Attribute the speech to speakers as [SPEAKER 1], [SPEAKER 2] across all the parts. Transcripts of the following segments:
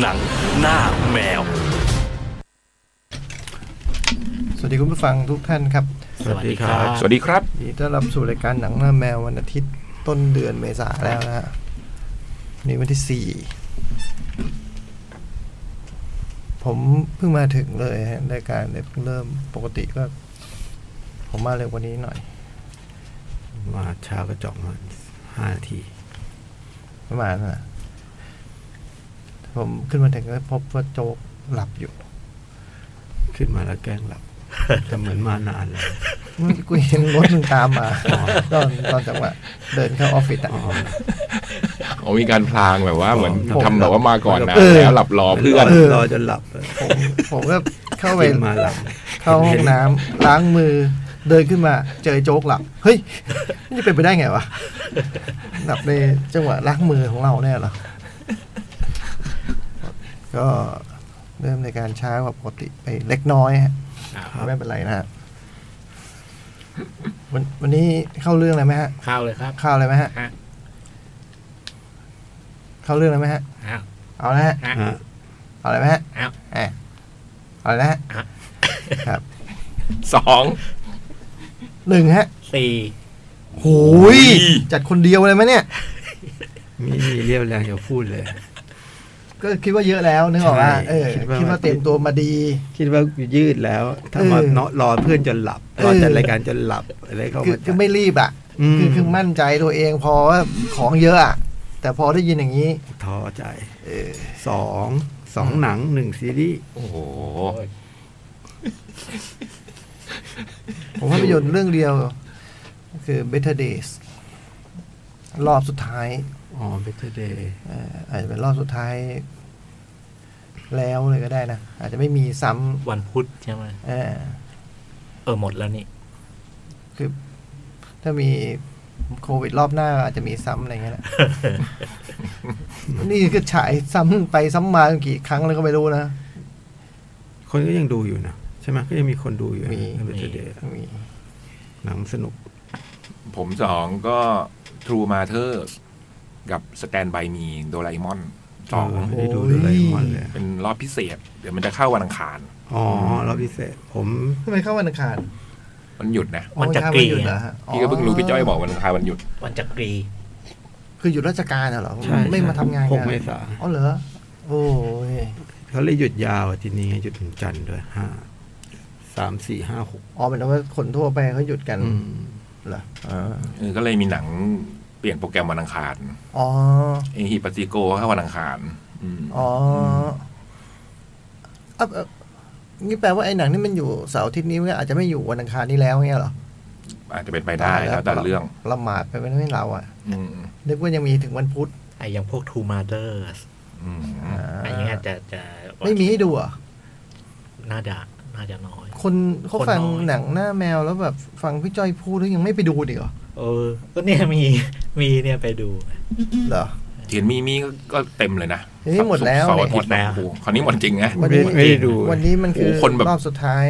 [SPEAKER 1] หนังหน้าแมว
[SPEAKER 2] สวัสดีคุณผู้ฟังทุกท่านครับ
[SPEAKER 1] สวัสดีครับ
[SPEAKER 3] สวัสดีครับ
[SPEAKER 2] ยินดีต้อนรับสู่รายการหนังหน้าแมววันอาทิตย์ต้นเดือนเมษาแล้วนะฮะวันนี่วันที่สี่ผมเพิ่งมาถึงเลยฮะรายการเลยเพิ่งเริ่มปกติก็ ผมมาเร็วกว่านี้หน่อย
[SPEAKER 4] มาเช้าก็จอกมาห้านาที
[SPEAKER 2] ประมาณน่ะผมขึ้นมาถึงก็พบว่าโจ๊กหลับอยู่
[SPEAKER 4] ขึ้นมาแล้วแกล้งหลับ แต่เหมือนมานานแล้ว
[SPEAKER 2] มันกูเห็นรถมึงตาม มา
[SPEAKER 4] อ๋อ
[SPEAKER 2] ตอนตอนจังหวะเดินเข้าออฟฟิศอ่ะ
[SPEAKER 4] อ๋อ
[SPEAKER 3] อ๋อมีการพลางแบบว่าเหมือน
[SPEAKER 4] ผม
[SPEAKER 3] ทำแบบว่ามาก่อนนะ
[SPEAKER 4] เออ
[SPEAKER 3] แล้วหลับรอเพื่อน
[SPEAKER 2] เออ
[SPEAKER 4] รอจนหลับเลย
[SPEAKER 2] ผมผมก็เข้าไป
[SPEAKER 4] ขึ้นมาหลับ
[SPEAKER 2] เข้าห้องน้ำล้างมือเดินขึ้นมา เจอไอ้โจ๊กหลับ เฮ้ยนี่จะเป็นไปได้ไงวะหลับในจังหวะล้างมือของเราแน่ยเหรอก็เริ่มในการช้ากว่าปกติไปเล็กน้อยฮะไม่เป็นไรนะฮะวันวันนี้เข้าเรื่องเลยไหมฮะ
[SPEAKER 5] ข้าวเลยครับ
[SPEAKER 2] เข้าเลยไหมฮะ
[SPEAKER 5] ฮะ
[SPEAKER 2] เข้าเรื่องเลยไหมฮะ
[SPEAKER 5] อ้าว
[SPEAKER 2] เอาละฮะ
[SPEAKER 4] ฮะ
[SPEAKER 2] เอาเลยไหมฮะ
[SPEAKER 5] อ้าว
[SPEAKER 2] อ่ะเอาเลยนะฮะครับ
[SPEAKER 3] สอง
[SPEAKER 2] หนึ่งฮะ
[SPEAKER 5] สี่
[SPEAKER 2] โหยจัดคนเดียวเลยไหมเนี่ย
[SPEAKER 4] มีมีเรียวแรงจะพูดเลย
[SPEAKER 2] ก็คิดว่าเยอะแล้วนึกออกว่า
[SPEAKER 4] ใช่
[SPEAKER 2] เออ
[SPEAKER 4] คิดว่า
[SPEAKER 2] คิดว่าเตรียมตัวมาดี
[SPEAKER 4] คิดว่ายืดแล้วถ้ามา
[SPEAKER 2] เออ
[SPEAKER 4] เนาะรอเพื่อนจนหลับ
[SPEAKER 2] เออ
[SPEAKER 4] รอจัดรายการจนหลับอะไรเข้า
[SPEAKER 2] คือ
[SPEAKER 4] มา
[SPEAKER 2] คือไม่รีบอ่ะ
[SPEAKER 4] ม
[SPEAKER 2] คือคือมั่นใจตัวเองพอว่าของเยอะอ่ะ แต่พอได้ยินอย่างนี้
[SPEAKER 4] ท้อใจ
[SPEAKER 2] เออ
[SPEAKER 4] สองสองหนังหนึ่งซีรีส์
[SPEAKER 3] โอ้โห
[SPEAKER 2] ผมว่าภาพยนตร์เรื่องเดียว คือ Better Days รอบสุดท้าย
[SPEAKER 4] อ๋อเบเตอร์เดย์
[SPEAKER 2] เอ่ออาจจะเป็นรอบสุดท้าย แล้วเลยก็ได้นะ อาจจะไม่มีซ้
[SPEAKER 5] วันพุธใช่ไหม
[SPEAKER 2] ำเออ
[SPEAKER 5] เออหมดแล้วนี่
[SPEAKER 2] คือถ้ามีโควิดรอบหน้าอาจจะมีซ้ำอะไรอย่างเงี้ยแหละ นี่ก็ฉายซ้ำไปซ้ำมากี่ครั้งแล้วก็ไม่รู้นะ
[SPEAKER 4] คนก็ยังดูอยู่นะใช่ไหมก็ยังมีคนดูอยู่
[SPEAKER 2] มี
[SPEAKER 4] เบเตอร์เดย์
[SPEAKER 2] มี
[SPEAKER 4] หนังสนุก
[SPEAKER 3] ผมสองก็ True Matter กับ Stand by Me โดราเอมอนสอง
[SPEAKER 4] เไม่ได้ดูดูอะไรมอนเลย
[SPEAKER 3] เป็นรอบพิเศษ เดี๋ยวมันจะเข้าวันอังคาร
[SPEAKER 4] อ๋อรอบพิเศษผม
[SPEAKER 2] ทำไมเข้าวันอังคาร
[SPEAKER 3] มันหยุดนะ
[SPEAKER 5] วันจักรี
[SPEAKER 2] อ๋อวันอังคาไม่หยุดเหรอฮะ
[SPEAKER 3] พี่ก็เพิ่งรู้พี่จ้อยบอกวันอังคารมันหยุด
[SPEAKER 5] วันจักรี
[SPEAKER 2] คือหยุดราชการน่ะเหรอ
[SPEAKER 4] ใช่
[SPEAKER 2] ไม่มาทำงาน
[SPEAKER 4] หก
[SPEAKER 2] น
[SPEAKER 4] เมษา
[SPEAKER 2] อ๋อเหรอโอ้ย
[SPEAKER 4] เขาเลยหยุดยาวอาทีนี้ไงหยุดถึงจันทร์ด้วยห้าสามสี่ห้าหก
[SPEAKER 2] อ๋อเป็นว่าคนทั่วไปเขาหยุดกัน
[SPEAKER 4] อืม
[SPEAKER 2] เหรอ
[SPEAKER 3] เออก็เลยมีหนังเปลี่ยนโปรแกรมวันอังคาร
[SPEAKER 2] อ๋อ
[SPEAKER 3] เอฮิปาติโกเข้าวันอังคารอืม
[SPEAKER 2] อ๋ออ่ะเอ่อนี่แปลว่าไอ้หนังนี่มันอยู่เสาร์อาทิตย์นี้มันอาจจะไม่อยู่วันอังคารนี้แล้วเงี้ยเหรอ
[SPEAKER 3] อาจจะเป็นไปได้แล้วแต่เรื่อง
[SPEAKER 2] ละหมาดไปไม่ได้เราอ่ะ
[SPEAKER 3] อืม
[SPEAKER 2] นึกว่ายังมีถึงวันพุธ
[SPEAKER 5] ไอ้อยังพวกทูมาเดอร์
[SPEAKER 3] อืม
[SPEAKER 5] ไอ้เนี้ยจะจะ
[SPEAKER 2] ไม่มีให้ดูเหรอ่ะ
[SPEAKER 5] น่าจะน่าจะน้อย
[SPEAKER 2] คนเขาฟัง
[SPEAKER 5] คนน้อย
[SPEAKER 2] หนังหน้าแมวแล้วแบบฟังพี่จ้อยพูดแล้วยังไม่ไปดูดิเหรอ
[SPEAKER 5] เออ ก็เนี่ยมี มีเนี่ยไปดู
[SPEAKER 2] เหรอ
[SPEAKER 3] เทียนมีมีก็ก็เต็มเลยนะ
[SPEAKER 2] เฮ้ยหมดแล้ว
[SPEAKER 3] เสาร์อาทิตย์
[SPEAKER 5] หมดแล้
[SPEAKER 3] นะ
[SPEAKER 5] ว
[SPEAKER 3] โอ้โหคราวนี้หมดจริงนะ
[SPEAKER 2] วัน
[SPEAKER 4] ไม่
[SPEAKER 2] นี้
[SPEAKER 4] ไม่ได้ดู
[SPEAKER 2] วันนี้มันคือ
[SPEAKER 3] โอ้คนแบบ
[SPEAKER 2] รอบสุดท้าย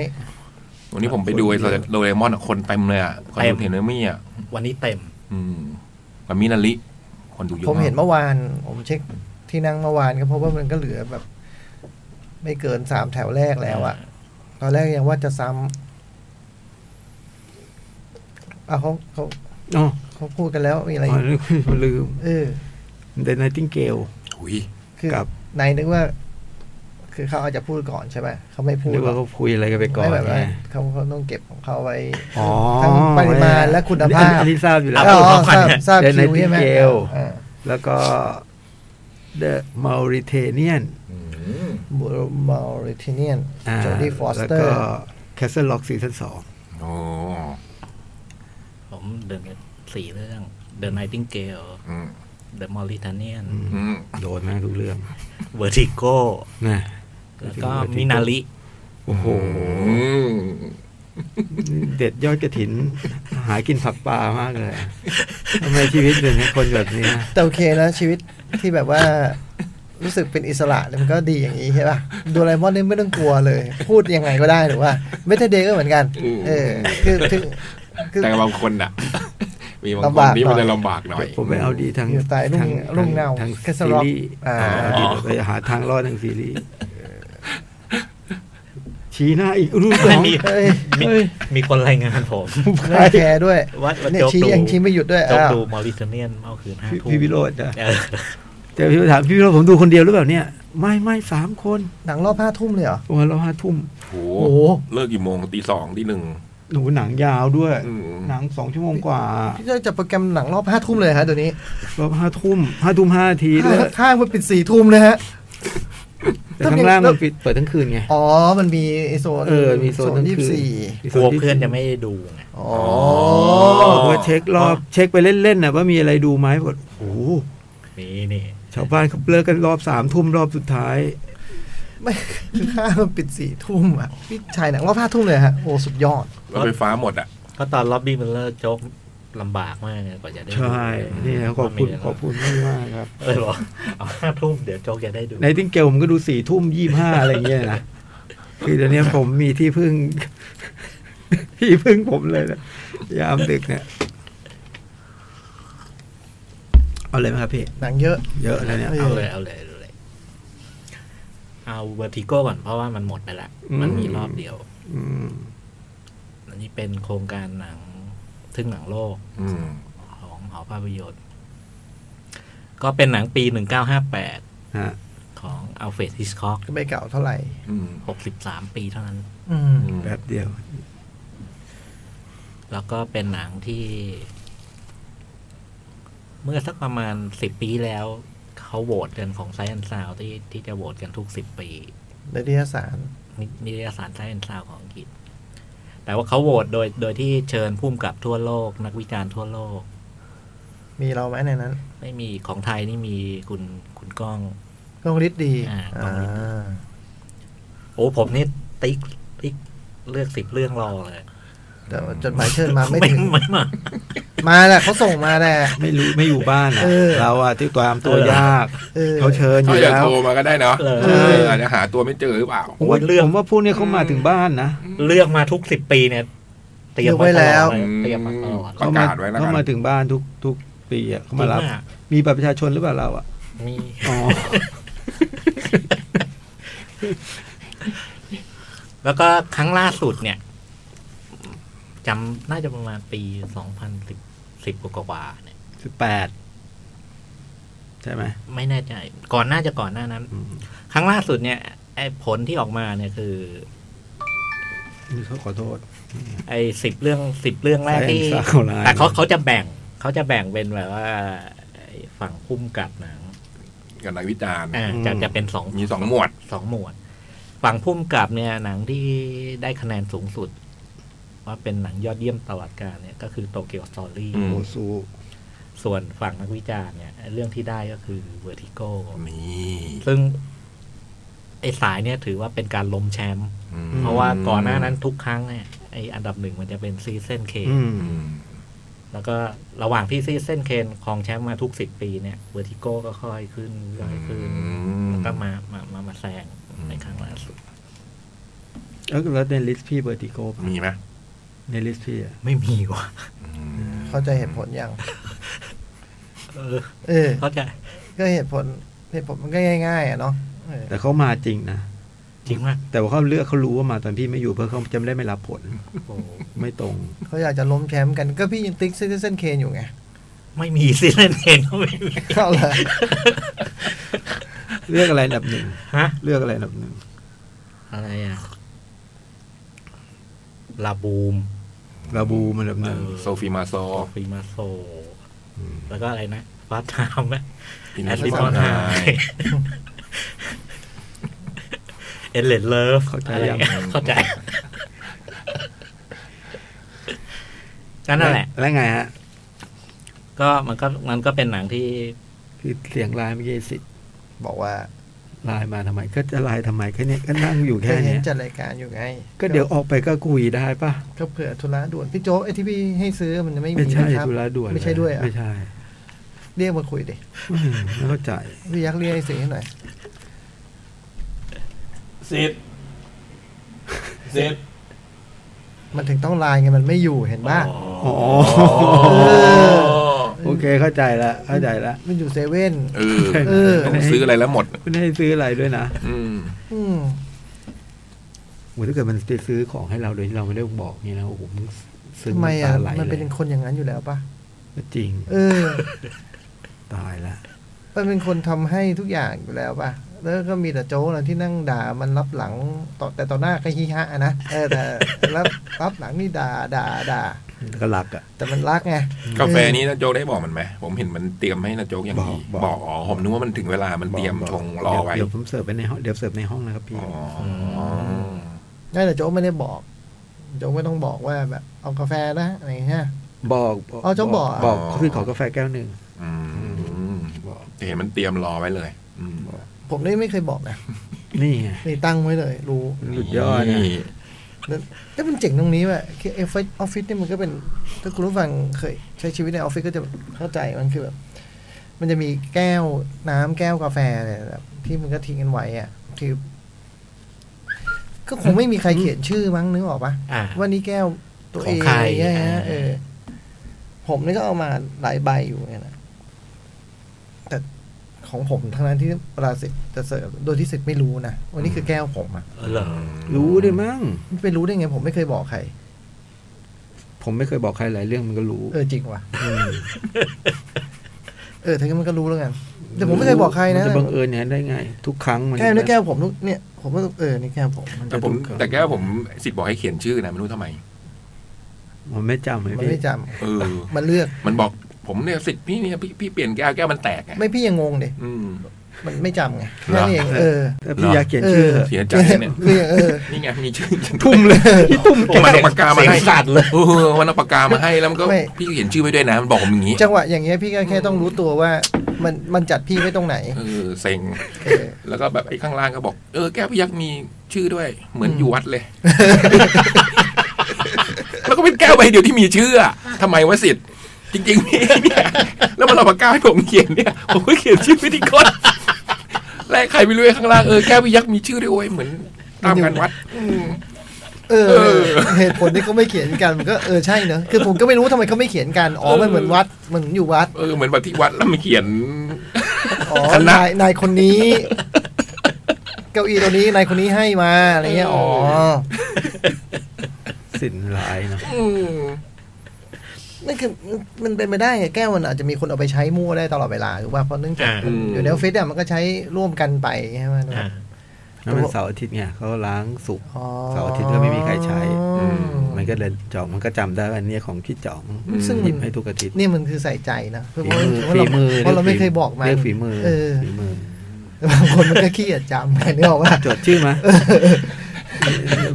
[SPEAKER 3] วันนี้ผมไปดูไอ้โดเรมอนอะคนเต็มเลยอ่ะคน
[SPEAKER 5] เต็
[SPEAKER 3] ดู
[SPEAKER 5] ม
[SPEAKER 3] เทนเนอร์มี่อ่ะ
[SPEAKER 5] วันนี้เต็ม
[SPEAKER 3] อืมกับมินาลิคนดูเยอะ
[SPEAKER 2] ผมเห็น
[SPEAKER 3] มาก
[SPEAKER 2] เมื่อวาน ผมเช็คที่นั่งเมื่อวานก็เพราะว่ามันก็เหลือแบบ ไม่เกินสามแถวแรกแล้วอะตอนแรกยังว่าจะซ้ำอ่ะเขาเขา
[SPEAKER 4] อ๋อ
[SPEAKER 2] เขาพูดกันแล้วมีอะไร
[SPEAKER 4] อ๋
[SPEAKER 2] อี
[SPEAKER 4] อก ลืม
[SPEAKER 2] เออ
[SPEAKER 4] เดนนิติงเกล
[SPEAKER 3] อุ้ย
[SPEAKER 2] คือ
[SPEAKER 4] ครับ
[SPEAKER 2] นายนึกว่า คือเขาอาจจะพูดก่อนใช่ไหมเขาไม่พูด
[SPEAKER 4] นึกว่า
[SPEAKER 2] หรอ
[SPEAKER 4] เขาคุยอะไรกันไปก่อน
[SPEAKER 2] ไม่แบบว่า
[SPEAKER 4] ไง
[SPEAKER 2] เขาเขาต้องเก็บของเขาไว้
[SPEAKER 4] อ๋อ
[SPEAKER 2] ทั้งปริมาณและคุณภาพ
[SPEAKER 4] อันนี้ทราบอยู่แล้ว
[SPEAKER 2] อ๋อ
[SPEAKER 5] เอา
[SPEAKER 2] ทราบ
[SPEAKER 5] เอา
[SPEAKER 2] ทราบ
[SPEAKER 4] เดี๋ยว
[SPEAKER 2] คิวใช่ไหม
[SPEAKER 4] Nightingale
[SPEAKER 2] อ่า
[SPEAKER 4] แล้วก็ The Mauritanian
[SPEAKER 2] บูโรมาริเทเนียน
[SPEAKER 4] อ่า
[SPEAKER 2] จอร์ดี้ฟอส
[SPEAKER 4] แล้ว
[SPEAKER 2] เตอ
[SPEAKER 4] ก็
[SPEAKER 2] ร์
[SPEAKER 4] Castle Rock ซีซั่นสอง
[SPEAKER 3] โอ้
[SPEAKER 5] ผมเดินสี่เรื่อง The Nightingale
[SPEAKER 3] อืม
[SPEAKER 5] The Mauritanian
[SPEAKER 3] อืม
[SPEAKER 4] โดนมากทุกเรื่อง
[SPEAKER 5] Vertigo
[SPEAKER 4] นะ
[SPEAKER 5] แล้วก็มินาริ
[SPEAKER 4] โอ้โห
[SPEAKER 3] อืม
[SPEAKER 4] เด็ดยอดกระถิน หากินผักปลามากเลยทำไมชีวิตเป็นคนแบบนี้นะ
[SPEAKER 2] แต่โอเคนะชีวิตที่แบบว่า รู้สึกเป็นอิสระเนี่ยมันก็ดีอย่างนี้ใช่ป่ะโดราเอมอนนี่ไม่ต้องกลัวเลย พูดยังไงก็ได้หรือว่าเมทเดย์ก็เหมือนกัน เออ คือถึงคือ
[SPEAKER 3] แต่บางคนอ่ะ มีบางคนที่มันจะลำบากหน่อย
[SPEAKER 4] ผมไปเอาดีทาง
[SPEAKER 2] อยู่ใต้รุ่ง
[SPEAKER 4] ทาง
[SPEAKER 2] รุ่งเงา
[SPEAKER 4] ทาง
[SPEAKER 2] แคสเซิ
[SPEAKER 4] ซี
[SPEAKER 2] ลล็อก
[SPEAKER 4] รีส์
[SPEAKER 2] อ่า
[SPEAKER 4] เอาดีไปหาทางรอดทางซีรีส์ชี้หน้าอีกรุ่นส
[SPEAKER 5] ไม่
[SPEAKER 4] อง
[SPEAKER 5] มี
[SPEAKER 2] เฮ้ย
[SPEAKER 5] มี
[SPEAKER 2] เฮ้ย
[SPEAKER 5] มีคนรายงานผม
[SPEAKER 2] ไล่แชร์ด้วย
[SPEAKER 5] ว่าว่า
[SPEAKER 2] เนี่ย
[SPEAKER 5] โจ๊ก
[SPEAKER 2] ชี้
[SPEAKER 5] ดู
[SPEAKER 2] ยังชี้ไม่หยุดด้วย
[SPEAKER 5] จบ
[SPEAKER 2] อ้าว
[SPEAKER 5] ดูมอริเทเนียนเมื่อคืนห้า
[SPEAKER 4] พี่
[SPEAKER 5] ทุ่ม
[SPEAKER 4] พี่วิโรจน์อะ
[SPEAKER 5] เออ
[SPEAKER 4] แต่พี่ถามพี่วิโรจน์ผมดูคนเดียวหรือเปล่าเนี่ย ไม่ไม่สามคน
[SPEAKER 2] หนังรอบห้าทุ่มเลยเหรอ
[SPEAKER 4] วันละห้าทุ่ม
[SPEAKER 3] โห
[SPEAKER 2] โอ้โห
[SPEAKER 3] เลิกกี่โมงตีสองตีหนึ่ง
[SPEAKER 4] หนูหนังยาวด้วย
[SPEAKER 3] อืม
[SPEAKER 4] หนังสองชั่วโมงกว่า
[SPEAKER 2] พี่จะจัดโปรแกรมหนังรอบห้าทุ่มเลยฮะเดี๋ยวนี้
[SPEAKER 4] รอบห้าทุ่มห้าทุ่มห้านาทีด้วย
[SPEAKER 2] ข้างมันปิดสี่ทุ่มนะฮะ
[SPEAKER 4] แต่ข้างล่างมันปิดเปิดทั้งคืนไง
[SPEAKER 2] อ๋อ มันมีไอโซน
[SPEAKER 4] เออมีโซนทั้ง
[SPEAKER 2] ยี่
[SPEAKER 4] คืน
[SPEAKER 2] สิบสี่
[SPEAKER 4] มี
[SPEAKER 5] ก
[SPEAKER 4] โซ
[SPEAKER 5] ลัว
[SPEAKER 4] ที่
[SPEAKER 5] เพื่อนจะไม่ได้ดูไง
[SPEAKER 2] อ๋อ
[SPEAKER 4] บอกว่าเช็ครอบเช็คไปเล่นๆนะว่ามีอะไรดูไหมบอกโอ้โห
[SPEAKER 5] นี่นี่
[SPEAKER 4] ชาวบ้านเขาเลิกกันรอบสามทุ่มรอบสุดท้าย
[SPEAKER 2] ไม่ คือข้างมันปิดสี่ทุ่มอ่ะ พี่ชายหนังรอบห้าทุ่มเลยฮะ โอ้สุดยอด
[SPEAKER 3] รถไฟฟ้าหมดอ่ะ
[SPEAKER 5] ก็ตอนล็อบบี้มิลเลอร์โจ๊กลำบากมากเลยกว่าจะได้ดู
[SPEAKER 4] ใช่ นี่นะขอบคุณ
[SPEAKER 5] ก็มีแล้ว
[SPEAKER 4] ขอบคุณมากๆครับ
[SPEAKER 5] เลยบอกเอาห้าทุ่มเดี๋ยวโจ๊กจะได้ดู
[SPEAKER 4] ในติ้งเกลผมก็ดูสี่ทุ่มยี่ห้าอะไรอย่างเงี้ยนะ คือเดี๋ยวนี้ผมมีที่พึ่ง ที่พึ่งผมเลยนะยามดึกเนี่ย เอาเลยไหมครับพี่
[SPEAKER 2] หนังเยอะ
[SPEAKER 4] เยอะแล้วเนี่ย
[SPEAKER 5] เอาเลยเอาเลยเอาเลยเอาเวอร์ติโก้ก่อนเพราะว่ามันหมดไปละ
[SPEAKER 4] อืม
[SPEAKER 5] มันมีรอบเดียว
[SPEAKER 4] อืม
[SPEAKER 5] อันนี้เป็นโครงการหนังทึ่งหนังโลก
[SPEAKER 3] อืม
[SPEAKER 5] ของหอภาพยนตร์ ก็เป็นหนังปีหนึ่งเก้าห้าแปด
[SPEAKER 4] ฮะ
[SPEAKER 5] ของอัลเฟรดฮิสคอก
[SPEAKER 2] ก็ไม่เก่าเท่าไหร่
[SPEAKER 3] อืม
[SPEAKER 5] หกสิบสามปีเท่านั้น
[SPEAKER 2] อืม
[SPEAKER 3] อืม
[SPEAKER 4] แป๊บเดียว
[SPEAKER 5] แล้วก็เป็นหนังที่ เมื่อสักประมาณสิบปีแล้ว เขาโหวตกันของไซแอนซาวที่ที่จะโหวตกันทุกสิบปี
[SPEAKER 2] ในนิยสาร
[SPEAKER 5] นินิตยสารไซแอนซาวของอังกฤษ แต่ว่าเขาโหวตโดยโดยที่เชิญผู้กำกับทั่วโลก นักวิจารณ์ทั่วโลก
[SPEAKER 2] มีเราไหมในนั้น
[SPEAKER 5] ไม่มีของไทยนี่มีคุณคุณก้อง
[SPEAKER 2] กองฤทธิ์ดี
[SPEAKER 5] อ่า
[SPEAKER 2] อ่า
[SPEAKER 5] โอ้ผมนี่ติ๊กติ๊กเลือกสิบเรื่องรอเลย
[SPEAKER 2] แต่ว่าจดหมายเชิญมาไม่ถึง
[SPEAKER 5] ไม่มา
[SPEAKER 2] มาแหละเขาส่งมาแหละ
[SPEAKER 4] ไม่รู้ไม่อยู่บ้านอะ
[SPEAKER 2] เออ
[SPEAKER 4] เราอะที่ตามตัวยาก
[SPEAKER 2] เออ
[SPEAKER 4] เขาเชิญอ
[SPEAKER 3] เขา
[SPEAKER 4] ยู่
[SPEAKER 3] จะ
[SPEAKER 4] แล้
[SPEAKER 3] โท
[SPEAKER 4] ว
[SPEAKER 3] รมาก็ได้เนาะ
[SPEAKER 5] เลย
[SPEAKER 3] เอออาจจะหาตัวไม่เจอหรือเปล่า
[SPEAKER 4] ผมว่า
[SPEAKER 5] โอ้ยเรื่อง
[SPEAKER 4] ผมว่าพวกเนี้ยเขามาถึงบ้านนะ
[SPEAKER 5] เลือกมาทุกสิบปีเนี่ยเตรีย
[SPEAKER 2] เลื
[SPEAKER 5] ม
[SPEAKER 2] อกไว้แล้ว
[SPEAKER 5] ตอดเตรียมมาตลอด
[SPEAKER 3] ป
[SPEAKER 4] มาก
[SPEAKER 3] ระาศไว้แล้วกัน
[SPEAKER 4] เขามาถึงบ้านทุกทุกปีอะเขามารับ
[SPEAKER 5] จงอะ
[SPEAKER 4] มีบัตรประชาชนหรือเปล่าเราอะ
[SPEAKER 5] มี
[SPEAKER 4] อ๋อ
[SPEAKER 5] แล้วก็ครั้งล่าสุดเนี่ยจำน่าจะประมาณปีสองพันสิบสิบกว่าๆเนี่ย
[SPEAKER 4] สิบแปดใช่ไหม
[SPEAKER 5] ไม่แน่ใจ ก่อนน่าจะก่อนหน้านั้น
[SPEAKER 4] อืม
[SPEAKER 5] ครั้งล่าสุดเนี่ยไอ้ผลที่ออกมาเนี่ยคือ
[SPEAKER 4] นี่เขาขอโทษ
[SPEAKER 5] ไอ้สิบเรื่องสิบเรื่องแรกที่
[SPEAKER 4] Science Outline
[SPEAKER 5] แต่เขาเขาจะแบ่งเขาจะแบ่งเป็นแบบว่าไอ้ฝั่งพุ่มกับหนัง
[SPEAKER 3] กับนักวิจารณ์
[SPEAKER 5] อ่า
[SPEAKER 4] อืม
[SPEAKER 5] จะจะเป็นสอง
[SPEAKER 3] มีสองหมวด
[SPEAKER 5] สองหมวด ฝั่งพุ่มกับเนี่ยหนังที่ได้คะแนนสูงสุด ว่าเป็นหนังยอดเยี่ยมตลอดกาลเนี่ยก็คือโตเกียวสตอรี่
[SPEAKER 3] อืม
[SPEAKER 4] โอซู
[SPEAKER 5] ส่วนฝั่งนักวิจารณ์เนี่ยไอ้เรื่องที่ได้ก็คือเวอร์ติโก
[SPEAKER 3] นี่
[SPEAKER 5] ซึ่ง ไอ้สายเนี่ยถือว่าเป็นการล้มแชมป์
[SPEAKER 3] อืม
[SPEAKER 5] เพราะว่าก่อนหน้านั้นทุกครั้งเนี่ยไอ้อันดับหนึ่งมันจะเป็นซีเซนเค
[SPEAKER 4] อืม
[SPEAKER 3] อืม
[SPEAKER 5] แล้วก็ระหว่างที่ซีเซนเคนครองแชมป์มาทุกสิบปีเนี่ยเวอร์ติโก้ก็ค่อยขึ้นค่อยขึ้นแล้วก็มามามามาแซงในครั้งล่าสุด
[SPEAKER 4] แล้วแล้วในลิสต์พี่เบอร์ติโกปะ
[SPEAKER 3] มีไหม
[SPEAKER 4] ในลิสต์พี่อะ
[SPEAKER 5] ไม่มีว่ะ
[SPEAKER 3] อืม
[SPEAKER 2] เข้าใจเหตุผลยัง
[SPEAKER 5] เออ
[SPEAKER 2] เออ
[SPEAKER 5] เข้าใจ
[SPEAKER 2] ก็เหตุผลเหตุผลมันก็ง่ายๆอ่ะเนาะเออ
[SPEAKER 4] แต่เขามาจริงนะ
[SPEAKER 5] จริงว่า
[SPEAKER 4] แต่ว่าเขาเลือกเขารู้ว่ามาตอนพี่ไม่อยู่เพื่อเขาจะไม่ได้ไม่รับผล
[SPEAKER 5] โอ้
[SPEAKER 4] ไม่ตรง
[SPEAKER 2] เขาอยากจะล้มแชมป์กันก็พี่ยังติ๊กซิเซนเคนอยู่ไง
[SPEAKER 5] ไม่มีซีเซนเคนก็ไม่มี
[SPEAKER 2] เข้าเลย
[SPEAKER 4] เลือกอะไรอันดับหนึ่ง
[SPEAKER 5] ฮะ
[SPEAKER 4] เลือกอะไรอันดับหนึ่ง
[SPEAKER 5] อะไรอ่ะลาบูม
[SPEAKER 4] ลาบูมันอันดับหนึ่ง
[SPEAKER 3] โซฟีมาโซ
[SPEAKER 5] โอฟิมาโซ แล้วก็อะไรนะฟาทามนะ
[SPEAKER 3] อิน
[SPEAKER 5] แอ
[SPEAKER 3] นั
[SPEAKER 5] ด
[SPEAKER 3] ส
[SPEAKER 5] ลิ
[SPEAKER 3] ลิ
[SPEAKER 5] ป
[SPEAKER 3] ป
[SPEAKER 5] อ
[SPEAKER 3] อน น
[SPEAKER 5] ไฮ
[SPEAKER 3] ไฮ
[SPEAKER 5] เอเลนเลิฟ
[SPEAKER 4] เข้าใจ
[SPEAKER 5] อะไร
[SPEAKER 4] ยัง
[SPEAKER 5] เงี้ย เข้าใจก็นั่นแหละ
[SPEAKER 4] แล้วไงฮะ
[SPEAKER 5] ก็มันก็มันก็เป็นหนังที่
[SPEAKER 4] คือเสียงไลน์เมื่อกี้สิ
[SPEAKER 2] บอกว่า
[SPEAKER 4] ไลน์มาทำไม ก็จะไลน์ทำไมก็เนี่ยก็นั่งอยู่
[SPEAKER 2] เค
[SPEAKER 4] แค่
[SPEAKER 2] ยเห็น
[SPEAKER 4] เนี้ย
[SPEAKER 2] จัดรายการอยู่ไง
[SPEAKER 4] ก็เดี๋ยวออกไปก็คุยได้ปะ
[SPEAKER 2] ก็เผื่อธุระด่วนพี่โจ๊กไอที่พี่ให้ซื้อมันยังไม่มี
[SPEAKER 4] ไม่ใช่
[SPEAKER 2] นะครับ
[SPEAKER 4] ธุระด่วน
[SPEAKER 2] ไม่ใช่ด้วยอ่ะ
[SPEAKER 4] ไม่ใช่
[SPEAKER 2] เรียกมาคุยดิ
[SPEAKER 4] อืมไม่เข้าใจ
[SPEAKER 2] พี่ยักษ์เรียกไอ้สิงห์ให้หน่อย
[SPEAKER 3] สิทธิ์สิทธิ์
[SPEAKER 2] มันถึงต้องไลน์ไงมันไม่อยู่เห็นป่ะ
[SPEAKER 5] อ๋อ
[SPEAKER 4] อ๋อ โอเคเข้าใจละเข้าใจละ
[SPEAKER 2] มันอยู่เซเว่น
[SPEAKER 3] เออ
[SPEAKER 2] เออ
[SPEAKER 3] ต้องซื้ออะไรแล้วหมด
[SPEAKER 4] คุณให้ซื้ออะไรด้วยนะ
[SPEAKER 3] อืม
[SPEAKER 2] อืม
[SPEAKER 4] โอ้ยถ้าเกิดมันไปซื้อของให้เราโดยที่เราไม่ได้บอกนี่นะโอ้โหมันซึ้ง
[SPEAKER 2] ทำไมอ่ะ
[SPEAKER 4] น้ำตาไหล
[SPEAKER 2] มันเป็น
[SPEAKER 4] เลย
[SPEAKER 2] คนอย่างนั้นอยู่แล้วปะ
[SPEAKER 4] จริง
[SPEAKER 2] เออ
[SPEAKER 4] ตายละ
[SPEAKER 2] มันเป็นคนทำให้ทุกอย่างอยู่แล้วป่ะ แล้วก็มีแต่โจ้นะที่นั่งด่ามันรับหลังต่อแต่ต่อหน้าก็ฮิฮะอะนะเออแต่รับรับหลังนี่ด่าด่าด่า
[SPEAKER 4] ก็รักอ่ะ
[SPEAKER 2] แต่มันรักไง
[SPEAKER 3] กาแฟนี้นะโจกได้บอกมันไหม ผมเห็นมันเตรียมให้นะโจกอย่างดี
[SPEAKER 4] บอก
[SPEAKER 3] บบ อ
[SPEAKER 4] อก ก
[SPEAKER 3] อ๋อผมนึกว่ามันถึงเวลามันเตรียมชงรอไว้
[SPEAKER 4] เดี๋ยวผมเสิร์ฟไปในห้องเดี๋ยวเสิร์ฟในห้องนะครับพี่
[SPEAKER 3] อ๋อ
[SPEAKER 2] ได้แต่โจ้ไม่ได้บอก โจ้ไม่ต้องบอกว่าแบบ เอากาแฟนะอะไรอย่างเงี้ย
[SPEAKER 4] บอก
[SPEAKER 2] เอาเจ้าบอก
[SPEAKER 4] บอกคือขอกาแฟแก้วหนึ่ง
[SPEAKER 3] อืม
[SPEAKER 4] บอก
[SPEAKER 3] เห็นมันเตรียมรอไว้เลย อืม
[SPEAKER 2] ผมนี่ไม่เคยบอกนะ
[SPEAKER 4] นี่ไง
[SPEAKER 2] นี่ตั้งไว้เลย รู้
[SPEAKER 4] สุดยอดนะ
[SPEAKER 3] นี่
[SPEAKER 2] แล้วแต่มันเจ๋งตรงนี้ว่ะคือออฟฟิศออฟฟิศเนี่ยมันก็เป็น ถ้าคุณผู้ฟังเคยใช้ชีวิตในออฟฟิศก็จะเข้าใจมันคือแบบ มันจะมีแก้วน้ำแก้วกาแฟเนี่ยแบบที่มันก็ทิ้งกันไว้อ่ะคือก็คงไม่มีใครเขียนชื่อมั้งนึกออกปะ
[SPEAKER 5] อ่า
[SPEAKER 2] ว่านี่แก้วตัวเอง
[SPEAKER 5] ของใคร
[SPEAKER 2] อะไรเงี้ยนะ
[SPEAKER 5] อ่า
[SPEAKER 2] เออ ผมนี่ก็เอามาหลายใบอยู่เนี่ยนะแต่ของผมทั้งนั้นที่เวลาเสร็จจะเสิร์ฟโดยที่เสร็จไม่รู้นะวันนี้คือแก้วผมอะ
[SPEAKER 5] เออเหรอ
[SPEAKER 4] รู้ด้วยมั้ง
[SPEAKER 2] มันไปรู้ได้ไง ผมไม่เคยบอกใคร
[SPEAKER 4] ผมไม่เคยบอกใครหลายเรื่องมันก็รู้
[SPEAKER 2] เออจริงว่ะเออทั้างนั้นมันก็รู้แล้วกันแต่ผมไม่เคยบอกใครนะ
[SPEAKER 4] มัจะบังเอิญอย่างนั้นได้ไง ทุกครั้งมัน
[SPEAKER 2] แก้วนี่แก้วผมทุกเนี่ย ผมก็เออนี่แก้วผมมัน
[SPEAKER 3] แต่ผม แต่แกผมสิทธิ์บอกให้เขียนชื่อนะไม่รู้ทำไม
[SPEAKER 4] มันไม่จำเลย
[SPEAKER 2] มัน
[SPEAKER 4] พี่
[SPEAKER 2] ไม่จำ
[SPEAKER 3] เออ
[SPEAKER 2] มันเลือก
[SPEAKER 3] มันบอกผมเนี่ยสิทธิ์พี่เนี่ยพี่พี่เปลี่ยนแก้วแก้วมันแตกไง
[SPEAKER 2] ไม่พี่ยังงงเดย
[SPEAKER 3] อืม
[SPEAKER 2] มันไม่จำไงแค่นั่นเองเออ
[SPEAKER 4] แต่พี่อยากเขียนชื่อ
[SPEAKER 3] เสียใจเนี่ย
[SPEAKER 2] คือเออ
[SPEAKER 3] นี่ไงมีชื่อ
[SPEAKER 4] ทุ่มเลยพี่ทุ่ม
[SPEAKER 3] ผมมันเอาปากกามา
[SPEAKER 5] เสียง
[SPEAKER 3] ให้
[SPEAKER 5] สั่นเลย
[SPEAKER 3] เออมันเอาปากกามาให้แล้วมันก็
[SPEAKER 2] ไม่
[SPEAKER 3] พี่เขียนชื่อไว้ด้วยนะ มันบอกผมอย่างนี้
[SPEAKER 2] จังหวะอย่างเงี้ยพี่ก็แค่ต้องรู้ตัวว่า มันมันจัดพี่ไว้ตรงไหน
[SPEAKER 3] เออเซ็ง
[SPEAKER 2] เออ
[SPEAKER 3] แล้วก็แบบไอ้ข้างล่างก็บอก เออแก้วพยักมีชื่อด้วย เหมือนอยู่วัดเลย แล้วก็เป็นแก้วใบเดียวที่มีชื่ออะทำไมวะสิทธิ์จริงๆพี่เนี่ยแล้วมันเอาปากกาให้ผมเขียนเนี่ยผมก็เขียนชื่อพิธีกรแรกใครไม่รู้ไอ้ข้างล่างเออแก้วพยักมีชื่อด้วยโอ้ยเหมือนตามกันวัด
[SPEAKER 2] เออ
[SPEAKER 3] เออ
[SPEAKER 2] เหตุผลที่เขาไม่เขียนกันมันก็เออใช่เนอะคือผมก็ไม่รู้ทำไมเขาไม่เขียนกันอ๋อมันเหมือนวัดมันอยู่วัด
[SPEAKER 3] เออเหมือนแบบที่วัดแล้วมันเขียน
[SPEAKER 2] อ๋อ
[SPEAKER 3] คณะ
[SPEAKER 2] นายนายคนนี้ เก้าอี้ตัวนี้นายคนนี้ให้มาอะไรเงี้ยอ๋อ
[SPEAKER 4] สินหลายเนอะ
[SPEAKER 3] อืม
[SPEAKER 2] นั่นคือมันเป็นไปได้ไงแก้วมันอาจจะมีคนเอาไปใช้มั่วได้ตลอดเวลาถูกป่ะเพราะเนื่องจาก
[SPEAKER 5] อ่ามั
[SPEAKER 2] นอยู่ในออฟฟิศอะมันก็ใช้ร่วมกันไปใช่ไหม
[SPEAKER 5] อ่า
[SPEAKER 4] แล้วมันเสาร์อาทิตย์ไงเขาล้างสุกร์
[SPEAKER 2] อ๋อ
[SPEAKER 4] เสาร์อาทิตย์ก็ไม่มีใครใช้
[SPEAKER 2] อืม
[SPEAKER 4] มันก็เดินจ่องมันก็จำได้ว่าอันเนี้ยของพี่จ่อง
[SPEAKER 2] ซึ่ง
[SPEAKER 4] ห
[SPEAKER 2] มั
[SPEAKER 4] ยิบ
[SPEAKER 2] น
[SPEAKER 4] ให้ทุกอาทิตย์
[SPEAKER 2] นี่มันคือใส่ใจนะเพราะ
[SPEAKER 4] ฝี
[SPEAKER 2] ว่า
[SPEAKER 4] มือฝีมือ
[SPEAKER 2] เพราะเราเพราะเราไม่เคยบอกมัน
[SPEAKER 4] เรียกฝีมือ
[SPEAKER 2] เออ
[SPEAKER 4] ฝีมือ
[SPEAKER 2] แต่บางคนมันก็ขี้เกียจจำไงนึกออกว่า
[SPEAKER 4] จดชื่อมา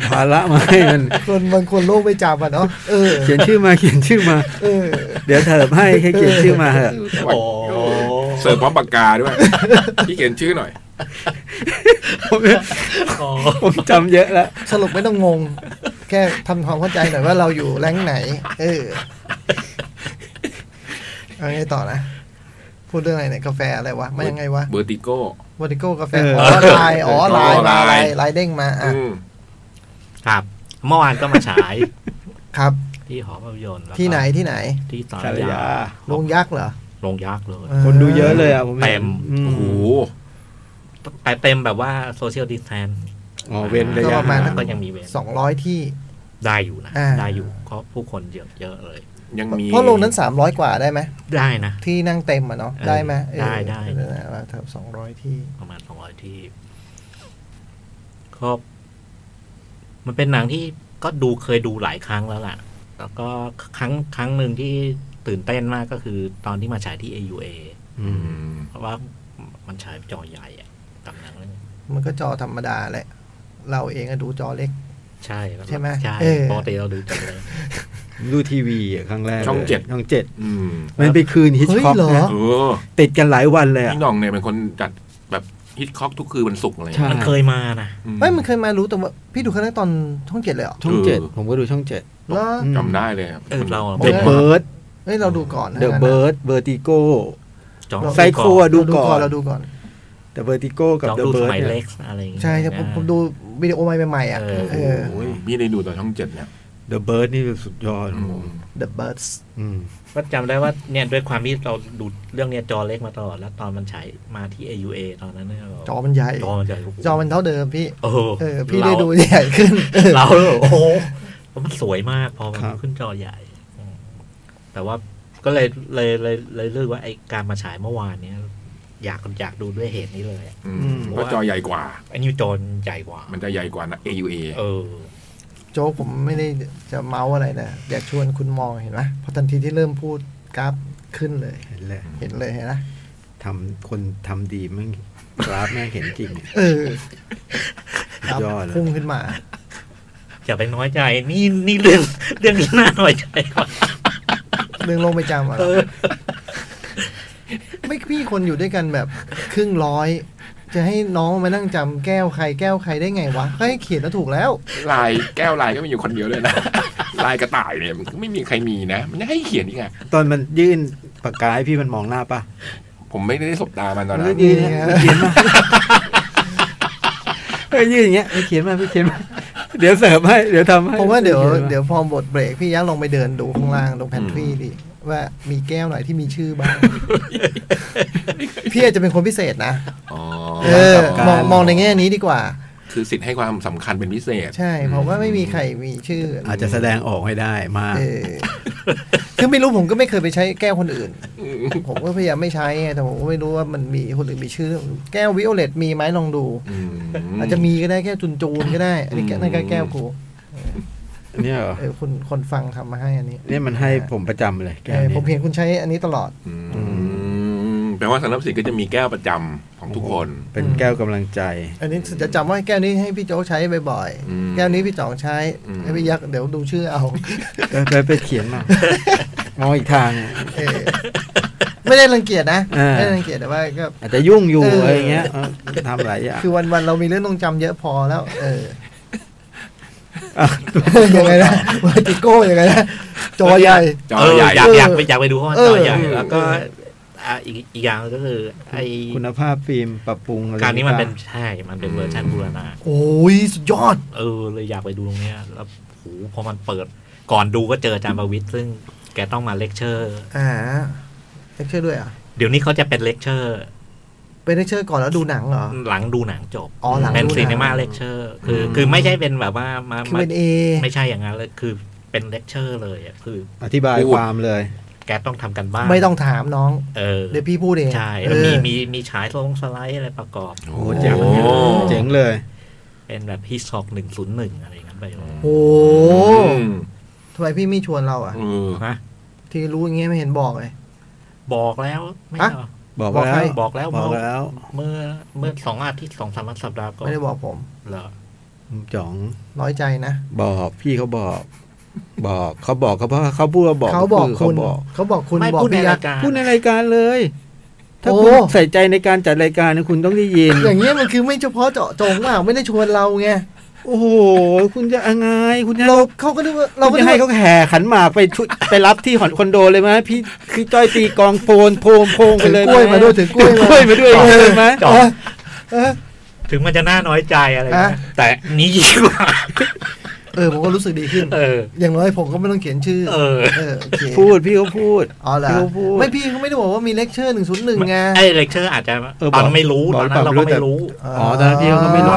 [SPEAKER 4] ภาระมาให้มัน
[SPEAKER 2] คนบางคนโลกไม่จำอ่ะเนาะเออ
[SPEAKER 4] เขียนชื่อมาเขียนชื่อมา
[SPEAKER 2] เออ
[SPEAKER 4] เดี๋ยวเถิบให้แค่เขียนชื่อมาเถอะ
[SPEAKER 5] โอ้
[SPEAKER 3] เสิร์ฟพร้อมปากกาด้วย พี่เขียนชื่อหน่อย
[SPEAKER 4] ผมผมจำเยอะแล้ว
[SPEAKER 2] สรุปไม่ต้องงง แค่ทำความเข้าใจหน่อยว่าเราอยู่แรงค์ไหน เออเอาไงต่อนะ พูดเรื่องอะไรเนี่ยกาแฟอะไรวะไม่ยังไงวะ
[SPEAKER 3] เบอร์ติโก้
[SPEAKER 2] วอติโก้กาแฟ
[SPEAKER 4] เอออ๋
[SPEAKER 2] อ๋อลายอ๋อลายมาลายลายเด้งมาอ่ะ
[SPEAKER 3] อืม
[SPEAKER 5] ครับ เมื่อวานก็มาฉาย
[SPEAKER 2] ครับ
[SPEAKER 5] ที่หอภาพยนตร์แล้วก็
[SPEAKER 2] ที่ไหนที่ไหน
[SPEAKER 5] ที่สา
[SPEAKER 4] สาร
[SPEAKER 5] รยาย
[SPEAKER 4] า
[SPEAKER 2] โรงยักษ์เหรอ
[SPEAKER 5] โรงยักษ์เลย
[SPEAKER 4] คนดูเยอะเลยอ่ะผมห็น
[SPEAKER 5] เต็ม
[SPEAKER 4] อืม
[SPEAKER 3] โอ้โห
[SPEAKER 5] แต่เต็มแบบว่าโซเชียลดิสแทน
[SPEAKER 4] อ๋อเว้นระ
[SPEAKER 2] ก็
[SPEAKER 4] ยะ
[SPEAKER 2] ประมาณ
[SPEAKER 4] ห่าง
[SPEAKER 5] ก็ยังมีเว้น
[SPEAKER 2] สองร้อยที่
[SPEAKER 5] ได้อยู่นะ
[SPEAKER 2] อ่า
[SPEAKER 5] ได้อยู่ก็ผู้คนเยอะเยอะๆเลย
[SPEAKER 3] ยังมี
[SPEAKER 2] เพราะโรงนั้นสามร้อยกว่าได้ไหม
[SPEAKER 5] ได้นะ
[SPEAKER 2] ที่นั่งเต็มอ่ะเนาะ
[SPEAKER 5] เออ
[SPEAKER 2] ได้ไหม
[SPEAKER 5] ได้ได้
[SPEAKER 2] สองร้อยที่
[SPEAKER 5] ประมาณสองร้อยที่ก็มันเป็นหนังที่ก็ดูเคยดูหลายครั้งแล้วล่ะ แล้วก็ครั้งครั้งหนึ่งที่ตื่นเต้นมากก็คือตอนที่มาฉายที่ AUA
[SPEAKER 3] อืม
[SPEAKER 5] เพราะว่ามันฉายจอใหญ่อะตามหนังเรื่อง
[SPEAKER 2] มันก็จอธรรมดาแหละ เราเองก็ดูจอเล็ก
[SPEAKER 5] ใช่แล้วก็
[SPEAKER 2] ใช่ไหม
[SPEAKER 5] ใช่
[SPEAKER 2] เออ
[SPEAKER 5] ปกติเราดูจังเลย
[SPEAKER 4] ดูทีวีอ่ะครั้งแรก
[SPEAKER 3] ช่อง
[SPEAKER 4] ลย
[SPEAKER 3] เจ็ด
[SPEAKER 4] ช่องเจ็ด
[SPEAKER 3] อืม
[SPEAKER 4] มันไปคืนฮิต
[SPEAKER 2] เฮ้ย
[SPEAKER 4] คอก
[SPEAKER 2] เหรอ
[SPEAKER 3] เออ
[SPEAKER 4] ติดกันหลายวันเลยอ่ะ
[SPEAKER 3] พี่หน่องเนี่ยเป็นคนจัดแบบฮิตคอกทุกคืนวันศุกร์อะไรอย่าง
[SPEAKER 4] ใช่
[SPEAKER 3] เงี้ย
[SPEAKER 5] มันเคยมานะ
[SPEAKER 3] อื
[SPEAKER 2] เฮ้ยมันเคยมารู้แต่ว่าพี่ดูครั้งแรกตอนช่องเจ็ดเลยเหรอ
[SPEAKER 4] ช่องเจ็ดผมก็ดูช่องเจ็ด
[SPEAKER 2] แล้ว
[SPEAKER 3] จำได้เลย
[SPEAKER 5] เออเราอะ
[SPEAKER 4] เดอะเบิร์ด
[SPEAKER 2] เฮ้ยเราดูก่อน
[SPEAKER 4] เดอะ
[SPEAKER 2] นะ
[SPEAKER 4] เบิร์ดเบอร์ติโก้
[SPEAKER 5] จอง
[SPEAKER 4] ไซโคอะ
[SPEAKER 2] เราดูก่อนเราดูก่อน
[SPEAKER 4] แต่เบอร์ติโก้กับ
[SPEAKER 5] จอง
[SPEAKER 4] เดอะ
[SPEAKER 5] ดู
[SPEAKER 4] เบิ
[SPEAKER 5] ส
[SPEAKER 4] ร์ด
[SPEAKER 5] มัย
[SPEAKER 4] เนี่
[SPEAKER 5] เล็
[SPEAKER 4] ย
[SPEAKER 5] กซ์อะไรอย่างเงี้ย
[SPEAKER 2] ใช่ใช่ผม
[SPEAKER 5] นะ
[SPEAKER 2] ผมดูวิดีโอใหม่ใหม่ๆอ่ะ
[SPEAKER 5] เออ
[SPEAKER 2] เออ
[SPEAKER 3] โอ้ยพี่ได้ดูตอนช่องเจ็ดเนี่ย
[SPEAKER 4] The Bird นี่สุดยอด
[SPEAKER 3] อืม
[SPEAKER 2] The Birds
[SPEAKER 4] อืม
[SPEAKER 5] ก็จำได้ว่าเนี่ยด้วยความที่เราดูเรื่องเนี้ยจอเล็กมาตลอดแล้วตอนมันฉายมาที่ AUA ตอนนั้นเนี่ยเรา
[SPEAKER 2] จอมันใหญ่
[SPEAKER 5] จอมันใหญ่โโห
[SPEAKER 2] จอมันเท่าเดิมพี่
[SPEAKER 5] เออ
[SPEAKER 2] เออ พี่
[SPEAKER 5] เรา
[SPEAKER 2] ได้ดูใหญ่ขึ้นเออ
[SPEAKER 5] เราโอ้ โหมันสวยมากพอมัน
[SPEAKER 4] ครับ
[SPEAKER 5] ขึ้นจอใหญ่อืมแต่ว่าก็เลยเลยเลยเลยเลือกว่าไอการมาฉายเมื่อวานเนี้ยอยากอยากดูด้วยเหตุนี้เลยอะ
[SPEAKER 3] อืม
[SPEAKER 4] อืม
[SPEAKER 3] เพราะจอใหญ่กว่า
[SPEAKER 5] ไอนิวจอมันใหญ่กว่า
[SPEAKER 3] มันจะใหญ่กว่านะ AUA
[SPEAKER 5] เออ
[SPEAKER 2] โจ๊กผมไม่ได้จะเมาส์อะไรนะ อยากชวนคุณมองเห็นไหมพอทันทีที่เริ่มพูดกราฟขึ้นเลย
[SPEAKER 4] เห็นเลย
[SPEAKER 2] เห็นเลยเห็นนะ
[SPEAKER 4] ทำคนทำดีแม่งกราฟแม่งเห็นจริง
[SPEAKER 2] เออครับ
[SPEAKER 4] ยอดเลย
[SPEAKER 2] พุ่งขึ้นมา
[SPEAKER 5] อย่าไปน้อยใจ นี่นี่เรื่องเรื่องนี้น่าน้อยใจกว่า
[SPEAKER 2] เรื่องโลกไม่จำอะเหรอไม่พี่คนอยู่ด้วยกันแบบครึ่งร้อย จะให้น้องมานั่งจำแก้วใครแก้วใครได้ไงวะให้เขียนแล้วถูกแล้ว
[SPEAKER 3] ลายแก้วลายก็มีอยู่คนเดียวเลยนะ ลายกระต่ายเนี่ยมันก็ไม่มีใครมีนะ มันจะให้เขียนยังไง
[SPEAKER 4] ตอนมันยื่นปากกาให้พี่มันมองหน้าปะ
[SPEAKER 3] ผมไม่ได้สบตามันตอน
[SPEAKER 4] มัน
[SPEAKER 3] นั้
[SPEAKER 4] ก็
[SPEAKER 3] น
[SPEAKER 4] ยืนอย่างเงี้ยมันเขียนมาเออยื่นอย่างเงี้ยมันเขียนมามันเขียนมาเดี๋ยวเสิร์ฟให้ เดี๋ยวทำให้
[SPEAKER 2] ผมว่าเดี๋ยว
[SPEAKER 4] ขีนมา
[SPEAKER 2] เดี๋ยวพอบทเบรกพี่ยักษ์ลองไปเดินดูข้างล่างตรงแพนทรีดิว่ามีแก้วไหนที่มีชื่อ บ้าง พี่อาจจะเป็นคนพิเศษนะ
[SPEAKER 3] อ๋อ
[SPEAKER 2] เออ มองมองในแง่นี้ดีกว่า
[SPEAKER 3] คือสิทธิ์ให้ความสำคัญเป็นพิเศษ
[SPEAKER 2] ใช่ผมว่าไม่มีใครมีชื่อ
[SPEAKER 4] อาจจะแสดงออกให้ได้มาก
[SPEAKER 2] เออคือไม่รู้ผมก็ไม่เคยไปใช้แก้วคนอื่น ผมก็พยายามไม่ใช้ไงแต่ผมก็ไม่รู้ว่ามันมีคนอื่นมีชื่อ แก้ววิโอเลตมีไหมลองดู
[SPEAKER 3] อืม
[SPEAKER 2] อาจจะมีก็ได้แก้วจุนจูนก็ได้อันนี้แก้วนั่นก็แก้วกู
[SPEAKER 4] เนี่ยเหรอ
[SPEAKER 2] เออคุณคนฟังทำมาให้อันนี้
[SPEAKER 4] เนี่ยมันให้ผมประจำเลยแก
[SPEAKER 2] เออ
[SPEAKER 4] นี่
[SPEAKER 2] ผมเห็นคุณใช้อันนี้ตลอด
[SPEAKER 3] อืมแปลว่าสำนักสิทธิ์ก็จะมีแก้วประจำของทุกคน
[SPEAKER 4] เป็นแก้วกำลังใจ
[SPEAKER 2] อันนี้จะจำว่าแก้วนี้ให้พี่โจ๊กใช้บ่อย
[SPEAKER 3] อืม
[SPEAKER 2] ๆ แก้วนี้พี่จ่องใช้
[SPEAKER 3] อืม
[SPEAKER 2] ให้พี่ยักษ์เดี๋ยวดูชื่อเอา
[SPEAKER 4] ไปไปไปเขียนมามองอีกทาง
[SPEAKER 2] เออไม่ได้รังเกียจนะ
[SPEAKER 4] อ่า
[SPEAKER 2] ไม่ได้รังเกียจแต่ว่าก็
[SPEAKER 4] อาจจะยุ่งอยู่
[SPEAKER 2] เอออ
[SPEAKER 4] อะไรเงี้ยเออทำหลายอย่าง
[SPEAKER 2] คือวันๆเรามีเรื่องต้องจำเยอะพอแล้ว เออ
[SPEAKER 4] อ่ะ
[SPEAKER 2] ยังไงนะ วาติโก้ยังไงนะจอใหญ่
[SPEAKER 3] จอ
[SPEAKER 5] เออ
[SPEAKER 3] ใหญ่
[SPEAKER 5] อยาก
[SPEAKER 2] เอออย
[SPEAKER 5] อากไปอยากไปดูห้อง
[SPEAKER 2] เออ
[SPEAKER 5] จอใหญ่
[SPEAKER 2] เออ
[SPEAKER 5] แล้วก็อ่ะอีกอีกอย่างก็คือ ไอ
[SPEAKER 4] คุณภาพฟิล์มปรับปรุงอะไร
[SPEAKER 5] การนี้มันเป็น
[SPEAKER 4] บ้ง
[SPEAKER 5] ใช่ มันเป็นเวอร์ชันบูรณา
[SPEAKER 2] โอ้ยสุดยอด
[SPEAKER 5] เออ เลยอยากไปดูตรงเนี้ยแล้วโหพอมันเปิด ก่อนดูก็เจออาจารย์ประวิทย์ซึ่งแกต้องมาเลคเชอร์
[SPEAKER 2] อ่าเลคเชอร์ด้วยอ่ะ
[SPEAKER 5] เดี๋ยวนี้เขาจะเป็นเลคเชอร์
[SPEAKER 2] เป็นเลคเชอร์ก่อนแล้วดูหนังเหรอ
[SPEAKER 5] หลังดูหนังจบ
[SPEAKER 2] อ๋อหลังดูหนัง
[SPEAKER 5] เป็นซีนีมาเลคเชอร์คืออคือไม่ใช่เป็นแบบว่ามา
[SPEAKER 2] คือ
[SPEAKER 5] มา
[SPEAKER 2] เป็นเอ
[SPEAKER 5] ไม่ใช่อย่างนั้นเลยคือเป็นเลคเชอร์เลยอะคือ
[SPEAKER 4] อธิบาย
[SPEAKER 3] พูด
[SPEAKER 4] ความเลย
[SPEAKER 5] แกต้องทำกันบ้าน
[SPEAKER 2] ไม่ต้องถามน้อง
[SPEAKER 5] เออ
[SPEAKER 2] เดี๋ยวพี่พูดเอง
[SPEAKER 5] ใช่
[SPEAKER 2] เอ
[SPEAKER 5] แล้วมี
[SPEAKER 2] อ
[SPEAKER 5] มีมีฉายลงสไลด์อะไรประกอบ
[SPEAKER 4] โอ้โหเจ๋งเจ๋งเลย
[SPEAKER 5] เป็นแบบฮิสอกหนึ่งศูนย์หนึ่งอะไรอย่างนั้นไปเลย
[SPEAKER 2] โอ้โ
[SPEAKER 3] โอ้
[SPEAKER 2] หทำไมพี่ไม่ชวนเราอ่ะ
[SPEAKER 3] เออ
[SPEAKER 5] นะ
[SPEAKER 2] ที่รู้อย่างเงี้ยไม่เห็นบอกเลย
[SPEAKER 5] บอกแล้วไม่
[SPEAKER 2] ฮะ
[SPEAKER 5] เหรอ
[SPEAKER 4] บอก
[SPEAKER 2] บอก
[SPEAKER 4] แล้ว
[SPEAKER 2] ให้
[SPEAKER 5] บอกแล้ว
[SPEAKER 4] บอก
[SPEAKER 5] เมื่อ
[SPEAKER 4] แล้ว
[SPEAKER 5] เมื่อเมื่อสองอาทิตย์สองสามสัปดาห์ก่อน
[SPEAKER 2] ไม่ได้บอกผม
[SPEAKER 5] เหรอ
[SPEAKER 4] จ๋อง
[SPEAKER 2] น้อยใจนะ
[SPEAKER 4] บอกพี่เขาบอก บอกเขาบอกเขาเพราะเขาพูดว่าบอก
[SPEAKER 2] เขาบอก
[SPEAKER 4] คื
[SPEAKER 2] คุ
[SPEAKER 4] เขา
[SPEAKER 2] ณ
[SPEAKER 4] บอก
[SPEAKER 2] เขาบอกคุณ
[SPEAKER 5] ไม่
[SPEAKER 2] บอก
[SPEAKER 5] พูดใน
[SPEAKER 2] พี่ยั
[SPEAKER 5] ราก ย
[SPEAKER 2] ษ์
[SPEAKER 5] การ
[SPEAKER 4] พูดในรายการเลย ถ้า
[SPEAKER 2] โอ้
[SPEAKER 4] คุณใส่ใจในการจัดรายการนะคุณต้องได้ยิน
[SPEAKER 2] อย่างเงี้ยมันคือไม่เฉพาะเจาะจงว่าไม่ได้ชวนเราไง
[SPEAKER 4] โอ้โห คุณจะยังไงคุณจะ
[SPEAKER 2] เราเขาก็นึกว่าเรา
[SPEAKER 4] เรา
[SPEAKER 2] ก็
[SPEAKER 4] จะให้
[SPEAKER 2] นึกว่
[SPEAKER 4] เขาแห่ขันหมากไปชุดไปรับที่หอนคอนโดเลยไหมพี่พี่จ้อยตีกลองโฟนโพมโพงไป
[SPEAKER 2] ถือ
[SPEAKER 4] เลย
[SPEAKER 2] กล้วยมาด้วยถือกล้วย
[SPEAKER 4] กล้วยมาด้วยเลยไหม
[SPEAKER 5] จอด
[SPEAKER 2] เออเออ
[SPEAKER 5] ถึงมันจะน่าน้อยใจอะไร
[SPEAKER 2] ฮะ
[SPEAKER 5] นะแต่นี้ยิ่งกว่า
[SPEAKER 2] เออผมก็รู้สึกดีขึ้น
[SPEAKER 5] เออ
[SPEAKER 2] อย่างน้อยผมก็ไม่ต้องเขียนชื่อ
[SPEAKER 5] เออ
[SPEAKER 2] เออโอเค
[SPEAKER 4] พูดพี่เขาพูด
[SPEAKER 2] อ๋อเหรอ
[SPEAKER 4] พี่ก็พูด
[SPEAKER 2] ไม่พี่เขาไม่ได้บอกว่ามีเลคเชอร์หนึ่งศูนย์หนึ่งไง
[SPEAKER 5] ไอ้เลคเชอร์อาจจะ
[SPEAKER 4] เออ
[SPEAKER 5] ตอน
[SPEAKER 4] บอก
[SPEAKER 5] ไม่รู้
[SPEAKER 4] บ
[SPEAKER 5] ต
[SPEAKER 4] อก
[SPEAKER 5] อนนั้น
[SPEAKER 4] หรื
[SPEAKER 5] เรา
[SPEAKER 4] อเปล่า
[SPEAKER 5] ก็ไม่รู้
[SPEAKER 4] อ๋อตอนนั้นพี่เขาก็ไม่รู้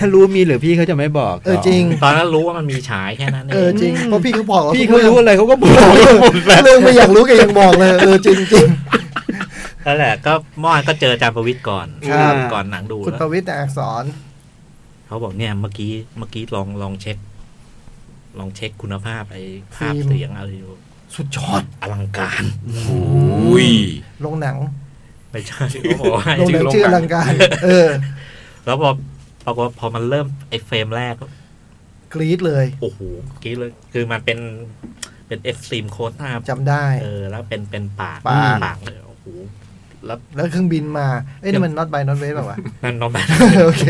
[SPEAKER 4] ถ้ารู้มีหรือพี่เขาจะไม่บอก
[SPEAKER 2] เออจริง
[SPEAKER 5] ตอนนั้นรู้ว่ามันมีฉายแค่นั้นเอ
[SPEAKER 2] เออง จริงเพราะพี่เขาบอก
[SPEAKER 4] พี่เขารู้อะไรเขาก็บอก
[SPEAKER 2] เรื่องไม่อยากรู้แกยังบอกเลยเออจริงจริง
[SPEAKER 5] นั่นแหละก็เมื่อวานก็เจออาจารย์ประวิทย์ก่อน
[SPEAKER 2] ครับ
[SPEAKER 5] ก่อนหนังดู
[SPEAKER 2] ๆคุณ
[SPEAKER 5] แล้ว
[SPEAKER 2] ประวิตรอักษร
[SPEAKER 5] เขาบอกเนี่ยเมื่อกี้เมื่อกี้ลองลองเช็ค ลองเช็คคุณภาพไอ้ภาพ
[SPEAKER 2] ฟิล์ม
[SPEAKER 5] เสียงอะไรอยู่
[SPEAKER 2] สุดยอด
[SPEAKER 5] อลังการ
[SPEAKER 3] โอ้ย
[SPEAKER 2] ลงหนัง
[SPEAKER 5] ไม่ใช่เขาบอกว่า
[SPEAKER 2] ลงหนังชื่ออลังการ เออ
[SPEAKER 5] แล้วพอปรากฏว่าพอมันเริ่มไอ้เฟรมแรก
[SPEAKER 2] กรี๊ดเลย
[SPEAKER 5] โอ้โหกรี้เลย คือมันเป็นเป็นเอ็กซ์ตรีมโคตา
[SPEAKER 2] จำได้
[SPEAKER 5] เออ แล้วเป็นเป็นปาก
[SPEAKER 2] ปาก
[SPEAKER 5] เลยโอ้โหแล้ว
[SPEAKER 2] แล้วเครื่องบินมา เอ้ยนี่มัน not by not way แบบ ว่าว
[SPEAKER 5] นั่นน้องแบ
[SPEAKER 2] ะ โอเค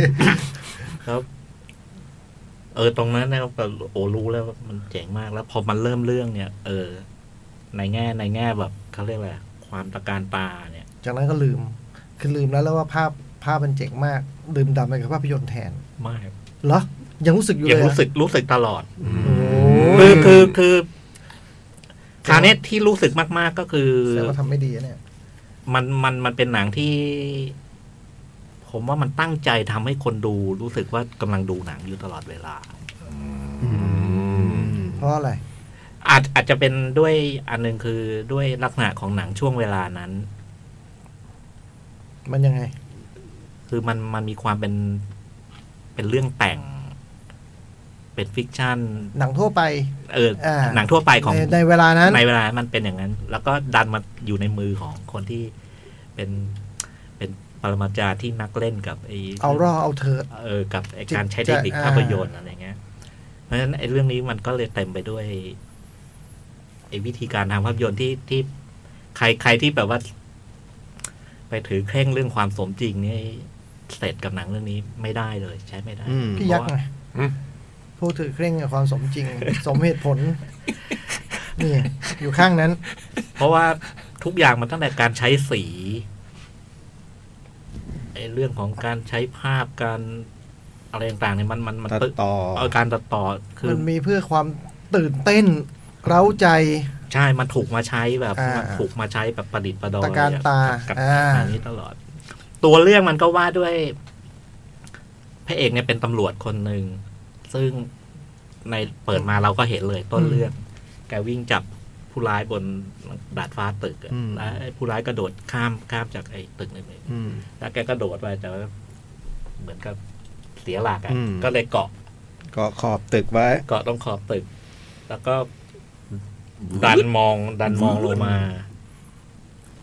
[SPEAKER 5] ครับเออตรงนั้นนะครับแบบโอ้รู้แล้วว่ามันเจ๋งมากแล้วพอมันเริ่มเรื่องเนี่ย เออ ในแง่ในแง่แบบเขาเรียกอะไรความตะการตาเนี่ย
[SPEAKER 2] จากนั้นก็ลืม คือลืมแล้วแล้วว่าภาพภาพมันเจ๋งมาก ลืมดำไปกับภาพยนตร์แทน
[SPEAKER 5] ไม่
[SPEAKER 2] เหรอ ยังรู้สึกอยู่เล
[SPEAKER 5] ยัง
[SPEAKER 2] ยอะ
[SPEAKER 5] รู้สึกรู้สึกตลอด
[SPEAKER 2] โอ้
[SPEAKER 5] คื
[SPEAKER 2] ย
[SPEAKER 5] อคือคือคราวนี้ที่รู้สึกมากๆก็คือ
[SPEAKER 2] แสดงว่าทำไม่ดีอะเนี่ย
[SPEAKER 5] มันมันมันเป็นหนังที่ ผมว่ามันตั้งใจทำให้คนดูรู้สึกว่ากำลังดูหนังอยู่ตลอดเวลา
[SPEAKER 2] เพราะอะไร
[SPEAKER 5] อาจอาจจะเป็นด้วยอันหนึงคือด้วยลักษณะของหนังช่วงเวลานั้น
[SPEAKER 2] มันยังไง
[SPEAKER 5] คือมันมันมีความเป็นเป็นเรื่องแต่ง เป็นฟิกชัน
[SPEAKER 2] หนังทั่วไป
[SPEAKER 5] เออ
[SPEAKER 2] อ่า
[SPEAKER 5] หนังทั่วไปของ
[SPEAKER 2] ในในเวลานั้น
[SPEAKER 5] ในเวลามันเป็นอย่างนั้น แล้วก็ดันมาอยู่ในมือของคนที่เป็นเป็นปรมาจารย์ที่นักเล่นกับไอ
[SPEAKER 2] เอารอเอาเถิด
[SPEAKER 5] เออกับไอ้
[SPEAKER 2] จิต
[SPEAKER 5] การใช้เทคนิค
[SPEAKER 2] จะอ่า
[SPEAKER 5] ภาพยนตร์อะไรเงี้ย เพราะฉะนั้นไอ้เรื่องนี้มันก็เลยเต็มไปด้วยไอ้วิธีการทางภาพยนตร์ที่ที่ใครใครที่แบบว่า ไปถือเคร่งเรื่องความสมจริงนี่เสร็จกับหนังเรื่องนี้ไม่ได้เลย ใช้ไม่ได้
[SPEAKER 4] อืม
[SPEAKER 2] พี่ยักษ์ไง
[SPEAKER 3] อืม
[SPEAKER 2] ผู้ถือเคร่งกับความสมจริง สมเหตุผล นี่ อยู่ข้างนั้น
[SPEAKER 5] เพราะว่าทุกอย่างมันตั้งแต่การใช้สีไอ้เรื่องของการใช้ภาพการอะไรต่างๆเนี่ยมันมันมัน
[SPEAKER 4] ตัดต่อ
[SPEAKER 5] เออการตัดต่อคือ
[SPEAKER 2] มันมีเพื่อความตื่นเต้น เร้าใจ
[SPEAKER 5] ใช่ มันถูกมาใช้แบบ
[SPEAKER 2] อ่ามั
[SPEAKER 5] มันถูกมาใช้แบบประดิษฐ์ประดอย
[SPEAKER 2] ตะการตา
[SPEAKER 5] กับ
[SPEAKER 2] อ่า
[SPEAKER 5] อันนี้ตลอด ตัวเรื่องมันก็ว่าด้วยพระเอกเนี่ยเป็นตำรวจคนหนึ่ง ซึ่งในเปิดมาเราก็เห็นเลยต้นเรื่อง แกวิ่งจับผู้ร้ายบนดาดฟ้าตึกอะ
[SPEAKER 4] อืม
[SPEAKER 5] แล้วไอ้ผู้ร้ายกระโดดข้ามข้ามจากไอ้ตึกนึงเลย
[SPEAKER 4] อืม
[SPEAKER 5] แล้วแกกระโดดไปแต่ว่าเหมือนกับเสียหลักอะ
[SPEAKER 4] อืม
[SPEAKER 5] ก็เลยเกาะ
[SPEAKER 4] ก็ขอบตึกไว้
[SPEAKER 5] เกาะตรงขอบตึก แล้วก็ดันมอง ดันมองลงมา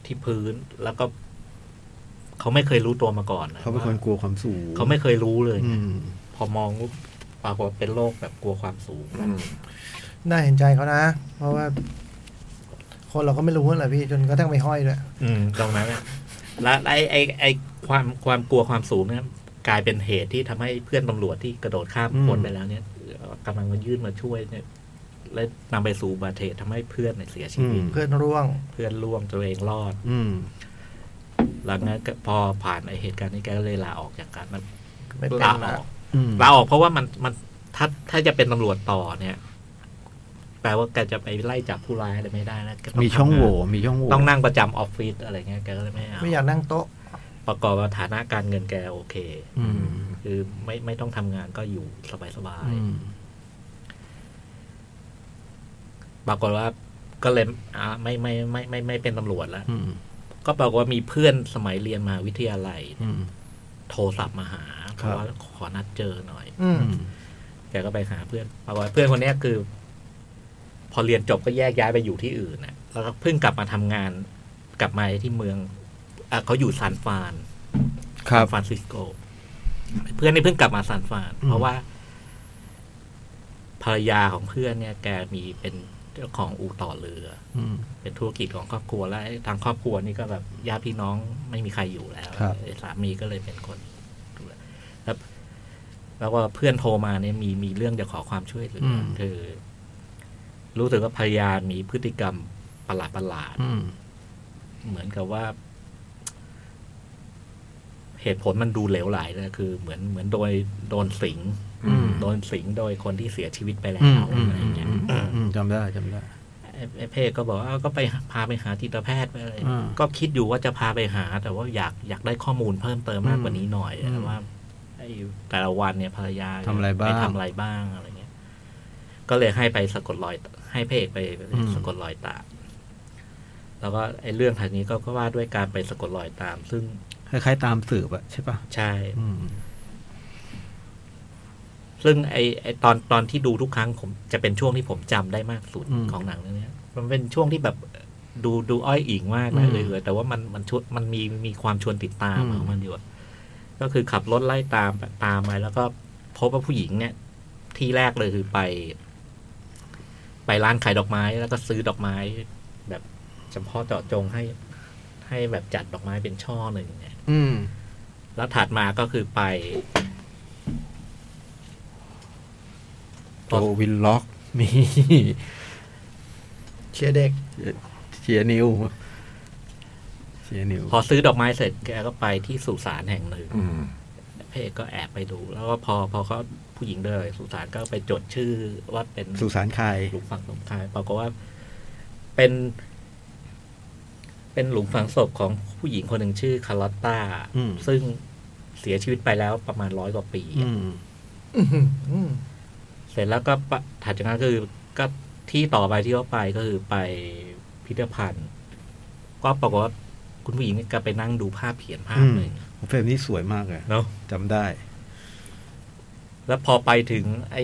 [SPEAKER 5] ที่พื้น แล้วก็ เขาไม่เคยรู้ตัวมาก่อนนะ
[SPEAKER 4] เขาเป็นคนกลัวความสูง
[SPEAKER 5] เขาไม่เคยรู้เลย
[SPEAKER 4] อืม
[SPEAKER 5] พอมองปุ๊บปรากฏเป็นโรคแบบกลัวความสูง
[SPEAKER 2] น่าเห็นใจเขานะ เพราะว่า คนเราก็ไม่รู้นั่นแหละพี่ จนกระทั่งไปห้อยด้วย
[SPEAKER 5] อืมตรงนั้นน่ะแล้วไอ้ไอ้ไอ้ความความกลัวความสูงเนี่ยกลายเป็นเหตุที่ทำให้เพื่อนตำรวจที่กระโดดข้าม
[SPEAKER 4] อืม
[SPEAKER 5] คนไปแล้วเนี่ยกำลังมายื่นมาช่วยเนี่ย และนำไปสู่อุบาดเทศทำให้เพื่อนเนี่ยเสียชีวิต
[SPEAKER 2] เพื่อนร่วง
[SPEAKER 5] เพื่อนร่วมตัวเองรอด
[SPEAKER 4] อืม
[SPEAKER 5] หลังนั้นก็พอผ่านไอเหตุการณ์นี้แกก็เลยลาออกจากการมัน
[SPEAKER 2] ไม่เป็น
[SPEAKER 5] ลาอ
[SPEAKER 2] ละ
[SPEAKER 5] อก
[SPEAKER 4] อืม
[SPEAKER 5] ลาออกเพราะว่ามันมันถ้าถ้าจะเป็นตำรวจต่อเนี่ย แปลว่าแกจะไปไล่จับผู้ร้ายอะไรไม่ได้นะแกต้
[SPEAKER 4] มี
[SPEAKER 5] ทำาน
[SPEAKER 4] ช่องโหว่มีช่องโหว่
[SPEAKER 5] ต้องนั่งประจำออฟฟิศอะไรเงี้ยแกก็เลยไม่เอา
[SPEAKER 2] ไม่อยากนั่งโต๊ะ
[SPEAKER 5] ประกอบกับฐานะการเงินแกโอเค
[SPEAKER 4] อืม
[SPEAKER 5] คือไม่ไม่ต้องทำงานก็อยู่สบายสบาย
[SPEAKER 4] อืม
[SPEAKER 5] ๆปรากฏว่าก็เลยอ่าไม่ไม่ไม่ไม่ไม่เป็นตำรวจแล้ว
[SPEAKER 4] อืม
[SPEAKER 5] ก็ปรากฏว่ามีเพื่อนสมัยเรียนมหาวิทยาลัย
[SPEAKER 4] อืม
[SPEAKER 5] โทรศัพท์มาหาเพราะว่าขอนัดเจอหน่อย
[SPEAKER 2] อืม
[SPEAKER 5] แกก็ไปหาเพื่อนปรากฏว่าเพื่อนคนเนี้ยคือ พอเรียนจบก็แยกย้ายไปอยู่ที่อื่นนะแล้วก็เพิ่งกลับมาทำงาน กลับมาที่เมืองอะเขาอยู่ซานฟราน
[SPEAKER 4] ครับ
[SPEAKER 5] ฟรานซิสโก เพื่อนนี่เพิ่งกลับมาซานฟราน
[SPEAKER 4] อืม
[SPEAKER 5] เพราะว่า ภรรยาของเพื่อนเนี่ย แกมีเป็นเจ้าของอู่ต่อเรือ
[SPEAKER 4] อืม
[SPEAKER 5] เป็นธุรกิจของครอบครัวแล้วไอ้ทางครอบครัวนี่ก็แบบญาติพี่น้องไม่มีใครอยู่แล้ว
[SPEAKER 4] ครับ
[SPEAKER 5] ไอ้สามีก็เลยเป็นคนดูแลแล้วแล้วก็เพื่อนโทรมาเนี่ยมีมีเรื่องจะขอความช่วยเหลืออ
[SPEAKER 4] ม
[SPEAKER 5] คือ รู้สึกว่าภรรยามีพฤติกรรมประหลาดประหลาดๆ
[SPEAKER 4] อืม
[SPEAKER 5] เหมือนกับว่า เหตุผลมันดูเหลวไหลเลยคือ เหมือนเหมือนโดยโดนสิง
[SPEAKER 4] อืม
[SPEAKER 5] โดนสิงโดยคนที่เสียชีวิตไปแล้
[SPEAKER 4] อืม
[SPEAKER 5] ว
[SPEAKER 4] อืม
[SPEAKER 5] อะไรอย่างเงี้ยเออ
[SPEAKER 4] อืมจำได้จำได้
[SPEAKER 5] ไอ้ไอ้เพศก็บอกว่าเอาก็ไปหาพาไปหาจิตแพทย์ไปอะไร
[SPEAKER 4] อ่า
[SPEAKER 5] ก็คิดอยู่ว่าจะพาไปหา แต่ว่าอยากอยากได้ข้อมูลเพิ่มเติมมาก
[SPEAKER 4] อืม
[SPEAKER 5] กว่านี้หน่อย
[SPEAKER 4] อืม
[SPEAKER 5] ว่าไอ้แต่ละวันเนี่ยภรรยา
[SPEAKER 4] ทำอะไรบ้าง
[SPEAKER 5] ปทำอะไรบ้างอะไรเงี้ย ก็เลยให้ไปสะกดรอย ให้เพศไป
[SPEAKER 4] อืม
[SPEAKER 5] สะกดรอยตามแล้วก็ไอ้เรื่องทางนี้ก็ก็ว่าด้วยการไปสะกดรอยตาม ซึ่ง
[SPEAKER 4] คล้ายๆตามสืบอะใช่ป่ะ
[SPEAKER 5] ใช่
[SPEAKER 4] อืม
[SPEAKER 5] ซึ่งไอไอตอนตอนที่ดูทุกครั้งผมจะเป็นช่วงที่ผมจำได้มากสุด
[SPEAKER 4] อืม
[SPEAKER 5] ของหนังเรื่องเนี้ย มันเป็นช่วงที่แบบดูดูอ้อยอิงมากนะ
[SPEAKER 4] อืม
[SPEAKER 5] เออแต่ว่ามันมันชวนมันมีมีความชวนติดตาม
[SPEAKER 4] อืม
[SPEAKER 5] ของมันอยู่อะก็คือขับรถไล่ตามตามไปแล้วก็พบว่าผู้หญิงเนี่ย ที่แรกเลยคือไป ไปร้านขายดอกไม้ แล้วก็ซื้อดอกไม้ แบบเฉพาะเจาะจงให้ ให้แบบจัดดอกไม้เป็นช่อหนึ่งเนี่ย
[SPEAKER 4] อืม
[SPEAKER 5] แล้วถัดมาก็คือไป
[SPEAKER 4] โจวินล็อก มี
[SPEAKER 2] เชียร์เด็ก
[SPEAKER 4] เชียร์นิวเชียร์นิว
[SPEAKER 5] พอซื้อดอกไม้เสร็จแกก็ไปที่สุสานแห่งหนึ่ง เพ ระเอกก็แอบไปดู แล้วก็พอพอเขาผู้หญิงเดินสุสานก็ไปจดชื่อว่าเป็น
[SPEAKER 4] สุสานใคร
[SPEAKER 5] หลุมฝังศพชายปรากฏว่า เป็น เป็นหลุมฝังศพของผู้หญิงคนหนึ่งชื่อคาร์ลอตตา
[SPEAKER 4] อืม
[SPEAKER 5] ซึ่งเสียชีวิตไปแล้วประมาณร้อยกว่าปี
[SPEAKER 4] อืม
[SPEAKER 2] อื้อหืออืม
[SPEAKER 5] เสร็จแล้วก็ปะถัดจากนั้นก็คือก็ที่ต่อไปที่เขาไปก็คือไปพิพิธภัณฑ์ ก็ปรากฏว่าคุณผู้หญิงก็ไปนั่งดูภาพเขียนภาพ
[SPEAKER 4] อืม
[SPEAKER 5] หนึ่ง
[SPEAKER 4] เฟรมนี้สวยมากเลย
[SPEAKER 5] เนาะ
[SPEAKER 4] จำได้
[SPEAKER 5] แล้วพอไปถึงไอ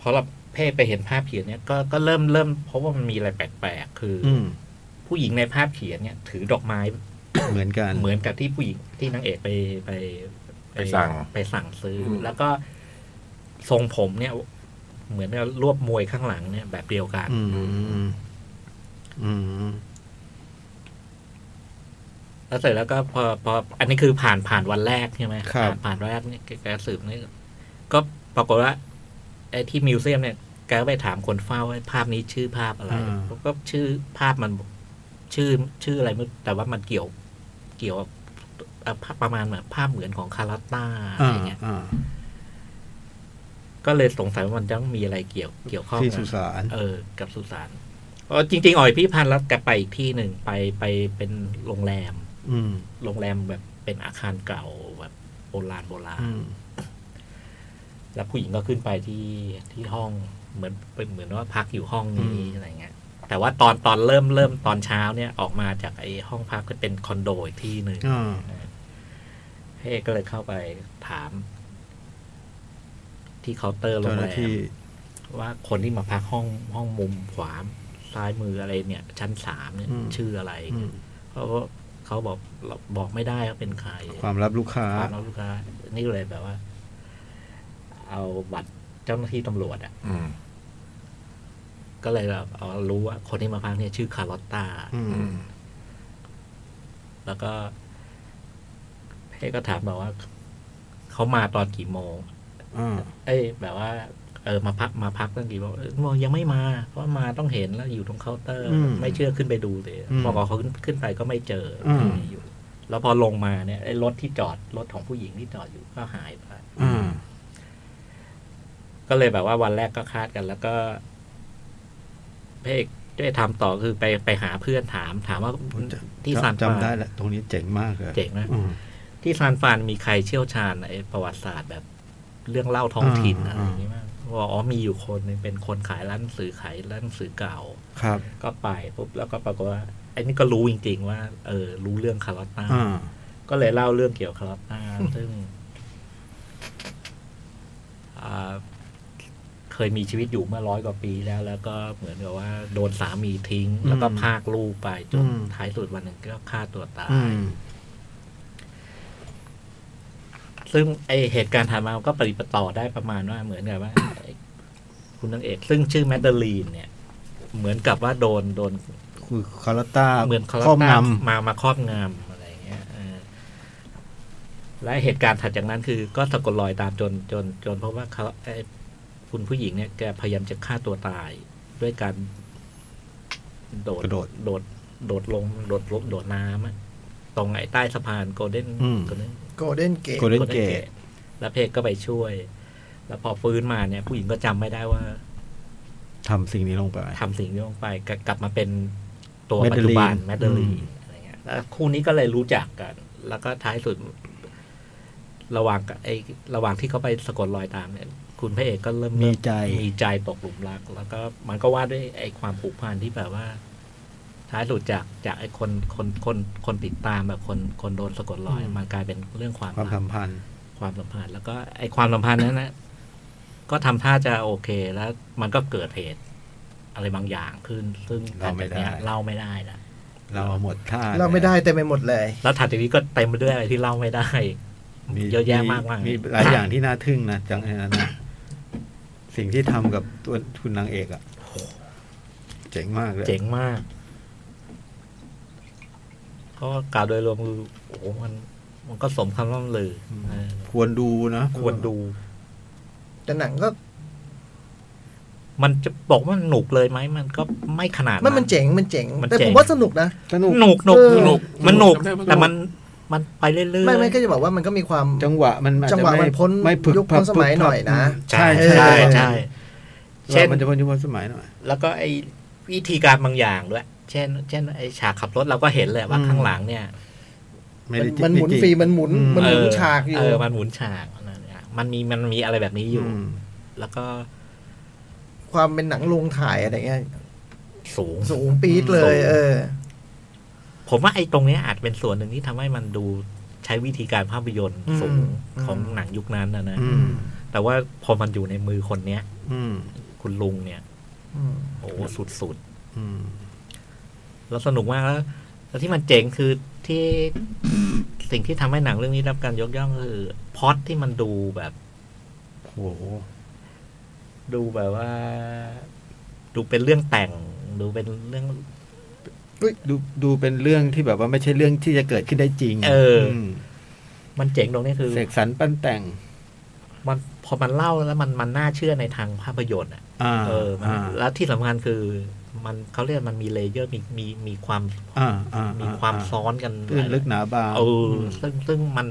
[SPEAKER 5] พอเราเพ่ไปเห็นภาพเขียนเนี่ยก็ก็เริ่มเริ่มเพราะว่ามันมีอะไรแปลกๆ คืออ
[SPEAKER 4] อืม
[SPEAKER 5] ผู้หญิงในภาพเขียนเนี่ย ถือดอกไม้
[SPEAKER 4] เหมือนกัน
[SPEAKER 5] เหมือนกับที่ผู้หญิงที่นางเอกไปไป
[SPEAKER 3] ไปสั่ง
[SPEAKER 5] ไปสั่งซื้ออ
[SPEAKER 3] ม
[SPEAKER 5] แล้วก็ทรงผมเนี่ย เหมือนกับรวบมวยข้างหลังเนี่ย แบบเดียวกัน
[SPEAKER 4] อืมอืม
[SPEAKER 5] แล้วเสร็จแล้วก็พอพออันนี้คือผ่านผ่านวันแรกใช่ไหม
[SPEAKER 4] ครับ
[SPEAKER 5] ผ่านผ่านวันแรกเนี่ยแกแกสืบนี่ก็ปรากฏว่าไอ้ที่มิวเซียมเนี่ยแกก็ไปถามคนเฝ้าว่าภาพนี้ชื่อภาพอะไรเขาก็ชื่อภาพมันชื่อชื่ออะไรไม่รู้แต่ว่ามันเกี่ยวเกี่ยวกับเอ่อภาพประมาณแบบภาพเหมือนของคาราต้าอะ
[SPEAKER 4] อ่า
[SPEAKER 5] ไรเงี้ย
[SPEAKER 4] อ่า
[SPEAKER 5] ก็เลยสงสัยว่ามันต้องมีอะไรเกี่ยวเกี่ยวข้อง
[SPEAKER 4] ที่
[SPEAKER 5] นะ
[SPEAKER 4] สุสาน
[SPEAKER 5] เออ กับสุสานเออจริง ๆอ่อยพี่พันธ์แล้วแกไปอีกที่หนึ่งไปไปเป็นโรงแรม
[SPEAKER 4] อืม
[SPEAKER 5] โรงแรมแบบเป็นอาคารเก่าแบบโบราณโบราณ
[SPEAKER 4] อืม
[SPEAKER 5] แล้วผู้หญิงก็ขึ้นไปที่ที่ห้องเหมือนเป็นเหมือนว่าพักอยู่ห้องนี้
[SPEAKER 4] อืม
[SPEAKER 5] อะไรเงี้ย แต่ว่าตอนตอนเริ่มเริ่มตอนเช้าเนี่ยออกมาจากไอ้ห้องพักก็เป็นคอนโดอีกที่หนึ่ง
[SPEAKER 4] อ่า
[SPEAKER 5] เฮ้ก็เลยเข้าไปถาม ที่เคาน์เตอร์โร
[SPEAKER 4] เจ้าง ห
[SPEAKER 5] แร
[SPEAKER 4] น้าม ที่
[SPEAKER 5] ว่าคนที่มาพักห้องห้องมุมขวาซ้ายมืออะไรเนี่ย ชั้นสามเนี่ย
[SPEAKER 4] อืม
[SPEAKER 5] ชื่ออะไร
[SPEAKER 4] อืม
[SPEAKER 5] เขาก็เขาบอกเราบอกไม่ได้ว่าเป็นใคร
[SPEAKER 4] ความลับลูกค้า
[SPEAKER 5] ความรับลูกค้านี่เลยแบบว่า เอาบัตรเจ้าหน้าที่ตำรวจอ่ะ
[SPEAKER 3] อืม
[SPEAKER 5] ก็เลยแบบเอารู้ว่าคนที่มาพักเนี่ยชื่อคาร์ลอตตา
[SPEAKER 4] อืม
[SPEAKER 3] อืม
[SPEAKER 5] แล้วก็เพ่ก็ถามแบบว่า เขามาตอนกี่โมง
[SPEAKER 4] อ่า
[SPEAKER 5] เอ้ยแบบว่า เออมาพักมาพักตั้งกี่โมงเออบอกยังไม่มา เพราะมาต้องเห็นแล้วอยู่ตรงเคาน์เตอร์
[SPEAKER 4] อืม
[SPEAKER 5] ไม่เชื่อขึ้นไปดูเลย
[SPEAKER 4] อืม
[SPEAKER 5] บอกว่าเขาขึ้นขึ้นไปก็ไม่เจออ
[SPEAKER 4] ม
[SPEAKER 5] อยู่ แล้วพอลงมาเนี่ยไอ้รถที่จอดรถของผู้หญิงที่จอดอยู่ก็หายไป
[SPEAKER 4] อ่า
[SPEAKER 5] ก็เลยแบบว่าวันแรกก็คาดกัน แล้วก็พระเอกได้ทำต่อคือไปไปหาเพื่อนถาม ถามว่า
[SPEAKER 4] ผมจะ
[SPEAKER 5] ที่ซานฟา
[SPEAKER 4] จำได้
[SPEAKER 5] น
[SPEAKER 4] แล้วตรงนี้เจ๋งมากเลย
[SPEAKER 5] เจ๋งนะ
[SPEAKER 4] อืม
[SPEAKER 5] ที่ซานฟรานมีใครเชี่ยวชาญไอ้ประวัติศาสตร์แบบเรื่องเล่าท้องถิ่น
[SPEAKER 4] อ่า
[SPEAKER 5] อะไรอย่างงี้มากว่าอ๋อมีอยู่คนหนึงเป็นคนขายร้านหนังสือขายร้านหนังสือเก่า
[SPEAKER 4] ครับ
[SPEAKER 5] ก็ไปปุ๊บแล้วก็ปรากฏว่าไอ้นี่ก็รู้จริง ๆ ว่าเออ รู้เรื่องคาร์ลอตตา
[SPEAKER 4] อ่า
[SPEAKER 5] ก็เลยเล่าเรื่องเกี่ยวกับคารับตาซึ่งอ่าเคยมีชีวิตอยู่เมื่อร้อยกว่าปีแล้ว แล้วก็เหมือนกับว่า โดนสามีทิ้ง
[SPEAKER 4] อืม
[SPEAKER 5] แล้วก็พรากลูกไปจ
[SPEAKER 4] อื
[SPEAKER 5] น
[SPEAKER 4] ม
[SPEAKER 5] ท้ายสุดวันหนึ่งก็ฆ่าตัวตาย
[SPEAKER 4] อืม
[SPEAKER 5] ซึ่งไอเหตุการณ์ถัดมามันก็ปฏิปต่อได้ประมาณว่าเหมือนกับว่าไอ้คุณนางเอก ซึ่งชื่อแมดเดอลีนเนี่ย เหมือนกับว่าโดนโดน
[SPEAKER 4] คือคาราต้า
[SPEAKER 5] เหมือนเขา
[SPEAKER 4] ครอบง
[SPEAKER 5] มามาครอบงำอะไรอย่างเงี้ยเออและเหตุการณ์ถัดจากนั้นคือก็สะกดรอยตามจนจน จนเพราะว่าเขาไอ้คุณผู้หญิงเนี่ยแกพยายามจะฆ่าตัวตาย ด้วยการ โดด
[SPEAKER 4] กระโดด
[SPEAKER 5] โดดโดดลงโดดลงโดดน้ำอะตรงไอ้ใต้สะพานโกลเด้น
[SPEAKER 4] อืม
[SPEAKER 5] โกลเด้น
[SPEAKER 2] โกลเด้นเกต
[SPEAKER 4] โกลเด้นเกต
[SPEAKER 5] แล้วเพกก็ไปช่วย แล้วพอฟื้นมาเนี่ย ผู้หญิงก็จำไม่ได้ว่า
[SPEAKER 4] ทำสิ่งนี้ลงไป
[SPEAKER 5] ทำสิ่งนี้ลงไปกลับกลับมาเป็นตัว
[SPEAKER 4] แมด
[SPEAKER 5] ปั
[SPEAKER 4] เด
[SPEAKER 5] จ
[SPEAKER 4] อ
[SPEAKER 5] จุ
[SPEAKER 4] ลีน
[SPEAKER 5] บันแมดเดอลี
[SPEAKER 4] อื
[SPEAKER 5] น
[SPEAKER 4] ม
[SPEAKER 5] อะไรเงี้ยแล้วคู่นี้ก็เลยรู้จักกัน แล้วก็ท้ายสุด ระหว่างกับไอ้ระหว่างที่เขาไปสะกดรอยตามเนี่ย คุณพระเอกก็เริ่ม
[SPEAKER 4] มี
[SPEAKER 5] เริ่
[SPEAKER 4] ใจ
[SPEAKER 5] มีใจตกหลุมรัก แล้วก็มันก็ว่าด้วยไอ้ความผูกพันที่แบบว่า ท้ายสุดจากจากไอ้คนคนคนคนติดตามแบบคนคนโดนสะกดรอย
[SPEAKER 4] อืม
[SPEAKER 5] มันกลายเป็นเรื่องความ
[SPEAKER 4] ความ
[SPEAKER 5] รัก
[SPEAKER 4] สัมพันธ์
[SPEAKER 5] ความสัมพันธ์แล้วก็ไอความสัมพันธ์นั้นนะ ก็ทำท่าจะโอเคแล้วมันก็เกิดเหตุอะไรบางอย่างขึ้น ซึ่ง
[SPEAKER 4] เล่าไม่ได้
[SPEAKER 5] ถัจากนี้ยเล่าไม่ได้ละ
[SPEAKER 4] เราหมดท่า
[SPEAKER 2] เราไม่ได้เต็มไปหมดเลย
[SPEAKER 5] แล้วถัดจากนี้ก็เต็มไปด้วยอะไรที่เล่าไม่ได้
[SPEAKER 4] มี
[SPEAKER 5] เยอะแยะมากมาย
[SPEAKER 4] มีหลายอย่างที่น่าทึ่งนะจังเลยนะ สิ่งที่ทำกับตัวคุณนางเอกอ่ะเจ๋งมากเลย
[SPEAKER 5] เจ๋งมาก ก็กล่าวโดยรวมคือโอ้โหมันมันก็สมคำล่ำลือเออ
[SPEAKER 4] ควรดูนะ
[SPEAKER 5] ควรดู
[SPEAKER 2] แต่หนังก็
[SPEAKER 5] มันจะบอกว่าหนุกเลยไหมมันก็ไม่ขนาด
[SPEAKER 2] มันมันเจ๋งมันเจ๋ง
[SPEAKER 5] มัน
[SPEAKER 2] แต่
[SPEAKER 5] เจ๋
[SPEAKER 2] ผ
[SPEAKER 5] ง
[SPEAKER 2] มว่าสนุกนะ
[SPEAKER 4] สนุก
[SPEAKER 5] หนุกหนุก
[SPEAKER 2] เออ
[SPEAKER 5] หนุกมันหนุก
[SPEAKER 3] จำได้ว่าสนุก
[SPEAKER 5] แต่มัน มันไปเรื่อยๆ
[SPEAKER 2] ไม่ไม่ก็จะบอกว่ามันก็มีความ
[SPEAKER 4] จังหวะมันอาจ
[SPEAKER 2] จังหวะ
[SPEAKER 4] ไ
[SPEAKER 2] มันพ้น
[SPEAKER 4] ไม่ผึก
[SPEAKER 2] ยุคพ้นสมัยหน่อยนะ
[SPEAKER 5] ใช่
[SPEAKER 4] ใช่
[SPEAKER 5] ใช่
[SPEAKER 4] ใช่
[SPEAKER 5] ใช่
[SPEAKER 4] เช่
[SPEAKER 5] เช่
[SPEAKER 4] น
[SPEAKER 5] น
[SPEAKER 4] มันจะพ้นยุคพ้นสมัยหน่อย
[SPEAKER 5] แล้วก็ไอ้วิธีการบางอย่างด้วย เช่น เช่นไอ้ฉากขับรถเราก็เห็นเลยว่า
[SPEAKER 4] อืม
[SPEAKER 5] ข้างหลังเนี่ย
[SPEAKER 4] ไได้จริง
[SPEAKER 2] มันหมุน
[SPEAKER 4] ไจริง
[SPEAKER 2] ฟรีมันหมุน
[SPEAKER 4] อืม
[SPEAKER 2] มันหมุน
[SPEAKER 5] เออ
[SPEAKER 2] ฉากอยู่
[SPEAKER 5] เออมันหมุนฉากอะไรเนี่ยมันมีมันมีอะไรแบบนี้อยู่
[SPEAKER 4] ม
[SPEAKER 5] แล้วก็
[SPEAKER 2] ความเป็นหนังลงถ่ายอะไรเงี้ย
[SPEAKER 5] สูง
[SPEAKER 2] สูงปี๊ดเลย เออ
[SPEAKER 5] ผมว่าไอ้ตรงเนี้ยอาจเป็นส่วนหนึ่งที่ทำให้มันดูใช้วิธีการภาพยนตร์สูง
[SPEAKER 2] อืม
[SPEAKER 5] ของหนังยุคนั้นนะนะ
[SPEAKER 4] อืม
[SPEAKER 5] แต่ว่าพอมันอยู่ในมือคนเนี้ย
[SPEAKER 4] อืม
[SPEAKER 5] คุณลุงเนี่ย
[SPEAKER 2] อืม
[SPEAKER 5] โอ้โหสุดๆ
[SPEAKER 4] อืม
[SPEAKER 5] แล้วสนุกมากแล้วแล้วที่มันเจ๋งคือที่สิ่งที่ทำให้หนังเรื่องนี้ได้รับการยกย่องคือพล็อตที่มันดูแบบ
[SPEAKER 4] โอ้โห
[SPEAKER 5] ดูแบบว่า ดูเป็นเรื่องแต่ง ดูเป็นเรื่อง
[SPEAKER 4] ดูดูเป็นเรื่องที่แบบว่าไม่ใช่เรื่องที่จะเกิดขึ้นได้จริง
[SPEAKER 5] เอออื
[SPEAKER 4] ม
[SPEAKER 5] มันเจ๋งตรงนี้คือ
[SPEAKER 4] เสกสรรปั้นแต่ง
[SPEAKER 5] มันพอมันเล่าแล้วมันมันน่าเชื่อในทางภาพยนตร์อ่ะ
[SPEAKER 4] อ่า
[SPEAKER 5] เออมัน
[SPEAKER 4] อ่า
[SPEAKER 5] แล้วที่สำคัญคือ มันเขาเรียกมันมีเลเยอร์มีมีมีความ
[SPEAKER 4] อ่าอ่า
[SPEAKER 5] มีความ
[SPEAKER 4] อ่
[SPEAKER 5] ซ้อนกัน
[SPEAKER 4] ตื้นลึกหนาบาง
[SPEAKER 5] เอออ
[SPEAKER 4] ม
[SPEAKER 5] ซึ่งซึ่งมัน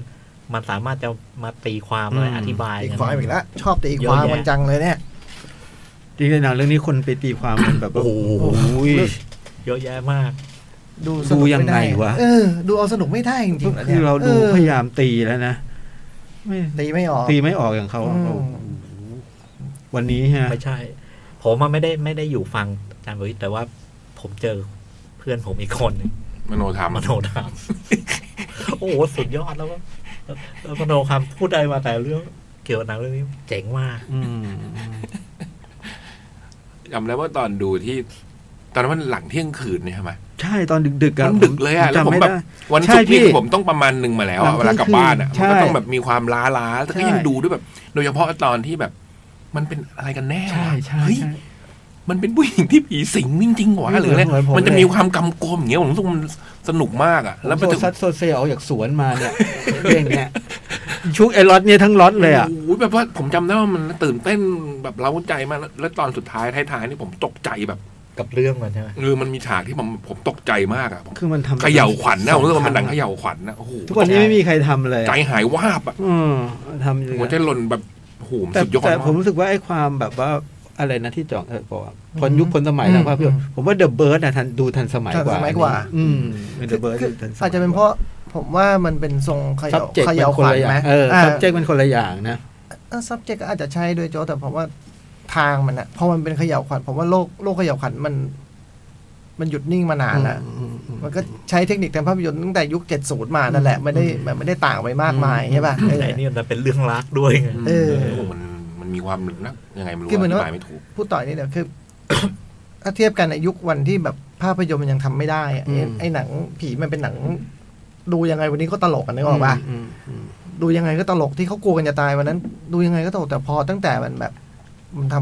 [SPEAKER 5] มันสามารถจะมาตีความอะไร
[SPEAKER 4] อืม
[SPEAKER 5] อธิบาย
[SPEAKER 2] ตี
[SPEAKER 5] กัน
[SPEAKER 2] ความอีกแล้วชอบตีความ
[SPEAKER 5] เยอะแยะ
[SPEAKER 2] มันจังเลยเนี่ย
[SPEAKER 4] จริงๆหนังเรื่องนี้คนไปตีความมันแบบว่า
[SPEAKER 5] โอ้โห
[SPEAKER 4] ย
[SPEAKER 5] เยอะแยะมาก
[SPEAKER 2] ดูสนุก
[SPEAKER 4] ดูยังไง
[SPEAKER 2] ม่ด้
[SPEAKER 4] วะ
[SPEAKER 2] เออ ดูเอาสนุกไม่ได้จริงๆนะ
[SPEAKER 4] คื
[SPEAKER 2] นี่ย
[SPEAKER 4] อเราดู
[SPEAKER 2] ออ
[SPEAKER 4] พยายามตีแล้วนะไม่
[SPEAKER 2] ตีไม่ออก
[SPEAKER 4] ตีไม่ออกอย่างเขาอะ
[SPEAKER 2] อืม
[SPEAKER 4] โอ้โหวันนี้ฮะ
[SPEAKER 5] ไม่ใช่ ผมอะไม่ได้ไม่ได้อยู่ฟังอาจารย์ประวิทย์แต่ว่าผมเจอเพื่อนผมอีกคนหนึ่ง
[SPEAKER 3] มโนธรรม
[SPEAKER 5] มโนธรรม โอ้โห สุดยอดแล้วก็แล้วมโนคำพูดได้มาแต่เรื่องเกี่ยวกับหนังเรื่องนี้เจ๋งมาก
[SPEAKER 4] อืม
[SPEAKER 3] จำได้ว่าตอนดูที่ ตอนนั้นมันหลังเที่ยงคืนเนี่ยใช่ไหม
[SPEAKER 4] ใช่ตอนดึกๆอะ
[SPEAKER 3] มันดึกเลยอ่ะ
[SPEAKER 4] ผม
[SPEAKER 3] แล้ว
[SPEAKER 4] จำ
[SPEAKER 3] ผม
[SPEAKER 4] ไม่
[SPEAKER 3] แบบ
[SPEAKER 4] ได้
[SPEAKER 3] วัน
[SPEAKER 4] ใช่
[SPEAKER 3] ศุกร์
[SPEAKER 4] พี่
[SPEAKER 3] นี่ผมต้องประมาณหนึ่งมาแล้วอะ
[SPEAKER 4] หลัง
[SPEAKER 3] เวลากลับบ้านอ่ะ
[SPEAKER 4] เที่
[SPEAKER 3] มัน
[SPEAKER 4] ยงคืน
[SPEAKER 3] ก็ต้องแบบมีความล้าล้าๆแต่ก็ยัง
[SPEAKER 4] ใช่
[SPEAKER 3] ดูด้วยแบบ โดยเฉพาะตอนที่แบบ มันเป็นอะไรกันแน่
[SPEAKER 4] ใช่
[SPEAKER 3] วะ
[SPEAKER 4] ใช่
[SPEAKER 3] เฮ้ย
[SPEAKER 4] ใช่
[SPEAKER 3] มันเป็นผู้หญิงที่ผีสิงจริงๆหวะ
[SPEAKER 4] ไม่
[SPEAKER 3] ห
[SPEAKER 4] เหมื
[SPEAKER 3] รือ อนเนี่ย
[SPEAKER 4] เหมือนผม
[SPEAKER 3] มันจะ
[SPEAKER 4] เลย
[SPEAKER 3] มีความกำกวมอย่างเงี้ยผมรู้สึกมันสนุกมากอ่ะ
[SPEAKER 4] แล้
[SPEAKER 3] แล้ว ว
[SPEAKER 4] โซ
[SPEAKER 3] มันถึง
[SPEAKER 4] ซัดโซเซออกจากสวนมาเนี่ย เรื่องเนี้ยชุกไอ้ล็อตเนี่ยทั้งล็อตเลยอ่ะ
[SPEAKER 3] โอ้ยแบบว่าผมจำได้ว่ามันตื่นเต้นแบบเร้าใจมากแล้วแล้วตอนสุดท้ายท้ายๆนี่ผมตกใจแบบ
[SPEAKER 5] กับเรื่องมันใช่ไหม
[SPEAKER 3] เออมันมีฉากที่ผมผมตกใจมากอ่ะผม
[SPEAKER 4] คือมันทำ
[SPEAKER 3] เขย่าขวัญนะ
[SPEAKER 4] ส
[SPEAKER 3] ผ
[SPEAKER 4] อ
[SPEAKER 3] มรู้สึกว่ามันหนัง
[SPEAKER 4] ค
[SPEAKER 3] เข
[SPEAKER 4] รั้
[SPEAKER 3] ย่าขวัญนะโอ้โห
[SPEAKER 4] ทุกวันนี้ไม่มีใครทำเลย
[SPEAKER 3] ใจหายวาบอ่ะ
[SPEAKER 4] อืมทำอยู่
[SPEAKER 3] หัวใจหล่นแบบโอ้โหมัน
[SPEAKER 4] แต่
[SPEAKER 3] สุดยอด
[SPEAKER 4] แต่
[SPEAKER 3] มาก
[SPEAKER 4] ผมรู้สึกว่าไอ้ความแบบว่าอะไรนะที่จองเออบอกว่าพ้น
[SPEAKER 2] อืม
[SPEAKER 4] ยุคพ้นสมัยแล้ว
[SPEAKER 2] อืม
[SPEAKER 4] ว่าพี่
[SPEAKER 2] อืม
[SPEAKER 4] ผมว่าเดอะเบิร์ดนะทันดูทันสมัย
[SPEAKER 2] ทัน
[SPEAKER 4] กว่า
[SPEAKER 2] สมัยกว่า
[SPEAKER 4] อืมเดอะเบิร์ด
[SPEAKER 2] คือ
[SPEAKER 4] ทันสมัย
[SPEAKER 2] อาจจะเป็นเพราะผมว่ามันเป็นทรงเข
[SPEAKER 4] ซั
[SPEAKER 2] ย่า
[SPEAKER 4] บเจ็ก
[SPEAKER 2] เข
[SPEAKER 4] มัน
[SPEAKER 2] ย่า
[SPEAKER 4] ค
[SPEAKER 2] ข
[SPEAKER 4] น
[SPEAKER 2] วัญ
[SPEAKER 4] ละอย่า
[SPEAKER 2] ไหม
[SPEAKER 4] งเออซับเจ็ก
[SPEAKER 2] เ
[SPEAKER 4] มันคนละอย่างนะ
[SPEAKER 2] ออ subject ก็อาจจะใช่โดวยโจทย์แต่ผมว่าทางมันอะเพราะมันเป็นเขย่าขวัญผมว่าโลกโลกเขย่าขวัญมัน มันหยุดนิ่งมานานแล้ว มันก็ใช้เทคนิคทางภาพยนตร์ตั้งแต่ยุค 70 มานั่นแหละไม่ได้มันไม่ได้ต่างไปมากมายใช่ป่ะเออ
[SPEAKER 5] ไอ้นี่มันเป็นเรื่องรักด้วยไง
[SPEAKER 2] เออ
[SPEAKER 3] โโหมันมันมีความนักยังไงไม่รู้
[SPEAKER 2] คือเหมือน
[SPEAKER 3] อธิ
[SPEAKER 2] ว่า
[SPEAKER 3] บายไม่ถูก
[SPEAKER 2] พูดต่ออีกนิดเดียวคือ ถ้าเทียบกันในยุควันที่แบบภาพยนตร์มันยังทำไม่ได้อะ
[SPEAKER 4] อื
[SPEAKER 2] ไอ้
[SPEAKER 4] ม
[SPEAKER 2] ไอ้หนังผีมันเป็นหนัง ดูยังไงวันนี้ก็ตลกกันนึกออกป่ะ
[SPEAKER 4] มอืม
[SPEAKER 2] ดูยังไงก็ตลกที่เขากลัวกันจะตายวันนั้น ดูยังไงก็ตลกแต่พอตั้งแต่มันแบบ มันท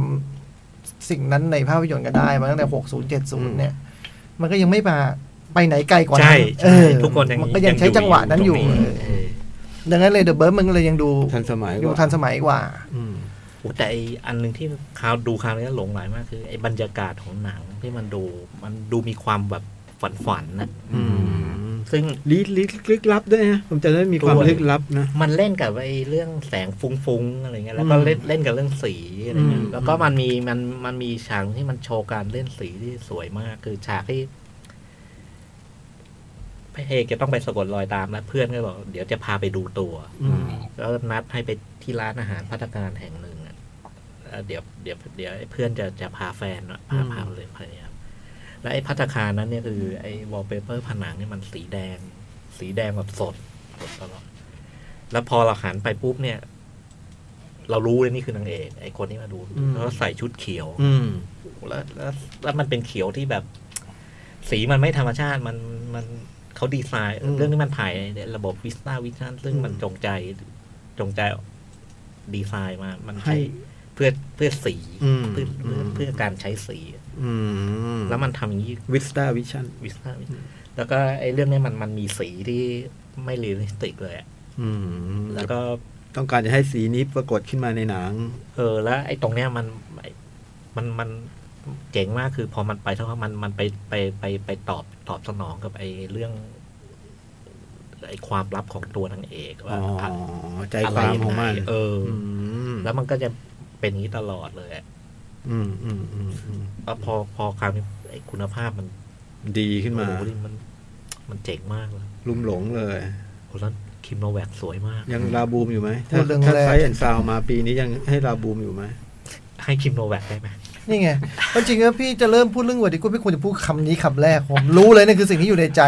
[SPEAKER 2] ำสิ่งนั้นในภาพยนตร์ก็ได้มาตั้งแต่ 60 70 เนี่ย มันก็ยังไม่มาไปไหนไกลกว่านั้
[SPEAKER 5] ใช่
[SPEAKER 2] น
[SPEAKER 5] ใช่
[SPEAKER 2] อ
[SPEAKER 5] ทุกคนยัง
[SPEAKER 2] มันก็ยังใช้จังหวะนั้นอยู่
[SPEAKER 5] ตรง
[SPEAKER 2] เอ
[SPEAKER 5] เอ
[SPEAKER 2] อ
[SPEAKER 5] อ
[SPEAKER 2] ดังนั้นเลยเดอะเบิร์มันก็เลยยังดู
[SPEAKER 4] ทันสมัย
[SPEAKER 2] ดู
[SPEAKER 4] กว่า
[SPEAKER 2] ทันสมัยกว่า
[SPEAKER 4] อืม
[SPEAKER 5] โอ้แต่ไอ้อันหนึ่งที่คราวดูคราวนี้หลงไหลมากคือไอ้บรรยากาศของหนังที่มันดูมันดูมีความแบบฝันฝันๆนะ
[SPEAKER 4] อืม
[SPEAKER 5] ซึ่ง
[SPEAKER 4] ลลึกลึกลับด้วยนะผมจะได้มีความ
[SPEAKER 5] ด้วย
[SPEAKER 4] ลึกลับนะ
[SPEAKER 5] มันเล่นกับไอ้เรื่องแสงฟุ้งๆอะไรเงี้ยแล้วก็
[SPEAKER 4] อืม
[SPEAKER 5] เล่นเล่นกับเรื่องสีอะไรเงี้
[SPEAKER 4] อื
[SPEAKER 5] ย
[SPEAKER 4] ม
[SPEAKER 5] แล้วก็มันมีมันมันมีฉากที่มันโชว์การเล่นสีที่สวยมาก คือฉากที่พระเอกจะต้องไปสะกดรอยตามแล้วเพื่อนก็บอกเดี๋ยวจะพาไปดูตัว
[SPEAKER 4] อืม
[SPEAKER 5] แล้วนัดให้ไปที่ร้านอาหารพัฒการแห่งหนึ่งอะแล้วเดี๋ยวเดี๋ยวเดี๋ยวไอ้เพื่อนจะจะพาแฟนอะพาพาเลยพยายามแล้วไอ้พัฒการนั้นเนี่ยคือไอ้วอลเปเปอร์ผนังเนี่ยมันสีแดง สีแดงแบบสดสดตลอด แล้วพอเราหันไปปุ๊บเนี่ย เรารู้เลยนี่คือนางเอกไอ้คนที่มาดูเขาใส่ชุดเขียว
[SPEAKER 4] อืม
[SPEAKER 5] แล้วแล้วแล้วมันเป็นเขียวที่แบบ สีมันไม่ธรรมชาติมันมันเขาดีไซน์
[SPEAKER 4] อืม
[SPEAKER 5] เรื่องนี้มันถ่ายในระบบวิสตาวิชั่นซึ่ง
[SPEAKER 4] อืม
[SPEAKER 5] มันจงใจจงใจดีไซน์มา มัน
[SPEAKER 4] ให้
[SPEAKER 5] ใช้เพื่อเพื่อสี
[SPEAKER 4] อืม
[SPEAKER 5] เพื่อเพื่อ
[SPEAKER 4] อืม
[SPEAKER 5] เพื่อการใช้สี
[SPEAKER 4] อืม
[SPEAKER 5] แล้วมันทำอย่างนี้
[SPEAKER 4] วิสตาวิชั่น
[SPEAKER 5] วิสตา
[SPEAKER 4] อืม
[SPEAKER 5] แล้วก็ไอ้เรื่องนี้มันมันมีสีที่ไม่เรียลลิสติกเลยอะแล้วก็
[SPEAKER 4] ต้องการจะให้สีนี้ปรากฏขึ้นมาในหนัง
[SPEAKER 5] เออแล้วไอ้ตรงเนี้ยมันไอ้มันมันเจ๋งมากคือพอมันไปเท่ากับมันมันไปไปไปไปตอบตอบสนองกับไอ้เรื่อง ไอความลับของตัวนางเอก
[SPEAKER 4] อ๋
[SPEAKER 5] ว่า
[SPEAKER 4] อ
[SPEAKER 5] อะ
[SPEAKER 4] ใจ
[SPEAKER 5] อะ
[SPEAKER 4] ค
[SPEAKER 5] ไร
[SPEAKER 4] วาม
[SPEAKER 5] ยั
[SPEAKER 4] ของ
[SPEAKER 5] งไง
[SPEAKER 4] มัน
[SPEAKER 5] เอออ
[SPEAKER 4] ม
[SPEAKER 5] แล้วมันก็จะเป็นอย่างนี้ตลอดเลยอะ
[SPEAKER 4] อืมอืมอืมอืม
[SPEAKER 5] แล้วพอพอคราวนี้ไอคุณภาพมัน
[SPEAKER 4] ดีขึ้นมา
[SPEAKER 5] โอ้โหมัน มันเจ๋งมากเลย
[SPEAKER 4] ลุ่มหลงเลย
[SPEAKER 5] โอ้แล้วคิมโนแวกสวยมาก
[SPEAKER 4] ยังลาบูมอยู่ไหมถ้า
[SPEAKER 2] พูดเรื่อง
[SPEAKER 4] ถ้า
[SPEAKER 2] แรก
[SPEAKER 4] ไฟแอนซาวมาปีนี้ยังให้ลาบูมอยู่ไหม
[SPEAKER 5] ให้คิมโนแวกได้ไหม
[SPEAKER 2] นี่ไงเพราะจริงๆแล้วพี่จะเริ่มพูดเรื่องวัดดีกูพี่ควรจะพูดคำนี้คำแรกผมรู้เลยนี่คือสิ่งที่อยู่ในใจ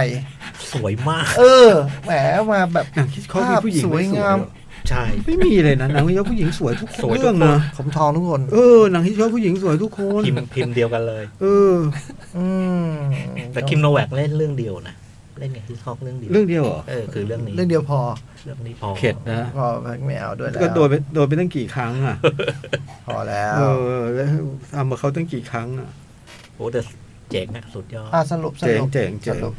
[SPEAKER 5] สวยมาก
[SPEAKER 2] เออแหมมาแบบ
[SPEAKER 4] หนังคิดเขามีผู้หญิง
[SPEAKER 2] ส
[SPEAKER 4] ไม่
[SPEAKER 2] วย
[SPEAKER 4] สวย
[SPEAKER 2] งาม
[SPEAKER 4] เหรอ
[SPEAKER 5] ใช่
[SPEAKER 4] ไม่มีเลยนะหนังคิดเขาผู้หญิงสวยทุก
[SPEAKER 5] สวยทุก
[SPEAKER 4] เรื่องนะ
[SPEAKER 2] ผมทองทุกคน
[SPEAKER 4] เออหนังคิดเขาผู้หญิงสวยทุกคน
[SPEAKER 5] พิมพ์พิมพ์เดียวกันเลย
[SPEAKER 4] เออ
[SPEAKER 2] อืม
[SPEAKER 5] แต่คิมโนแวกเล่นเรื่องเดียวนะ เล่นไงที่ทอกเรื่องเดียว
[SPEAKER 4] เรื่องเดียวเหรอ
[SPEAKER 5] เออคือเรื่องนี้
[SPEAKER 2] เรื่องเดียวพอ
[SPEAKER 5] เรื่องนี้พอ
[SPEAKER 4] เข็ดนะ
[SPEAKER 2] พอไม่เอาด้วยแล้ว
[SPEAKER 4] ก็โดนไปโดนไปตั้งกี่ครั้งอ่ะ
[SPEAKER 2] พอแล้ว
[SPEAKER 4] เออแล้วทำมาเขาตั้งกี่ครั้งอ่ะ
[SPEAKER 5] โอ้แต่เจ๋งอะสุดยอด
[SPEAKER 2] อ่ะสรุปส
[SPEAKER 4] เจ๋ง
[SPEAKER 2] รุป
[SPEAKER 4] เจ๋งเจ๋
[SPEAKER 2] ส
[SPEAKER 4] ง
[SPEAKER 2] รุป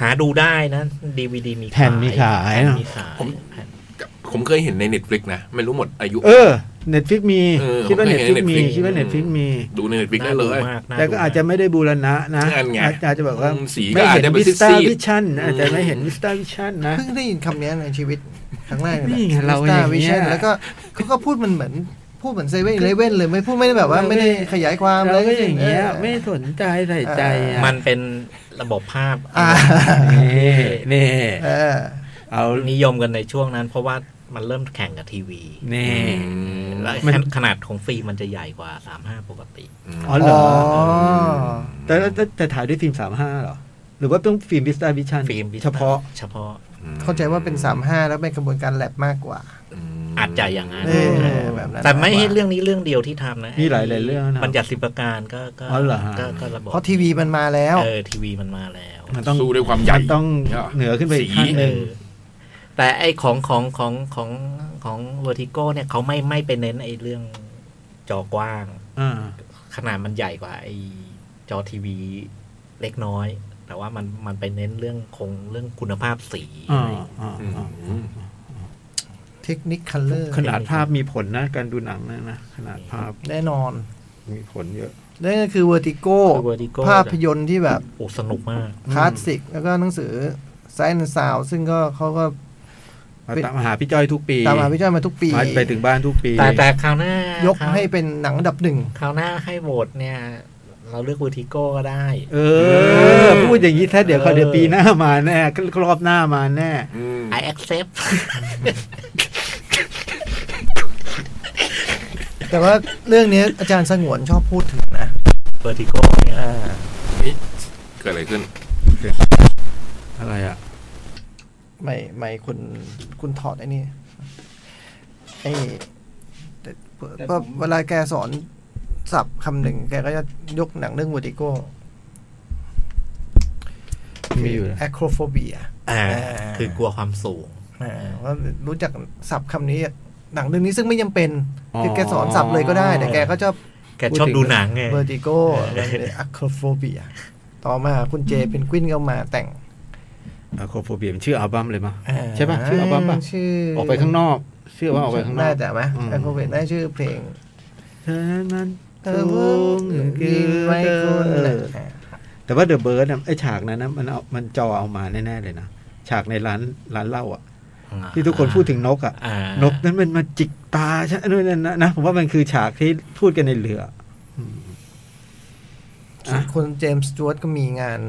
[SPEAKER 5] หาดูได้นะดีวดีมี
[SPEAKER 4] แผ่นมีขาย
[SPEAKER 5] แผ่นมีขาย
[SPEAKER 3] ผม
[SPEAKER 5] แผ่น
[SPEAKER 3] ผมเคยเห็นในเน็ตฟลิกนะ ไม่รู้หมดอายุ
[SPEAKER 4] เออเน็ตฟิกมี
[SPEAKER 3] เออ
[SPEAKER 4] คิดว่า
[SPEAKER 3] ผม
[SPEAKER 4] เน็ต
[SPEAKER 3] เคยเห็
[SPEAKER 4] ฟิก
[SPEAKER 3] น
[SPEAKER 4] มี
[SPEAKER 3] Netflix
[SPEAKER 4] คิดว่าเน็ตฟิกมี
[SPEAKER 3] ดูในเน็ตฟลิกได้เลย
[SPEAKER 5] น่ามาน่
[SPEAKER 4] แต่ก็อาจจะ
[SPEAKER 5] ม
[SPEAKER 4] ไม่ได้บูรณะนะ
[SPEAKER 3] นั่นไง
[SPEAKER 4] อาจจะแบบว่า
[SPEAKER 3] อืมสีก็
[SPEAKER 4] ไม่
[SPEAKER 3] อาจ
[SPEAKER 4] เห็น
[SPEAKER 3] จะเป็น
[SPEAKER 4] วิสตา
[SPEAKER 3] ซีดๆ
[SPEAKER 4] วิชั่น
[SPEAKER 3] อืม
[SPEAKER 4] อาจจะไม่เห็นวิสตาวิชั่นนะ
[SPEAKER 2] เพิ่งได้ยินคำนี้ในชีวิตครั้งแรก
[SPEAKER 4] นี่ไงเราอย่างเงี้ย
[SPEAKER 2] วิชั่นแล้วก็เขาก็พูดมันเหมือนพูดเหมือนเซเว่นเลเว่นเลยไม่พูดไม่ได้แบบว่าไม่ได้ขยายความ
[SPEAKER 4] เราก็อย่างเงี้ย ไม่
[SPEAKER 2] อ
[SPEAKER 4] สนใจใส่ใจอ่ะ
[SPEAKER 5] มันเป็นระบบภาพ
[SPEAKER 2] อ่า
[SPEAKER 4] นี่นี่
[SPEAKER 2] เออ
[SPEAKER 4] เอา
[SPEAKER 5] นิยมกันในช่วงนั้น เพราะว่ามันเริ่มแข่งกับทีวี
[SPEAKER 4] นี่
[SPEAKER 5] และ
[SPEAKER 4] มัน
[SPEAKER 5] ขนาดของฟิล์มมันจะใหญ่กว่า 35 ปกติ
[SPEAKER 4] อ๋อเหร
[SPEAKER 2] อ๋
[SPEAKER 4] อ
[SPEAKER 2] อ
[SPEAKER 4] แต่แต่แต่ถ่ายด้วยฟิล์มสามห้าหรอ หรือว่าต้องฟิล์มวิสตาวิชั่น
[SPEAKER 5] ฟิล์มวิ
[SPEAKER 4] เฉพาะ
[SPEAKER 5] เฉพาะ
[SPEAKER 2] เข้าใจว่าเป็นสามห้าแล้วเป็นกระบวนการแลบมากกว่า
[SPEAKER 5] อาจจะอย่างนั้น
[SPEAKER 2] เอ
[SPEAKER 4] เอ
[SPEAKER 2] อ
[SPEAKER 4] อ
[SPEAKER 2] แบบนั้น
[SPEAKER 5] แต่ไม่ใช่เรื่องนี้เรื่องเดียวที่ทำนะ
[SPEAKER 4] มีหลายๆเรื่องนะ
[SPEAKER 5] บัญญัติสิบประการก็ก็
[SPEAKER 4] อ๋อเหรอฮะ
[SPEAKER 5] ก็ก็ระบบ
[SPEAKER 2] เพราะทีวีมันมาแล้ว
[SPEAKER 5] เออทีวีมันมาแล้ว
[SPEAKER 4] มันต้อง
[SPEAKER 3] สู้ด้วยความใหญ่
[SPEAKER 4] มันต้อง
[SPEAKER 3] ใช่ปะ
[SPEAKER 4] เหนือขึ้นไปอีก
[SPEAKER 3] สี
[SPEAKER 4] ขั้นหนึ่ง
[SPEAKER 5] แต่ไอ้ของของของของของเวอร์ติโกเนี่ยเขาไม่ไม่ไปเน้นไอ้เรื่องจอกว้าง
[SPEAKER 4] อ่า
[SPEAKER 5] ขนาดมันใหญ่กว่าไอ้จอทีวีเล็กน้อย แต่ว่ามันมันไปเน้นเรื่องคงเรื่องคุณภาพสี
[SPEAKER 4] อ่า
[SPEAKER 5] อะไร
[SPEAKER 4] อ่าอ่า
[SPEAKER 2] เทคนิคคัลเลอร์
[SPEAKER 4] ขนาดภาพมีผลนะ การดูหนังนะนะ ขนาดภาพ
[SPEAKER 2] แน่นอน
[SPEAKER 4] มีผลเยอะ
[SPEAKER 2] นั่นก็คือเวอร์ติโก
[SPEAKER 5] เวอร์ติโก
[SPEAKER 2] ภาพยนตร์ที่แบบ
[SPEAKER 5] โอ้สนุกมาก
[SPEAKER 2] คลาสสิก แล้วก็หนังสือ Science and Sound ซึ่งก็เขาก็
[SPEAKER 4] มา
[SPEAKER 2] เป็น
[SPEAKER 4] ตามหาพี่จ้อยทุกปี
[SPEAKER 2] ตามหาพี่จ้อยมาทุกปี
[SPEAKER 4] มาไปถึงบ้านทุกปี
[SPEAKER 5] แต่แต่คราวหน้าย ย
[SPEAKER 2] กให้เป็นหนังอันดับหนึ่ง
[SPEAKER 5] คราวหน้าให้โหวตเนี่ย เราเลือกเวอร์ติโกก็ได้
[SPEAKER 4] เออ พูดอย่างนี้ถ้าเดี๋ยวเขาเดี๋ยวปีหน้ามาแน่รอบหน้ามาแน่
[SPEAKER 5] I accept
[SPEAKER 2] แต่ว่าเรื่องนี้อาจารย์สงวนชอบพูดถึงนะ
[SPEAKER 5] เวอร์ติโกเนี่ย
[SPEAKER 2] อ่า
[SPEAKER 3] เกิดอะไรขึ้น
[SPEAKER 4] อะไรอ่ะ
[SPEAKER 2] ไม่ไม่คุณคุณถอดไอ้นี่ไอ้แต่เพราะเวลาแกสอนศัพท์คำหนึ่งแกก็จะยกหนังเรื่องเวอร์ติโก
[SPEAKER 4] มีอยู่นะ
[SPEAKER 2] แอคโครโฟเบีย
[SPEAKER 5] อ่า
[SPEAKER 2] อ่า
[SPEAKER 5] คือกลัวความสูง
[SPEAKER 2] อ่าว่ารู้จักศัพท์คำนี้อะหนังเรื่องนี้ซึ่งไม่จำเป็นคืออ
[SPEAKER 4] อ
[SPEAKER 2] แกสอนศัพท์เลยก็ได้ แต่แกก็ชอบ
[SPEAKER 5] แกชอบดูหนังไง
[SPEAKER 2] เวอร์ติโกอะคโฟเบีย ต่อมาคุณเจเป็นกวินก็มาแต่ง
[SPEAKER 4] อะโครโฟเบียมนชื่ออัลบั้มเลยมั้ย
[SPEAKER 2] อ่า
[SPEAKER 4] ใช่ป่ะ ชื่ออัลบั้มป่ะ
[SPEAKER 2] ชื่อ
[SPEAKER 4] ออกไปข้างนอกชื่อว่าออกไปข้างนอก
[SPEAKER 2] น่าจะไหม
[SPEAKER 4] อืม
[SPEAKER 2] อะโคเบียน่าชื่อเพลง
[SPEAKER 4] เธอนั้น
[SPEAKER 2] เธอเพิ่งกินไว้คน
[SPEAKER 4] เอ
[SPEAKER 2] น่ะ
[SPEAKER 4] อแต่ว่าเดอะเบิร์ดไอฉากนั้นนะมันเอามันจอเอามาแน่ๆเลยนะ ฉากในร้านร้านเหล้าอ่ะ ที่ทุกคนพูดถึงนกอ่ะ
[SPEAKER 5] อ่าน
[SPEAKER 4] กนั้นมันมาจิกตาใช่นู่นนั่นนะนะผมว่ามันคือฉากที่พูดกันในเรือ อ่ะ
[SPEAKER 2] คุณเจมส์สจวตก็มีงาน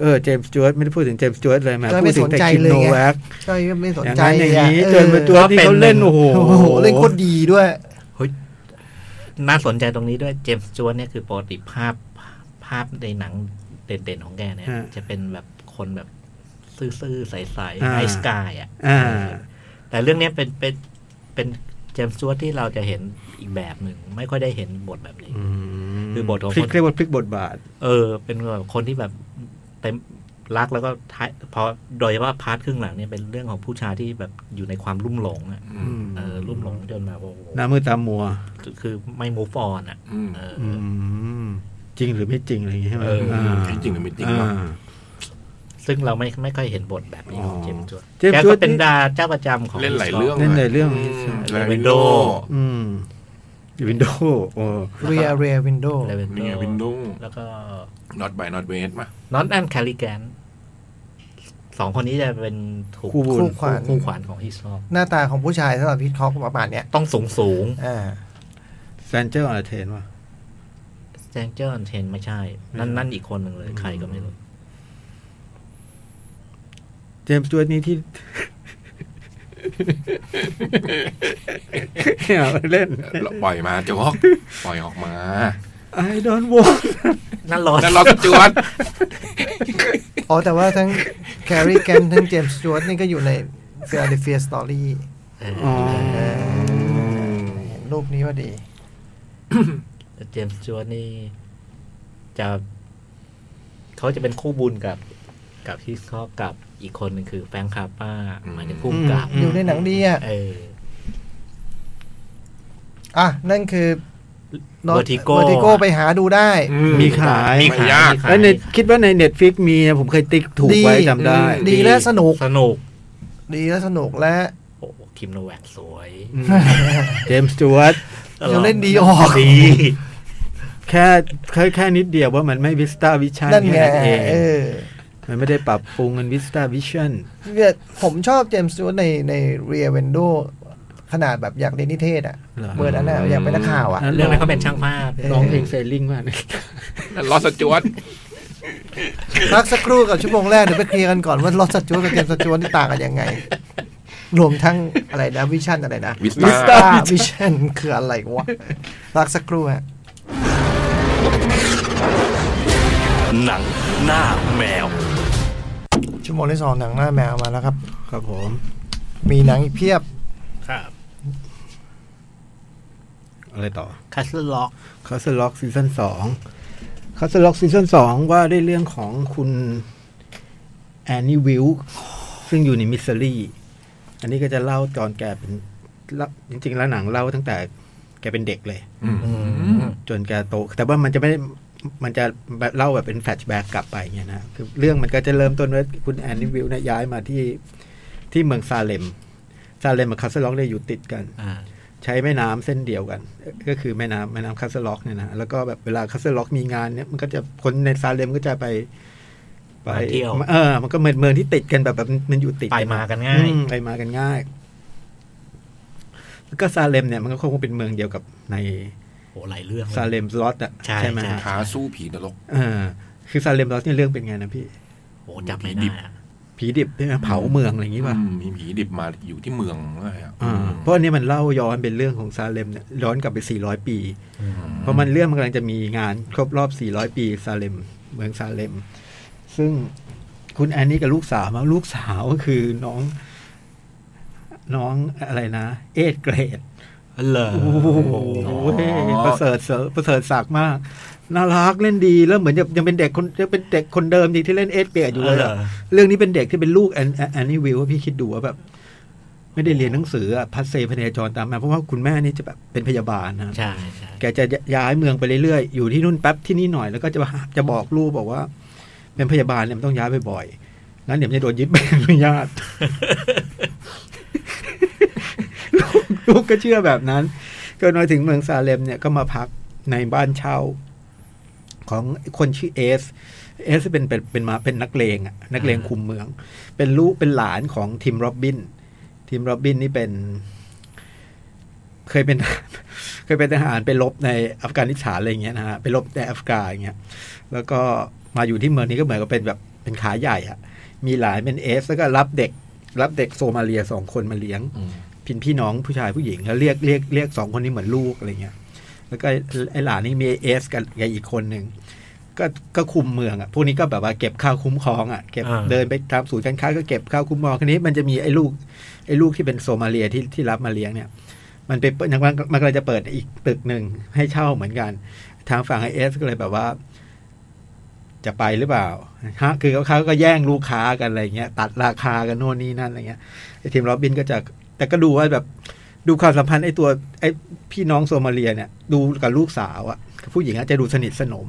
[SPEAKER 4] เออเจมส์จวตไม่ได้พูดถึงเจมส์จวตเลยแหม
[SPEAKER 2] ก็
[SPEAKER 4] พู
[SPEAKER 2] ไม่
[SPEAKER 4] ดถึงแต่
[SPEAKER 2] สนใจ
[SPEAKER 4] คิม
[SPEAKER 2] เลย
[SPEAKER 4] โน
[SPEAKER 2] ไง
[SPEAKER 4] แวก
[SPEAKER 2] จ้อยก็ไม่สน
[SPEAKER 4] อย่าง
[SPEAKER 2] ใจ
[SPEAKER 4] นั้นอย่างนี้
[SPEAKER 2] ะ
[SPEAKER 4] เจมส์จวตที่เขาเล่นโอ้โห
[SPEAKER 2] โอ้โหเล่นโคตรดีด้วย
[SPEAKER 5] เฮ้ยน่าสนใจตรงนี้ด้วยเจมส์จวนเนี่ยคือปกติภาพภาพในหนังเด่นๆของแกเนี่ย
[SPEAKER 4] ฮะ
[SPEAKER 5] จะเป็นแบบคนแบบซื่อๆ ใส
[SPEAKER 4] อ่า
[SPEAKER 5] ๆไอสกายอ่ะ
[SPEAKER 4] อ่า
[SPEAKER 5] แต่เรื่องเนี้ยเป็นเป็นเป็นเจมส์จวนที่เราจะเห็นอีกแบบหนึ่ง ไม่ค่อยได้เห็นบทแบบนี้
[SPEAKER 4] อืม
[SPEAKER 5] คือบทของ
[SPEAKER 4] พลิก
[SPEAKER 5] คน
[SPEAKER 4] เรียกว่าพลิกบทบาท
[SPEAKER 5] เออ เป็นแบบคนที่แบบเต็มรักแล้วก็ท้ายพอโดยเฉพาะพาร์ทครึ่งหลังเนี่ยเป็นเรื่องของผู้ชายที่แบบอยู่ในความลุ่มหลงอ่ะ
[SPEAKER 4] อืม
[SPEAKER 5] เออลุ่มหลงจนแบบโอ้โห
[SPEAKER 4] หน้ามือตามัว
[SPEAKER 5] คือไม่ move on อ่ะ
[SPEAKER 3] อืม
[SPEAKER 5] เออ
[SPEAKER 4] อืมจริงหรือไม่จริงอะไรอย่างเงี้ยใช่ไหม
[SPEAKER 5] เอออ่
[SPEAKER 4] า
[SPEAKER 3] จริงหรือไม่จริงวะ
[SPEAKER 4] อ่า
[SPEAKER 5] ซึ่งเราไม่ไม่ค่อยเห็นบทแบบนี้ของ
[SPEAKER 4] อ๋อ
[SPEAKER 5] เจมส์จวด
[SPEAKER 4] เจมส์
[SPEAKER 5] แก
[SPEAKER 4] จว
[SPEAKER 5] ก็
[SPEAKER 4] ดนี่
[SPEAKER 5] เป็นดาเจ้าประจำของ
[SPEAKER 3] เล่นหลายเรื่อง
[SPEAKER 5] Hitchcock
[SPEAKER 4] เล่นหลายเรื่อง
[SPEAKER 3] ลายวินโด
[SPEAKER 4] อืมอยู่วินโดว์โอ้
[SPEAKER 2] เรียเรียวินโดว์
[SPEAKER 5] เลเวน
[SPEAKER 3] นี่ไง
[SPEAKER 5] โด
[SPEAKER 3] Windows
[SPEAKER 5] แล้วก็
[SPEAKER 3] not by not west มา
[SPEAKER 5] นอนแอนแคลิแกน สองคนนี้จะเป็นถูก
[SPEAKER 4] คู่บุญ
[SPEAKER 5] ขวานคู่ขวานของฮิสซอก
[SPEAKER 2] หน้าตาของผู้ชายสำหรับฮิตคอกประมาณเนี้ย
[SPEAKER 5] ต้องสูงสูง
[SPEAKER 2] อ่า
[SPEAKER 4] แซนเจอร์อัลเทนว่ะ
[SPEAKER 5] แซงเจอร์เทนไม่ใช่ นั่นนั่นอีกคนหนึ่งเลยใครก็ไม่รู้
[SPEAKER 4] เจมส์ตัวนี้ที่ เอาเล่น
[SPEAKER 3] ปล่อยมาโจ๊กปล่อยออกมา
[SPEAKER 4] I don't want
[SPEAKER 5] นั่นรอ
[SPEAKER 3] นั่นเราจวด
[SPEAKER 2] อ๋อ แต่ว่าทั้งแคร์รีแกนทั้งเจมส์จวตนี่ก็อยู่ในเฟียร์เฟียสตอรี่
[SPEAKER 5] เออ
[SPEAKER 4] อ๋อ
[SPEAKER 2] เห็นรูปนี้ว่าดี
[SPEAKER 5] เจมส์จวนนี่ จะเขาจะเป็นคู่บุญกับ กับฮิสซอกกับอีกคนหนึ่งคือ แฟรงค์คาป้าหมายถึงคู่กับ
[SPEAKER 2] อยู่ในหนังดีอ่ะ
[SPEAKER 5] เออ
[SPEAKER 2] อ่ะ นั่นคือ
[SPEAKER 5] Vertigo
[SPEAKER 2] เวอร์ติโกไปหาดูได้
[SPEAKER 4] มีขาย
[SPEAKER 3] มีขายยาก
[SPEAKER 5] ขาย
[SPEAKER 4] แล้วในคิดว่าในเน็ตฟิกมีนะผมเคยติ๊กถูกไว้
[SPEAKER 2] ดี
[SPEAKER 4] จำได้
[SPEAKER 3] อืม
[SPEAKER 2] ดีและสนุก
[SPEAKER 5] สนุก
[SPEAKER 2] ดีและสนุกและ
[SPEAKER 5] โอ้โหคิมโนแวกสวย
[SPEAKER 4] เจมส์จวต
[SPEAKER 2] ยังเล่นดีออก
[SPEAKER 5] ดี
[SPEAKER 4] แค่แค่แค่นิดเดียวว่ามันไม่วิสตาวิชั่น
[SPEAKER 2] นั่น
[SPEAKER 4] แค่
[SPEAKER 2] ไง
[SPEAKER 4] นั้นเอง
[SPEAKER 2] เออ
[SPEAKER 4] มันไม่ได้ปรับปรุงมันวิสตาวิชั่น
[SPEAKER 2] เนี่ยผมชอบเจมส์จวตในในเรียเวนโดขนาดแบบอยากเรียนนิเทศอ่ะเหมือนอันน่ะอยากเป็นนักข่าวอ่ะ
[SPEAKER 5] เรื่องนั้นเขาเป็นช่างภาพ
[SPEAKER 4] ร้องเพลงเซลลิงมากเลย
[SPEAKER 3] นั่นเราจวด
[SPEAKER 2] พักสักครู่กับชั่วโมงแรกเดี๋ยวไปเคลียร์กันก่อนว่ารถสจวตกับเจมส์สจวตนี่ต่างกันยังไง รวมทั้งอะไรนะวิชั่นอะไรนะ
[SPEAKER 3] Vista
[SPEAKER 2] วิชั่นคืออะไรวะพักสักครู่ฮะ
[SPEAKER 1] หนังหน้าแมว
[SPEAKER 2] ชั่วโมงที่สองหนังหน้าแมวมาแล้วครับ
[SPEAKER 4] ครับผม
[SPEAKER 2] มีหนังอีกเพียบ
[SPEAKER 5] ครับ
[SPEAKER 4] อะไรต่อ
[SPEAKER 5] คัสเซอร์ล็อก
[SPEAKER 4] คาสเซล็อกซีซั่นสองคาสเซล็อกซีซั่นสองว่าด้วยเรื่องของคุณแอนนี่วิลซึ่งอยู่ในมิสซิลีอันนี้ก็จะเล่าตอนแกเป็นเล่าจริง ๆ แล้วหนังเล่าตั้งแต่แกเป็นเด็กเลย จนแกโต แต่ว่ามันจะไม่ได้มันจะแบบเล่าแบบเป็นแฟลชแบ็กกลับไปเงี้ยนะคือเรื่องมันก็จะเริ่มต้นว่าคุณแอนนี่วิลเนี่ยย้ายมาที่ที่เมืองซาเลม ซาเลมกับคาสเซล็อกเนี่ยอยู่ติดกัน ใช้แม่น้ำเส้นเดียวกัน ก็คือแม่น้ำแม่น้ำคัสเซล็อกเนี่ยนะแล้วก็แบบเวลาคัสเซล็อกมีงานเนี่ยมันก็จะคนในซาเลมก็จะไปไป
[SPEAKER 5] มาเที่ยว
[SPEAKER 4] เออ มันก็เหมือนเมืองที่ติดกันแบบแบบมันอยู่ติด
[SPEAKER 5] ไป
[SPEAKER 4] กัน
[SPEAKER 5] มากันง่าย
[SPEAKER 4] อืมไปมากันง่าย แล้วก็ซาเลมเนี่ยมันก็คงเป็นเมืองเดียวกับใน
[SPEAKER 5] โอ้หลายเรื่อง
[SPEAKER 4] ซาเลมสล็อตอะ
[SPEAKER 5] ใช่
[SPEAKER 4] ไหม
[SPEAKER 5] ใช่
[SPEAKER 3] ขาสู้ผีนรก
[SPEAKER 4] เออคือซาเลมสล็อตเนี่ยเรื่องเป็นไงนะพี่
[SPEAKER 5] โอ้จำไม่ได้อะ
[SPEAKER 4] ผีดิบใช่ไหมเผาเมืองอะไรอย่างงี้ป่ะ
[SPEAKER 3] อืมมีผีดิบมาอยู่ที่เมืองอะไรอ่ะ
[SPEAKER 4] อ่าเพราะอันนี้มันเล่าย้อนเป็นเรื่องของซาเลมเนี่ยย้อนกลับไป 400 ปี เพราะมันเรื่องมันกำลังจะมีงานครบรอบ 400 ปีซาเลม เมืองซาเลม ซึ่งคุณแอนนี่กับลูกสาวมาลูกสาวก็คือน้อง น้องอะไรนะ เอทเกรด
[SPEAKER 5] เหรอ
[SPEAKER 4] โอ้โหประเสริฐเสริฐประเสริฐศักดิ์มาก น่ารักเล่นดีแล้วเหมือนจะยังเป็นเด็กคนยังเป็นเด็กคนเดิมดีที่เล่นเอทเกรดอยู่เลยอะ เรื่องนี้เป็นเด็กที่เป็นลูกแอนแอนแอนนี่วิลว่าพี่คิดดูว่าแบบ ไม่ได้เรียนหนังสืออะพัสเซพเนจรตามมาเพราะว่าคุณแม่นี่จะแบบเป็นพยาบาลนะ
[SPEAKER 5] ใช่ใช่
[SPEAKER 4] แกจะย้ายเมืองไปเรื่อยๆ อยู่ที่นู่นแป๊บที่นี่หน่อยแล้วก็จะจะบอกลูกบอกว่า เป็นพยาบาลเนี่ยมันต้องย้ายบ่อยๆงั้นเดี๋ยวมันจะโดนยึดใบอนุญาต ลูกลูกก็เชื่อแบบนั้นจนมาถึงเมืองซาเลมเนี่ยก็มาพักในบ้านเช่า ของคนชื่อเอส เอสเป็นเป็นเป็นมาเป็นนักเลงอะนักเลงคุมเมือง เป็นลูกเป็นหลานของทีมโรบบิน ทีมโรบบินนี่เป็น เคยเป็น เคยเป็นทหารไปรบในอัฟกานิสถานอะไรอย่างเงี้ยนะฮะไปรบในอัฟกานอย่างเงี้ย แล้วก็มาอยู่ที่เมืองนี้ก็เหมือนกับเป็นแบบเป็นขาใหญ่อะมีหลานเป็นเอสแล้วก็รับเด็ก รับเด็กโซมาเลียสองคนมาเลี้ยง พินพี่น้องผู้ชายผู้หญิงแล้วเรียกเรียกเรียกสองคนนี้เหมือนลูกอะไรเงี้ย แล้วก็ไอ้ไอหลานนี่มีเอสกับกับอีกคนหนึ่งก็ก็คุมเมืองอ่ะพวกนี้ก็แบบว่าเก็บข้าวคุ้มครองอ่ะเก็บเดินไปตามศูนย์การค้าก็เก็บข้าวคุ้มครองคันนี้มันจะมีไอ้ลูกไอ้ลูกที่เป็นโซมาเลียที่ที่รับมาเลี้ยงเนี่ย มันไปเปิดมันมันก็เลยจะเปิดอีกตึกหนึ่งให้เช่าเหมือนกัน ทางฝั่งไอเอสก็เลยแบบว่า จะไปหรือเปล่าฮะคือเขาก็แย่งลูกค้ากันอะไรเงี้ย ตัดราคากันโน่นนี่นั่นอะไรเงี้ยไอทีมโรบบินก็จะ แต่ก็ดูว่าแบบดูความสัมพันธ์ไอ้ตัวไอ้พี่น้องโซมาเลียเนี่ย ดูกับลูกสาวอะกับผู้หญิงอาจจะดูสนิทสนม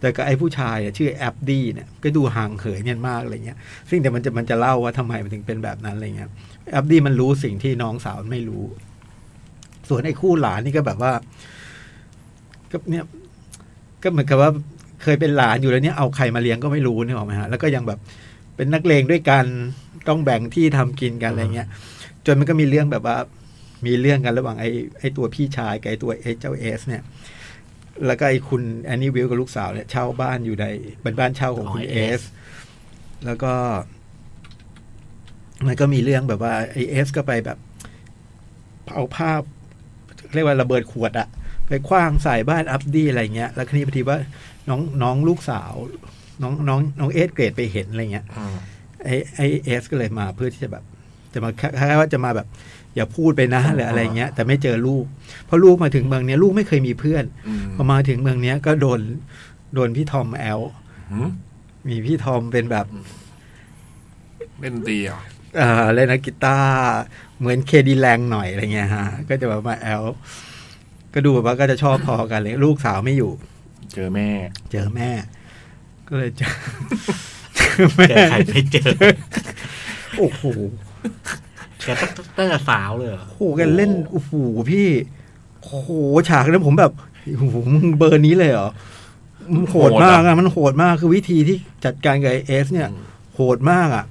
[SPEAKER 4] แต่กับไอ้ผู้ชายอะชื่อแอปดีเนี่ยก็ดูห่างเหินกันมากอะไรเงี้ย ซึ่งแต่มันจะมันจะเล่าว่าทำไมมันถึงเป็นแบบนั้นอะไรเงี้ยแอปดีมันรู้สิ่งที่น้องสาวมันไม่รู้ ส่วนไอ้คู่หลานนี่ก็แบบว่า ก็เนี่ย ก็เหมือนกับว่าเคยเป็นหลานอยู่แล้วเนี่ยเอาใครมาเลี้ยงก็ไม่รู้เนี่ยหรอกไหมฮะแล้วก็ยังแบบ เป็นนักเลงด้วยกันต้องแบ่งที่ทำกินกันอะไรเงี้ย จนมันก็มีเรื่องแบบว่า มีเรื่องกันระหว่างไอ้ไอ้ตัวพี่ชายกับไอ้ตัวไอ้เจ้าเอส เนี่ย แล้วก็ไอ้คุณแอนนี่วิลกับลูกสาวเนี่ยเช่าบ้านอยู่ในเป็นบ้านเช่าของคุณ
[SPEAKER 5] ของไอ้
[SPEAKER 4] เอ
[SPEAKER 5] เอ
[SPEAKER 4] ส
[SPEAKER 5] ส
[SPEAKER 4] แล้วก็ มันก็มีเรื่องแบบว่าไอเอสก็ไปแบบ เอาภาพ เรียกว่าระเบิดขวดอะไปคว้างใส่บ้านอัพดี้อะไรเงี้ย แล้วคราวนี้พอดีว่าน้องน้องลูกสาว น้องน้องน้องเอสเกรดไปเห็นอะไรเงี้ย
[SPEAKER 3] อืม
[SPEAKER 4] ไอไอเอสก็เลยมาเพื่อที่จะแบบ จะมาคล้ายๆว่าจะมาแบบ อย่าพูดไปนะหรืออะไรเงี้ย แต่ไม่เจอลูกเพราะลูกมาถึงเมืองเนี้ยลูกไม่เคยมีเพื่อน
[SPEAKER 3] อืม
[SPEAKER 4] พอมาถึงเมืองเนี้ยก็โดนโดนพี่ทอมแอล
[SPEAKER 3] หืม
[SPEAKER 4] มีพี่ทอมเป็นแบบ
[SPEAKER 3] เล่นดนตรีเหรอ่ะ
[SPEAKER 4] เอ่อเล่นนักกีตาร์เหมือนเคดีแรงหน่อยอะไรเงี้ยฮะ ก็จะแบบมาแอล ก็ดูแบบว่าก็จะชอบพอกันเลยลูกสาวไม่อยู่
[SPEAKER 3] เจอแม่
[SPEAKER 4] เจอแม่ ก็เลยเจอ เจอแม่
[SPEAKER 5] เจอใครไม่เจอ
[SPEAKER 4] โอ้โห
[SPEAKER 5] แกตั้งตั้งแต่สาวเลยเหรอ
[SPEAKER 4] โอ้โหกันเล่นโอ้โหพี่โอ้โหฉากนั้นผมแบบโอ้โหมึงเบอร์นี้เลยเหรอมันโหดมากอะมันโหดมากคือวิธีที่จัดการกับไอ้เอส เนี่ย โหดมากอะ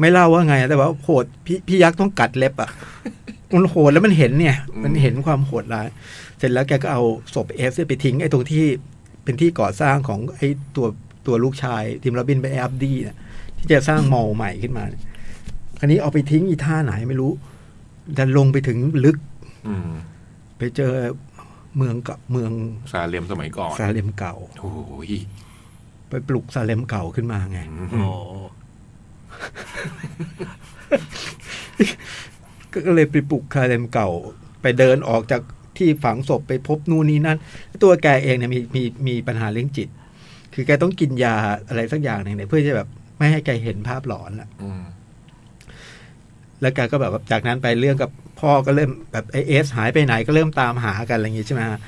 [SPEAKER 4] ไม่เล่าว่าไงแต่ว่าโหดพี่พี่ยักษ์ต้องกัดเล็บอะมันโหดแล้วมันเห็นเนี่ย
[SPEAKER 3] อืม
[SPEAKER 4] มันเห็นความโหดร้ายเสร็จแล้วแกก็เอาศพเอสเนี่ยไปทิ้งไอ้ตรงที่เป็นที่ก่อสร้างของไอ้ตัวตัวลูกชายทีมโรบินไปแอบดีเนี่ยที่จะสร้างมอลล์ใหม่ขึ้นมาเนี่ยคันนี้เอาไปทิ้งอีท่าไหนไม่รู้ ดันลงไปถึงลึก
[SPEAKER 3] อืม
[SPEAKER 4] ไปเจอเมืองเกับเมือง
[SPEAKER 3] ซาเลมสมัยก่อน
[SPEAKER 4] ซาเลมเก่า
[SPEAKER 3] โอ้ย
[SPEAKER 4] ไปปลุกซาเลมเก่าขึ้นมาไง
[SPEAKER 5] โอ้
[SPEAKER 4] ก็ก็เลยไปปลุกซาเลมเก่า ไปเดินออกจากที่ฝังศพไปพบนู่นนี่นั่น ตัวแกเองเนี่ยมีมีมีปัญหาเรื่องจิต คือแกต้องกินยาอะไรสักอย่างหนึ่งเนี่ยเพื่อจะแบบไม่ให้แกเห็นภาพหลอนอะ
[SPEAKER 3] อืม
[SPEAKER 4] แล้วแกก็แบบว่าจากนั้นไปเรื่องกับพ่อก็เริ่มแบบไอเอสหายไปไหนก็เริ่มตามหากันอะไรอย่างงี้ใช่ไหมฮะ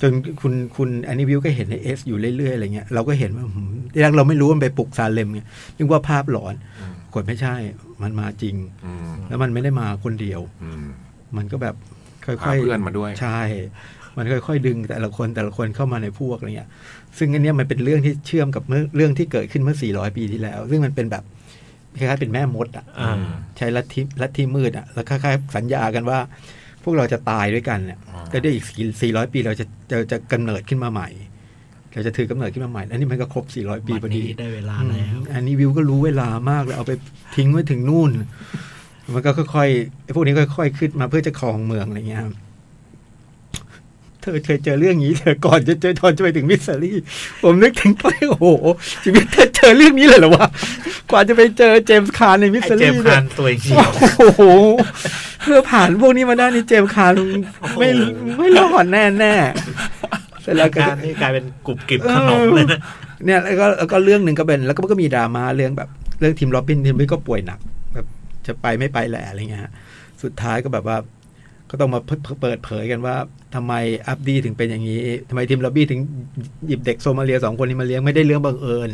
[SPEAKER 4] จนคุณคุณอันนี้วิวก็เห็นไอเอสอยู่เรื่อยๆอะไรเงี้ยเราก็เห็นว่าหืมที่แรกเราไม่รู้ว่ามันไปปลุกซาเลมไงนึกว่าภาพหลอนปรากดไม่ใช่มันมาจริง
[SPEAKER 3] อืม
[SPEAKER 4] แล้วมันไม่ได้มาคนเดียว
[SPEAKER 3] อืม
[SPEAKER 4] มันก็แบบค่
[SPEAKER 3] พา
[SPEAKER 4] อย
[SPEAKER 3] เพื่อนมาด้วย
[SPEAKER 4] ๆใช่ มันค่อยๆดึงแต่ละคนแต่ละคนเข้ามาในพวกอะไรเงี้ย ซึ่งอันเนี้ยมันเป็นเรื่องที่เชื่อมกับเมื่อเรื่องที่เกิดขึ้นเมื่อ 400 ปีที่แล้ว ซึ่งมันเป็นแบบคล้ายๆเป็นแม่มดอ่ะ
[SPEAKER 5] อ่า
[SPEAKER 4] ใช้ลัทธิลัทธิมืดอ่ะ แล้วคล้ายๆสัญญากันว่า พวกเราจะตายด้วยกันเนี่ย
[SPEAKER 3] อ่า
[SPEAKER 4] แล้วเดี๋ยวอีกสี่ร้อยปีเราจะจะจะกำเนิดขึ้นมาใหม่ เราจะถือกำเนิดขึ้นมาใหม่ อันนี้มันก็ครบสี่ร้อยปี
[SPEAKER 5] ปี
[SPEAKER 4] พอดี
[SPEAKER 5] นี้ได้เวลาแล้ว
[SPEAKER 4] อืมอันนี้วิวก็รู้เวลามากเลยเอาไปทิ้งไว้ถึงนู่น มันก็ค่อยๆไอ้พวกนี้ค่อยๆขึ้นมาเพื่อจะครองเมืองอะไรเงี้ยครับเธอเคยเจอเรื่องนี้เธอก่อนจะเจอตอนจะไปถึงมิสซารีผมนึกถึงตอนโอ้โหชีวิตเธอเจอเรื่องนี้เลยเหรอวะกว่าจะไปเจอเจมส์คาร์ในมิส
[SPEAKER 5] ไอ้
[SPEAKER 4] ซา
[SPEAKER 5] เจ
[SPEAKER 4] รี
[SPEAKER 5] มส์
[SPEAKER 4] เนี่
[SPEAKER 5] คาย นตัวจริง
[SPEAKER 4] โอ้โหเพื่อผ่านพวกนี้มาได้นี่เจมส์คาร์ลุงไม่
[SPEAKER 5] โอ้โห
[SPEAKER 4] ไม่รอดแน่แน่เสร็จแล้วก็
[SPEAKER 5] งานนี่กลายเป็นกรุบกริบ
[SPEAKER 4] เออ
[SPEAKER 5] ขนมเลยนะ
[SPEAKER 4] เนี่ยแล้วก็แล้วก็เรื่องหนึ่งก็เป็น แล้วก็มันก็มีดราม่าเรื่องแบบเรื่องทีมโรบินทีมโรบินก็ป่วยหนัก แบบจะไปไม่ไปแหละอะไรเงี้ยฮะสุดท้ายก็แบบว่า ก็ต้องมาเพิ่งเปิดเผยกันว่าทำไมอัพดีถึงเป็นอย่างนี้ทำไมทีมโรบินถึงหยิบเด็กโซมาเลียสองคนนี้มาเลี้ยงไม่ได้เรื่องบังเอิญ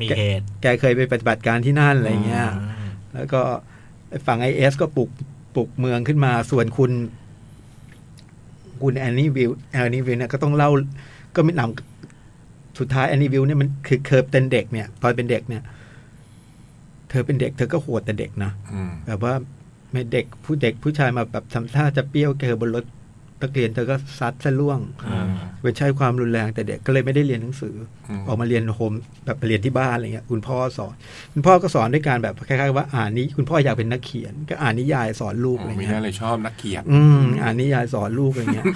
[SPEAKER 5] มีเหตุ
[SPEAKER 4] แกเคยไปปฏิบัติการที่นั่นอะไรเงี้ย แล้วก็ฝั่งไอเอสก็ปลุกปลุกเมืองขึ้นมาส่วนคุณ คุณแอนนี่วิลแอนนี่วิลเนี่ยก็ต้องเล่า ก็ไม่นำสุดท้ายแอนนี่วิลเนี่ยมันคือเคยเป็นเด็กเนี่ยตอนเป็นเด็กเนี่ย เธอเป็นเด็ก เธอก็โหดแต่เด็กนะ
[SPEAKER 3] อืม
[SPEAKER 4] แบบว่าไม่เด็กผู้เด็กผู้ชายมาแบบทำท่าจะเปรี้ยวเธอบนรถตะเกียนเธอก็ซัดซะล่วง
[SPEAKER 5] อ่า
[SPEAKER 4] เป็นใช้ความรุนแรงแต่เด็กก็เลยไม่ได้เรียนหนังสือ
[SPEAKER 3] ม
[SPEAKER 4] ออกมาเรียนโฮมแบบไปเรียนที่บ้านอะไรเงี้ยคุณพ่อสอน คุณพ่อก็สอนด้วยการแบบคล้ายๆว่าอ่านนี้คุณพ่ออยากเป็นนักเขียน ก็อ่านนิยายสอนลูกอะไร
[SPEAKER 3] ไม่
[SPEAKER 4] เงี้
[SPEAKER 3] น่าย เลยชอบนักเขียน
[SPEAKER 4] อืมอ่านนิยายสอนลูกอะไรเงี้ย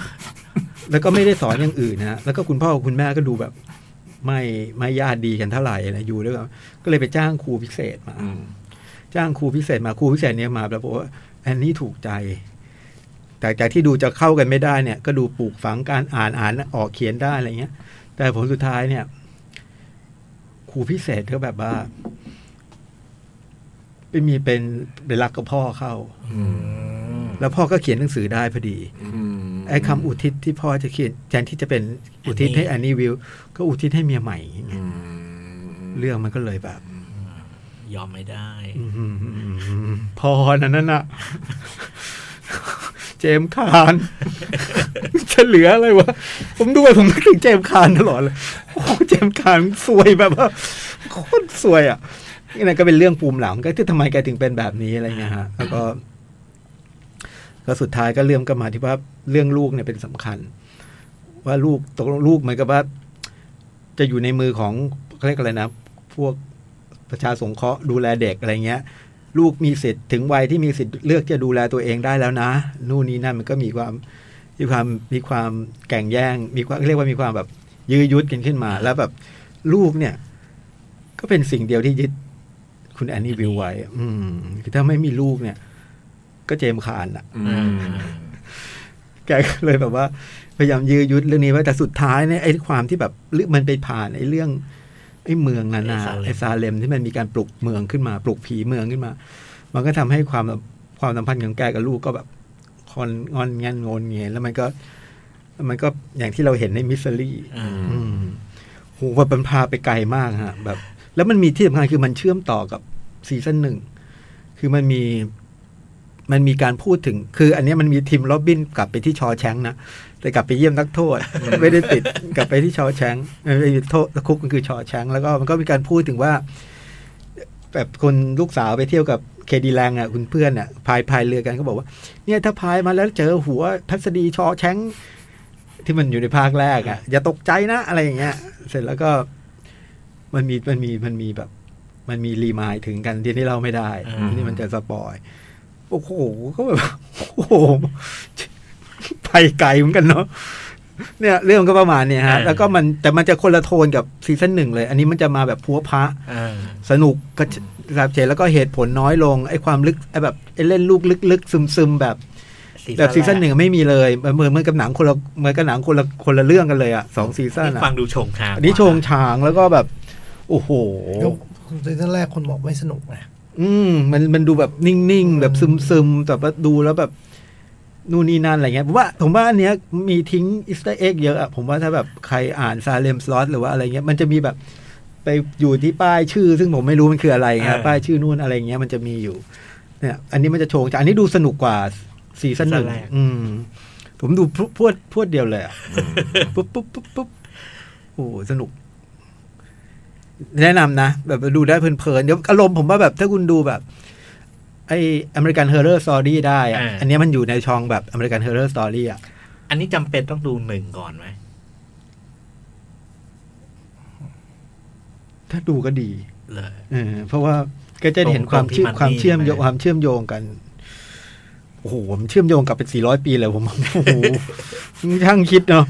[SPEAKER 4] แล้วก็ไม่ได้สอนอย่างอื่นนะฮะแล้วก็คุณพ่อกับคุณแม่ก็ดูแบบ ไม่ไม่ญาติดีกันเท่าไหร่นะอยู่ด้วยกันก็เลยไปจ้างครูพิเศษมา
[SPEAKER 3] อืม
[SPEAKER 4] จ้างครูพิเศษมาครูพิเศษเนี่ยมาแล้วบอกว่าอันนี้ถูกใจ แต่จากที่ดูจะเข้ากันไม่ได้เนี่ย ก็ดูปลูกฝังการอ่านอ่านออกเขียนได้อะไรเงี้ย แต่ผลสุดท้ายเนี่ยครูพิเศษก็แบบว่าไปมีเป็นไปรักกับพ่อเข้า
[SPEAKER 3] อืม
[SPEAKER 4] แล้วพ่อก็เขียนหนังสือได้พอดี
[SPEAKER 3] อืม
[SPEAKER 4] ไอ้คำอุทิศที่พ่อจะเขียนแทนที่จะเป็นอุทิศให้อันนี้วิว ก็อุทิศให้เมียใหม่อย่างเงี้ย
[SPEAKER 3] อืม
[SPEAKER 4] เรื่องมันก็เลยแบบ
[SPEAKER 5] ยอมไม่ได้
[SPEAKER 4] อื้อหือพอนะนั่นน่ะ เจมส์คาน จะเหลืออะไรวะ ผมดูไปผมนึกถึงเจมส์คานตลอดเลย โอ้โหเจมส์คานสวยแบบว่าโคตรสวยอ่ะ นั่นก็เป็นเรื่องภูมิหลังก็ที่ทำไมแกถึงเป็นแบบนี้อะไรเงี้ยฮะแล้วก็ ก็สุดท้ายก็เรื่องก็มาที่ว่าเรื่องลูกเนี่ยเป็นสำคัญ ว่าลูกตกลงลูกเหมือนกับว่า จะอยู่ในมือของเขาเรียกอะไรนะ พวกประชาสงเคราะห์ดูแลเด็กอะไรเงี้ย ลูกมีสิทธิ์ถึงวัยที่มีสิทธิ์เลือกจะดูแลตัวเองได้แล้วนะ นู่นนี่นั่นมันก็มีความมีความมีความแก่งแย่ง มีความเรียกว่ามีความแบบ ยื้อยุดกันขึ้นมา แล้วแบบลูกเนี่ย ก็เป็นสิ่งเดียวที่ยึดคุณแอนนี่วิวไว้ อืมคือถ้าไม่มีลูกเนี่ย ก็เจมส์คานอะ
[SPEAKER 3] อื
[SPEAKER 5] อื
[SPEAKER 3] ม
[SPEAKER 5] ม
[SPEAKER 4] แกก็เลยแบบว่า พยายามยื้อยุดเรื่องนี้ไว้แต่สุดท้ายเนี่ยไอ้ความที่แบบเรื่องมันไปผ่านไอ้เรื่องไอ้เมืองนานาไอ้ซาเลมที่มันมีการปลุกเมืองขึ้นมา ปลุกผีเมืองขึ้นมา มันก็ทำให้ความความสัมพันธ์ของแกกับลูกก็แบบคอนงอนแงนงนเงียแล้วมันก็แล้วมันก็อย่างที่เราเห็นในมิสซิลี่
[SPEAKER 5] อืม
[SPEAKER 4] อืมโหแบบมันพาไปไกลมากฮะแบบ แล้วมันมีที่สำคัญคือมันเชื่อมต่อกับซีซั่นหนึ่งคือมันมี มันมีการพูดถึง คืออันเนี้ยมันมีทีมโรบบินกลับไปที่ชอว์แชงก์นะ แต่กลับไปเยี่ยมนักโทษ ไม่ได้ติดกลับไปที่ชอว์แชงก์ไม่ได้โทษคุกมันคือชอว์แชงก์แล้วก็มันก็มีการพูดถึงว่า แบบคนลูกสาวไปเที่ยวกับเคดีแรงอ่ะคุณเพื่อนอ่ะพายพายเรือกันก็บอกว่า เนี่ยถ้าพายมาแล้วเจอหัวทัศดีชอว์แชงก์ที่มันอยู่ในภาคแรกอ่ะ อย่าตกใจนะอะไรอย่างเงี้ย เสร็จแล้วก็ มันมีมันมีมันมีแบบ มันมีรีมายถึงกันที่นี่เราไม่ได้ทีนี่มันจะสปอย โอ้โหก็แบบ โอ้โหไปไกลเหมือนกันเนาะเนี่ย เรื่องก็ประมาณเนี่ยฮะ แล้วก็มันแต่มันจะคนละโทนกับซีซั่นหนึ่งเลย อันนี้มันจะมาแบบพัวพระ
[SPEAKER 5] เออ
[SPEAKER 4] สนุกกระชกระเฉดแล้วก็เหตุผลน้อยลงไอ้ความลึกไอ้แบบไอ้เล่นลูกลึกๆซึมๆแบบ แบบซีซั่นหนึ่งไม่มีเลยมันเหมือนเหมือนกับหนังคนละเหมือนกับหนังคนละคนละเรื่องกันเลยอ่ะสองซีซั่น
[SPEAKER 5] นี่
[SPEAKER 4] อ่ะ
[SPEAKER 5] ฟังดูชงชาง
[SPEAKER 4] อันนี้โชงฉางแล้วก็แบบ โอ้โห
[SPEAKER 2] ซีซั่นแรกคนบอกไม่สนุกนะ
[SPEAKER 4] อืมมันมันดูแบบนิ่งๆ แบบซึมๆ แต่ว่าดูแล้วแบบนู่นนี่นั่นอะไรเงี้ยผมว่าผมว่าอันเนี้ยมีทิ้งอิสต์เอ็กเยอะอะผมว่าถ้าแบบใครอ่านซาเลมสล็อตหรือว่าอะไรเงี้ย มันจะมีแบบไปอยู่ที่ป้ายชื่อ ซึ่งผมไม่รู้มันคืออะไรครับป้ายชื่อนู่นอะไรเงี้ยมันจะมีอยู่ เนี่ย อันนี้มันจะโชงจากอันนี้ดูสนุกกว่าซีซั่นหนึ่งอืม ผมดูพรวดพรวดพรวดเดียวเลยอะปุ๊บปุ๊บปุ๊บปุ๊บโอ้โหสนุก แนะนำนะ แบบดูได้เพลินๆเดี๋ยวอารมณ์ผมว่าแบบถ้าคุณดูแบบ ไออเมริกันเฮอร์เรอร์สตอรี่ได้อะอันเนี้ยมันอยู่ในช่องแบบอเมริกันเฮอร์เรอร์สตอรี่อ่ะ
[SPEAKER 5] อันนี้จำเป็นต้องดูหนึ่งก่อนไหม
[SPEAKER 4] ถ้าดูก็ดี
[SPEAKER 5] เลย
[SPEAKER 4] เออเพราะว่าก็จะเห็นความเชื่อมความเชื่อมโยงความเชื่อมโยงกัน โอ้โหมันเชื่อมโยงกับเป็นสี่ร้อยปีเลยผม โอ้โห มันช่างคิดเนาะ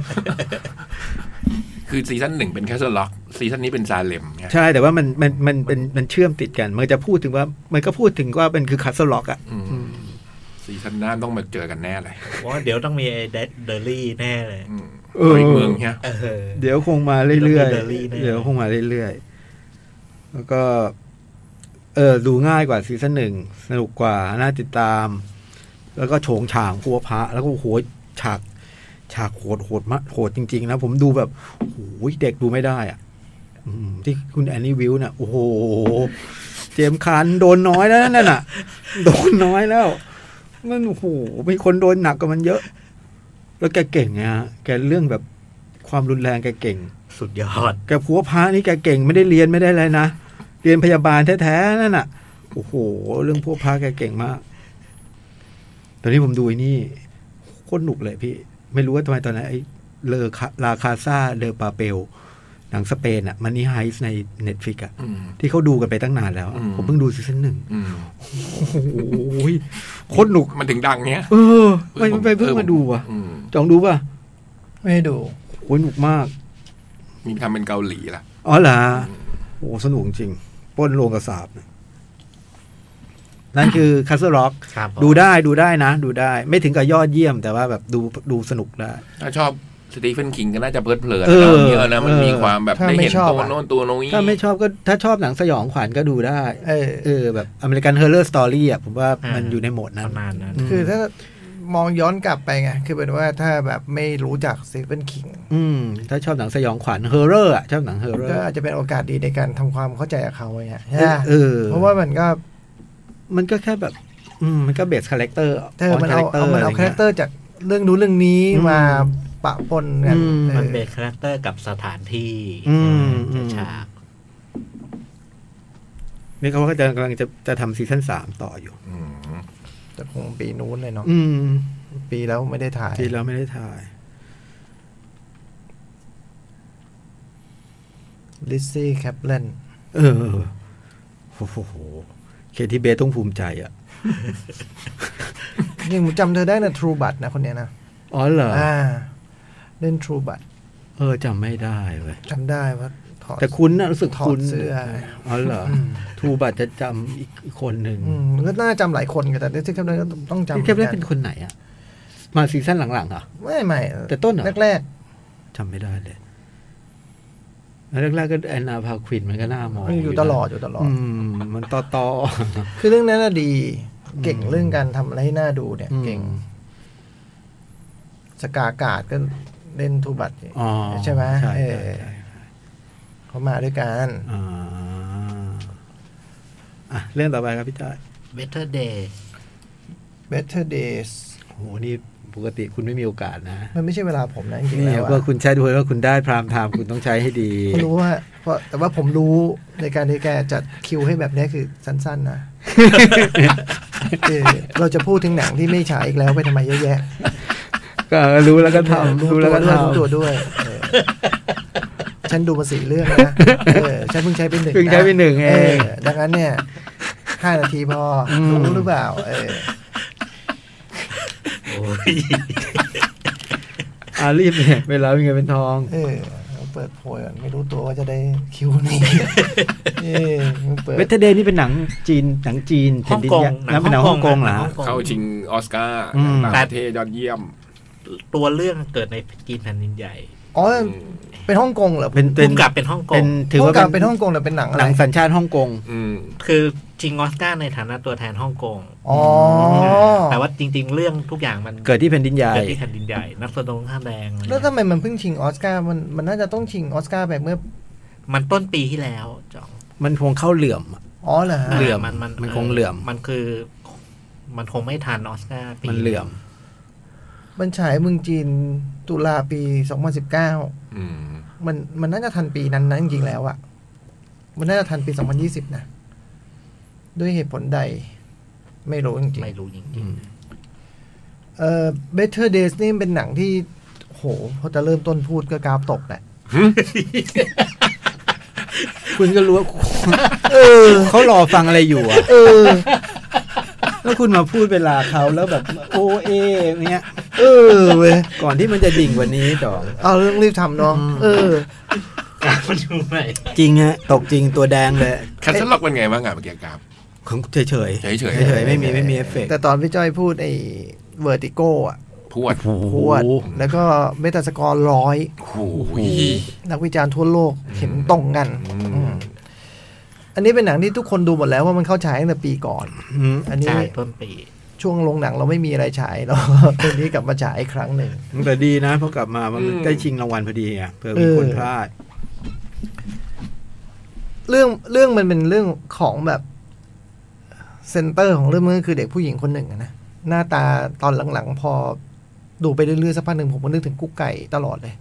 [SPEAKER 3] คือซีซั่นหนึ่งเป็นแคสเซิลล็อกซีซั่นนี้เป็นซาเลมไง
[SPEAKER 4] ใช่ แต่ว่ามันมันมันเป็นมันเชื่อมติดกัน มันจะพูดถึงว่า มันก็พูดถึงว่ามันคือคัสเซล็อกอ่ะ
[SPEAKER 3] อืมซีซั่นหน้าต้องมาเจอกันแน่เลย
[SPEAKER 5] ว่าเดี๋ยวต้องมีไอ้เดอรี่แน่เลย
[SPEAKER 3] อืม
[SPEAKER 4] เออ
[SPEAKER 3] ไปกเมืองเนี่ย
[SPEAKER 5] เออ
[SPEAKER 4] เดี๋ยวคงมาเรื่อย
[SPEAKER 5] เดอะลี่แน่
[SPEAKER 4] ๆ เดี๋ยวคงมาเรื่อยๆ แล้วก็ เออดูง่ายกว่าซีซั่นหนึ่ง สนุกกว่า น่าติดตาม แล้วก็โฉงฉางพัวพระ แล้วก็โอ้โหฉาก ฉากโหดโหดมากโหดจริง ๆ นะ ผมดูแบบโอ้โหเด็กดูไม่ได้อ่ะ อืม ที่คุณแอนนี่วิวเนี่ยโอ้โห เจมส์คานโดนน้อยแล้วนั่นน่ะ โดนน้อยแล้ว มันโอ้โหมีคนโดนหนักกว่ามันเยอะ แล้วแกเก่งไงฮะแกเรื่องแบบความรุนแรงแกเก่ง
[SPEAKER 5] สุดยอด
[SPEAKER 4] แกผัวพระนี่แกเก่งไม่ได้เรียนไม่ได้อะไรนะ เรียนพยาบาลแท้ๆนั่นน่ะ โอ้โห เรื่องพวกพระแกเก่งมาก ตอนนี้ผมดูไอ้นี่โคตรหนุกเลยพี่ ไม่รู้ว่าทำไมตอนนั้นไอ้เลอคาลาคาซาเดอปาเปลหนังสเปนอะมันนี่ไฮส์ในเน็ตฟิกอะ
[SPEAKER 3] อืม
[SPEAKER 4] ที่เขาดูกันไปตั้งนานแล้วอะ
[SPEAKER 3] อืม
[SPEAKER 4] ผมเพิ่งดูซีซั่นหนึ่ง
[SPEAKER 3] อืม
[SPEAKER 4] โอ้โหโคตรหนุก
[SPEAKER 3] มันถึงดังเนี้ย
[SPEAKER 4] เออไม่ไม่เพิ่งมาดูอ่ะ
[SPEAKER 3] อืม
[SPEAKER 4] จองดูป่ะ
[SPEAKER 2] ไม่ได้ดู
[SPEAKER 4] โอ้ยหนุกมาก
[SPEAKER 3] มีทำเป็นเกาหลีล่ะ
[SPEAKER 4] อ๋อเหรอโอ้สนุกจริงปล้นโรงกระสาบนะนั่นคือคาสเซ l ์ร็อก
[SPEAKER 5] ครับผม
[SPEAKER 4] ดูได้ดูได้นะ ดูได้ ไม่ถึงกับยอดเยี่ยม แต่ว่าแบบดูดูสนุกได้
[SPEAKER 3] ถ้าชอบสตีเฟนคิงก็น่าจะเพลิดเพลิน
[SPEAKER 4] เออ
[SPEAKER 3] นะเยอะนะมัน
[SPEAKER 4] เออ
[SPEAKER 3] มีความแบบ
[SPEAKER 2] ถ้า
[SPEAKER 3] ได้
[SPEAKER 2] ไม่
[SPEAKER 3] เห็น
[SPEAKER 2] ชอบ
[SPEAKER 3] ตัว
[SPEAKER 2] อะ
[SPEAKER 3] โน้นตัวโน้นนี้
[SPEAKER 4] ถ้าไม่ชอบก็ถ้าชอบหนังสยองขวัญก็ดูได้
[SPEAKER 2] เออ
[SPEAKER 4] เออ แบบอเมริกันเฮอร์เรอร์สตอรี่อ่ะ ผมว่ามัน
[SPEAKER 5] อ่า
[SPEAKER 4] อยู่ในโหมด
[SPEAKER 5] ป
[SPEAKER 4] นั้น
[SPEAKER 5] ระมาณนั้น
[SPEAKER 2] คือถ้า มองย้อนกลับไปไง คือเป็นว่าถ้าแบบไม่รู้จักเซเว่นคิง
[SPEAKER 4] อืม ถ้าชอบหนังสยองขวัญเฮอร์เรอร์อ่ะ ชอบหนังเฮอร์เรอ
[SPEAKER 2] ก็
[SPEAKER 4] ร์
[SPEAKER 2] อาจจะเป็นโอกาสดีในการทำความเข้าใจกับเขาไงฮะใช่
[SPEAKER 4] เอ
[SPEAKER 2] ไห
[SPEAKER 4] อ
[SPEAKER 2] ม
[SPEAKER 4] เออ
[SPEAKER 2] เพราะว่ามันก็
[SPEAKER 4] มันก็แค่แบบ อืม มันก็เบสคาแรคเตอร์
[SPEAKER 2] เธอมันเอาเอามันเอาคาแรคเตอร์จากเรื่องนู้นเรื่องนี้มาปะปนกันเอ
[SPEAKER 5] มัน
[SPEAKER 2] อ
[SPEAKER 5] เป็นคาแรคเตอร์กับสถานที่
[SPEAKER 4] อืมอื
[SPEAKER 5] ใช่ไห
[SPEAKER 4] ม
[SPEAKER 5] มฉาก
[SPEAKER 4] นี่เขาก็จะกำลังจะจะทำซีซั่นสามต่ออยู่
[SPEAKER 3] อืม
[SPEAKER 2] แต่คงปีนู้นเลยเนาะ
[SPEAKER 4] อืม
[SPEAKER 2] ปีแล้วไม่ได้ถ่าย
[SPEAKER 4] ที่เราไม่ได้ถ่าย
[SPEAKER 2] ลิซซี่แคปเลน
[SPEAKER 4] เออโอ้โหเคที่เบสต้องภูมิใจอ่ะ
[SPEAKER 2] ยังจำเธอได้นะทรูบัตนะคนเนี้ยนะ
[SPEAKER 4] อ๋อเหรอ
[SPEAKER 2] อ่า เล่นทรูบัต
[SPEAKER 4] เออจำไม่ได้เว้ย
[SPEAKER 2] จำได้ว่าถอด
[SPEAKER 4] แต่คุณน่ะรู้สึก
[SPEAKER 2] ถอด
[SPEAKER 4] คุณ
[SPEAKER 2] เสื้อ
[SPEAKER 4] อ๋อเหรอทูบัตจะจำอีกอีกคนหนึ่ง
[SPEAKER 2] อืมมันก็น่าจำหลายคนกันแต่ลิซซี่แคปเลนก็ต้องจำหมื
[SPEAKER 4] ที่
[SPEAKER 2] อน
[SPEAKER 4] แค่
[SPEAKER 2] กัน
[SPEAKER 4] ได้เป็นคนไหนอ่ะ มาซีซั่นหลังๆเหรอ่ะ
[SPEAKER 2] ไม่ไม่
[SPEAKER 4] แต่ต้นเหรอ
[SPEAKER 2] แรก
[SPEAKER 4] จำไม่ได้เลยแล้วแรกๆก็แอนนาพาควินมันก็น่ามอง
[SPEAKER 2] ๆอยู่ตลอดอยู่ตลอด
[SPEAKER 4] อืม มันต่อต่อ
[SPEAKER 2] คือเรื่องนั้นน่ะดี เก่งเรื่องการทำอะไรให้น่าดูเนี่ย เก่ง สกาการ์ดก็เล่นทูบัต
[SPEAKER 4] อ๋อ
[SPEAKER 2] ใช่ไหม
[SPEAKER 4] ใช่
[SPEAKER 2] เอ
[SPEAKER 4] ใช่
[SPEAKER 2] อ
[SPEAKER 4] ใช่
[SPEAKER 2] เขามาด้วยกัน
[SPEAKER 4] อ่าอ่ะเรื่องต่อไปครับพี่จ้อย
[SPEAKER 5] Better Day
[SPEAKER 2] Better Days
[SPEAKER 4] โหนี่ปกติคุณไม่มีโอกาสนะ
[SPEAKER 2] มันไม่ใช่เวลาผมนะจริงๆ
[SPEAKER 4] นี่
[SPEAKER 2] แล้ว
[SPEAKER 4] ก็
[SPEAKER 2] อะ
[SPEAKER 4] คุณใช้ด้วยว่าคุณได้พรามไทม์คุณต้องใช้ให้ดี
[SPEAKER 2] ผมรู้ว่าเพราะแต่ว่าผมรู้ในการที่แกจัดคิวให้แบบเนี้ยคือสั้น ๆ นะ เออเราจะพูดถึงหนังที่ไม่ฉายอีกแล้วไปทำไมเยอะแยะ
[SPEAKER 4] ก็รู้แล้วก็ทำ
[SPEAKER 2] รู้
[SPEAKER 4] รู้
[SPEAKER 2] ตั
[SPEAKER 4] แล้ว
[SPEAKER 2] ว
[SPEAKER 4] ก็
[SPEAKER 2] ด้
[SPEAKER 4] ท
[SPEAKER 2] วยรู้ตัวด้วยเออฉันดูมาสี่เรื่องนะเออฉันเพิ่งใช้เป็นหนึ่ง
[SPEAKER 4] ำเพิ่งใช้ไปหนึ่งเอ
[SPEAKER 2] เอง อดังนั้นเนี่ยห้านาทีพออ
[SPEAKER 4] ม
[SPEAKER 2] รู้หรือเปล่า เออ
[SPEAKER 5] โอ้ย
[SPEAKER 4] อ่ารีบเนี่ยเวลาเป็นเงินเป็นทอง
[SPEAKER 2] เออเปิดโพยก่อนไม่รู้ตัวว่าจะได้คิว นี้เออเปิด
[SPEAKER 4] เวทเดย์นี่เป็นหนังจีนหนังจีน
[SPEAKER 5] ฮ่องก
[SPEAKER 4] แผ่นดิน
[SPEAKER 5] ง
[SPEAKER 4] ใหญ่นะเป็นหนังฮ่องกงเหรอ
[SPEAKER 5] นัฮ่
[SPEAKER 3] เข้าชิงออสการ์
[SPEAKER 4] อืม
[SPEAKER 3] ต่างประเทศยอดเยี่ยม
[SPEAKER 5] ตัวเรื่องเกิดในจีนแผ่นดินใหญ่
[SPEAKER 2] อ๋อ
[SPEAKER 3] อืม
[SPEAKER 2] เป็นฮ่องกงเหรอ
[SPEAKER 4] เป็นเป็
[SPEAKER 5] ภู
[SPEAKER 4] น
[SPEAKER 5] มิกับเป็นฮ่องก
[SPEAKER 4] เป็
[SPEAKER 5] ง
[SPEAKER 4] นถือว่า
[SPEAKER 2] ภูมิกับ
[SPEAKER 4] เป็
[SPEAKER 2] เป็น นฮ่องกงหรือเป็นหนังอะ
[SPEAKER 4] ห
[SPEAKER 2] ไร
[SPEAKER 4] นังสัญชาติฮ่องกง
[SPEAKER 3] อืม
[SPEAKER 5] คือชิงออสการ์ในฐานะตัวแทนฮ่องกง
[SPEAKER 2] อ๋อ
[SPEAKER 5] แต่ว่าจริง ๆ เรื่องทุกอย่างมัน
[SPEAKER 4] เกิดที่แผ่นดินใหญ่
[SPEAKER 5] เกิดที่แผ่นดินใหญ่ นักแสดงข้าแดงอะไร
[SPEAKER 2] แล้ว
[SPEAKER 5] เงี้ย
[SPEAKER 2] ทำไมมันเพิ่งชิงออสการ์มันมันน่าจะต้องชิงออสการ์ไปเมื่อ
[SPEAKER 5] มันต้นปีที่แล้วจอง
[SPEAKER 4] มันคงเข้าเหลื่อมอะ
[SPEAKER 2] อ๋อเหรอฮะ
[SPEAKER 4] เหลื่อม
[SPEAKER 5] มันมัน
[SPEAKER 4] มันคงเหลื่อม
[SPEAKER 5] มันคือ มันคงไม่ทันออสการ์ปี
[SPEAKER 4] มันเหลื่อม
[SPEAKER 2] มันฉายเมืองจีนตุลาปี 2019
[SPEAKER 3] อืม
[SPEAKER 2] มันมันน่าจะทันปีนั้นนะจริงๆแล้วอะมันน่าจะทันปี 2020 นะ ด้วยเหตุผลใด ไม่รู้จริง
[SPEAKER 5] ไม่รู้จริง
[SPEAKER 2] ๆเอ่อ Better Days นี่เป็นหนังที่โหพอจะเริ่มต้นพูดก็กราฟตกแหละ
[SPEAKER 4] คุณก็รู้ว่า เออเขารอฟังอะไรอยู่อะ
[SPEAKER 2] เออ
[SPEAKER 4] แล้วคุณมาพูดเวลาเขาแล้วแบบโอเอเนี้ย
[SPEAKER 2] เออเว้ย
[SPEAKER 4] ก่อนที่มันจะดิ่งกว่านี้ต่อ
[SPEAKER 2] เอาเรื่องรีบทำเนาะ
[SPEAKER 4] อืม
[SPEAKER 2] เออ
[SPEAKER 5] ๆการมันอยู่ไหน
[SPEAKER 4] จริงฮะ ตกจริงตัวแดงเลย
[SPEAKER 3] แคทเทล็อกเป็นไงบ้างอะเมื่อกี้ครับ
[SPEAKER 4] ของเฉยเฉย
[SPEAKER 3] เฉยๆ
[SPEAKER 4] เฉยๆไม่มีไม่มีเอฟเฟกต์
[SPEAKER 2] แต่ตอนพี่จ้อยพูดไอ้เวอร์ติโก้อะ
[SPEAKER 3] พวด
[SPEAKER 2] พวด แล้วก็เมตาสกอร์ร้อย
[SPEAKER 3] โอ้โห
[SPEAKER 2] นักวิจารณ์ทั่วโลกเห็นตรงกัน
[SPEAKER 3] อืม
[SPEAKER 2] อืมอันนี้เป็นหนังที่ทุกคนดูหมดแล้วว่ามันเข้าฉายตั้งแต่ปีก่อน
[SPEAKER 4] อืม
[SPEAKER 2] อันนี้
[SPEAKER 5] ใช่ต้นปี
[SPEAKER 2] ช่วงลงหนังเราไม่มีอะไรฉายเรา ตอนนี้กลับมาฉายอีกครั้งหนึ่ง
[SPEAKER 4] แต่ดีนะเพอกลับมามัน
[SPEAKER 3] อืม
[SPEAKER 4] ได้ชิงรางวัลพอดีอ่ะเผื่อมีคน
[SPEAKER 2] เออ
[SPEAKER 4] พลาด
[SPEAKER 2] เรื่องเรื่องมันเป็นเรื่องของแบบเซนเตอร์ของเรื่องมันก็คือเด็กผู้หญิงคนหนึ่งอะนะหน้าตาตอนหลังๆ พอดูไปเรื่อยๆสักพักหนึ่งผมก็นึกถึงกุ๊กไก่ตลอดเลย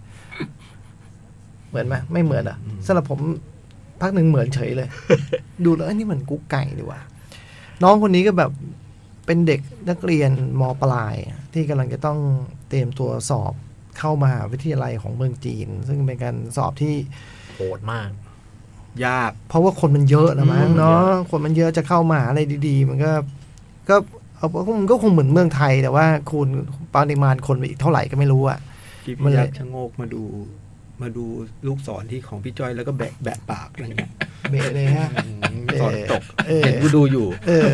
[SPEAKER 2] เหมือนไหมไม่เหมือนอ่ะสำหรับผมพักหนึ่งเหมือนเฉยเลย ดูแล้วเอ้ยนี่เหมือนกุ๊กไก่ดีว่ะน้องคนนี้ก็แบบเป็นเด็กนักเรียนมปลาย ที่กำลังจะต้องเตรียมตัวสอบเข้ามหาวิทยาลัยของเมืองจีน ซึ่งเป็นการสอบที่
[SPEAKER 5] โหดมาก
[SPEAKER 4] ยาก
[SPEAKER 2] เพราะว่าคนมันเยอะนะมั้
[SPEAKER 4] อื
[SPEAKER 2] ง
[SPEAKER 4] ม
[SPEAKER 2] เนาะคนมันเยอะจะเข้ามาอะไรดีๆ มันก็ ก็เอามันก็คงเหมือนเมืองไทย แต่ว่าคุณปริมาณคนมันอีกเท่าไหร่ก็ไม่รู้อะ
[SPEAKER 4] พี่
[SPEAKER 2] มัน
[SPEAKER 4] พี่
[SPEAKER 2] เลย
[SPEAKER 4] ยักษ์ชะโงกมาดู มาดูลูกศรที่ของพี่จ้อยแล้วก็แบะแบะปากอะไรเงี้ย
[SPEAKER 2] เบะเลยฮะ เออ
[SPEAKER 4] สอนตก
[SPEAKER 2] เออ
[SPEAKER 4] เห็นกูดูอยู่
[SPEAKER 2] เออ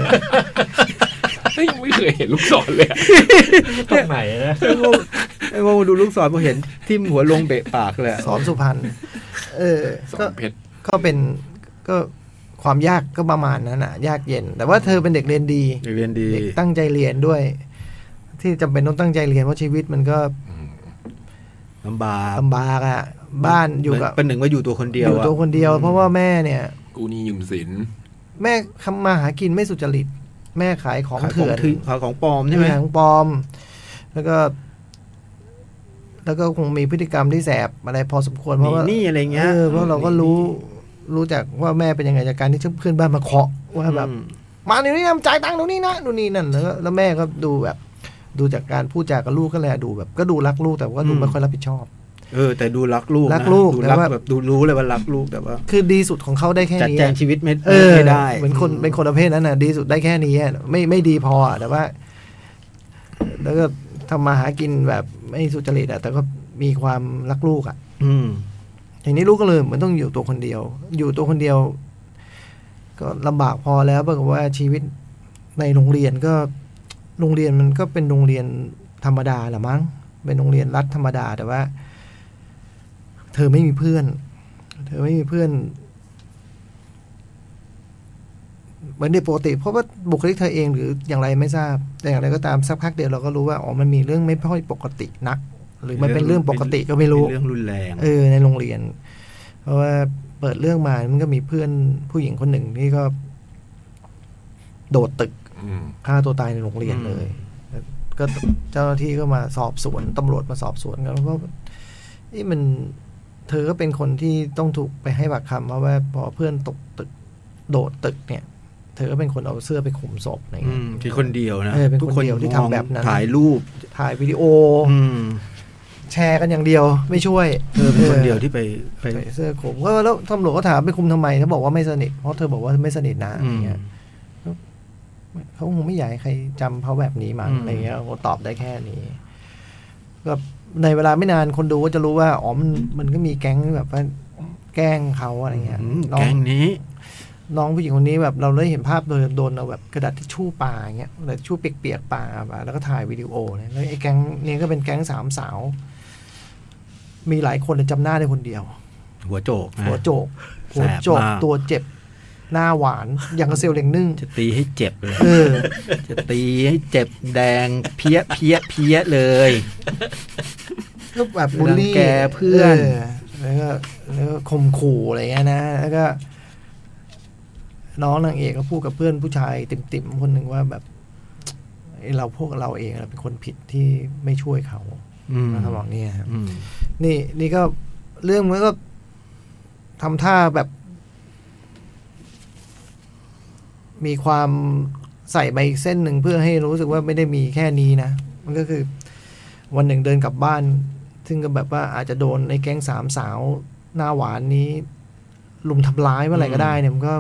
[SPEAKER 3] เฮ้ยยังไม่เคยเห็นลูกศรเลยอะ
[SPEAKER 5] ตรงไหนนะ
[SPEAKER 4] ไอ้โงไอ้โงดูลูกศรพอเห็นทิ่มหัวลงเบะปากเลยอะ
[SPEAKER 2] สอนสุพรรณเออ
[SPEAKER 3] สอ
[SPEAKER 2] ก็
[SPEAKER 3] นเพชร
[SPEAKER 2] ก็เป็นก็ความยากก็ประมาณนั้นอะยากเย็น แต่ว่าเธอเป็นเด็กเรียนดี
[SPEAKER 4] เรียนดี
[SPEAKER 2] เด็กตั้งใจเรียนด้วย ที่จำเป็นต้องตั้งใจเรียนเพราะชีวิตมันก็
[SPEAKER 4] ลำบาก
[SPEAKER 2] ลำบากอะบ้านอยู่กับ
[SPEAKER 4] เป็นหนึ่งว่าอยู่ตัวคนเดียว
[SPEAKER 2] อยู่ตัวคนเดียว เพราะว่าแม่เนี่ย
[SPEAKER 3] กูนี่ยืมสิน
[SPEAKER 2] แม่ทำมาหากินไม่สุจริต แม่ขายของ
[SPEAKER 4] ขายของ
[SPEAKER 2] เถื่อน
[SPEAKER 4] ถือขายของปลอมใช่ไหม
[SPEAKER 2] ขายของปลอม แล้วก็ แล้วก็คงมีพฤติกรรมที่แสบอะไรพอสมควร
[SPEAKER 4] ห
[SPEAKER 2] เพ
[SPEAKER 4] นี
[SPEAKER 2] ราะว่า
[SPEAKER 4] หนี่อะไรเงี้
[SPEAKER 2] เอย อเพราะเราก็รู้รู้จักว่าแม่เป็นยังไงจากการที่เพื่อนบ้านมาเคาะ ว่าแบบ มาเดี๋ยวนี้นะจ่ายตังค์เดี๋ยวนี้นะนู่นนี่นั่นแล้วก็แล้วแม่ก็ดูแบบ ดูจากการพูดจากับลูกก็แลดูแบบ ก็ดูรักลูกแต่ว่าดู
[SPEAKER 4] อืม
[SPEAKER 2] ไม่ค่อยรับผิดชอบ
[SPEAKER 4] เออ แต่ดูรักลูกนะ
[SPEAKER 2] รักลูก
[SPEAKER 4] ดู
[SPEAKER 2] แต่
[SPEAKER 4] รัก
[SPEAKER 2] ว่า
[SPEAKER 4] แบบดูรู้เลยว่ารักลูกแต่ว่า
[SPEAKER 2] คือดีสุดของเขาได้แค่
[SPEAKER 4] จัด
[SPEAKER 2] นี้
[SPEAKER 4] แจงชีวิตไม่
[SPEAKER 2] เออ
[SPEAKER 4] ไม่ได้
[SPEAKER 2] เหมือนคนเป็นคนประเภทนั้นน่ะ ดีสุดได้แค่นี้อะไม่ไม่ดีพออะแต่ว่า แล้วก็ทำมาหากินแบบไม่สุจริตอะแต่ก็มีความรักลูกอะ
[SPEAKER 4] อืม
[SPEAKER 2] อย่างนี้ลูกก็เลยเหมือนต้องอยู่ตัวคนเดียว อยู่ตัวคนเดียว ก็ลำบากพอแล้วปรากฏว่าชีวิตในโรงเรียนก็โรงเรียนมันก็เป็นโรงเรียนธรรมดาแหละมั้งเป็นโรงเรียนรัฐธรรมดา แต่ว่า เธอไม่มีเพื่อน เธอไม่มีเพื่อนเหมือนเด็กปกติ เพราะว่าบุคลิกเธอเองหรืออย่างไรไม่ทราบ แต่อย่างไรก็ตามสักพักเดียวเราก็รู้ว่าอ๋อมันมีเรื่องไม่ค่อยปกตินัก หรือมันเป็นเรื่องปกติก็ไม่รู้
[SPEAKER 4] เป็นเรื่องรุนแรง
[SPEAKER 2] เออในโรงเรียน เพราะว่าเปิดเรื่องมามันก็มีเพื่อนผู้หญิงคนหนึ่งที่ก็ โดดตึก
[SPEAKER 3] อืม
[SPEAKER 2] ฆ่าตัวตายในโรงเรียนเลย ก็เจ้าหน้าที่ก็มาสอบสวนตำรวจมาสอบสวนกันแล้วก็นี่มันเธอก็เป็นคนที่ต้องถูกไปให้ปากคำเพราะว่าพอเพื่อนตกตึก โดดตึกเนี่ย เธอก็เป็นคนเอาเสื้อไปข่มศพอะไร
[SPEAKER 4] อื
[SPEAKER 2] เงี้ย
[SPEAKER 4] มคือคนเดียวนะ
[SPEAKER 2] เออเป็นคน
[SPEAKER 4] ทุก
[SPEAKER 2] เดียวที่ทำแบบนั้น
[SPEAKER 4] ถ่ายรูป
[SPEAKER 2] ถ่ายวิดีโอ
[SPEAKER 4] อืม
[SPEAKER 2] แชร์กันอย่างเดียว ไม่ช่วย
[SPEAKER 4] เออเป็นคนเดียวที่ไปไป
[SPEAKER 2] ใส่เสื้อคลุมก็แล้วตำรวจก็ถามไปคุมทำไมเธอบอกว่าไม่สนิทเพราะเธอบอกว่าไม่สนิทนะอะไร
[SPEAKER 4] อืม
[SPEAKER 2] เงี้ยเขาคงไม่อยากให้ใครจำเขาแบบนี้มั้ง
[SPEAKER 4] อืม
[SPEAKER 2] อะไรเงี้ยก็ตอบได้แค่นี้ก็ในเวลาไม่นานคนดูก็จะรู้ว่าอ๋อมันมันก็มีแก๊งแบบว่าแกล้งเขาอะไรเงี้ย
[SPEAKER 4] อืม
[SPEAKER 2] น้อ
[SPEAKER 4] แก๊
[SPEAKER 2] ง
[SPEAKER 4] งนี้
[SPEAKER 2] น้องผู้หญิงคนนี้แบบเราได้เห็นภาพโดยโดนเอาแบบกระดาษทิชชู่ปาอย่างเงี้ยกระดาษทิชชู่เปียกๆปาปาแล้วก็ถ่ายวิดีโอเนี่ยแล้วไอ้แก๊งเนี่ยก็เป็นแก๊งสามสาว มีหลายคนแต่จำหน้าได้คนเดียว
[SPEAKER 4] หัวโจกนะ
[SPEAKER 2] หัวโจก
[SPEAKER 4] แสบมาก
[SPEAKER 2] หัวโจกตัวเจ็บ หน้าหวาน อย่างกับเซลลเล็งนึ่ง
[SPEAKER 4] จะตีให้เจ็บเลย
[SPEAKER 2] เออ
[SPEAKER 4] จะตีให้เจ็บแดงเพี้ยเพี้ยเพี้ยเลย
[SPEAKER 2] ก็แบบบูลลี่
[SPEAKER 4] รังแกเพื่อน
[SPEAKER 2] แล้วก็แล้วก็ข่มขู่อะไรเงี้ยนะ แล้วก็ น้องนางเอกก็พูดกับเพื่อนผู้ชายติ่มๆคนหนึ่งว่าแบบไอ้เราพวกเราเองเราเป็นคนผิดที่ไม่ช่วยเขา
[SPEAKER 4] ม
[SPEAKER 2] เขาบอกเนี่ยครับ
[SPEAKER 4] อืม
[SPEAKER 2] นี่นี่ก็เรื่องมันก็ทำท่าแบบ มีความใส่ไปอีกเส้นหนึ่งเพื่อให้รู้สึกว่าไม่ได้มีแค่นี้นะ มันก็คือ วันหนึ่งเดินกลับบ้าน ซึ่งก็แบบว่าอาจจะโดนในแก๊งสามสาว หน้าหวานนี้ ลุมทำร้ายเมื่อไหร่ก็ได้เนี่ยมันก็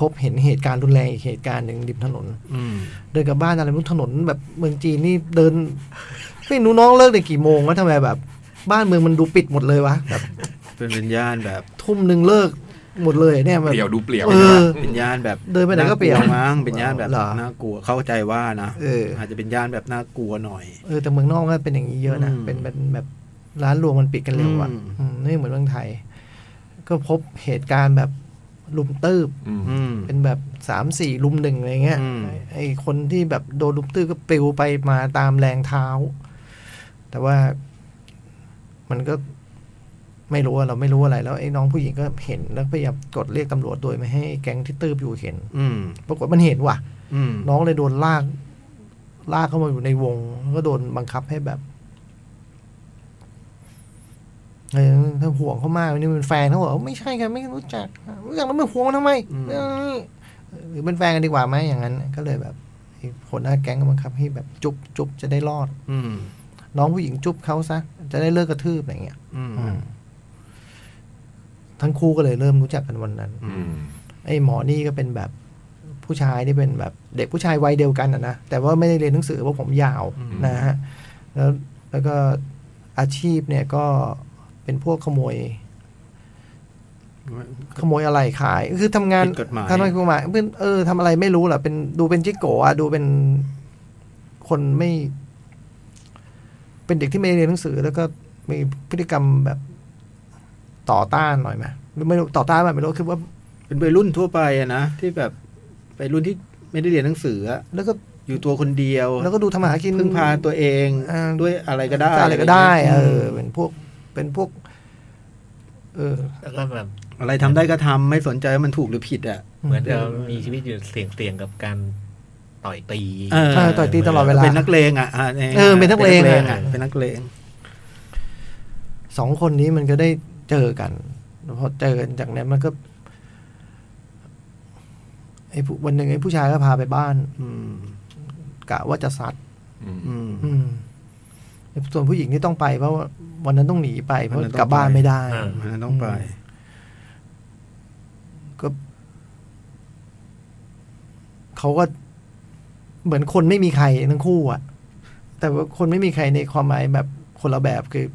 [SPEAKER 2] พบเห็นเหตุการณ์รุนแรงอีกเหตุการณ์หนึ่งริมถนน
[SPEAKER 4] อืม
[SPEAKER 2] เดินกลับบ้านอะไรไม่รู้ถนนแบบเมืองจีนนี่เดินไม่รู้น้องเลิกในกี่โมงวะทำไมแบบ บ้านเมืองมันดูปิดหมดเลยวะแบบ
[SPEAKER 4] เป็นเป็นย่านแบบ
[SPEAKER 2] ทุ่มหนึ่งเลิกหมดเลยเนี่ยแบบ
[SPEAKER 3] เปลี่ยวดูเปลี่ยว
[SPEAKER 2] เอ
[SPEAKER 3] ใช่ไหม
[SPEAKER 2] อ
[SPEAKER 4] เป็นย่านแบบ
[SPEAKER 2] เดินไปไหนา ก็เปลี่ยว
[SPEAKER 4] มั้งเป็นย่านแบบ
[SPEAKER 2] เหรอ
[SPEAKER 4] น่ากลัวเข้าใจว่านะ
[SPEAKER 2] เอออ
[SPEAKER 4] จจะเป็นย่านแบบน่ากลัวหน่อย
[SPEAKER 2] เออแต่เมืองนอกก็เป็นอย่างนี้เยอะนะ
[SPEAKER 4] อืม
[SPEAKER 2] เป็นเป็นแบบร้านรวงมันปิดกันเร็วอะ
[SPEAKER 4] อืม
[SPEAKER 2] อืมไม่เหมือนเมืองไทย ก็พบเหตุการณ์แบบลุมตืบ
[SPEAKER 3] อืม
[SPEAKER 4] อืม
[SPEAKER 2] เป็นแบบสามสี่ลุมหนึ่งอะไรเงี้ย
[SPEAKER 4] อืม
[SPEAKER 2] ไอคนที่แบบโดนลุมตื้อก็ปลิวไปมาตามแรงเท้า แต่ว่ามันก็ไม่รู้อะเราไม่รู้อะไร แล้วไอ้น้องผู้หญิงก็เห็นแล้วพยายามกดเรียกตำรวจโดยไม่ให้แก๊งที่ตื้ออยู่เห็น
[SPEAKER 4] อืม
[SPEAKER 2] ปรากฏมันเห็นว่ะ
[SPEAKER 4] อืม
[SPEAKER 2] น้องเลยโดนลาก ลากเข้ามาอยู่ในวง แล้วก็โดนบังคับให้แบบเออถ้าห่วงเขามากนี่เป็นแฟนเขาบอกว่าไม่ใช่กันไม่รู้จักรู้จักแล้วไม่ห่วงมันทำไมเออหรือเป็นแฟนกันดีกว่าไหมอย่างนั้น ก็เลยแบบผลหน้าแก๊งก็บังคับให้แบบจุบจุบจะได้รอด
[SPEAKER 4] อืม
[SPEAKER 2] น้องผู้หญิงจุบเขาซะจะได้เลิกกระทืบอะไรอย่างเงี้ย
[SPEAKER 4] อืม
[SPEAKER 2] ทั้งคู่ก็เลยเริ่มรู้จักกันวันนั้น
[SPEAKER 3] อืม
[SPEAKER 2] ไอ้หมอนี่ก็เป็นแบบผู้ชายที่เป็นแบบเด็กผู้ชายวัยเดียวกันอะนะแต่ว่าไม่ได้เรียนหนังสือเพราะผมยาว
[SPEAKER 4] อืม
[SPEAKER 2] นะฮะแล้วแล้วก็อาชีพเนี่ยก็เป็นพวกขโมย ขโมยอะไรขาย คือทำงาน
[SPEAKER 4] ผิดกฎหมาย
[SPEAKER 2] ทำงานผิดกฎหมายเป็นเออทำอะไรไม่รู้เหรอเป็นดูเป็นจิ๊กโกะอะดูเป็นคนไม่ เป็นเด็กที่ไม่ได้เรียนหนังสือ แล้วก็มีพฤติกรรมแบบต่อต้านหน่อยไหมไม่รู้ต่อต้านไหมไม่รู้คือว่า
[SPEAKER 4] เป็นวัยรุ่นทั่วไปอะนะที่แบบวัยรุ่นที่ไม่ได้เรียนหนังสืออะ
[SPEAKER 2] แล้วก็
[SPEAKER 4] อยู่ตัวคนเดียว
[SPEAKER 2] แล้วก็ดูทำมาหากิน
[SPEAKER 4] พึ่งพาตัวเอง
[SPEAKER 2] อ่า
[SPEAKER 4] ด้วยอะไรก็ได้
[SPEAKER 2] อะไรก็ได้ เออ
[SPEAKER 4] ม
[SPEAKER 2] เป็นพวก เป็นพวก เออ
[SPEAKER 5] แล้วก็แบบ
[SPEAKER 4] อะไรทำได้ก็ทำไม่สนใจว่ามันถูกหรือผิดอ่ะ
[SPEAKER 5] เหมือนจะมีชีวิตอยู่เสี่ยงเสี่ยงๆกับการต่อยตี
[SPEAKER 4] เออ
[SPEAKER 2] ต่อยตีตลอดเวลา
[SPEAKER 4] เป็นนักเลงอ่ะะ
[SPEAKER 2] เออเป็นนักเลงอะ
[SPEAKER 4] อะเป็นนักเลง
[SPEAKER 2] สองคนนี้มันก็ได้เจอกัน พอเจอกันจากนั้นมันก็ ไอ้ผู้วันหนึ่งไอ้ผู้ชายก็พาไปบ้าน
[SPEAKER 4] อืม
[SPEAKER 2] กะว่าจะซัด
[SPEAKER 3] อืม
[SPEAKER 4] อืม
[SPEAKER 2] อืมส่วนผู้หญิงนี่ต้องไปเพราะว่าวันนั้นต้องหนีไปเพราะ
[SPEAKER 4] วันนั้นต้อง
[SPEAKER 2] กลับบ้านไม่ได้
[SPEAKER 5] อ่า
[SPEAKER 4] มันต้องไป
[SPEAKER 2] ก็เขาก็เหมือนคนไม่มีใครทั้งคู่อะแต่ว่าคนไม่มีใครในความหมายแบบคนละแบบคือ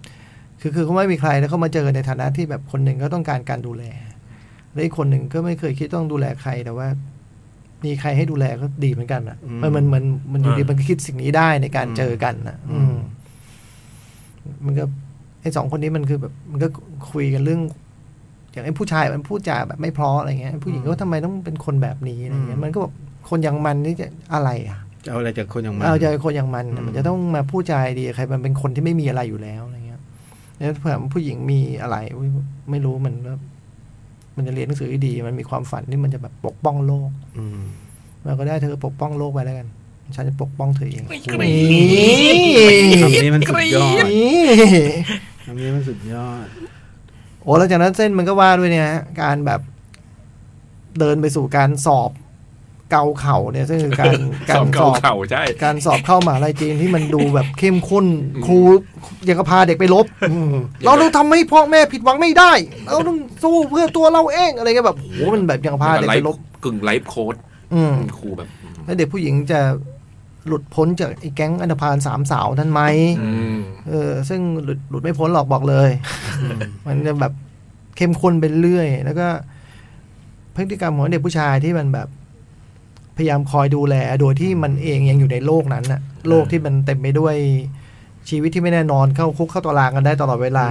[SPEAKER 2] คือคือเขาไม่มีใครแล้วเขามาเจอกันในฐานะที่แบบคนหนึ่งก็ต้องการการดูแลและอีกคนหนึ่งก็ไม่เคยคิดต้องดูแลใครแต่ว่า มีใครให้ดูแลก็ดีเหมือนกันอะ
[SPEAKER 4] อืม
[SPEAKER 2] มันมันมันมันอยู่ดี
[SPEAKER 5] อ่ามั
[SPEAKER 2] มันก็คิดสิ่งนี้ได้ในการ
[SPEAKER 4] อืม
[SPEAKER 2] เจอกันนะอืม มันก็ไอ้สองคนนี้มันคือแบบ มันก็คุยกันเรื่อง อย่างไอ้ผู้ชายมันพูดจาแบบไม่เพราะอะไรเงี้ยไอ้ผู้หญิงก็ว่าทำไมต้องเป็นคนแบบนี้อะไรเงี้ย
[SPEAKER 4] อืม
[SPEAKER 2] มันก็บอกคนอย่างมันนี่จะอะไรอ่ะ
[SPEAKER 4] จะเอาอะไรจากคนอย่างมัน
[SPEAKER 2] เอาใจคนอย่างมัน
[SPEAKER 4] อื
[SPEAKER 2] น่ะ
[SPEAKER 4] ม
[SPEAKER 2] มันจะต้องมาพูดจาดีใครมันเป็นคนที่ไม่มีอะไรอยู่แล้วอะไรเงี้ยแล้วเผื่อผู้หญิงมีอะไรอุ๊ยไม่รู้มันก็มันจะเรียนหนังสือให้ดี มันมีความฝันที่มันจะแบบปกป้องโลก
[SPEAKER 4] อืม
[SPEAKER 2] มันก็ได้เธอปกป้องโลกไปแล้วกันฉันจะปกป้องเธอเอง
[SPEAKER 3] ไม่
[SPEAKER 2] น
[SPEAKER 3] กรี๊
[SPEAKER 2] ี
[SPEAKER 4] คำ
[SPEAKER 3] ด่
[SPEAKER 4] นี้มันสุดย อด
[SPEAKER 2] นี่
[SPEAKER 4] คำนี้มันสุดยอด
[SPEAKER 2] โอ้แล้วจากนั้นเส้นมันก็ว่าด้วยเนี่ยฮะการแบบเดินไปสู่การสอบเกาเข่าเนี่ยซึ่งคือ การ
[SPEAKER 3] ส
[SPEAKER 2] การ
[SPEAKER 3] อบ
[SPEAKER 2] ส
[SPEAKER 3] เก่า
[SPEAKER 2] อบ
[SPEAKER 3] เข่าใช่
[SPEAKER 2] การสอบเข้ามหาลัยจีนที่มันดูแบบเข้มข้นครูอยากจะพาเด็กไปลบเราต้องทำให้พ่อแม่ผิดหวังไม่ได้ เราต้องสู้เพื่อตัวเราเองอะไรก็แบบโอ้โหมันแบบอยากพาเด็ก
[SPEAKER 3] ไล
[SPEAKER 2] ไป
[SPEAKER 3] ฟ์
[SPEAKER 2] ลบ
[SPEAKER 3] กึ่งไลฟ์โค้ด
[SPEAKER 2] อืม
[SPEAKER 3] ครูแบบอืม
[SPEAKER 2] แล้วเด็กผู้หญิงจะหลุดพ้นจากไอ้แก๊งอันธพาลสามสาวนั้นไหม
[SPEAKER 3] อืม
[SPEAKER 2] เออซึ่งหลุดหลุดไม่พ้นหรอกบอกเลยมันจะแบบเข้มข้นไปเรื่อย แล้วก็พฤติกรรมของเด็กผู้ชายที่มันแบบ พยายามคอยดูแล โดยที่มันเองยังอยู่ในโลกนั้นน่ะ โลกที่มันเต็มไปด้วยชีวิตที่ไม่แน่นอนเข้าคุกเข้าตารางกันได้ตลอดเวลา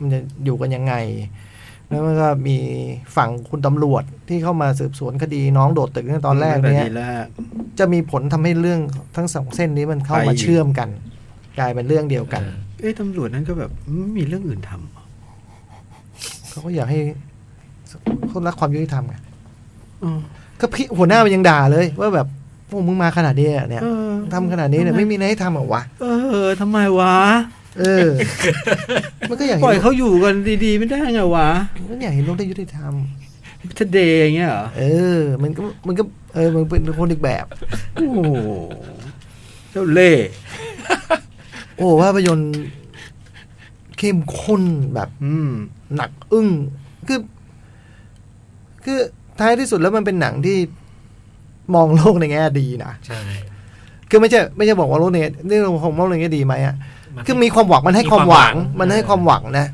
[SPEAKER 2] มันจะอยู่กันยังไง แล้วมันก็มีฝั่งคุณตำรวจที่เข้ามาสืบสวนคดีน้องโดดตึกตั้งแต่ตอนแรก
[SPEAKER 4] ตั้งต่
[SPEAKER 2] เนี่ย
[SPEAKER 4] ทีแรก
[SPEAKER 2] จะมีผลทำให้เรื่องทั้งสองเส้นนี้มันเข้า
[SPEAKER 4] ไป
[SPEAKER 2] มา
[SPEAKER 4] อีก
[SPEAKER 2] เชื่อมกัน กลายเป็นเรื่องเดียวกัน
[SPEAKER 4] เอ้ยตำรวจนั้นก็แบบไม่มีเรื่องอื่นทำเหรอ
[SPEAKER 2] เขาก็อยากให้คนรักความยุติธรรมไง
[SPEAKER 4] อ๋อ
[SPEAKER 2] ก็พี่หัวหน้ามันยังด่าเลย ว่าแบบพวกมึงมาขนาดนี้อะเนี่ย
[SPEAKER 4] เออ
[SPEAKER 2] ทำขนาดนี้เนี่ยไม่มีอะไรให้ทำเหรอวะ
[SPEAKER 4] เออทำไมวะ
[SPEAKER 2] เอ อ มันก็อยาก
[SPEAKER 4] ปล่อย
[SPEAKER 2] เห็น
[SPEAKER 4] เขาอยู่กันดีๆ ไม่ได้ไงวะ
[SPEAKER 2] มันอยากเห็นโลกได้ยุติธรรม
[SPEAKER 4] ทเดย์อย่างเงี้ยเหรอ
[SPEAKER 2] เออ มันก็มันก็เออมันเป็นคนอีกแบบ
[SPEAKER 4] โอ้โหเจ้าเล่ห์
[SPEAKER 2] โอ้ภาพยนตร์เข้มข้นแบบ
[SPEAKER 4] อืม
[SPEAKER 2] หนักอึ้งคือ คือท้ายที่สุดแล้วมันเป็นหนังที่มองโลกในแง่ดีนะ
[SPEAKER 5] ใช่
[SPEAKER 2] คือไม่ใช่ไม่ใช่บอกว่าโลกในแง่นี่เราของมองโลกในแง่ดีไหมอะ
[SPEAKER 5] น
[SPEAKER 2] คือมีความหวังมันให้
[SPEAKER 5] มีค
[SPEAKER 2] คาว
[SPEAKER 5] วาม ม
[SPEAKER 2] หวัง
[SPEAKER 5] หวัง
[SPEAKER 2] มันให้ความหวังนะ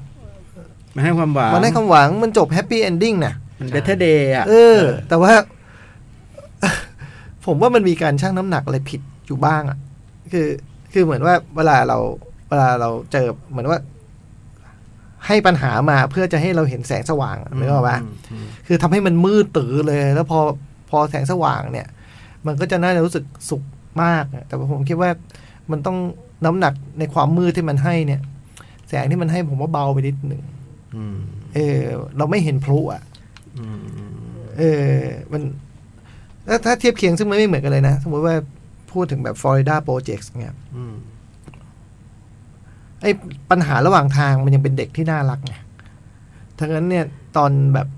[SPEAKER 4] มันให้ความหวัง
[SPEAKER 2] มันให้ความหวังมันจบแฮปปี้เอนดิ้งนะ
[SPEAKER 4] มันเบทเดย์อ่ะ
[SPEAKER 2] เออ แต่ว่า ผมว่ามันมีการชั่งน้ำหนักอะไรผิดอยู่บ้างอะคือ คือเหมือนว่าเวลาเรา เวลาเราเจอเหมือนว่า ให้ปัญหามาเพื่อจะให้เราเห็นแสงสว่างอะนึกออกปะ
[SPEAKER 4] อืม
[SPEAKER 2] คือทำให้มันมืดตื้อเลย แล้วพอพอแสงสว่างเนี่ย มันก็จะน่าจะรู้สึกสุขมากอะแต่ผมคิดว่ามันต้องน้ำหนักในความมืดที่มันให้เนี่ย แสงที่มันให้ผมว่าเบาไปนิดหนึ่ง
[SPEAKER 4] อืม
[SPEAKER 2] เออ เราไม่เห็นพลุอ่ะ
[SPEAKER 4] อืมอืม
[SPEAKER 2] เออ มันถ้าถ้าเทียบเคียงซึ่งมันไม่เหมือนกันเลยนะ สมมติว่าพูดถึงแบบฟลอริดาโปรเจกต์เนี่ย
[SPEAKER 4] อืม
[SPEAKER 2] ไอ้ปัญหาระหว่างทางมันยังเป็นเด็กที่น่ารักไงทั้งนั้นเนี่ยตอนแบบ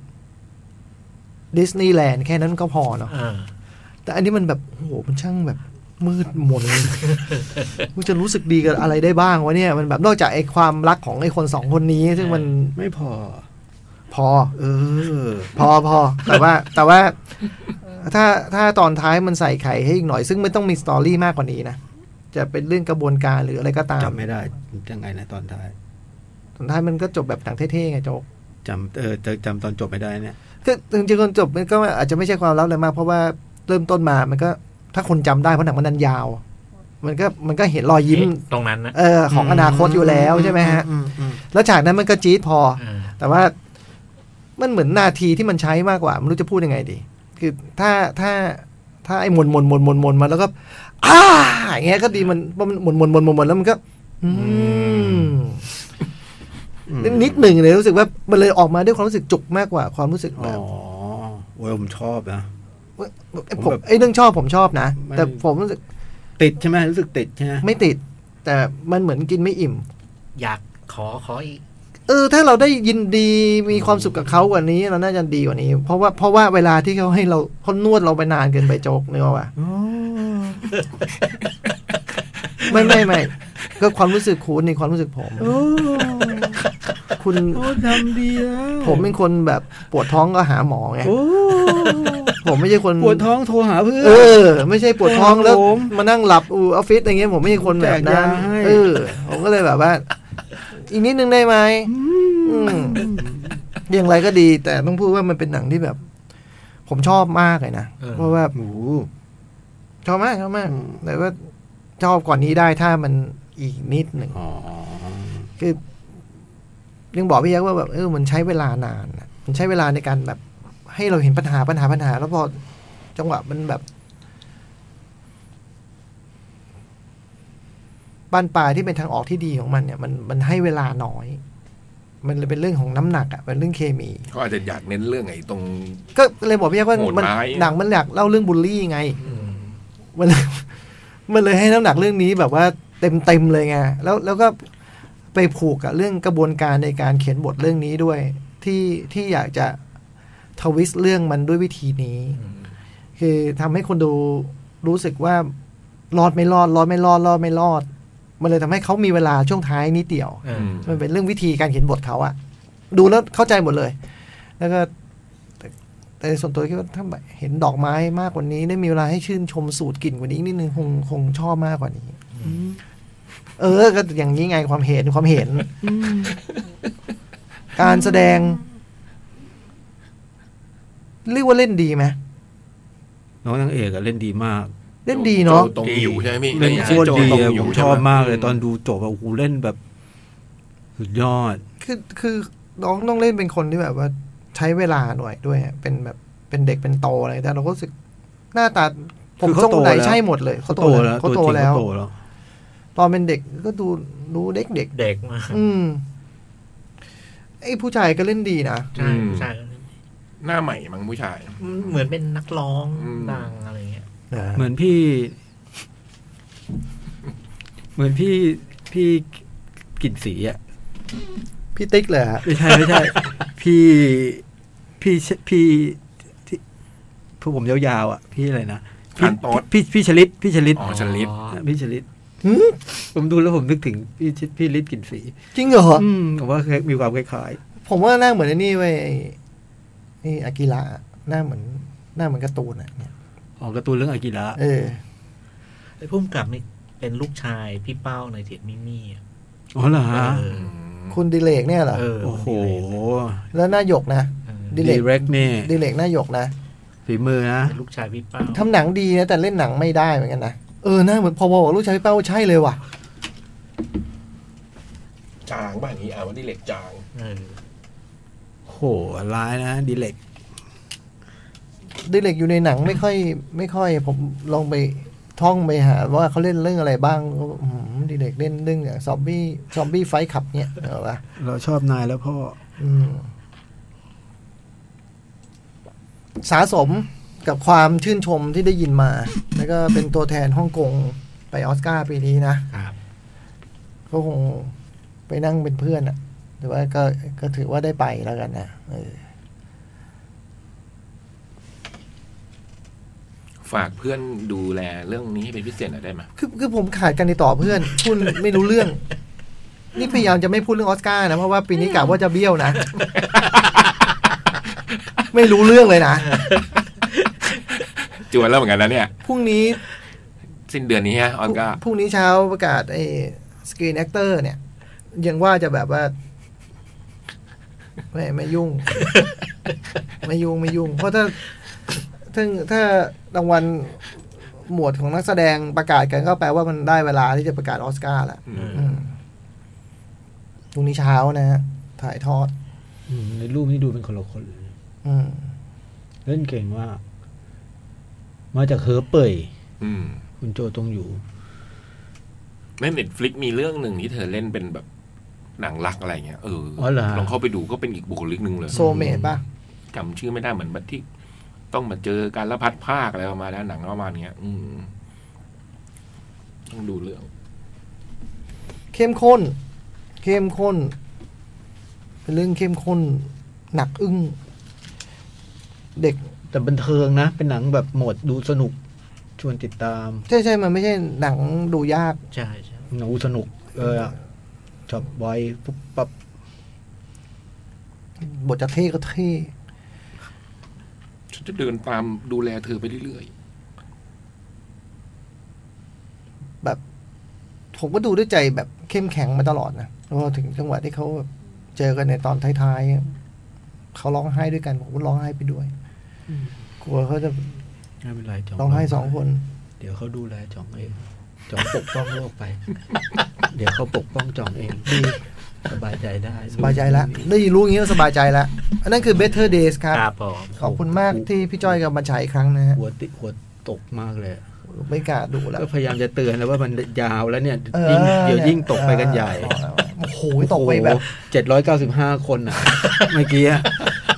[SPEAKER 2] ดิสนีย์แลนด์แค่นั้นก็พอเนาะ
[SPEAKER 5] อ่า
[SPEAKER 2] แต่อันนี้มันแบบโอ้โหมันช่างแบบมืดมน มันจะรู้ สึกดีกับอะไรได้บ้างวะเนี่ยมันแบบนอกจากไอ้ความรักของไอ้คนสองคนนี้ ซึ่งมัน
[SPEAKER 4] ไม่พอ
[SPEAKER 2] พอ
[SPEAKER 4] เออ
[SPEAKER 2] พอพอแต่ว่าแต่ว่า ถ้าถ้าตอนท้ายมันใส่ไข่ให้อีกหน่อย ซึ่งไม่ต้องมีสตอรี่มากกว่านี้นะ จะเป็นเรื่องกระบวนการหรืออะไรก็ตาม
[SPEAKER 4] จำไม่ได้ยังไงนะตอนท้าย
[SPEAKER 2] ตอนท้ายมันก็จบแบบหนังเท่ๆไงโจ๊ก
[SPEAKER 4] จำเออจะจำตอนจบไม่ได้เนี่ย
[SPEAKER 2] ก็จริงๆคนจบมันก็อาจจะไม่ใช่ความลับอะไรมากเพราะว่าเริ่มต้นมามันก็ ถ้าคนจำได้เพราะหนังมันนันยาว มันก็มันก็เห็นรอยยิ้ม
[SPEAKER 5] เอ๊ะตรงนั้นนะ
[SPEAKER 2] เออของอนาคตอยู่แล้วใช่ไหมฮะ
[SPEAKER 4] อืมอืม
[SPEAKER 2] แล้วฉากนั้นมันก็จี๊ดพอ
[SPEAKER 5] อ่า
[SPEAKER 2] แต่ว่ามันเหมือนนาทีที่มันใช้มากกว่า ไม่รู้จะพูดยังไงดี คือถ้าถ้าถ้าไอ้มนมนมนมนมนมาแล้วก็อ้าอย่างเงี้ยก็ดีมันเพราะมันมนมนมนมนมนแล้วมันก็ อืม
[SPEAKER 4] อืม
[SPEAKER 2] นิดหนึ่งเลยรู้สึกว่ามันเลยออกมาด้วยความรู้สึกจุกมากกว่า ความรู้สึก
[SPEAKER 4] อ๋
[SPEAKER 2] แบ
[SPEAKER 4] อบ โอ้ยผมชอบนะ
[SPEAKER 2] ไอ้
[SPEAKER 4] ผม
[SPEAKER 2] ผม
[SPEAKER 4] แบบ
[SPEAKER 2] ไอ้เรื่องชอบผมชอบนะ
[SPEAKER 4] ไม่
[SPEAKER 2] แต่ผมรู้สึก
[SPEAKER 4] ติดใช่ไหมรู้สึกติดใช่ไหม
[SPEAKER 2] ไม่ติด แต่มันเหมือนกินไม่อิ่ม
[SPEAKER 5] อยากขอขออีก
[SPEAKER 2] เ เออถ้าเราได้ยินดีมีความสุขกับเขากว่านี้เราน่าจะดีกว่านี้ เพราะว่าเพราะว่าเวลาที่เขาให้เราเขานวดเราไปนานเกินไปโจกเนื้อว่ะไม่ไม่ไม่ก็ความรู้สึกคุณในความรู้สึกผม คุณ
[SPEAKER 4] โอ้ทำดีนะ
[SPEAKER 2] ผมเป็นคนแบบปวดท้องก็หาหมอไง
[SPEAKER 4] โอ้
[SPEAKER 2] ผมไม่ใช่คน
[SPEAKER 4] ปวดท้องโทรหาเพื่อน
[SPEAKER 2] เออ ไม่ใช่ปวดท้องแล้ว
[SPEAKER 4] ผม
[SPEAKER 2] มานั่งหลับอูออฟฟิศอะไรเงี้ยผมไม่ใช่คนแบบนั้น
[SPEAKER 4] แจกยาให้
[SPEAKER 2] เออผมก็เลยแบบว่า อีกนิดนึงได้ไหม อืมอย่างไรก็ดี แต่ต้องพูดว่ามันเป็นหนังที่แบบ ผมชอบมากเลยนะ
[SPEAKER 3] เออ
[SPEAKER 2] เพราะว่า
[SPEAKER 4] หมู
[SPEAKER 2] ชอบมากชอบมาก
[SPEAKER 4] อืม
[SPEAKER 2] แต่ว่าชอบก่อนนี้ได้ถ้ามันอีกนิดหนึ่ง
[SPEAKER 4] อ๋อ
[SPEAKER 2] คือยังบอกพี่ยักษ์ว่าแบบเออมันใช้เวลานานอะมันใช้เวลาในการแบบ ให้เราเห็นปัญหาปัญหาปัญหา แล้วพอจังหวะมันแบบบ้านปลายที่เป็นทางออกที่ดีของมันเนี่ย มันมันให้เวลาน้อย มันเลยเป็นเรื่องของน้ำหนักอะเป็นเรื่องเคมี
[SPEAKER 3] เขาอาจจะอยากเน้นเรื่องไอ้ตรง
[SPEAKER 2] ก็เลยบอกพี่ยักษ์ว่า
[SPEAKER 3] โหด
[SPEAKER 2] มัน
[SPEAKER 3] ร้าย
[SPEAKER 2] หนังมันอยากเล่าเรื่องบูลลี่ไง มันเลย มันเลยให้น้ำหนักเรื่องนี้แบบว่าเต็มเต็มๆเลยไงแล้วแล้วก็ไปผูกกับเรื่องกระบวนการในการเขียนบทเรื่องนี้ด้วย ที่ที่อยากจะทวิสต์เรื่องมันด้วยวิธีนี้ คือทำให้คนดูรู้สึกว่ารอดไม่รอดรอดไม่รอดรอดไม่รอด มันเลยทำให้เขามีเวลาช่วงท้ายนิดเดียว
[SPEAKER 3] อืม
[SPEAKER 2] มันเป็นเรื่องวิธีการเขียนบทเขาอะดูแล้วเข้าใจหมดเลย แล้วก็แต่แต่ส่วนตัวคิดว่าถ้าเห็นดอกไม้มากกว่านี้ ได้มีเวลาให้ชื่นชมสูตรกลิ่นกว่านี้นิดนึงคงคงชอบมากกว่านี้ เออ ก็อย่างนี้ไงความเห็นความเห็น การแสดง เรียกว่าเล่นดีไหม
[SPEAKER 4] น้องนางเอกอะเล่นดีมาก
[SPEAKER 2] เล่นดีเนาะ
[SPEAKER 3] ตรงอยู่ใช่ไหมพี่
[SPEAKER 4] เล่นโคตรดี
[SPEAKER 3] ตรง
[SPEAKER 4] อะ
[SPEAKER 3] ยู่
[SPEAKER 4] ผม
[SPEAKER 3] ใไห
[SPEAKER 4] ชอบมากเลย ตอนดูจบอะโอ้โหเล่นแบบ สุดยอด
[SPEAKER 2] คือคือน้องต้องเล่นเป็นคนที่แบบว่า ใช้เวลาหน่อยด้วยอะเป็นแบบเป็นเด็กเป็นโตอะไรแต่เราก็รู้สึกหน้าตาผม
[SPEAKER 4] คือ
[SPEAKER 2] ท
[SPEAKER 4] เขา
[SPEAKER 2] รง
[SPEAKER 4] โต
[SPEAKER 2] ไหน
[SPEAKER 4] แล้ว
[SPEAKER 2] ใช่หมดเลย
[SPEAKER 4] เขาโตแล้ว
[SPEAKER 2] เขา
[SPEAKER 4] ตัวจ
[SPEAKER 2] โต
[SPEAKER 4] ริง
[SPEAKER 2] แล้ว
[SPEAKER 4] เขาโตแล้ว
[SPEAKER 2] ตอนเป็นเด็กก็ดูดูเด็กเด็ก
[SPEAKER 5] เด็กมาก
[SPEAKER 2] ๆอืมไอ้ผู้ชายก็เล่นดีนะ
[SPEAKER 5] ใช่ใช่
[SPEAKER 3] หน้าใหม่มั้งผู้ชาย
[SPEAKER 5] เหมือนเป็นนักร้อง
[SPEAKER 3] อืม
[SPEAKER 5] ดังอะไรเงี้ย
[SPEAKER 4] เหมือนพี่ เหมือนพี่พี่กลินสีอะ
[SPEAKER 2] พี่ติ๊กเลยฮะ
[SPEAKER 4] ไม่ใช่ไม่ใช่ พี่พี่พี่ที่ผู้ผมยาวๆอะพี่อะไรนะพี่
[SPEAKER 3] อันโต๊ด
[SPEAKER 4] พี่พี่ชลิดพี่ชลิด
[SPEAKER 3] อ๋อชลิด
[SPEAKER 4] พี่ชลิดผมดูแล้วผมนึกถึงพี่ชพี่ลิดกลินสี
[SPEAKER 2] จริงเหรอ
[SPEAKER 4] อืมผมว่าเคยมีความคล้าย
[SPEAKER 2] ผมว่าหน้าเหมือนไอ้นี่เว้ยไอ้นี่อากิระหน้าเหมือนหน้าเหมือนการ์ตูนอ่ะเนี่ย
[SPEAKER 4] ๆของการ์ตูนเรื่องอากิระ
[SPEAKER 2] เออ
[SPEAKER 5] ไอ้พุ่มกับนี่เป็นลูกชายพี่เป้าในเถียงมิมี่อะ
[SPEAKER 4] อ๋อเหรอฮะ
[SPEAKER 5] เออ
[SPEAKER 2] คุณดิเลกเนี่ยเหรอ
[SPEAKER 5] เออ
[SPEAKER 4] โอ้โห
[SPEAKER 2] แล้วหน้าหยกนะ ดิ
[SPEAKER 4] ดี
[SPEAKER 2] เรก
[SPEAKER 4] เรกนี่
[SPEAKER 2] ดิเลกหน้าหยกนะ
[SPEAKER 4] ฝีมือนะ
[SPEAKER 5] เป็นลูกชายพี่เป้า
[SPEAKER 2] ทำหนังดีนะแต่เล่นหนังไม่ได้เหมือนกันนะเออหน้าเหมือนพอบอกว่าลูกชายพี่เป้าใช่เลยว่ะ
[SPEAKER 3] จางบ้างอย่างนี้อ่ะว่าดิเล็กจาง
[SPEAKER 5] เออ
[SPEAKER 4] โหร้ายนะดีเรก
[SPEAKER 2] ดิเลกอยู่ในหนังไม่ค่อย ไม่ค่อย ผมลองไปท่องไปหา ว่าเขาเล่นเรื่องอะไรบ้างก็อืมดิเลกเล่นเรื่องอย่างซอมบี้ซอมบี้ไฟขับเนี่ยเหรอวะ
[SPEAKER 4] เราชอบนายแล้วพ่อ
[SPEAKER 2] อืมสะสมกับความชื่นชมที่ได้ยินมา แล้วก็เป็นตัวแทนฮ่องกงไปออสการ์ปีนี้นะ
[SPEAKER 5] ครับ
[SPEAKER 2] ก็คงไปนั่งเป็นเพื่อนอะแต่ว่าก็ก็ถือว่าได้ไปแล้วกันนะเออ
[SPEAKER 3] ฝากเพื่อนดูแลเรื่องนี้ให้เป็นพิเศษหน่อยได้ไหม
[SPEAKER 2] คือคือผมขาดการติดต่อเพื่อน พูดไม่รู้เรื่อง นี่พยายามจะไม่พูดเรื่องออสการ์นะ เพราะว่าปีนี้กะว่าจะเบี้ยวนะ ไม่รู้เรื่องเลยนะ
[SPEAKER 3] จวนแล้วเหมือนกันนะเนี่ย
[SPEAKER 2] พรุ่งนี้
[SPEAKER 3] สิ้นเดือนนี้ฮะออนก็
[SPEAKER 2] พรุ่งนี้เช้าประกาศไอ้สกรีนแอคเตอร์เนี่ย ยังว่าจะแบบว่า ไม่ไม่ยุ่ง ไม่ยุ่งไม่ยุ่ง เพราะถ้าถ้าถ้ารางวัลหมวดของนักแสดงประกาศกันก็แปลว่ามันได้เวลาที่จะประกาศออสการ์แล้ว
[SPEAKER 3] อืม
[SPEAKER 2] อืมพรุ่งนี้เช้านะฮะ ถ่ายทอด
[SPEAKER 4] อืมในรูปนี่ดูเป็นคนละคนเลย
[SPEAKER 2] อืม
[SPEAKER 4] เล่นเก่งมาก มาจากเฮอเป่ย
[SPEAKER 3] อืม
[SPEAKER 4] คุณโจตรงอยู่
[SPEAKER 3] ในเน็ตฟลิกมีเรื่องหนึ่งที่เธอเล่นเป็นแบบหนังรักอะไรเงี้ยเออ
[SPEAKER 4] อเหรอฮะ
[SPEAKER 3] ลองเข้าไปดูก็เป็นอีกบุคลิกหนึ่งเลย
[SPEAKER 2] โซเมดป่ะ
[SPEAKER 3] จำชื่อไม่ได้เหมือนแบบที่ ต้องมาเจอการละพัดภาคอะไรประมาณนั้นหนังประมาณเนี้ย อืมต้องดูเรื่อง
[SPEAKER 2] เข้มข้น เข้มข้น เป็นเรื่องเข้มข้น หนักอึ้ง เด็ก
[SPEAKER 4] แต่บันเทิงนะ เป็นหนังแบบโหมดดูสนุก ชวนติดตาม
[SPEAKER 2] ใช่ใช่มันไม่ใช่หนังดูยาก
[SPEAKER 5] ใช่ใช่
[SPEAKER 4] หนูสนุก เออชอบบอยปุ๊บปั๊บบ
[SPEAKER 2] ทจะเท่ก็เท่
[SPEAKER 3] ฉันจะเดินตามดูแลเธอไปเรื่อย
[SPEAKER 2] แบบ ผมก็ดูด้วยใจแบบเข้มแข็งมาตลอดนะพอถึงจังหวะที่เขาแบบเจอกันในตอนท้ายๆอะเขาร้องไห้ด้วยกัน ผมก็ร้องไห้ไปด้วย กลัวเขาจะ
[SPEAKER 4] ไม่เป็นไรจอง
[SPEAKER 2] ร้องไห้สองคน
[SPEAKER 4] เดี๋ยวเขาดูแลจองเองจองปกป้องโลกไป เดี๋ยวเขาปกป้องจองเองดีสบายใจได้
[SPEAKER 2] สบายใจแล้วได้รู้อย่างนี้ก็สบายใจแล้ว อันนั้นคือ better days ครับ
[SPEAKER 5] ครับผม
[SPEAKER 2] ขอบคุณมากที่พี่จ้อยกับบัญชัยอีกครั้งนะฮะ
[SPEAKER 4] หัวติหัวตกมากเลยอะ
[SPEAKER 2] ไม่กล้าดูแล้ว
[SPEAKER 4] ก็พยายามจะเตือนแล้วว่ามันยาวแล้วเนี่ย
[SPEAKER 2] ออ
[SPEAKER 4] ยิ่งเดี๋ยวยิ่งตกไปกันใหญ่
[SPEAKER 2] โอ้โหตกไปแบบ
[SPEAKER 4] เจ็ดร้อยเก้าสิบห้าคนอ่ะ เมื่อกี้อะ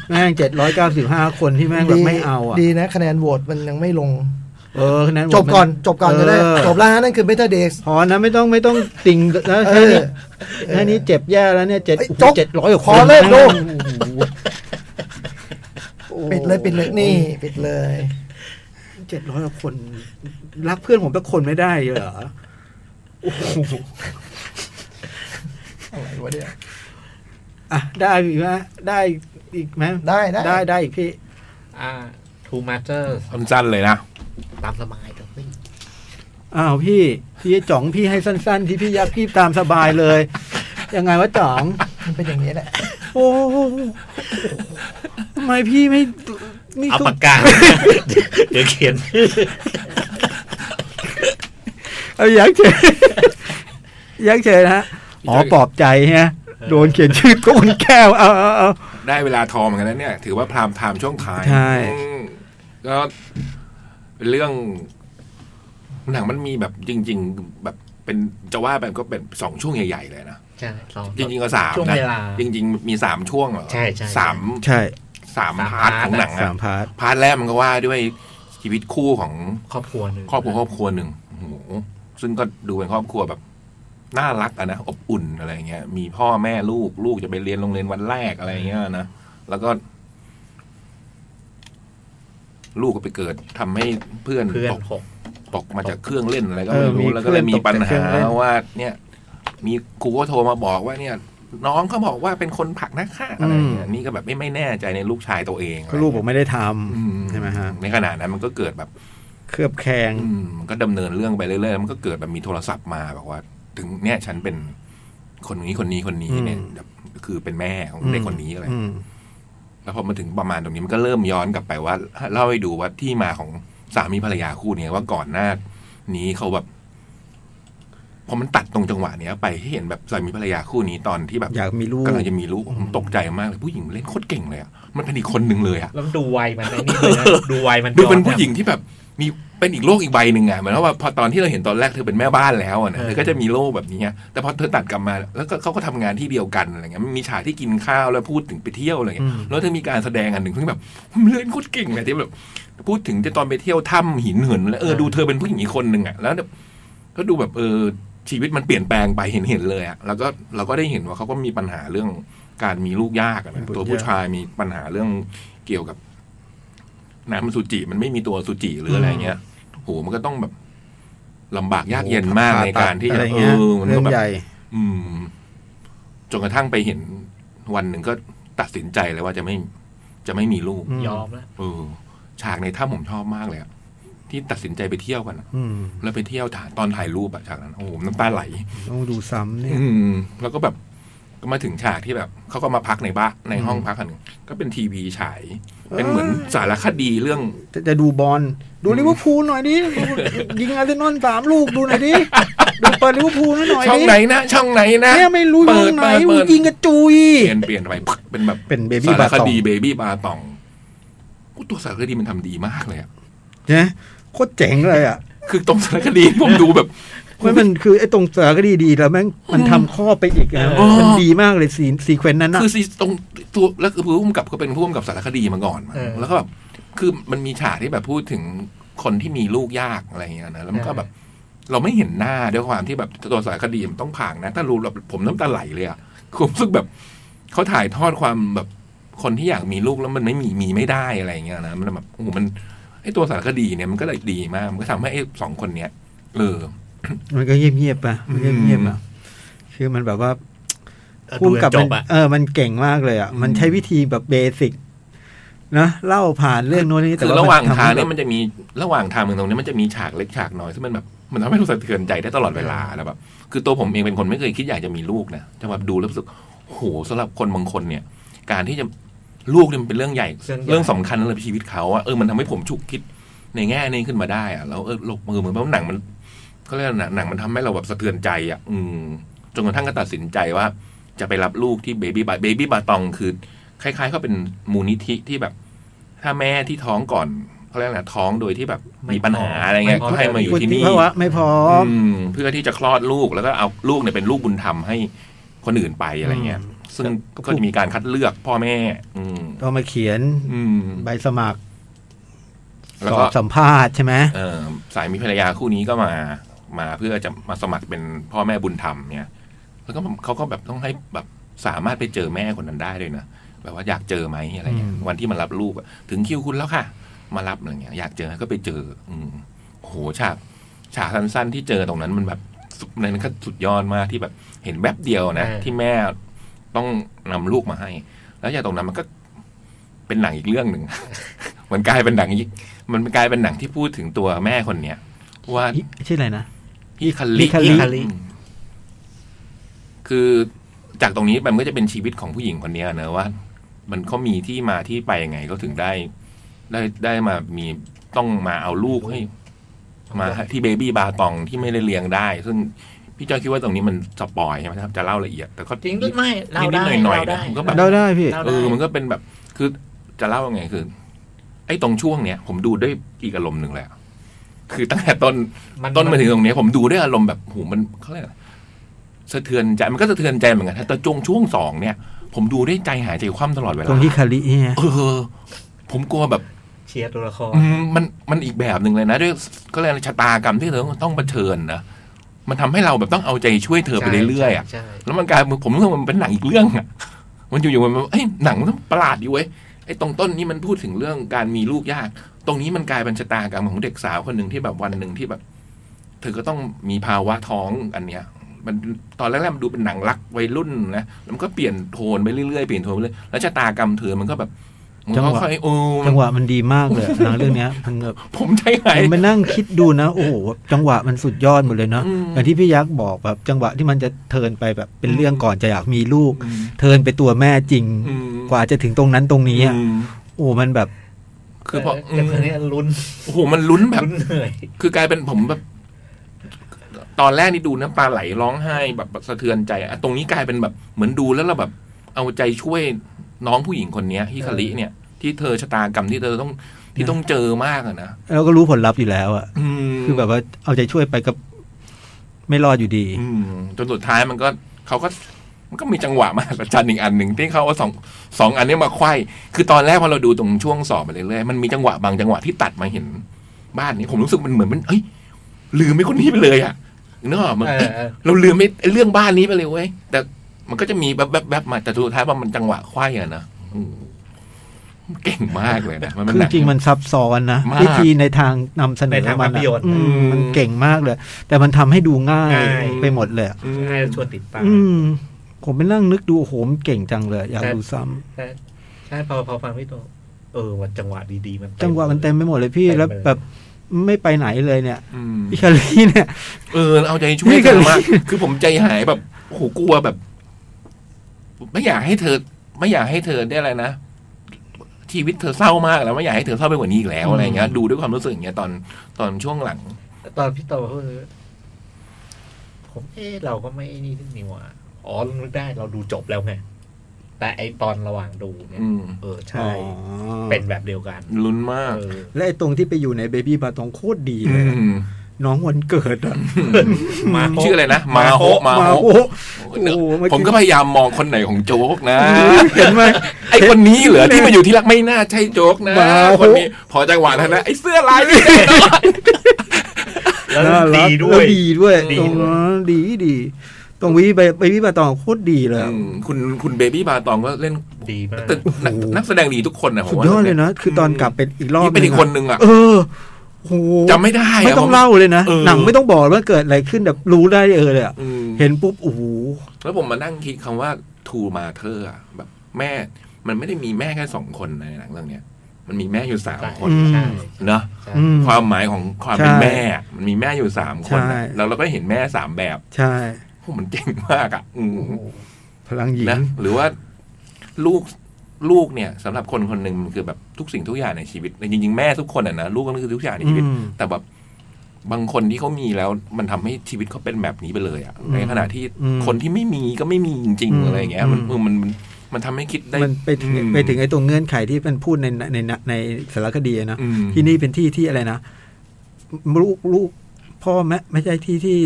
[SPEAKER 4] แม่งเจ็ดร้อยเก้าสิบห้าคนที่แม่งแบบไม่เอาอ่ะ
[SPEAKER 2] ดีนะ คะแนนโหวตมันยังไม่ลง
[SPEAKER 4] เออคะแนน
[SPEAKER 2] จบก่อนจบก่อนจะได้
[SPEAKER 4] เออ
[SPEAKER 2] จบแล้วฮะนั่นคือ better days
[SPEAKER 4] พอนะไม่ต้องไม่ต้องติงนะ
[SPEAKER 2] เอ
[SPEAKER 4] แค่นี้
[SPEAKER 2] อ
[SPEAKER 4] แค่นี้เจ็บแย่แล้วเนี่ยเจ็ด
[SPEAKER 2] เอ้ยจบ
[SPEAKER 4] เจ็ดร้อย
[SPEAKER 2] พอเลิกดู ปิ
[SPEAKER 4] ปิ
[SPEAKER 2] ดเลยปิดเลยนี่ ปิดเลย
[SPEAKER 4] เจ็ดร้อยคน รักเพื่อนผมสักคนไม่ได้เลยเหรอโอ้โห
[SPEAKER 2] อะไรวะเนี่ย
[SPEAKER 4] อ่ะได้อีกไหมได้อีกไหม
[SPEAKER 2] ได้ได้
[SPEAKER 4] ได้ได้อีกพี่
[SPEAKER 5] อ่า two masters
[SPEAKER 3] ๆสั้นๆเลยนะ
[SPEAKER 5] ตามสบายครับพี่
[SPEAKER 4] อ้าวพี่ พี่จ๋องพี่ให้สั้น ๆ ที่พี่ยักษ์พี่ตามสบายเลย ยังไงวะจ๋อง
[SPEAKER 2] มันเป็นอย่างนี้แหละ
[SPEAKER 4] โอ้โหทำไมพี่ไม่ไม่
[SPEAKER 5] เอา
[SPEAKER 4] คุ
[SPEAKER 5] ปาก กา เดี๋ยวเขียน
[SPEAKER 4] เอายักษ์เฉย ยักษ์เฉยนะฮะอ๋อปลอบใจฮะโดนเขียนชื่อโกนแก้วเอาเอาเอา
[SPEAKER 3] ได้เวลาทองเหมือนกันนะเนี่ย ถือว่าพรามไทม์ช่วงท้าย
[SPEAKER 4] ใช่
[SPEAKER 3] อืมก็เป็นเรื่อง หนังมันมีแบบจริง ๆ แบบเป็นจะว่าแบบก็เป็นสองช่วงใหญ่ๆเลยนะ
[SPEAKER 5] ใช่สอง
[SPEAKER 3] จริงๆก็สาม
[SPEAKER 5] ช่วง
[SPEAKER 3] นะ
[SPEAKER 5] เวลา
[SPEAKER 3] จริง ๆ มีสามช่วงเหรอ
[SPEAKER 5] ใช่ใช่
[SPEAKER 3] สาม
[SPEAKER 4] ใช่
[SPEAKER 3] สาม
[SPEAKER 5] สาม
[SPEAKER 3] พาร์ท
[SPEAKER 5] พาร์ท
[SPEAKER 3] ของหนัง
[SPEAKER 4] สา
[SPEAKER 3] อะ
[SPEAKER 4] มพาร์ท
[SPEAKER 3] พาร์ทแรกมันก็ว่าด้วยชีวิตคู่ของ
[SPEAKER 5] ครอบครัวหนึ่ง
[SPEAKER 3] ครอบครัวครอบครัวหนึ่งโอ้โหซึ่งก็ดูเป็นครอบครัวแบบน่ารักอะนะอบอุ่นอะไรเงี้ย มีพ่อแม่ลูกลูกจะไปเรียนโรงเรียนวันแรกอะไรเงี้ยนะแล้วก็ ลูกก็ไปเกิดทำให้เพื่อน
[SPEAKER 5] เพื่อน
[SPEAKER 3] ตก
[SPEAKER 5] หก
[SPEAKER 3] ตกมาจากเครื่องเล่นอะไรก็ไม่รู้แล้วก็เลยมีปัญหาว่า เนี่ย มีครูก็โทรมาบอกว่าเนี่ย น้องเขาบอกว่าเป็นคนผลักนะค่ะอะไรอย่างเงี้ยนี่ก็แบบไม่ไม่แน่ใจในลูกชายตัวเอง
[SPEAKER 4] ก็ลูกผมไม่ได้ท
[SPEAKER 3] อื
[SPEAKER 4] ำใช่ไหมฮะ
[SPEAKER 3] ในขณะนั้นมันก็เกิดแบบ
[SPEAKER 4] เคลือบแคลง
[SPEAKER 3] อืมมันก็ดำเนินเรื่องไปเรื่อยๆมันก็เกิดแบบมีโทรศัพท์มาแบบว่า ถึงเนี่ยฉันเป็นคนนี้คนนี้คนนี้เนี่ยแบบคือเป็นแม่ของเด็กคนนี้อะไร
[SPEAKER 4] ม
[SPEAKER 3] แล้วพอมาถึงประมาณตรงนี้มันก็เริ่มย้อนกลับไปว่าเล่าให้ดูว่าที่มาของสามีภรรยาคู่เนี้ว่าก่อนหน้า นี้เขาแบบพอมันตัดตรงจังหวะเนี้ย ไปให้เห็นแบบสามีภรรยาคู่นี้ตอนที่แบบ
[SPEAKER 4] อยากมีลูก
[SPEAKER 3] กำลังจะมีลูกผมตกใจมากเลยผู้หญิงเล่นโคตรเก่งเลยอ่ะมันเป็นอีกคนหนึ่งเลยอ่ะ
[SPEAKER 5] แล้วดูวัยมันไอ้ นี่เลยนะดูวัยมัน
[SPEAKER 3] ดูเป็น
[SPEAKER 5] ย้อ
[SPEAKER 3] ผู้หญิงที่แบบ มีเป็นอีกโลกอีกใบหนึ่งอ่ะเหมือนว่าพอตอนที่เราเห็นตอนแรกเธอเป็นแม่บ้านแล้วอ่ะนะเธอก็จะมีโลกแบบนี้อะแต่พอเธอตัดกลับมาแล้วก็เขาก็ทำงานที่เดียวกันอะไรเงี้ยมันมีฉากที่กินข้าวแล้วพูดถึงไปเที่ยวอะไรเงี้ย
[SPEAKER 4] อืม
[SPEAKER 3] แล้วเธอมีการแสดงอันหนึ่งที่แบบเล่นโคตรเก่งเลยที่แบบพูดถึงจะตอนไปเที่ยวถ้ำหินเหินแล้วเออดูเธอเป็นผู้หญิงอีกคนหนึ่งอ่ะแล้วแบบก็ดูแบบเออชีวิตมันเปลี่ยนแปลงไปเห็นเห็นเลยอ่ะแล้วก็เราก็ได้เห็นว่าเขาก็มีปัญหาเรื่องการมีลูกยากอะนะตัวผู้ชายมีปัญหาเรื่องเกี่ยวกับ น้ำมันสุจิมันไม่มีตัวสุจิหรืออะไรเงี้ยโหมันก็ต้องแบบลำบากยากเย็นมากในการที่
[SPEAKER 4] อะ
[SPEAKER 3] จะ
[SPEAKER 4] ไร
[SPEAKER 3] เอ
[SPEAKER 4] เงี้ย
[SPEAKER 3] อมัน
[SPEAKER 4] เรื่
[SPEAKER 3] ก็
[SPEAKER 4] อง
[SPEAKER 3] แบบ
[SPEAKER 4] ใหญ่
[SPEAKER 3] อืมจนกระทั่งไปเห็นวันหนึ่งก็ตัดสินใจเลยว่าจะไม่จะไม่มีลูก
[SPEAKER 5] ยอมแล้ว
[SPEAKER 3] เออ ฉากในถ้ำผมชอบมากเลยอะที่ตัดสินใจไปเที่ยวกันอะ
[SPEAKER 4] อืม
[SPEAKER 3] แล้วไปเที่ยวถ่ายตอนถ่ายรูปอะฉากนั้นโอ้โหน้ำตาไหล
[SPEAKER 4] ต้องดูซ้ำเนี่ย
[SPEAKER 3] อืม แล้วก็แบบก็มาถึงฉากที่แบบเขาก็มาพักในบ้านในห้องพักอันหนึ่งก็เป็นทีวีฉาย เป็นเหมือนสารคดีเรื่อง
[SPEAKER 4] จะจะดูบอลดูลิเวอร์พูลหน่อยดิยิงอาร์เซนอลสามลูกดูหน่อยดิดูเปิดลิเวอร์พูลหน่อย
[SPEAKER 3] ช่อง
[SPEAKER 4] ดิ
[SPEAKER 3] ไหนนะช่องไหนนะ
[SPEAKER 4] เนี่ยไม่รู้อ
[SPEAKER 3] เปิ
[SPEAKER 4] ยู่
[SPEAKER 3] ด
[SPEAKER 4] ไหน
[SPEAKER 3] เปิด
[SPEAKER 4] มึ
[SPEAKER 3] เปิ
[SPEAKER 4] ง
[SPEAKER 3] ด
[SPEAKER 4] ยิงกระจุย
[SPEAKER 3] เปลี่ยนเปลี่ยนไปปึ๊กเป็นแบบ
[SPEAKER 4] เป็น Baby
[SPEAKER 3] สารคดี
[SPEAKER 4] Bartong
[SPEAKER 3] เบบี้บาตองอู้ตัวสารคดีมันทำดีมากเลยอะ
[SPEAKER 4] นะโคตรเจ๋งเลยอ่ะ
[SPEAKER 3] คือตรงสารค ดีผมดูแบบ
[SPEAKER 4] มันมันคือไอ้ตรงสารคดีดีแล้วแม่งมันทำข้อไปอีกนะ
[SPEAKER 3] อ๋อ
[SPEAKER 4] มันดีมากเลยซีนซีเควนต์นั้นอ่ะ
[SPEAKER 3] คือซีตรงตัวแล้วคือผู้กำกับก็เป็นผู้กำกับสารคดีมาก่อนมาแล้วก็แบบคือมันมีฉากที่แบบพูดถึงคนที่มีลูกยากอะไรอย่างเงี้ยนะแล้วมันก็แบบ เราไม่เห็นหน้าด้วยความที่แบบตัวสารคดีมันต้องผ่างนะ ถ้ารู้แบบผมน้ำตาไหลเลยอะผมรู้สึกแบบ เขาถ่ายทอดความแบบคนที่อยากมีลูกแล้วมันไม่มีมีไม่ได้อะไรอย่างเงี้ยนะมันแบบโอ้โหมันไอตัวสารคดีเนี่ยมันก็เลยดีมาก มันก็ทำให้ไอสองคนเนี้ยเออ
[SPEAKER 4] มันก็เงียบๆอ่ะมันเงียบๆอ่ะคือมันแบบว่า
[SPEAKER 5] เออ
[SPEAKER 4] พุ่
[SPEAKER 5] ดู
[SPEAKER 4] ม
[SPEAKER 5] จ
[SPEAKER 4] กับมัน
[SPEAKER 5] บอะ
[SPEAKER 4] เออ มันเก่งมากเลยอ่ะ
[SPEAKER 3] อืม
[SPEAKER 4] มันใช้วิธีแบบเบสิกนะเล่าผ่านเรื่องโน้นนี่แต่
[SPEAKER 3] คือ
[SPEAKER 4] ว่า
[SPEAKER 3] ระหว่าง
[SPEAKER 4] มัน
[SPEAKER 3] ทาง
[SPEAKER 4] ทำให้
[SPEAKER 3] เนี่ยมันจะมีระหว่างทางตรงเนี้ยมันจะมีฉากเล็กฉากน้อยซึ่งมันแบบมันทำให้รู้สึกสะเทือนใจได้ตลอดเวลาแล้วแบบคือตัวผมเองเป็นคนไม่เคยคิดอยากจะมีลูกนะแต่แบบดูแล้วรู้สึกโหสำหรับคนบางคนเนี่ย การที่จะลูกเนี่ยมันเป็นเรื่องใหญ่ เรื่องสำคัญเลยชีวิตเขาอะเออมันทำให้ผมฉุกคิดในแง่นี้ขึ้นมาได้อะแล้วเออลงมือเหมือนว่าหนังมันเขาเรียกว่าหนังหนังมันทำให้เราแบบสะเทือนใจอะอืมจนกระทั่งก็ตัดสินใจว่า จะไปรับลูกที่เบบี้บาเบบี้บาตองคือ คล้ายๆเขาเป็นมูลนิธิที่แบบ ถ้าแม่ที่ท้องก่อนเขาเรียกอะไรนะท้องโดยที่แบบมีปัญหาอะไรเงี้ย
[SPEAKER 5] ไม่พอ
[SPEAKER 3] ก็ให้มาอยู่
[SPEAKER 4] วุ
[SPEAKER 3] ที่
[SPEAKER 4] ฒิ
[SPEAKER 3] นี่
[SPEAKER 4] ภาวะไม่พร้อม
[SPEAKER 3] อืมเพื่อที่จะคลอดลูกแล้วก็เอาลูกเนี่ยเป็นลูกบุญธรรมให้คนอื่นไปอะไรเงี้ย
[SPEAKER 4] อืม
[SPEAKER 3] ซึ่ง
[SPEAKER 4] ก็
[SPEAKER 3] ก็จะมีการคัดเลือกพ่อแม่ อืม
[SPEAKER 4] ก็มาเขียน
[SPEAKER 3] อืม
[SPEAKER 4] ใบสมัคร
[SPEAKER 3] แล้ว
[SPEAKER 4] ส
[SPEAKER 3] ก็
[SPEAKER 4] อบสัมภาษณ์ใช่ไหม
[SPEAKER 3] เอ่อสายมีภรรยาคู่นี้ก็มา มาเพื่อจะมาสมัครเป็นพ่อแม่บุญธรรมเนี่ย แล้วก็เขาก็แบบต้องให้แบบสามารถไปเจอแม่คนนั้นได้ด้วยนะแบบว่าอยากเจอไหมอะไรเงี้ยวันที่มารับลูกอะถึงคิวคุณแล้วค่ะ มารับอะไรเงี้ยอยากเจอก็ไปเจอ อืมโอ้โหฉากฉากสั้นๆที่เจอตรงนั้นมันแบบสุดในนั้นก็สุดยอดมากที่แบบเห็นแวบบเดียวนะ
[SPEAKER 5] เออ
[SPEAKER 3] ที่แม่ต้องนำลูกมาให้ แล้วจากตรงนั้นมันก็เป็นหนังอีกเรื่องหนึ่ ง มันกลายเป็นหนังอีกมันกลายเป็นหนังที่พูดถึงตัวแม่คนเนี้ยว่า
[SPEAKER 4] ฮิชื่ออะไรนะ
[SPEAKER 3] พี่คาลิ
[SPEAKER 4] พี่คาลิ
[SPEAKER 3] พี่อืมคือจากตรงนี้มันก็จะเป็นชีวิตของผู้หญิงคนเนี้ยเนอะว่า มันเขามีที่มาที่ไปยังไงก็ถึงได้ ได้ได้มามีต้องมาเอาลูกให้ มาที่เบบี้บาตองที่ไม่ได้เลี้ยงได้ ซึ่งพี่จอยคิดว่าตรงนี้มันสปอยใช่ไหมครับจะเล่าละเอียดแต่ก็
[SPEAKER 5] จริงหรือไม่เรา
[SPEAKER 3] นิด
[SPEAKER 5] ได้
[SPEAKER 3] ๆหน่อยๆนะ
[SPEAKER 5] เราได้
[SPEAKER 3] มันก็แบบ
[SPEAKER 4] ได้ได้พี่
[SPEAKER 5] เราได้
[SPEAKER 3] เออ มันก็เป็นแบบ คือ จะเล่ายังไง คือ ไอ้ตรงช่วงเนี้ย ผมดูด้วยอีกอารมณ์หนึ่งแหลยอะคือตั้งแต่ต้น
[SPEAKER 5] มัน
[SPEAKER 3] ต้นมาถึงตรงเนี้ยผมดูด้วยอารมณ์แบบหูมันเขาเรียกอะไรสะเทือนใจ มันก็สะเทือนใจเหมือนกันนะแต่จงช่วงสองเนี่ย ผมดูด้วยใจหายใจคว่ำตลอดเว
[SPEAKER 4] ตร
[SPEAKER 3] ลา
[SPEAKER 4] งที่คาริเนี่ย
[SPEAKER 3] เออ ผมกลัวแบบ
[SPEAKER 5] เชียร์ตัวละคร
[SPEAKER 3] อืมมันมันอีกแบบหนึ่งเลยนะด้วยก็เลยกอะไรชะตากรรมที่เธอต้องเผชิญนะ มันทำให้เราแบบต้องเอาใจช่วยเธอไปเรื่อยๆอะ
[SPEAKER 5] ใช่ใช่
[SPEAKER 3] แล้วมันกลายผมรู้สึกว่ามันเป็นหนังอีกเรื่องอะมันอยู่ๆมันเอ้ยหนังมันประหลาดอยู่เว้ยไอ้ตรงต้นนี้มันพูดถึงเรื่องการมีลูกยาก ตรงนี้มันกลายเป็นชะตากรรมของเด็กสาวคนหนึ่งที่แบบวันหนึ่งที่แบบ เธอก็ต้องมีภาวะท้องอันเนี้ย มันตอนแรกๆมันดูเป็นหนังรักวัยรุ่นนะแล้วมันก็เปลี่ยนโทนไปเรื่อยๆเปลี่ยนโทนไปเรื่อยแล้วชะตากรรมเธอมันก็แบบมัน
[SPEAKER 4] จังห
[SPEAKER 3] ก็
[SPEAKER 4] วะ
[SPEAKER 3] ค่อยๆโอ้มั
[SPEAKER 4] จั
[SPEAKER 3] น
[SPEAKER 4] งหวะมันดีมากเลยหนังเรื่องเนี้ยมันแบบ
[SPEAKER 3] ผมใจหาย
[SPEAKER 4] ผมไปนั่งคิดดูนะ โอ้โหจังหวะมันสุดยอดหมดเลยเนาะ
[SPEAKER 3] อืม
[SPEAKER 4] อย่างที่พี่ยักษ์บอกแบบจังหวะที่มันจะเทิร์นไปแบบเป็นเรื่องก่อนจะอยากมีลูก
[SPEAKER 3] อืม
[SPEAKER 4] เทิร์นไปตัวแม่จริง
[SPEAKER 3] อืม
[SPEAKER 4] กว่าจะถึงตรงนั้นตรงนี้อะ
[SPEAKER 3] อืม
[SPEAKER 4] โอ้มันแบบ
[SPEAKER 3] คือพอ
[SPEAKER 5] เแต่คนเนี้ยลุ้น
[SPEAKER 3] โอ้โหมันลุ้นแบบ
[SPEAKER 5] ลุ้นเหนื่อย
[SPEAKER 3] คือกลายเป็นผมแบบ ตอนแรกนี่ดูน้ำตาไหลร้องไห้แบบสะเทือนใจอะตรงนี้กลายเป็นแบบเหมือนดูแล้วเราแบบ เอาใจช่วยน้องผู้หญิงคนเนี้ยฮิคาริเนี่ย ที่เธอชะตากรรมที่เธอต้องที่ต้องเจอมากอะนะ
[SPEAKER 4] เราก็รู้ผลลัพธ์อยู่แล้วอะ
[SPEAKER 3] ม
[SPEAKER 4] คือแบบว่าเอาใจช่วยไปกับ ไม่รอดอยู่ดี
[SPEAKER 3] อืมจนสุดท้ายมันก็เขาก็ มันก็มีจังหวะมาประจันอีกอันหนึ่งที่เขาเอาสองสองอันเนี้ยมาไขว้คือตอนแรกพอเราดูตรงช่วงสอบไปเรื่อยๆมันมีจังหวะบางจังหวะที่ตัดมาเห็น บ้านนี้ผมรู้สึกมันเหมือนมันเอ้ยลืมไม่คนนี้ไปเลยอะนึกออกมั้ย
[SPEAKER 5] เออเออ
[SPEAKER 3] เราลืมไม่เรื่องบ้านนี้ไปเลยเว้ย แต่มันก็จะมีแบบแบบแบบมาแต่สุดท้ายว่ามันจังหวะไขว้อะนะอืมมันเก่งมากเลยนะ มันเป็
[SPEAKER 4] คือ
[SPEAKER 3] นหนัง
[SPEAKER 4] จริงมันซับซ้อนนะ
[SPEAKER 3] มาก
[SPEAKER 4] วิธีในทางนำเสน
[SPEAKER 5] ใน
[SPEAKER 4] อ
[SPEAKER 5] ทาง
[SPEAKER 4] มั
[SPEAKER 5] ภาน พย
[SPEAKER 4] อะ
[SPEAKER 5] นตร์
[SPEAKER 4] อืมมันเก่งมากเลย แต่มันทำให้ดูง่าย
[SPEAKER 5] ง่าย
[SPEAKER 4] ไปหมดเลยอะ
[SPEAKER 3] อืม
[SPEAKER 5] ให้ชวนติดตาม
[SPEAKER 4] อืม ผมไปนั่งนึกดูโอ้โหมันเก่งจังเลย อยาก
[SPEAKER 5] แต่
[SPEAKER 4] ดูซ้ำ
[SPEAKER 5] ใช่ใช่พอพอฟังพี่โตเออวันจังหวะดีๆมันเต็ม
[SPEAKER 4] จังหวะมันเต็มไปหมดเลยพี่
[SPEAKER 5] เต็ม
[SPEAKER 4] แล้ว
[SPEAKER 5] ไปเลย
[SPEAKER 4] แบบไม่ไปไหนเลยเนี่ย
[SPEAKER 3] อืม
[SPEAKER 4] อิคารีเนี่ย
[SPEAKER 3] เออ เอาใจช่วยเธอมาก คือผมใจหายแบบโอ้โหกลัวแบบ ไม่อยากให้เธอ ไม่อยากให้เธอได้อะไรนะ ชีวิตเธอเศร้ามากแล้วไม่อยากให้เธอเศร้าไปกว่านี้อีกแล้วอะไรเงี้ย ดูด้วยความรู้สึกอย่างเงี้ยตอนตอนช่วงหลัง
[SPEAKER 5] ตอนพี่โตก็คือผมเออเราก็ไม่นี่นี่หว่าอ๋อนึกได้เราดูจบแล้วไงแต่ไอตอนระหว่างดูเนี่ย
[SPEAKER 3] อืม
[SPEAKER 5] เออใช่
[SPEAKER 4] เป็
[SPEAKER 5] เป็น นแบบเดียวกัน
[SPEAKER 3] ลุ้นมาก
[SPEAKER 5] เออ
[SPEAKER 4] และไอ้ตรงที่ไปอยู่ในเบบี้บาตองโคตรดีเล
[SPEAKER 3] อื
[SPEAKER 4] ยอะ
[SPEAKER 3] ม
[SPEAKER 4] น้องวันเกิดอะ
[SPEAKER 5] มา โฮ
[SPEAKER 3] ชื่ออะไรนะ มาโฮะมา
[SPEAKER 4] มา
[SPEAKER 3] โฮะ
[SPEAKER 4] โอ้โหเอ
[SPEAKER 3] ผมก็พยายามมองคนไหนของโจ๊กนะ
[SPEAKER 4] เห็นไหม
[SPEAKER 3] ไอคนนี้เหรอที่มาอยู่ที่รักไม่น่าใช่โจ๊กนะ
[SPEAKER 4] มาโห
[SPEAKER 3] คนนี้พอจังหวะนั้นนะไอเสื้อลายนี่แน่นอน
[SPEAKER 5] แล้วดีด้ว
[SPEAKER 4] แล้
[SPEAKER 5] ย
[SPEAKER 4] ดีด้วย
[SPEAKER 5] ดี
[SPEAKER 4] ตรง
[SPEAKER 5] ด้วย
[SPEAKER 4] นั้นดีดี กองวิบไปวิบาตองโคตรดีเลยอะ
[SPEAKER 3] อืมคุณคุณเบบี้บาตองก็เล่น
[SPEAKER 5] ดีมาก
[SPEAKER 3] แต่นักนักแสดงดีทุกคนนะผม
[SPEAKER 4] สุด
[SPEAKER 3] ว่าย
[SPEAKER 4] อดเลยนะคือตอนกลับเป็นอีกรอบ
[SPEAKER 3] นี่เป็นอีก
[SPEAKER 4] ห
[SPEAKER 3] คนนึงอ่ะ
[SPEAKER 4] เออโห
[SPEAKER 3] จำไม่ได้ะ
[SPEAKER 4] ไม่ต้อง
[SPEAKER 3] ผม
[SPEAKER 4] เล่าเลยนะ
[SPEAKER 3] เออ
[SPEAKER 4] หนังไม่ต้องบอกว่าเกิดอะไรขึ้นแบบรู้ได้เออเลยอะ
[SPEAKER 3] อืม
[SPEAKER 4] เห็นปุ๊บโอ้โห
[SPEAKER 3] แล้วผมมานั่งคิดคำว่า ทูมาเธออะแบบแม่ มันไม่ได้มีแม่แค่สองคนนะในหนังเรื่องเนี้ย มันมีแม่อยู่สาม
[SPEAKER 5] ใช่
[SPEAKER 3] คน
[SPEAKER 4] อืม
[SPEAKER 5] ใช่
[SPEAKER 3] เนอะ
[SPEAKER 5] ใช่
[SPEAKER 4] อืม
[SPEAKER 3] ความหมายของความเป็น
[SPEAKER 4] ใช่
[SPEAKER 3] แม่อะมันมีแม่อยู่สามคน
[SPEAKER 4] ใช่
[SPEAKER 3] อะแล้วเราก็เห็นแม่สามแบบ
[SPEAKER 4] ใช่
[SPEAKER 3] โหมันเก่งมากอ่ะอืม
[SPEAKER 4] พลังหญิง
[SPEAKER 3] นะหรือว่าลูกลูกเนี่ยสำหรับคนคนหนึ่งมันคือแบบทุกสิ่งทุกอย่างในชีวิตแต่จริงๆแม่ทุกคนอ่ะนะลูกก็คือทุกอย่างในชีวิต
[SPEAKER 4] อืม
[SPEAKER 3] แต่แบบบางคนที่เขามีแล้วมันทำให้ชีวิตเขาเป็นแบบนี้ไปเลยอะ
[SPEAKER 4] อืม
[SPEAKER 3] ในขณะที่
[SPEAKER 4] อืม
[SPEAKER 3] คนที่ไม่มีก็ไม่มีจริง
[SPEAKER 4] อืม
[SPEAKER 3] ๆอะไรอย่างเงี้ยมัน
[SPEAKER 4] อื
[SPEAKER 3] มัน
[SPEAKER 4] ม
[SPEAKER 3] มันมันทำให้คิดได้
[SPEAKER 4] มันไปถึง
[SPEAKER 3] อืม
[SPEAKER 4] ไปถึงไอ้ตัวเงื่อนไขที่มันพูดในในในในสารคดีอะนะ
[SPEAKER 3] อืม
[SPEAKER 4] ที่นี่เป็นที่ที่อะไรนะ ลูกลูกพ่อแม่ไม่ใช่ที่ที่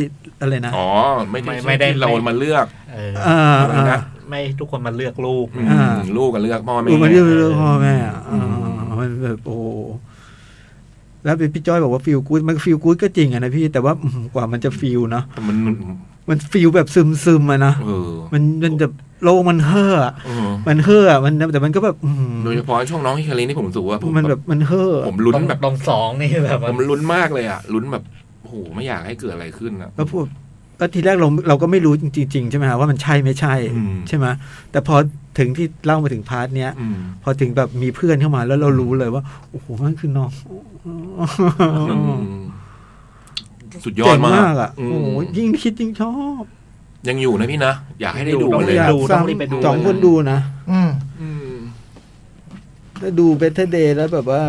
[SPEAKER 4] อะไรนะ
[SPEAKER 3] อ๋อ ไม่ได้
[SPEAKER 5] ไม่
[SPEAKER 3] ไม่
[SPEAKER 5] ได้
[SPEAKER 3] ได้เรามาเลือก
[SPEAKER 5] เออ
[SPEAKER 4] อ่า
[SPEAKER 3] อะไร
[SPEAKER 4] อ่า
[SPEAKER 3] นะ
[SPEAKER 5] ไม่ให้ทุกคนมาเลือกลูก
[SPEAKER 3] อืม
[SPEAKER 4] อ่า
[SPEAKER 3] ลูกกับเลือกพ่อแม่
[SPEAKER 4] ลูกมันเรื่องเรื่องพ่อแม่อะ
[SPEAKER 3] อืม
[SPEAKER 4] อ่ามันแบบโอ้โหแล้วเป็นพี่จ้อยบอกว่าฟิลกู๊ดมันฟิลกู๊ดก็จริงอะนะพี่แต่ว่าอืมกว่ามันจะฟิลนะ
[SPEAKER 3] แต่มัน
[SPEAKER 4] มันฟิลแบบซึมซึมๆอะนะ
[SPEAKER 3] เออ
[SPEAKER 4] มันมันจะโลกมันเฮ่ออะ
[SPEAKER 3] เออ
[SPEAKER 4] มันเฮ่ออะมันแต่มันก็แบบอืม
[SPEAKER 3] โดยเฉพาะช่วงน้องฮิคารินี่ผมรู้สึกว่าผม
[SPEAKER 4] มันแบบมันเฮ่ออะ
[SPEAKER 3] ผมลุ้นแบบ
[SPEAKER 5] ตรงสองนี่แบบว่า
[SPEAKER 3] ผมลุ้นมากเลยอะลุ้นแบบโอ้โหไม่อยากให้เกิดอะไรขึ้นอะ
[SPEAKER 4] แล้วพวกแล้วทีแรกเราเราก็ไม่รู้จริงๆใช่ไหมฮะว่ามันใช่ไม่ใช่
[SPEAKER 3] อืม
[SPEAKER 4] ใช่ไหมแต่พอถึงที่เล่ามาถึงพาร์ทเนี้ย
[SPEAKER 3] อืม
[SPEAKER 4] พอถึงแบบมีเพื่อนเข้ามาแล้วเรารู้เลยว่า โอ้โหมันคือน้อง
[SPEAKER 3] สุดยอ
[SPEAKER 4] เจ๋
[SPEAKER 3] ด
[SPEAKER 4] ง
[SPEAKER 3] มาก
[SPEAKER 4] มากอ่ะ
[SPEAKER 3] อืม
[SPEAKER 4] โอ้โหยิ่งคิดยิ่งชอบ
[SPEAKER 3] ยังอยู่นะพี่นะ อยากให้ได้ดู
[SPEAKER 5] ต้
[SPEAKER 3] มั
[SPEAKER 5] อนง
[SPEAKER 3] เล
[SPEAKER 5] รี
[SPEAKER 3] ย
[SPEAKER 5] บ
[SPEAKER 3] อะ
[SPEAKER 5] ดูต้องรีบไปดู
[SPEAKER 4] สองคนดูนะ
[SPEAKER 2] อืม
[SPEAKER 3] อืม
[SPEAKER 4] ถ้าดูเบ t เ e r เดย์แล้วแบบว่า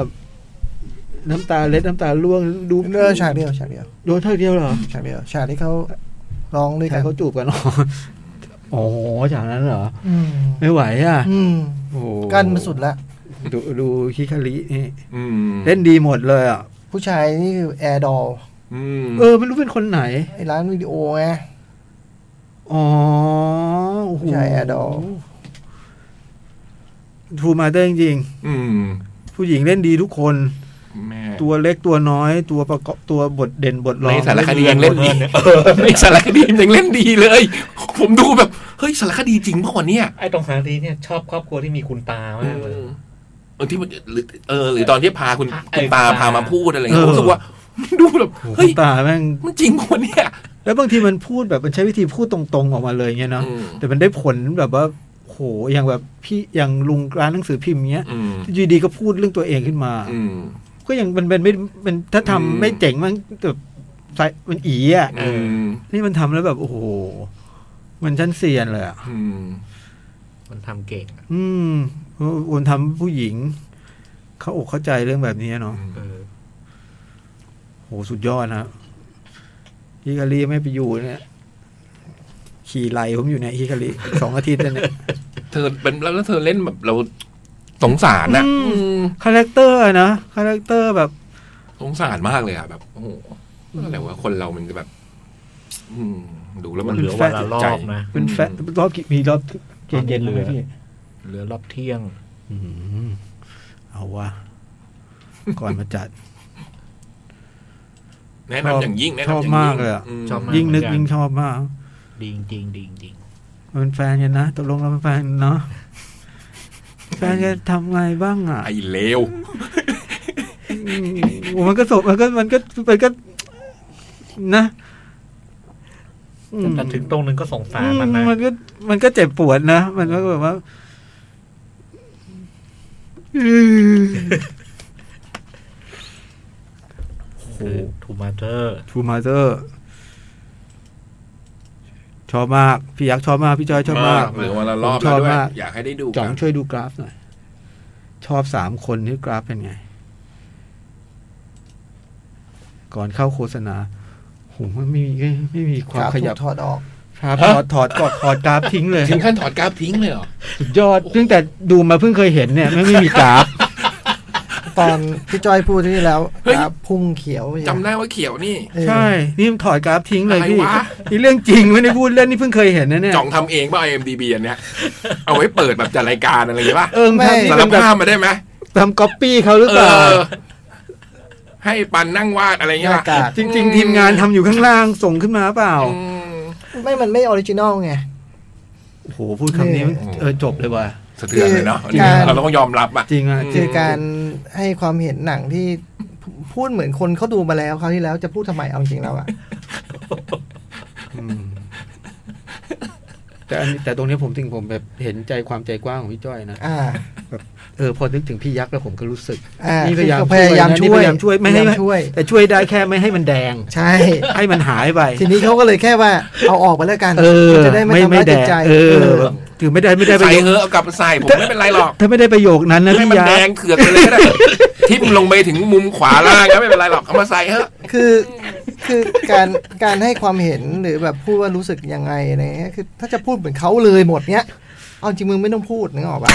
[SPEAKER 4] น้ำตาเล็ดน้ำตาร่วงดู
[SPEAKER 2] เรื่องฉากเดียวฉากเดียว
[SPEAKER 4] โดนเท่าเดียวเหรอ
[SPEAKER 2] ฉากเดียวฉากที่เขาร้องด้วยกั
[SPEAKER 4] ฉาก
[SPEAKER 2] น
[SPEAKER 4] เขาจูบกัน อ๋อโอ้โหฉากนั้นเหรอ
[SPEAKER 2] อืม
[SPEAKER 4] ไม่ไหวอ่ะ
[SPEAKER 2] อืม
[SPEAKER 4] โอ้โห
[SPEAKER 2] กั้นมาสุดละ
[SPEAKER 4] ดูดูฮิคารินี่
[SPEAKER 3] อืม
[SPEAKER 4] เล่นดีหมดเลยอ่ะ
[SPEAKER 2] ผู้ชายนี่คือแอร์ดอล
[SPEAKER 3] อืม
[SPEAKER 4] เออไม่รู้เป็นคนไหน
[SPEAKER 2] ไอ้ร้านวิดีโอไง
[SPEAKER 4] อ๋อโอ้โห
[SPEAKER 2] ใช่ Adol
[SPEAKER 4] ทูมาเตอร์จริง
[SPEAKER 3] อืม
[SPEAKER 4] ๆผู้หญิงเล่นดีทุกคน
[SPEAKER 3] แม่
[SPEAKER 4] ตัวเล็กตัวน้อย ตัวประกอบตัวบทเด่นบทรอ
[SPEAKER 3] ใน
[SPEAKER 4] ง
[SPEAKER 3] สารคดียังเล่นดีในสารคดียังเล่นดีเลย ผมดูแบบ เฮ้ยสารคดีจริงเมื่อก่อนเนี่ย
[SPEAKER 5] ไอ้ตรงสารดีเนี่ยชอบครอบครัวที่มีคุณตามากเลย
[SPEAKER 3] เออที่มันหรือเออ หรือตอนที่พาคุณ
[SPEAKER 5] พา
[SPEAKER 3] คุณตา
[SPEAKER 5] เออ
[SPEAKER 3] พามาพูดอะไรเงี้ยผมรู้สึกว่าดูแบบ
[SPEAKER 4] โอ้โห
[SPEAKER 3] เฮ้ย
[SPEAKER 4] ตาแม่ง
[SPEAKER 3] มันจริงกว่าเนี่ย
[SPEAKER 4] แล้วบางทีมันพูดแบบมันใช้วิธีพูดตรงๆออกมาเลยเงี้ยเนาะ
[SPEAKER 3] อืม
[SPEAKER 4] แต่มันได้ผลแบบว่าโหอย่างแบบพี่อย่างลุงร้านหนังสือพิมพ์เงี้ย
[SPEAKER 3] อืม
[SPEAKER 4] อยู่ดีก็พูดเรื่องตัวเองขึ้นมา
[SPEAKER 3] อืม
[SPEAKER 4] ก็ยังมันเป็นไม่มันถ้าทำ
[SPEAKER 3] อืม
[SPEAKER 4] ไม่เจ๋งมันแบบใส่มันอีอ่ะ
[SPEAKER 3] อืม
[SPEAKER 4] นี่มันทำแล้วแบบโอ้โหมันชั้นเซียนเลยอ่ะ
[SPEAKER 3] อืม
[SPEAKER 5] มันทำเก่งอะ
[SPEAKER 4] อืมคนทำผู้หญิง เขาอกเข้าใจเรื่องแบบนี้เนาะ
[SPEAKER 5] เออ
[SPEAKER 4] โหสุดยอดนะฮิคารีไม่ไปอยู่เนี่ยขี่ไหลผมอยู่เนี่ยฮิคารี สองอาทิตย์แล้วเนี่ย
[SPEAKER 3] เธอเป็นแล้วแล้วเธอเล่นแบบเราสงสารนะอืม
[SPEAKER 4] คาแรคเตอร์อะนะคาแรคเตอร์แบบ
[SPEAKER 3] สงสารมากเลยอ่ะแบบโอ้โหอะไรวะคนเรามันจะแบบ อืม ดูแล้วมัน
[SPEAKER 5] เหลือวันละรอบนะ
[SPEAKER 4] เป็นแฟน
[SPEAKER 3] อืม
[SPEAKER 4] รอบกี่มีรอบเย็นเย็นๆเลยพี่
[SPEAKER 5] เหลือรอบเที่ยง
[SPEAKER 4] อืมเอาวะก่อนมาจัด
[SPEAKER 3] แนะนำอย่างยิ่งแนะนำอ
[SPEAKER 4] ช
[SPEAKER 3] ย่าง
[SPEAKER 4] อบ
[SPEAKER 3] ยิ่ง
[SPEAKER 4] มากเลยอะ
[SPEAKER 3] ม
[SPEAKER 5] ชอบมาก
[SPEAKER 4] ยิ่งนึกยิ่งชอบมาก
[SPEAKER 5] ดีจริงๆดีจริง
[SPEAKER 4] มันเป็นแฟนกันนะตกลงเราเป็นแฟนกัน เนาะแฟนกันทำไงบ้างอ่ะ
[SPEAKER 3] ไอ้เลว
[SPEAKER 4] อืมมันก็สบมันก็มันก็มันก็นะอืม
[SPEAKER 5] ๆแต่ถึงตรงนึงก็สงสาร
[SPEAKER 4] อืม
[SPEAKER 5] มันนะ
[SPEAKER 4] มันก็มันก็เจ็บปวดนะ มันก็แบบว่าอืมโอ้โห
[SPEAKER 5] คือทูมาเตอร์
[SPEAKER 4] ทูมาเตอร์ ชอบมาก พี่ยักษ์ชอบมาก พี่จอยชอบมาก
[SPEAKER 3] เหลือวันละรอบ
[SPEAKER 4] ช
[SPEAKER 3] แล้
[SPEAKER 4] อบ
[SPEAKER 3] วด้วย
[SPEAKER 4] มาก
[SPEAKER 3] อยากให้ได้ดู
[SPEAKER 4] จ๋อง
[SPEAKER 3] กัน
[SPEAKER 4] ช่วยดูกราฟหน่อย ชอบสามคนนี่กราฟเป็นไง ก่อนเข้าโฆษณาโหมันไม่มีไม่มีความขยับ
[SPEAKER 2] ถูกถอดออก
[SPEAKER 4] ครับถอดถอดกอดถอดกราฟทิ้งเลย
[SPEAKER 3] ถึงขั้นถอดกราฟทิ้งเลยเหรอ
[SPEAKER 4] สุดยอดตั้งแต่ดูมาเพิ่งเคยเห็นเนี่ยไม่ไม่มีกราฟ
[SPEAKER 2] ตอนพี่จ้อยพูดที่นี่แล้ว
[SPEAKER 3] เฮ้ย
[SPEAKER 2] ครับพุ่งเขียวไป
[SPEAKER 3] จำได้ว่าเขียวนี่
[SPEAKER 2] เออ
[SPEAKER 4] ใช่ นี่มันถอดกราฟทิ้งเลยพี่
[SPEAKER 3] อะไรวะ
[SPEAKER 4] นี่เรื่องจริงไม่ได้พูดเล่นนี่เพิ่งเคยเห็นนะเนี่ย
[SPEAKER 3] จ่องทำเองป่ะ IMDB อันเนี้ยเอาไว้เปิดแบบจัดรายการอะไรอย่างเงี้ยป่ะ
[SPEAKER 4] เออมึงทำนี่
[SPEAKER 3] สา
[SPEAKER 4] เป็
[SPEAKER 3] ร
[SPEAKER 4] นแบบ
[SPEAKER 3] ภาพมาได้ไหม
[SPEAKER 4] ทำก๊อปปี้เขาหรือ
[SPEAKER 3] เอ
[SPEAKER 4] เปล่า
[SPEAKER 3] อ ให้ปันนั่งวาดอะไรอย่า
[SPEAKER 2] ห
[SPEAKER 3] งเงี้ย
[SPEAKER 2] น้า
[SPEAKER 3] ป่ะ
[SPEAKER 2] กาก
[SPEAKER 4] จริง ๆ ทีมงานทำอยู่ข้างล่างส่งขึ้นมาเปล่า
[SPEAKER 3] อืม
[SPEAKER 2] ไม่มันไม่ออริจินอลไง
[SPEAKER 4] โอ้โหพูดคำนี้
[SPEAKER 2] เนี่ย
[SPEAKER 4] เออจบเลยว่ะ
[SPEAKER 3] สะเทือนเลยเนาะ
[SPEAKER 2] คือการ
[SPEAKER 3] เราต้องยอมรับอ่ะ
[SPEAKER 4] จริงอ่ะ
[SPEAKER 2] คือการให้ความเห็นหนังที่พูพูดเหมือนคนเขาดูมาแล้วคราวที่แล้วจะพูดทำไมเอาจริงแล้วอะ
[SPEAKER 4] อืมแต่อันนี้แต่ตรงนี้ผมถึงผมแบบเห็นใจความใจกว้างของพี่จ้อยนะ
[SPEAKER 2] อ่า
[SPEAKER 4] เออพอนึกถึงพี่ยักษ์แล้วผมก็รู้สึก
[SPEAKER 2] อ่า
[SPEAKER 4] นี่
[SPEAKER 2] นี่
[SPEAKER 4] พยายาม
[SPEAKER 2] ก็พยายาม
[SPEAKER 4] นะนี่
[SPEAKER 2] ช่วย
[SPEAKER 4] พยายามช่วยไม่ให้
[SPEAKER 2] พาามช่วย
[SPEAKER 4] แต่ช่วยได้แค่ไม่ให้มันแดง
[SPEAKER 2] ใช่
[SPEAKER 4] ให้มันหายไป
[SPEAKER 2] ทีนี้เขาก็เลยแค่ว่าเอาออกไปแล้วกัน
[SPEAKER 4] เออ
[SPEAKER 2] จะได้ไม่ทำร้าย
[SPEAKER 4] แด
[SPEAKER 2] จิต
[SPEAKER 4] ง
[SPEAKER 2] ใจ
[SPEAKER 4] เอ
[SPEAKER 2] เอ
[SPEAKER 4] อ
[SPEAKER 2] อ
[SPEAKER 4] ถือไม่ได้ไม่ได้ประ
[SPEAKER 3] ใส่
[SPEAKER 4] โยค
[SPEAKER 3] เหอะเอากลับไปใส่ผมไม่เป็นไรหรอก
[SPEAKER 4] ถ้าไม่ได้ประโยคนั้นนะ
[SPEAKER 3] ให้
[SPEAKER 4] พี่
[SPEAKER 3] มัน
[SPEAKER 4] ยัก
[SPEAKER 3] แดง
[SPEAKER 4] ษ์
[SPEAKER 3] เถือกไปเลยก็ได้ ทิ่มลงไปถึงมุมขวาล่างก็ไม่ เป็นไรหรอกเอามาใส่เถอะ
[SPEAKER 2] คือคือการการให้ความเห็นหรือแบบพูดว่ารู้สึกยังไงอะไรเงี้ยคือ ถ้าจะพูดเหมือนเขาเลยหมดเนี้ย เอาจริงมึงไม่ต้องพูดนึกออกปะ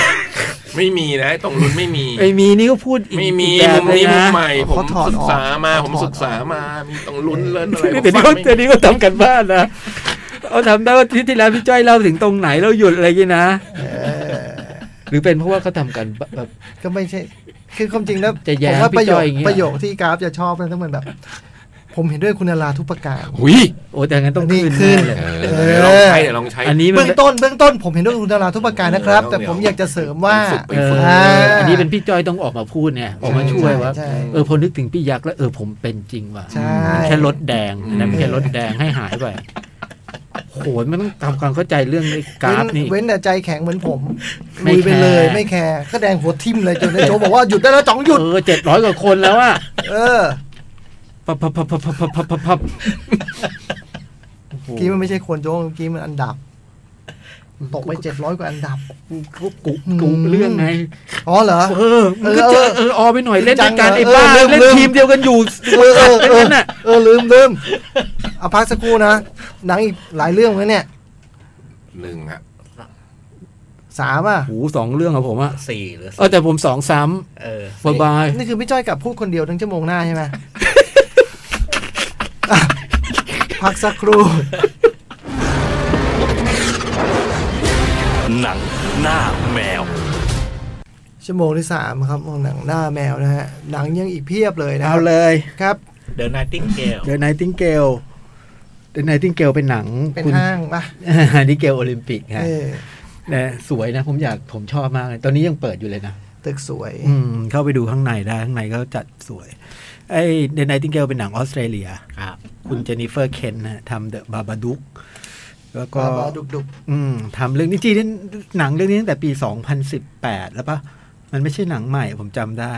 [SPEAKER 3] ไม่มีนะไอ้ตรงรุ่นไม่มี
[SPEAKER 4] ไอ้มีนี่ก็พูดอีก
[SPEAKER 3] ไม่มี
[SPEAKER 4] อีกแบบ
[SPEAKER 3] มุมนี้
[SPEAKER 4] เลย
[SPEAKER 3] มุม
[SPEAKER 4] นะ
[SPEAKER 3] ใหม่ผมศึกษามาผมศึกษามา มีตรงลุ้นเล่นอะไร
[SPEAKER 4] เดี๋ยวนี้ก็เดี๋ยวนี้ก็ทำกันบ้านนะเอาทำได้ว่าที่ที่แล้วพี่จ้อยเล่าถึงตรงไหนแล้วหยุดอะไรกันนะ
[SPEAKER 2] เออ
[SPEAKER 4] หรือเป็นเพราะว่าเขาทำกันแบบ
[SPEAKER 2] ก็ไม่ใช่ คือความจริงแล้ว
[SPEAKER 4] จะแย้
[SPEAKER 2] ผ
[SPEAKER 4] ง
[SPEAKER 2] มว่าประโย
[SPEAKER 4] พี่จ้อ
[SPEAKER 2] ค
[SPEAKER 4] ยอย่างเงี้ย
[SPEAKER 2] ประโยคที่กราฟจะชอบนะต้องเป็นแบบ ผมเห็นด้วยคุณนาราทุกประการ
[SPEAKER 3] หุย
[SPEAKER 4] โอ้แต่งั้นต้อง
[SPEAKER 2] นี่
[SPEAKER 4] ขึ้น
[SPEAKER 2] ขึ้น
[SPEAKER 4] แน่เลย
[SPEAKER 3] เออเดี๋ยวลองใช้เดี๋ยวลองใช้
[SPEAKER 4] อันนี้มัน
[SPEAKER 2] เบื้องต้นเบื้องต้น ผมเห็นด้วยกับคุณนาราทุกประการนะครับ
[SPEAKER 3] เออ
[SPEAKER 2] แต่ผมอยากจะเสริมว่า
[SPEAKER 3] ฝึกไป
[SPEAKER 4] เออ
[SPEAKER 2] อ่า
[SPEAKER 4] อันนี้เป็นพี่จ้อยต้องออกมาพูดเนี่ยออกมาช่วยว่า
[SPEAKER 2] ใช่
[SPEAKER 4] เออพอนึกถึงพี่ยักษ์แล้วเออผมเป็นจริงว่ะ
[SPEAKER 2] ใช่
[SPEAKER 4] แค่รถแดงนะ
[SPEAKER 3] อืม
[SPEAKER 4] แค่รถแดงให้หายไปโหยมันต้องทำความเข้าใจเรื่องไอ้กราฟนี่
[SPEAKER 2] เว้นแต่ใจแข็งเหมือนผม
[SPEAKER 4] ไม่
[SPEAKER 2] ลุยไป
[SPEAKER 4] แคร์
[SPEAKER 2] เลยไม่แคร์ก็แดงหัวทิ่มเลยจนนายโจบอกว่าหยุดได้แล้วจ๋องหยุด
[SPEAKER 4] เออเจ็ดร้อยกว่าคนแล้วอะ
[SPEAKER 2] เออ
[SPEAKER 4] พับพับพับพับพับพับพับพับ
[SPEAKER 2] เมื่อกี้มันไม่ใช่ควรโจกเมื่อกี้มันอันดับ ตกไปเจ็ดร้อยกว่าอันดับ
[SPEAKER 4] กูกูกูเรื่องไง
[SPEAKER 2] อ๋อเหรอ
[SPEAKER 4] เออมึงก็เจอเออออไปหน่อยเล่นด้วยกัน
[SPEAKER 2] จังเหรอ
[SPEAKER 4] ไอ้บ้า
[SPEAKER 2] เออลืม
[SPEAKER 4] เล่น
[SPEAKER 2] ลืม
[SPEAKER 4] ทีมเดียวกันอยู่
[SPEAKER 2] เออเออ
[SPEAKER 4] เล่
[SPEAKER 2] เอนอ
[SPEAKER 4] นั่นน่ะ
[SPEAKER 2] เออลืมลืมเอาพักสักครู่นะหนังอีกหลายเรื่องนะเนี่ย
[SPEAKER 3] หนึ่งอะ
[SPEAKER 2] สามอ่ะ
[SPEAKER 4] หูสองเรื่องอะผมอะ
[SPEAKER 5] สี่หรือ
[SPEAKER 4] เออแต่ผมสองซ้
[SPEAKER 5] เออ
[SPEAKER 4] ำบายบาย
[SPEAKER 2] นี่คือพี่จ้อยกลับพูดคนเดียวทั้งชั่วโมงหน้าใช่ไหม อ่ะพักสักครู่
[SPEAKER 1] หนังหน้าแมว
[SPEAKER 2] ชั่วโมงที่สามครับของหนังหน้าแมวนะฮะหนังยังอีกเพียบเลยนะค
[SPEAKER 4] เอา
[SPEAKER 2] รับ
[SPEAKER 4] เลย
[SPEAKER 2] ครับ
[SPEAKER 5] เดินนาติ้งเกล
[SPEAKER 4] เด e n ไนติงเกลเด e n ไนติงเกลเป็นหนัง
[SPEAKER 2] เป็น
[SPEAKER 4] คุณ
[SPEAKER 2] ห้างปะ
[SPEAKER 4] นิเกลโอลิมปิกฮะ
[SPEAKER 2] เออ
[SPEAKER 4] นะสวยนะผมอยากผมชอบมากเลยตอนนี้ยังเปิดอยู่เลยนะ
[SPEAKER 2] ตึกสวย
[SPEAKER 4] อืม เข้าไปดูข้างในได้ ข้างในก็จัดสวย ไอ้เดนไนติงเกลเป็นหนังออสเตรเลีย
[SPEAKER 5] ครับ
[SPEAKER 4] คุณเจนนิเฟอร์เคนนะทำเดอะบาบาดุกแล้วก็
[SPEAKER 2] บาบาดุกดุก
[SPEAKER 4] อืมทำเรื่องนี้จริงๆหนังเรื่องนี้ตั้งแต่ปี 2018 แล้วปะมันไม่ใช่หนังใหม่ผมจำได้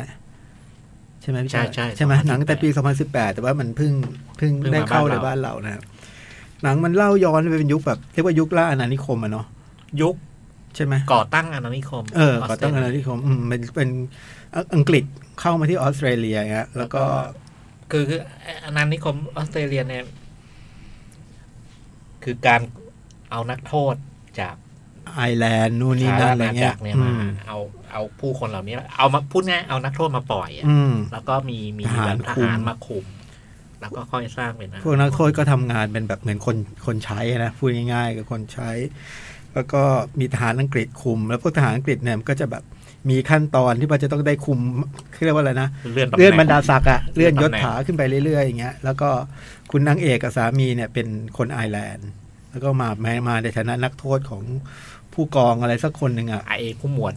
[SPEAKER 4] ใช่ไหมพี่
[SPEAKER 5] ใช่
[SPEAKER 4] อย
[SPEAKER 5] ใช่
[SPEAKER 4] ใช่ไหมหนังแต่ปี 2018 แต่ว่ามันเพิ่งเพิ่งได้เข้าในบ้านเรานะครับหนังมันเล่าย้อนไปเป็นยุคแบบเรียกว่ายุคล่าอาณานิคมอะเนาะ
[SPEAKER 5] ยุค
[SPEAKER 4] ใช่ไหม
[SPEAKER 5] ก่อตั้งอาณานิคม
[SPEAKER 4] เออก่อตั้งอาณานิคมอืมมันเป็นอังกฤษเข้ามาที่ออสเตรเลียฮะแล้วก็
[SPEAKER 5] คือคืออาณานิคมออสเตรเลียเนี่ยคือการเอานักโทษจาก
[SPEAKER 4] ไอร์แลนด์นู่นนี่นั่นอะไรเงี้
[SPEAKER 5] จาย กรเนี่ย
[SPEAKER 4] อื
[SPEAKER 5] มาม เอาเอาผู้คนเหล่านี้เอามาพูดง่ายเอานักโทษมาปล่อยอะ
[SPEAKER 4] อืม
[SPEAKER 5] แล้วก็มีมี
[SPEAKER 4] ทหาร
[SPEAKER 5] แบบท
[SPEAKER 4] คุม
[SPEAKER 5] หารมาคุม แล้วก็ค่อยสร้างเป็นอาณา
[SPEAKER 4] พวกนักโทษก็ทำงานเป็นแบบเหมือนคนคนใช้นะพูดง่ายๆกับคนใช้ แล้วก็มีทหารอังกฤษคุม แล้วพวกทหารอังกฤษเนี่ยมันก็จะแบบมีขั้นตอนที่ว่าจะต้องได้คุมเรียกว่าอะไรนะ
[SPEAKER 5] เลื่อนตำแหน่ง
[SPEAKER 4] เลื่อนบรรดาศักดิ์อะเลื่อน
[SPEAKER 5] เลื่
[SPEAKER 4] ย
[SPEAKER 5] อ
[SPEAKER 4] ศ
[SPEAKER 5] นตำแหน่ง
[SPEAKER 4] ถาขึ้นไปเรื่อยๆอย่างเงี้ยแล้วก็คุณนางเอกกับสามีเนี่ยเป็นคนไอร์แลนด์ แล้วก็มามามาในฐานะนักโทษของผู้กองอะไรสักคนหนึ่งอะ
[SPEAKER 5] ไอผู้หมวด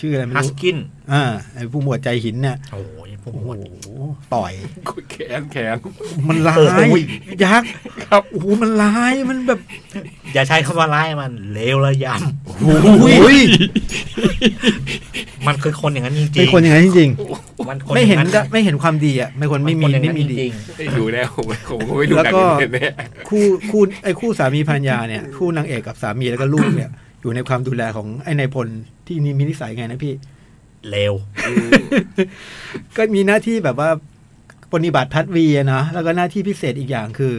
[SPEAKER 4] ชื่ออะไรไม่
[SPEAKER 5] ฮัส
[SPEAKER 4] รู้
[SPEAKER 5] กิน
[SPEAKER 4] อ่าไอ้ผู้หมวดใจหินเนี่ย
[SPEAKER 5] โอ้ยผู้
[SPEAKER 4] โอ้
[SPEAKER 5] หม
[SPEAKER 4] โห
[SPEAKER 5] วด
[SPEAKER 4] ต่อย
[SPEAKER 3] แขนแขน
[SPEAKER 4] มันร้า
[SPEAKER 3] โอ้
[SPEAKER 4] ย
[SPEAKER 3] ย
[SPEAKER 4] ยักษ์ครับโอ้โหมันร้ายมันแบบ
[SPEAKER 5] อย่าใช้คำว่าร้ายมันเลวระย
[SPEAKER 4] อุ้ย
[SPEAKER 5] ำมันคือคนอย่างนั้นจริงๆ
[SPEAKER 4] เป็นคนอย่างนั้นจริง
[SPEAKER 5] มันค
[SPEAKER 4] ๆ
[SPEAKER 5] น
[SPEAKER 4] ไม่
[SPEAKER 5] อย่าง
[SPEAKER 4] เห็นก็ไม่เห็นความดีอ่ะไม่คนไม่มี
[SPEAKER 5] นคนอย่าง
[SPEAKER 4] ไม่
[SPEAKER 5] นั้น
[SPEAKER 4] มีดี
[SPEAKER 5] จริง
[SPEAKER 3] ไม่ดูแน่ผม ผมก็ไม่ดู
[SPEAKER 4] แล้ว
[SPEAKER 3] หนัง
[SPEAKER 4] ก็
[SPEAKER 3] อื่นเนี่ย
[SPEAKER 4] คู่คู่ไอ้คู่สามีภรรยาเนี่ย คู่นางเอกกับสามีแล้วก็ลูกเนี่ย อยู่ในความดูแลของไอ้นายพลที่นี่มีนิสัยไงนะพี่
[SPEAKER 5] ๆเลว
[SPEAKER 3] อืม
[SPEAKER 4] ก็มีหน้าที่แบบว่าปฏิบัติพัดวีอะนะแล้วก็หน้าที่พิเศษอีกอย่างคือ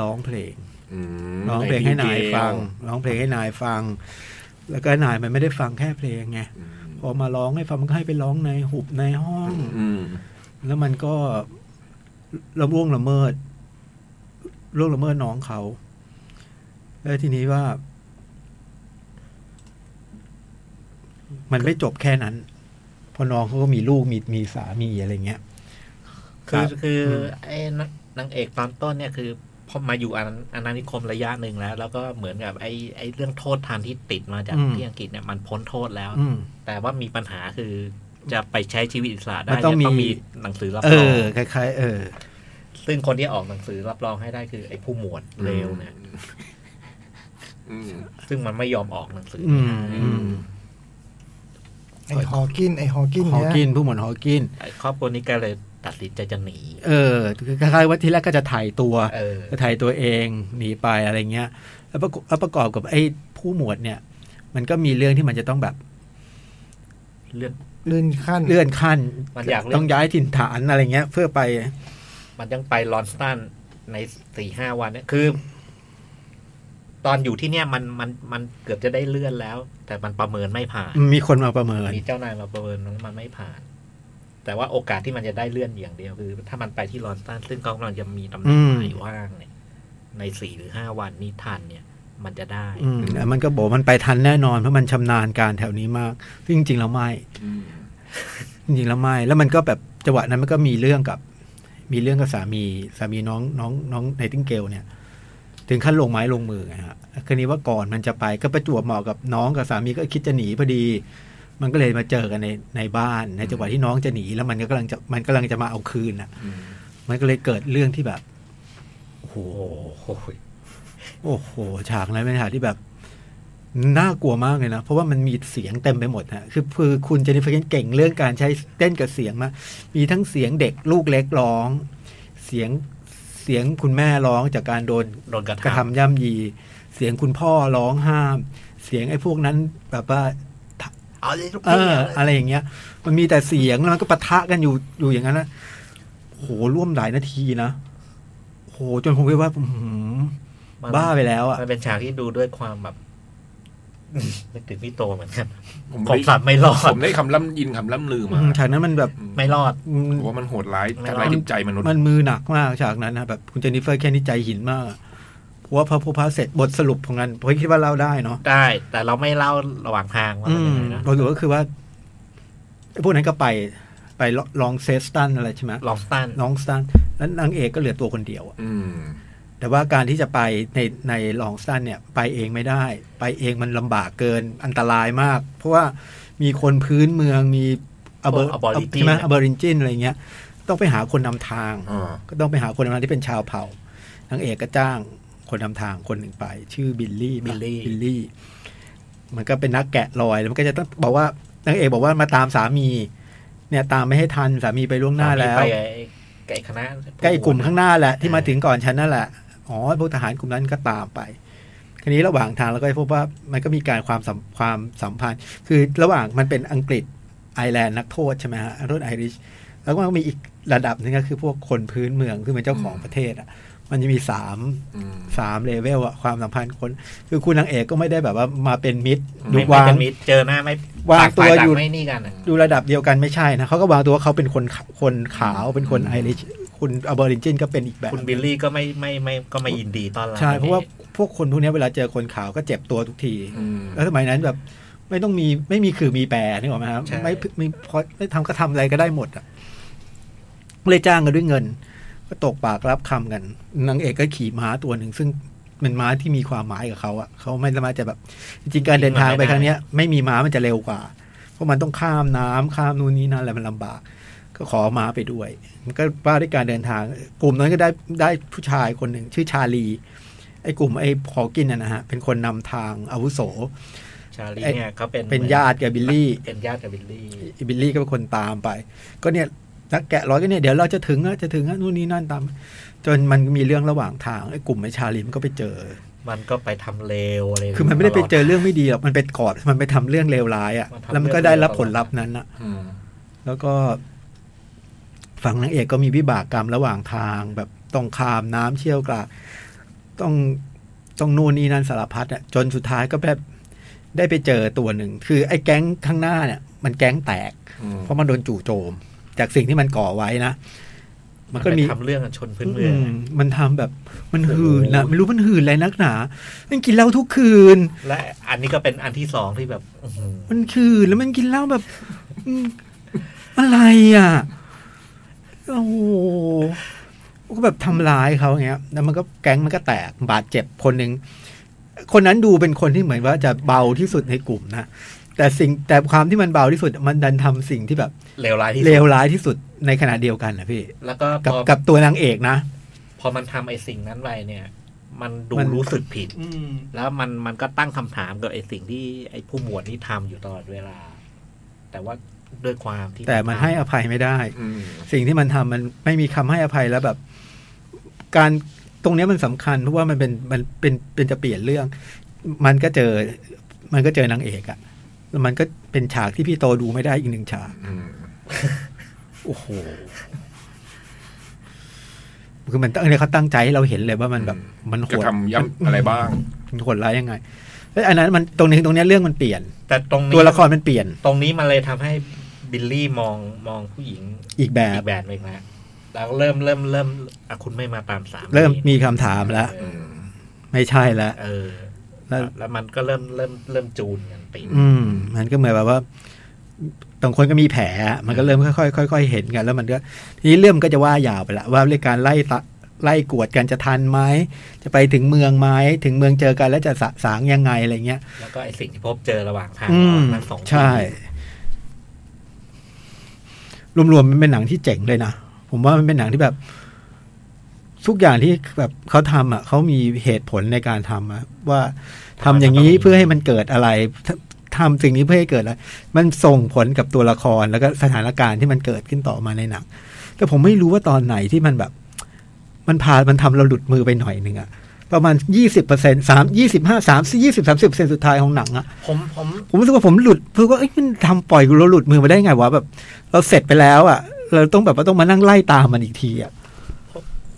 [SPEAKER 4] ร้องเพลง
[SPEAKER 3] อืม
[SPEAKER 4] ร้องเพลงให้นายฟัง ร้องเพลงให้นายฟัง แล้วก็นายมันไม่ได้ฟังแค่เพลงไงพอมาร้องให้ฟังมันก็ให้ไปร้องในหุบในห้อง
[SPEAKER 3] อืม
[SPEAKER 4] แล้วมันก็ระล่วงละเมิดล่วงละเมิดน้องเขา แล้วทีนี้ว่า มันไม่จบแค่นั้น เพอน้องเขาก็มีลูกมีมีสามีอะไรเงี้ย
[SPEAKER 5] คื
[SPEAKER 4] ค
[SPEAKER 5] อ
[SPEAKER 4] รับ
[SPEAKER 5] คืออ
[SPEAKER 4] ม
[SPEAKER 5] ไอ้นางเอกตอนต้นเนี่ยคือ พอมาอยู่อาณอาณานิคมระยะหนึ่งแล้ว แล้วก็เหมือนกับไอ้ไอ้เรื่องโทษทานที่ติดมาจาก
[SPEAKER 4] อืม
[SPEAKER 5] ที่อังกฤษเนี่ยมันพ้นโทษแล้ว
[SPEAKER 4] อืม
[SPEAKER 5] แต่ว่ามีปัญหาคือจะไปใช้ชีวิตอิสระได้
[SPEAKER 4] มันต้อง
[SPEAKER 5] เนี่ย
[SPEAKER 4] มี
[SPEAKER 5] หนังสือรับ
[SPEAKER 4] เอ
[SPEAKER 5] รอง
[SPEAKER 4] อคล้ายๆ เออ
[SPEAKER 5] ซึ่งคนที่ออกหนังสือรับรองให้ได้คือไอ้ผู้หมวดเลวเนี่ย
[SPEAKER 3] อืม
[SPEAKER 5] ซึ่งมันไม่ยอมออกหนังสือ
[SPEAKER 4] อืม
[SPEAKER 5] นะฮะ
[SPEAKER 4] อืม
[SPEAKER 2] ไอฮอว์กินไอฮอว์กิน
[SPEAKER 4] หอ
[SPEAKER 2] เนี่ย
[SPEAKER 4] กินผู้หมวดหอกิน
[SPEAKER 5] ไอ้ครอบครัวนี้ก็เลยตัดสินใจจะหนี
[SPEAKER 4] เออคือคล้ายๆว่าที่แรกก็จะถ่ายตัว
[SPEAKER 5] เออ
[SPEAKER 4] จะถ่ายตัวเองหนีไปอะไรเงี้ยแล้วประกอบแล้วประกอบกับไอ้ผู้หมวดเนี่ย มันก็มีเรื่องที่มันจะต้องแบบ
[SPEAKER 5] เรื่อง
[SPEAKER 2] เลื่อนขั้น
[SPEAKER 4] เลื่อนขั้น
[SPEAKER 5] มันอยากเลื่อน
[SPEAKER 4] ต้องย้ายถิ่นฐานอะไรเงี้ย เพื่อไป
[SPEAKER 5] มันยังไปลอนสตันในสี่ห้าวันเนี่ยคือ ตอนอยู่ที่เนี่ยมันมันมันเกือบจะได้เลื่อนแล้ว แต่มันประเมินไม่ผ่าน
[SPEAKER 4] มีคนมาประเมิน
[SPEAKER 5] มีเจ้านายมาประเมินว่ามันไม่ผ่าน แต่ว่าโอกาสที่มันจะได้เลื่อนอย่างเดียวคือ ถ้ามันไปที่ลอนสตันซึ่งเขากำลังจะมีตำแหน่
[SPEAKER 4] อื
[SPEAKER 5] ง
[SPEAKER 4] ม
[SPEAKER 5] ใหม่ว่างเนี่ย ในสี่หรือห้าวันนี้ทันเนี่ย มันจะได้
[SPEAKER 4] อืมแล้วมันก็บอกมันไปทันแน่นอนเพราะมันชำนาญการแถวนี้มากซึ่งจริงๆแล้วไม่
[SPEAKER 3] อืม
[SPEAKER 4] จริงๆแล้วไม่แล้วมันก็แบบจังหวะนั้นมันก็มีเรื่องกับ มีเรื่องกับสามีสามีน้องน้องน้องไนติงเกลเนี่ย ถึงขั้นลงไม้ลงมือไงฮะคืนนี้ว่าก่อนมันจะไปก็ประจวบเหมาะกับน้องกับสามีก็คิดจะหนีพอดี มันก็เลยมาเจอกันในในบ้านในจังหวะที่น้องจะหนีแล้วมันก็กำลังจะมันกำลังจะมาเอาคืนน่ะ
[SPEAKER 3] อืม
[SPEAKER 4] มันก็เลยเกิดเรื่องที่แบบโอ้โห
[SPEAKER 5] โอ้โห
[SPEAKER 4] โอ้โห ฉากนั้นเป็นฉากที่แบบ น่ากลัวมากเลยนะ เพราะว่ามันมีเสียงเต็มไปหมดฮะคือคือคุณเจนนิเฟอร์เคนเก่งเรื่องการใช้เต้นกับเสียงมากมีทั้งเสียงเด็กลูกเล็กร้อง เสียงเสียงคุณแม่ร้องจากการโดน
[SPEAKER 5] โดนกระ
[SPEAKER 4] กระ
[SPEAKER 5] ทำ
[SPEAKER 4] ทำย่ำยี เสียงคุณพ่อร้องห้าม เสียงไอ้พวกนั้นแบบว่า
[SPEAKER 5] เอาเลยทุก
[SPEAKER 4] เอ
[SPEAKER 5] ที
[SPEAKER 4] อ อะไรอย่างเงี้ย มันมีแต่เสียงแล้วมันก็ปะทะกันอยู่อยู่อย่างนั้นนะโหร่วมหลายนาทีนะโหจนผมคิดว่าอื้อหือ
[SPEAKER 5] มัน
[SPEAKER 4] บ้าไปแล้วอ่ะ
[SPEAKER 5] มันเป็นฉากที่ดูด้วยความแบบ นึกถึงพี่โตเหมือนกัน
[SPEAKER 3] ผม
[SPEAKER 5] ผม
[SPEAKER 3] ได้
[SPEAKER 5] สัตว์ไม่รอ
[SPEAKER 3] ผ
[SPEAKER 5] ด
[SPEAKER 3] มได้คำล่ำยินคำล่ำลือ
[SPEAKER 4] อื
[SPEAKER 3] มา
[SPEAKER 4] มฉากนั้นมันแบบ
[SPEAKER 5] ไม่รอด
[SPEAKER 4] อืม
[SPEAKER 3] ผมว่ามันโหดร้าย
[SPEAKER 5] ไม่
[SPEAKER 3] ทำ
[SPEAKER 5] รอ
[SPEAKER 3] ลาย
[SPEAKER 5] ด
[SPEAKER 3] จิตใจมนุษย์
[SPEAKER 4] มันมือหนักมากฉากนั้นนะแบบคุณเจนนิเฟอร์แค่นี้ใจหินมากอะเพราะว่าพอพอพาเสร็จบทสรุปของงานผมคิดว่าเล่าได้เนาะ
[SPEAKER 5] ได้ แต่เราไม่เล่าระหว่างทางว่า
[SPEAKER 4] อื
[SPEAKER 5] เป็นยั
[SPEAKER 4] ม
[SPEAKER 5] งไงนะ
[SPEAKER 4] บทสรุปก็คือว่าไอ้พวกนั้นก็ไปไปลองเซสตันอะไรใช่ไหม
[SPEAKER 5] ลองสั้น
[SPEAKER 4] น้องสตันแล้วนางเอกก็เหลือตัวคนเดียวอะ
[SPEAKER 3] อืม
[SPEAKER 4] แต่ว่าการที่จะไปในในลองสตันเนี่ย ไปเองไม่ได้ ไปเองมันลำบากเกินอันตรายมาก เพราะว่ามีคนพื้นเมืองมีอเบอร์
[SPEAKER 5] บอริจิ
[SPEAKER 4] ใช่ไหมอเบอริจินอะไรเงี้ย ต้องไปหาคนนำทาง
[SPEAKER 3] อ่า
[SPEAKER 4] ก็ต้องไปหาคนนำทางที่เป็นชาวเผ่านางเอกก็จ้างคนนำทางคนหนึ่งไป ชื่อบิลลี่
[SPEAKER 5] บิลลี่
[SPEAKER 4] บิลลี่ มันก็เป็นนักแกะรอยแล้วมันก็จะต้องบอกว่านางเอกบอกว่ามาตามสามี เนี่ยตามไม่ให้ทันสามีไปล่วงหน้าแล้ว
[SPEAKER 5] ไปไก่คณะ
[SPEAKER 4] ใกล้กลุ่มข้างหน้าแหละที่
[SPEAKER 5] เออ
[SPEAKER 4] มาถึงก่อนฉันนั่นแหละ อ๋อพวกทหารกลุ่มนั้นก็ตามไป คราวนี้ระหว่างทางเราก็พบว่ามันก็มีการความสัมความสัมพันธ์ คือระหว่างมันเป็นอังกฤษไอร์แลนด์นักโทษใช่ไหมฮะนักโทษไอริช แล้วก็มันมีอีกระดับหนึงก็คือพวกคนพื้นเมืองคือเป็นเจ้าของประเทศอ่ะ มันจะมีสาม
[SPEAKER 3] อืม
[SPEAKER 4] สามเลเวลอะความสัมพันธ์คน คือคุณนางเอกก็ไม่ได้แบบว่ามาเป็นมิตร
[SPEAKER 3] อืม
[SPEAKER 4] ดู
[SPEAKER 5] ไม่ไม่
[SPEAKER 4] วาง
[SPEAKER 5] เป็นมิตรเจอหน้าไม่
[SPEAKER 4] วางตัว
[SPEAKER 5] ฝ่ต่
[SPEAKER 4] อยู่
[SPEAKER 5] ไม่นี่กันอะ
[SPEAKER 4] ดูระดับเดียวกันไม่ใช่นะเขาก็วางตัวว่าเขาเป็นคนขาวคนขาวเป็นคนไอริชคุณอเบอริจินก็เป็นอีกแบบ
[SPEAKER 5] คุณบิลลี่ก็ไม่ไม่ไม่ก็ไม่ยินดีต้อนรับ
[SPEAKER 4] ใช่ เพราะว่าพวกคนพวกเนี้ยเวลาเจอคนขาวก็เจ็บตัวทุกที
[SPEAKER 3] อืม
[SPEAKER 4] แล้วสมัยนั้นแบบไม่ต้องมีไม่มีคือมีแปรนึกออกไหมครับ
[SPEAKER 3] ใช่
[SPEAKER 4] ไม่ไม่พอไม่ทำก็ทำอะไรก็ได้หมดอ่ะเลยจ้างกันด้วยเงิน ก็ตกปากรับคำกันนางเอกก็ขี่ม้าตัวหนึ่ง ซึ่งเป็นม้าที่มีความหมายกับเขาอ่ะเขาไม่สามารถจะแบบ จริงๆการเดินทางไปครั้งเนี้ย ไม่มีม้ามันจะเร็วกว่า เพราะมันต้องข้ามน้ำข้ามนู่นนี่นั่นอะไรมันลำบาก ก็ขอม้าไปด้วย มันก็ว่าด้วยการเดินทาง กลุ่มนั้นก็ได้ได้ผู้ชายคนหนึ่งชื่อชาลี ไอ้กลุ่มไอ้พอกินน่ะนะฮะเป็นคนนำทางอาวุโส
[SPEAKER 5] ชาลีเนี่ยเขาเป็น
[SPEAKER 4] เป็นญาติกับบิลลี่
[SPEAKER 5] เป็นญาติกับบิลลี่
[SPEAKER 4] บิลลี่ก็เป็นคนตามไป ก็เนี่ยนักแกะร้อยก็เนี่ยเดี๋ยวเราจะถึงนะจะถึงนะนู่นนี่นั่นตาม จนมันมีเรื่องระหว่างทางไอ้กลุ่มไอ้ชาลีมันก็ไปเจอ
[SPEAKER 5] มันก็ไปทำเลวอะไร
[SPEAKER 4] คือมันไม่ได้ไปเจอเรื่องไม่ดีหรอกมันไปกอดมันไปทำเรื่องเลวร้ายอ่ะแล้วมันก็ได้รับผลลัพธ์นั้นอะ
[SPEAKER 3] อืม
[SPEAKER 4] แล้วก็ฝั่งนางเอกก็มีวิบากกรรมระหว่างทาง แบบต้องขามน้ำเชี่ยวกรากต้องต้องนู่นนี่นั่นสารพัดอะจนสุดท้ายก็แบบได้ไปเจอตัวหนึ่ง คือไอ้แก๊งข้างหน้าเนี่ยมันแก๊งแตก
[SPEAKER 3] อืม
[SPEAKER 4] เพราะมันโดนจู่โจม จากสิ่งที่มันก่อไว้นะ มั
[SPEAKER 5] มัน น
[SPEAKER 4] ก็
[SPEAKER 5] ก็
[SPEAKER 4] มี
[SPEAKER 5] มีทำเรื่องกับชนพื้นเมือง
[SPEAKER 4] มมันทำแบบมัน
[SPEAKER 5] โอ้โห
[SPEAKER 4] หื่นนะไม่รู้มันหื่นอะไรนักหนา มันกินเหล้าทุกคืน
[SPEAKER 5] และอันนี้ก็เป็นอันที่สองที่แบบอื้อหือ
[SPEAKER 4] มันคืนแล้วมันกินเหล้าแบบอืมอะไรอ่ะ โอ้โห ก็แบบทำร้ายเขาอย่างเงี้ย แล้วมันก็แก๊งมันก็แตกบาดเจ็บคนหนึ่งคนนั้นดูเป็นคนที่เหมือนว่าจะเบาที่สุดในกลุ่มนะแต่สิ่งแต่ความที่มันเบาที่สุดมันดันทำสิ่งที่แบบ
[SPEAKER 5] เลวร้ายที่
[SPEAKER 4] เล
[SPEAKER 5] สุ
[SPEAKER 4] ว
[SPEAKER 5] ด
[SPEAKER 4] ร้ายที่สุดในขณะเดียวกันนะพี่
[SPEAKER 5] แล้วก็พ
[SPEAKER 4] กับ
[SPEAKER 5] อ
[SPEAKER 4] กับตัวนางเอกนะ
[SPEAKER 5] พอมันทำไอ้สิ่งนั้นไปเนี่ย มันดู
[SPEAKER 4] มัน
[SPEAKER 5] รู้สึกผิด แล้วมันมันก็ตั้งคำถามกับไอ้สิ่งที่ไอ้ผู้หมวดนี่ทำอยู่ตลอดเวลา แต่ว่าด้วยความที่
[SPEAKER 4] แต่มันให้
[SPEAKER 5] ทำ
[SPEAKER 4] อภัยไม่ได้
[SPEAKER 3] อืม
[SPEAKER 4] สิ่งที่มันทำมันไม่มีคำให้อภัยแล้วแบบ การตรงเนี้ยมันสำคัญเพราะว่ามันเป็นมันเป็นเป็นจะเปลี่ยนเรื่อง มันก็เจอ มันก็เจอนางเอกอะแล้วมันก็เป็นฉากที่พี่โตดูไม่ได้อีกหนึ่งฉาก
[SPEAKER 3] อืม
[SPEAKER 4] โอ้โหคือมันตั้งเนี่ยเขาตั้งใจให้เราเห็นเลยว่ามันแบบมันโห
[SPEAKER 3] กระ
[SPEAKER 4] ด
[SPEAKER 3] ทำย่ำอะไรบ้าง
[SPEAKER 4] มันโหดร้ายยังไงแล้วอันนั้นมันตรงนี้ตรงเนี้ยเรื่องมันเปลี่ยน
[SPEAKER 5] แต่ตรงนี้
[SPEAKER 4] ตัวละครมันเปลี่ยน
[SPEAKER 5] ตรงนี้มันเลยทำให้บิลลี่มองมองผู้หญิง
[SPEAKER 4] อีกแบ
[SPEAKER 5] อี
[SPEAKER 4] บ
[SPEAKER 5] กแบบหนึ่งนะแล้วเริ่มเริ่มเริ่มอ่ะคุณไม่มาตามสาม
[SPEAKER 4] เริ่มมีคำถามแล้ว
[SPEAKER 5] เออ
[SPEAKER 4] ไม่ใช่แล้ว
[SPEAKER 5] เออ
[SPEAKER 4] แล้ว
[SPEAKER 5] แล้วมันก็เริ่มเริ่มเริ่มจูนกันไป
[SPEAKER 4] อืมมันก็เหมือนแบบว่าบางคนก็มีแผลอะมันก็เริ่มค่อยๆค่อยๆเห็นกัน แล้วมันก็ทีนี้เรื่องมันก็จะว่ายาวไปละว่าเรื่องการไล่ตะไล่กวดกันจะทันไหมจะไปถึงเมืองไหมถึงเมืองเจอกันแล้วจะสะสางยังไงอะไรเงี้ย
[SPEAKER 5] แล้วก็ไอ้สิ่งที่พบเจอระหว่างทาง
[SPEAKER 4] อืม
[SPEAKER 5] ทั้งสอง
[SPEAKER 4] ใช่ รวมๆมันเป็นหนังที่เจ๋งเลยนะ ผมว่ามันเป็นหนังที่แบบ ทุกอย่างที่แบบเขาทำอ่ะเขามีเหตุผลในการทำอ่ะว่าทำอย่างนี้เพื่อให้มันเกิดอะไรททำสิ่งนี้เพื่อให้เกิดอะไรมันส่งผลกับตัวละครแล้วก็สถานการณ์ที่มันเกิดขึ้นต่อมาในหนังแต่ผมไม่รู้ว่าตอนไหนที่มันแบบ มันพามันทำเราหลุดมือไปหน่อยหนึ่งอ่ะประมาณยี่สิบเปอร์เซ็นสามยี่สิบห้าสามยี่สิบสามสิบเปอร์เซ็นสุดท้ายของหนังอ่ะ
[SPEAKER 5] ผมผม
[SPEAKER 4] ผมรู้สึกว่าผมหลุดเพื่อว่าเอ้ยมันทำปล่อยกูเราหลุดมือมาได้ไงวะแบบ เราเสร็จไปแล้วอ่ะ เราต้องแบบว่าต้องมานั่งไล่ตามมันอีกทีอ่ะ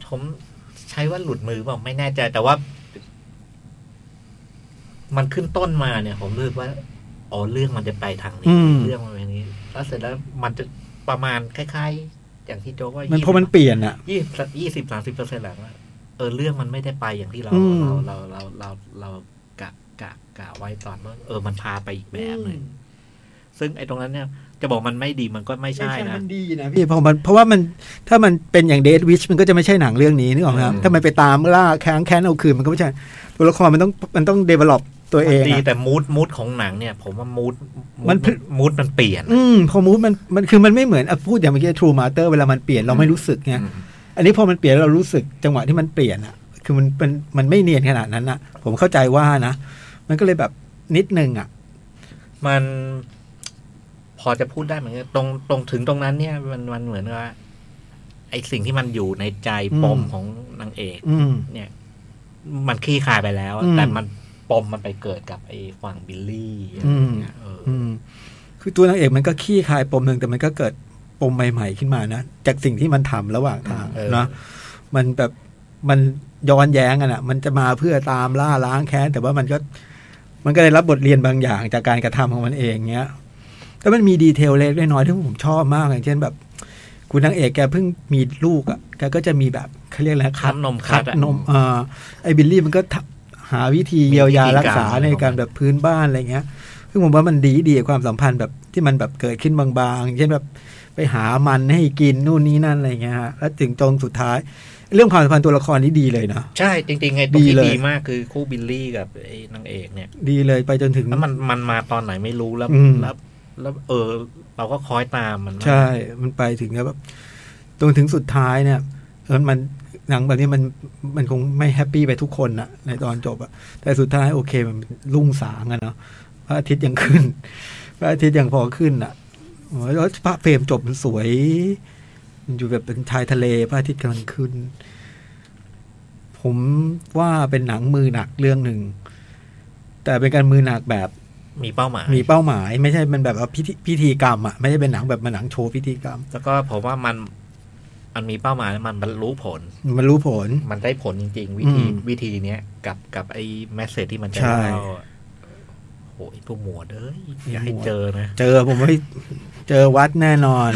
[SPEAKER 5] ผมใช้ว่าหลุดมือเปล่าไม่แน่ใจ แต่ว่า มันขึ้นต้นมาเนี่ย ผมรู้สึกว่าอ๋อเรื่องมันจะไปทางนี้
[SPEAKER 4] อืม
[SPEAKER 5] เรื่องมันไปทางนี้ แล้วเสร็จแล้วมันจะประมาณคล้ายๆ อย่างที่โจกว่า
[SPEAKER 4] มัน
[SPEAKER 5] ยี่
[SPEAKER 4] พอมันเปลี่ยนอ่ะ
[SPEAKER 5] ยี่สิบยี่สิบสามสิบเปอร์เซ็นต์หลังอะเออเรื่องมันไม่ได้ไปอย่างที่เรา
[SPEAKER 4] อืม
[SPEAKER 5] เราเราเราเราเรากะกะกะไว้ตอนว่าเออมันพาไปอีกแบบหนึ่งซึ่งไอ้ตรงนั้นเนี่ย จะบอกมันไม่ดีมันก็ไม่ใช่นะ
[SPEAKER 4] มันดีนะพี่เพราะมันเพราะว่ามันถ้ามันเป็นอย่างเดทวิชมันก็จะไม่ใช่หนังเรื่องนี้นึกออกไหมครับ
[SPEAKER 3] อืม
[SPEAKER 4] ถ้ามันไปตามล่าแค้นแค้นเอาคืนมันก็ไม่ใช่ ตัวละครมันต้องมันต้องเดเวล็อปตัวเอง
[SPEAKER 5] มันดี
[SPEAKER 4] อะ
[SPEAKER 5] แต่มูดมูดของหนังเนี่ย ผมว่ามูด
[SPEAKER 4] มัน
[SPEAKER 5] มูดมันเปลี่ยน
[SPEAKER 4] อืมพอมูฟมันมันคือมันไม่เหมือนอะพูดอย่างเมื่อกี้ทรูมาเตอร์เวลามันเปลี่ยนเราไม่รู้สึกไง
[SPEAKER 3] อืม
[SPEAKER 4] อันนี้พอมันเปลี่ยนแล้วเรารู้สึกจังหวะที่มันเปลี่ยนอะคือมันเป็นมันไม่เนียนขนาดนั้นอะผมเข้าใจว่านะ มันก็เลยแบบนิดนึงอะ
[SPEAKER 5] มันพอจะพูดได้เหมือนกันตรงตรงถึงตรงนั้นเนี่ย มันมันเหมือนว่า ไอสิ่งที่มันอยู่ในใจปมของนางเอก
[SPEAKER 4] อืม
[SPEAKER 5] เนี่ย มันคลี่คลายไปแล้ว
[SPEAKER 4] อืม
[SPEAKER 5] แต่มันปมมันไปเกิดกับไอ้ฝั่งบิลลี่อะไรอย่างเงี้ยเอออ
[SPEAKER 4] อืม คือตัวนางเอกมันก็ขี้คายปมหนึ่งแต่มันก็เกิดปมใหม่ๆขึ้นมานะจากสิ่งที่มันทำระหว่างทาง
[SPEAKER 5] เออ
[SPEAKER 4] เนาะมันแบบมันย้อนแย้งกันอะมันจะมาเพื่อตามล่าล้างแค้นแต่ว่ามันก็ มันก็ได้รับบทเรียนบางอย่างจากการกระทำของมันเองเนี้ยแล้วมันมีดีเทลเล็กๆน้อยๆที่ผมชอบมากอย่างเช่นแบบ คุณนางเอกแกเพิ่งมีลูกอะแกก็จะมีแบบเขาเรียกอะไรนะคัด
[SPEAKER 5] น้ำนมคัดอะ
[SPEAKER 4] นมอ่าไอ้บิลลี่มันก็ทำหาวิธีเยียวยารักษา
[SPEAKER 5] มีวิธีการ
[SPEAKER 4] ในการแบบพื้นบ้านอะไรเงี้ยซึ่งผมว่ามันดีดีกับความสัมพันธ์แบบที่มันแบบเกิดขึ้นบางๆ เช่นแบบไปหามันให้กินนู่นนี่นั่นอะไรเงี้ยฮะแล้วถึงตรงสุดท้าย เรื่องความสัมพันธ์ตัวละครนี้ดีเลยนะ
[SPEAKER 5] ใช่จริงๆไงตรง
[SPEAKER 4] ดี
[SPEAKER 5] ที่
[SPEAKER 4] เลย
[SPEAKER 5] ดีมากคือคู่บิลลี่กับไอ้นางเอกเนี่ย
[SPEAKER 4] ดีเลยไปจนถึง
[SPEAKER 5] แล้วมันมันมาตอนไหนไม่รู้แล้ว
[SPEAKER 4] อืม
[SPEAKER 5] แล้วแล้วเออ เราก็คอยตามมันมา
[SPEAKER 4] ใช่ มันไปถึงแล้วแบบตรงถึงสุดท้ายเนี่ยเออมันหนังแบบนี้มันมันคงไม่แฮปปี้ไปทุกคนนะในตอนจบอะแต่สุดท้ายโอเคมันรุ่งสางอะเนาะพระอาทิตย์ยังขึ้น พระอาทิตย์ยังพอขึ้นอะโอ้ยแล้วพระเฟรมจบมันสวย มันอยู่แบบเป็นชายทะเล พระอาทิตย์กำลังขึ้น ผมว่าเป็นหนังมือหนักเรื่องหนึ่งแต่เป็นการมือหนักแบบ
[SPEAKER 5] มีเป้าหมาย
[SPEAKER 4] มีเป้าหมาย ไม่ใช่มันแบบว่าพิธีพิธีกรรมอ่ะไม่ได้เป็นหนังแบบมันหนังโชว์พิธีกรรม
[SPEAKER 5] แล้วก็ผมว่ามันมันมีเป้าหมายแล้วมันบรรลุผล
[SPEAKER 4] มันรู้ผล
[SPEAKER 5] มันได้ผลจริง ๆ วิธี
[SPEAKER 4] อืม
[SPEAKER 5] วิธีเนี้ยกับกับไอ้แมสเซจที่มันจะ
[SPEAKER 4] ใช่
[SPEAKER 5] เล่าอะโอ้ยพวกหมวดเอ้ยอย่าให้
[SPEAKER 4] หมวด
[SPEAKER 5] เจอนะ
[SPEAKER 4] เจอผมว่าเจอวัดแน่นอน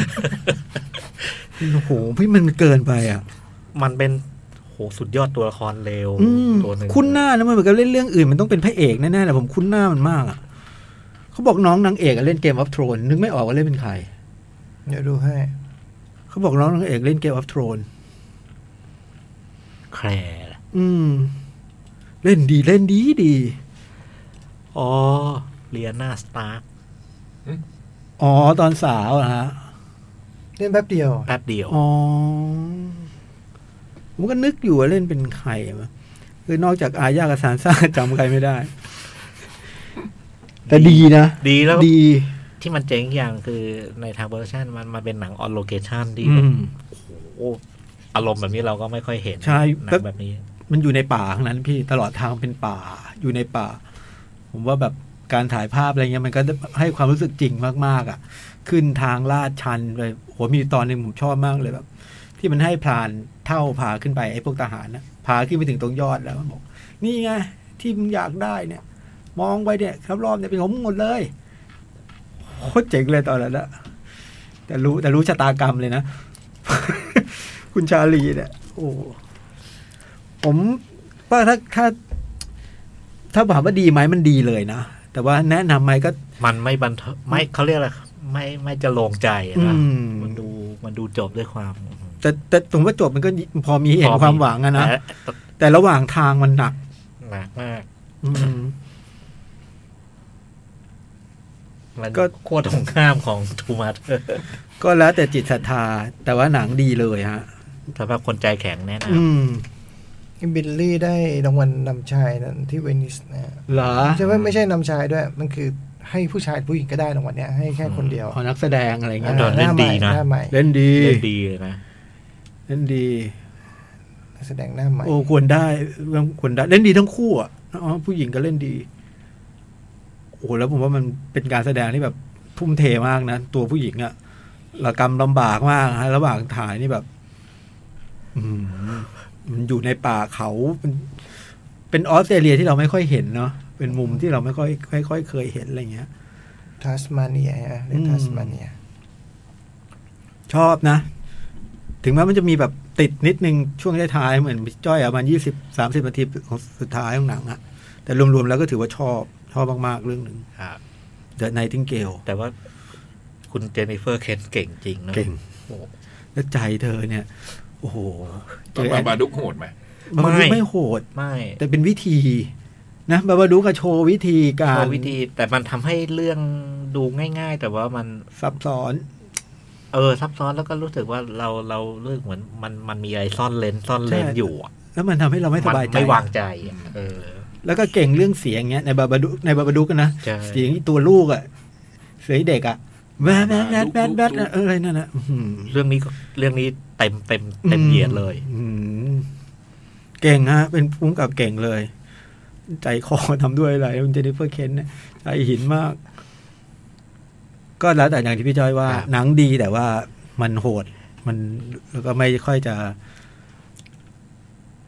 [SPEAKER 4] โอ้โหพี่มันเกินไปอ่ะ
[SPEAKER 5] มันเป็นโหสุดยอดตัวละครเลว
[SPEAKER 4] อืม
[SPEAKER 5] ตัวหนึ่ง
[SPEAKER 4] คุ้นหน้านะมันเหมือนกับเล่นเรื่องอื่นมันต้องเป็นพระเอกแน่ๆแหละผมคุ้นหน้ามันมากอ่ะเขาบอกน้องนางเอกอะเล่นเกมออฟทรอนนึกไม่ออกว่าเล่นเป็นใคร
[SPEAKER 2] เดี๋ยวดูให้
[SPEAKER 4] เขาบอกน้องนางเอกเล่นเกมออฟทรอน
[SPEAKER 5] แคลร์
[SPEAKER 4] อืม เล่นดีเล่นดีดี
[SPEAKER 5] อ๋อเรียนาสตาร์
[SPEAKER 4] อ๋อ ตอนสาวเหรอฮะ
[SPEAKER 2] เล่นแป๊บเดียวอะ
[SPEAKER 5] แป๊บเดียว
[SPEAKER 4] อ๋อ ผมก็นึกอยู่ว่าเล่นเป็นใครวะคือนอกจากอาญากับส ารซ่า จำใครไม่ได้ แต่ดีนะ
[SPEAKER 5] ดีแล้ว
[SPEAKER 4] ดี
[SPEAKER 5] ที่มันเจ๋งอย่างคือในทางโปรดักชันมันมันเป็นหนังออนโลเคชันที่
[SPEAKER 4] อื
[SPEAKER 5] แบบ
[SPEAKER 4] ม
[SPEAKER 5] โอ้อารมณ์แบบนี้เราก็ไม่ค่อยเห็น
[SPEAKER 4] ใช่
[SPEAKER 5] หนั
[SPEAKER 4] แป๊บ
[SPEAKER 5] งแบบนี้
[SPEAKER 4] มันอยู่ในป่าทั้งนั้นพี่ตลอดทางเป็นป่า อยู่ในป่า ผมว่าแบบการถ่ายภาพอะไรเงี้ยมันก็ให้ความรู้สึกจริงมากๆ อ่ะ ขึ้นทางลาดชันไปโหมีตอนหนึ่งผมชอบมากเลยแบบ ที่มันให้พรานเท่าพาขึ้นไปไอ้พวกทหารนะพาขึ้นไปถึงตรงยอดแล้วมันบอก นี่ไงที่มึงอยากได้เนี่ย มองไปเนี่ยครับรอบเนี่ยเป็นของมึงหมดเลยโคตรเจ๋งเลยตอนนั้นอะแต่รู้แต่รู้ชะตากรรมเลยนะ คุณชาลีเนี่ยโอ้ ผมว่าถ้าถ้า ถ้าถามว่าดีไหมมันดีเลยนะ แต่ว่าแนะนำไหมก็
[SPEAKER 5] มันไม่บันเทิงไม่เขาเรียกอะไรไม่ไม่จะลงใจนะ
[SPEAKER 4] อืม
[SPEAKER 5] มันดูมันดูจบด้วยความ
[SPEAKER 4] แต่แต่ผมว่าจบมันก็พอมีเห็นความหวังอะนะ
[SPEAKER 5] แต่
[SPEAKER 4] แต่ระหว่างทางมันหนัก
[SPEAKER 5] หนักมาก
[SPEAKER 4] อืม
[SPEAKER 5] มัน
[SPEAKER 4] ก็
[SPEAKER 5] ก็ขั้วตรงข้ามของทูมาเธอ
[SPEAKER 4] ก็แล้วแต่จิตศรัทธา แต่ว่าหนังดีเลยฮะ
[SPEAKER 5] สำหรับคนใจแข็งแน่นะ
[SPEAKER 4] อืม
[SPEAKER 2] บิลลี่ได้รางวัลนำชายนั้นที่เวนิสนะฮะ
[SPEAKER 4] เหรอ
[SPEAKER 2] ใช่ไหมไม่ใช่นำชายด้วย มันคือให้ผู้ชายผู้หญิงก็ได้รางวัลเนี้ยให้แค่คนเดียว
[SPEAKER 4] ขอนักแสดงอะไร
[SPEAKER 2] อ่า
[SPEAKER 4] เงี้ย
[SPEAKER 5] า เล่นดีนะ
[SPEAKER 2] หน้าใหม่
[SPEAKER 4] เล่นดี
[SPEAKER 5] เล่นดีเลยนะ
[SPEAKER 4] เล่นดี
[SPEAKER 2] นักแสดงหน้าใหม่
[SPEAKER 4] โอ้ควรได้ควรได้ เล่นดีทั้งคู่อ่ะอ๋อผู้หญิงก็เล่นดี โอ้แล้วผมว่ามันเป็นการแสดงที่แบบทุ่มเทมากนะตัวผู้หญิงอะระกำลำบากมากฮะระหว่างถ่ายนี่แบบ อืมมันอยู่ในป่าเขาเป็นเป็นออสเตรเลียที่เราไม่ค่อยเห็นเนาะเป็นมุมที่เราไม่ค่อยค่อยค่อยเคยเห็นอะไรเงี้ย
[SPEAKER 2] ทัสมาเนียฮะเล่น
[SPEAKER 4] อืม
[SPEAKER 2] ทัสมาเนีย
[SPEAKER 4] ชอบนะ ถึงแม้มันจะมีแบบติดนิดนึงช่วงท้ายๆเหมือนจ้อยอะประมาณยี่สิบสามสิบนาทีของสุดท้ายของหนังอะแต่รวมๆแล้วก็ถือว่าชอบ ชอบมากๆเรื่องหนึ่ง
[SPEAKER 5] ครับ
[SPEAKER 4] The Nightingale
[SPEAKER 5] แต่ว่าคุณเจนนิเฟอร์เคนเก่งจริงนะ
[SPEAKER 4] เก่ง
[SPEAKER 5] โอ้
[SPEAKER 4] แล้วใจเธอเนี่ย โอ้โห
[SPEAKER 3] ตอนบาบาดุกโหดไหม
[SPEAKER 4] บาบา
[SPEAKER 5] ไม่
[SPEAKER 4] ดุกไม่โหด
[SPEAKER 5] ไม่
[SPEAKER 4] แต่เป็นวิธี นะบาบาดุกก็โชว์วิธี
[SPEAKER 5] โช
[SPEAKER 4] การ
[SPEAKER 5] ว์วิธีแต่มันทำให้เรื่องดูง่าย ๆ แต่ว่ามัน
[SPEAKER 4] ซับซ้อน
[SPEAKER 5] เออซับซ้อนแล้วก็รู้สึกว่าเราเราเรื่องเหมือนมันมันมีอะไรซ่อนเลนซ่อนเลน
[SPEAKER 4] ใช่
[SPEAKER 5] อยู่อะ
[SPEAKER 4] แล้วมันทำให้เราไม่สบายใจ
[SPEAKER 5] ไม่วางใจอะเออ
[SPEAKER 4] แล้วก็เก่งเรื่องเสียงเงี้ยในบาบาดุกในบาบาดุกนะ
[SPEAKER 5] ใช่
[SPEAKER 4] เสียงตัวลูกอะเสียงเด็กอะแวดแวดแวดแวดแวด
[SPEAKER 3] ลูกๆ
[SPEAKER 4] เอออะไรนั่นนะอื้อหือ
[SPEAKER 5] เรื่องนี้ก็เรื่องนี้เต็มเต็มเต็มเหยียดเลย
[SPEAKER 4] อืมเก่งฮะ เป็นพุ่มกับเก่งเลย ใจคอ ทำด้วยอะไรคุณเจนิเฟอร์เคนเนี่ยใจหินมาก ก็แล้วแต่อย่างที่พี่จ้อยว่า
[SPEAKER 5] ครับ
[SPEAKER 4] หนังดีแต่ว่ามันโหด มันแล้วก็ไม่ค่อยจะ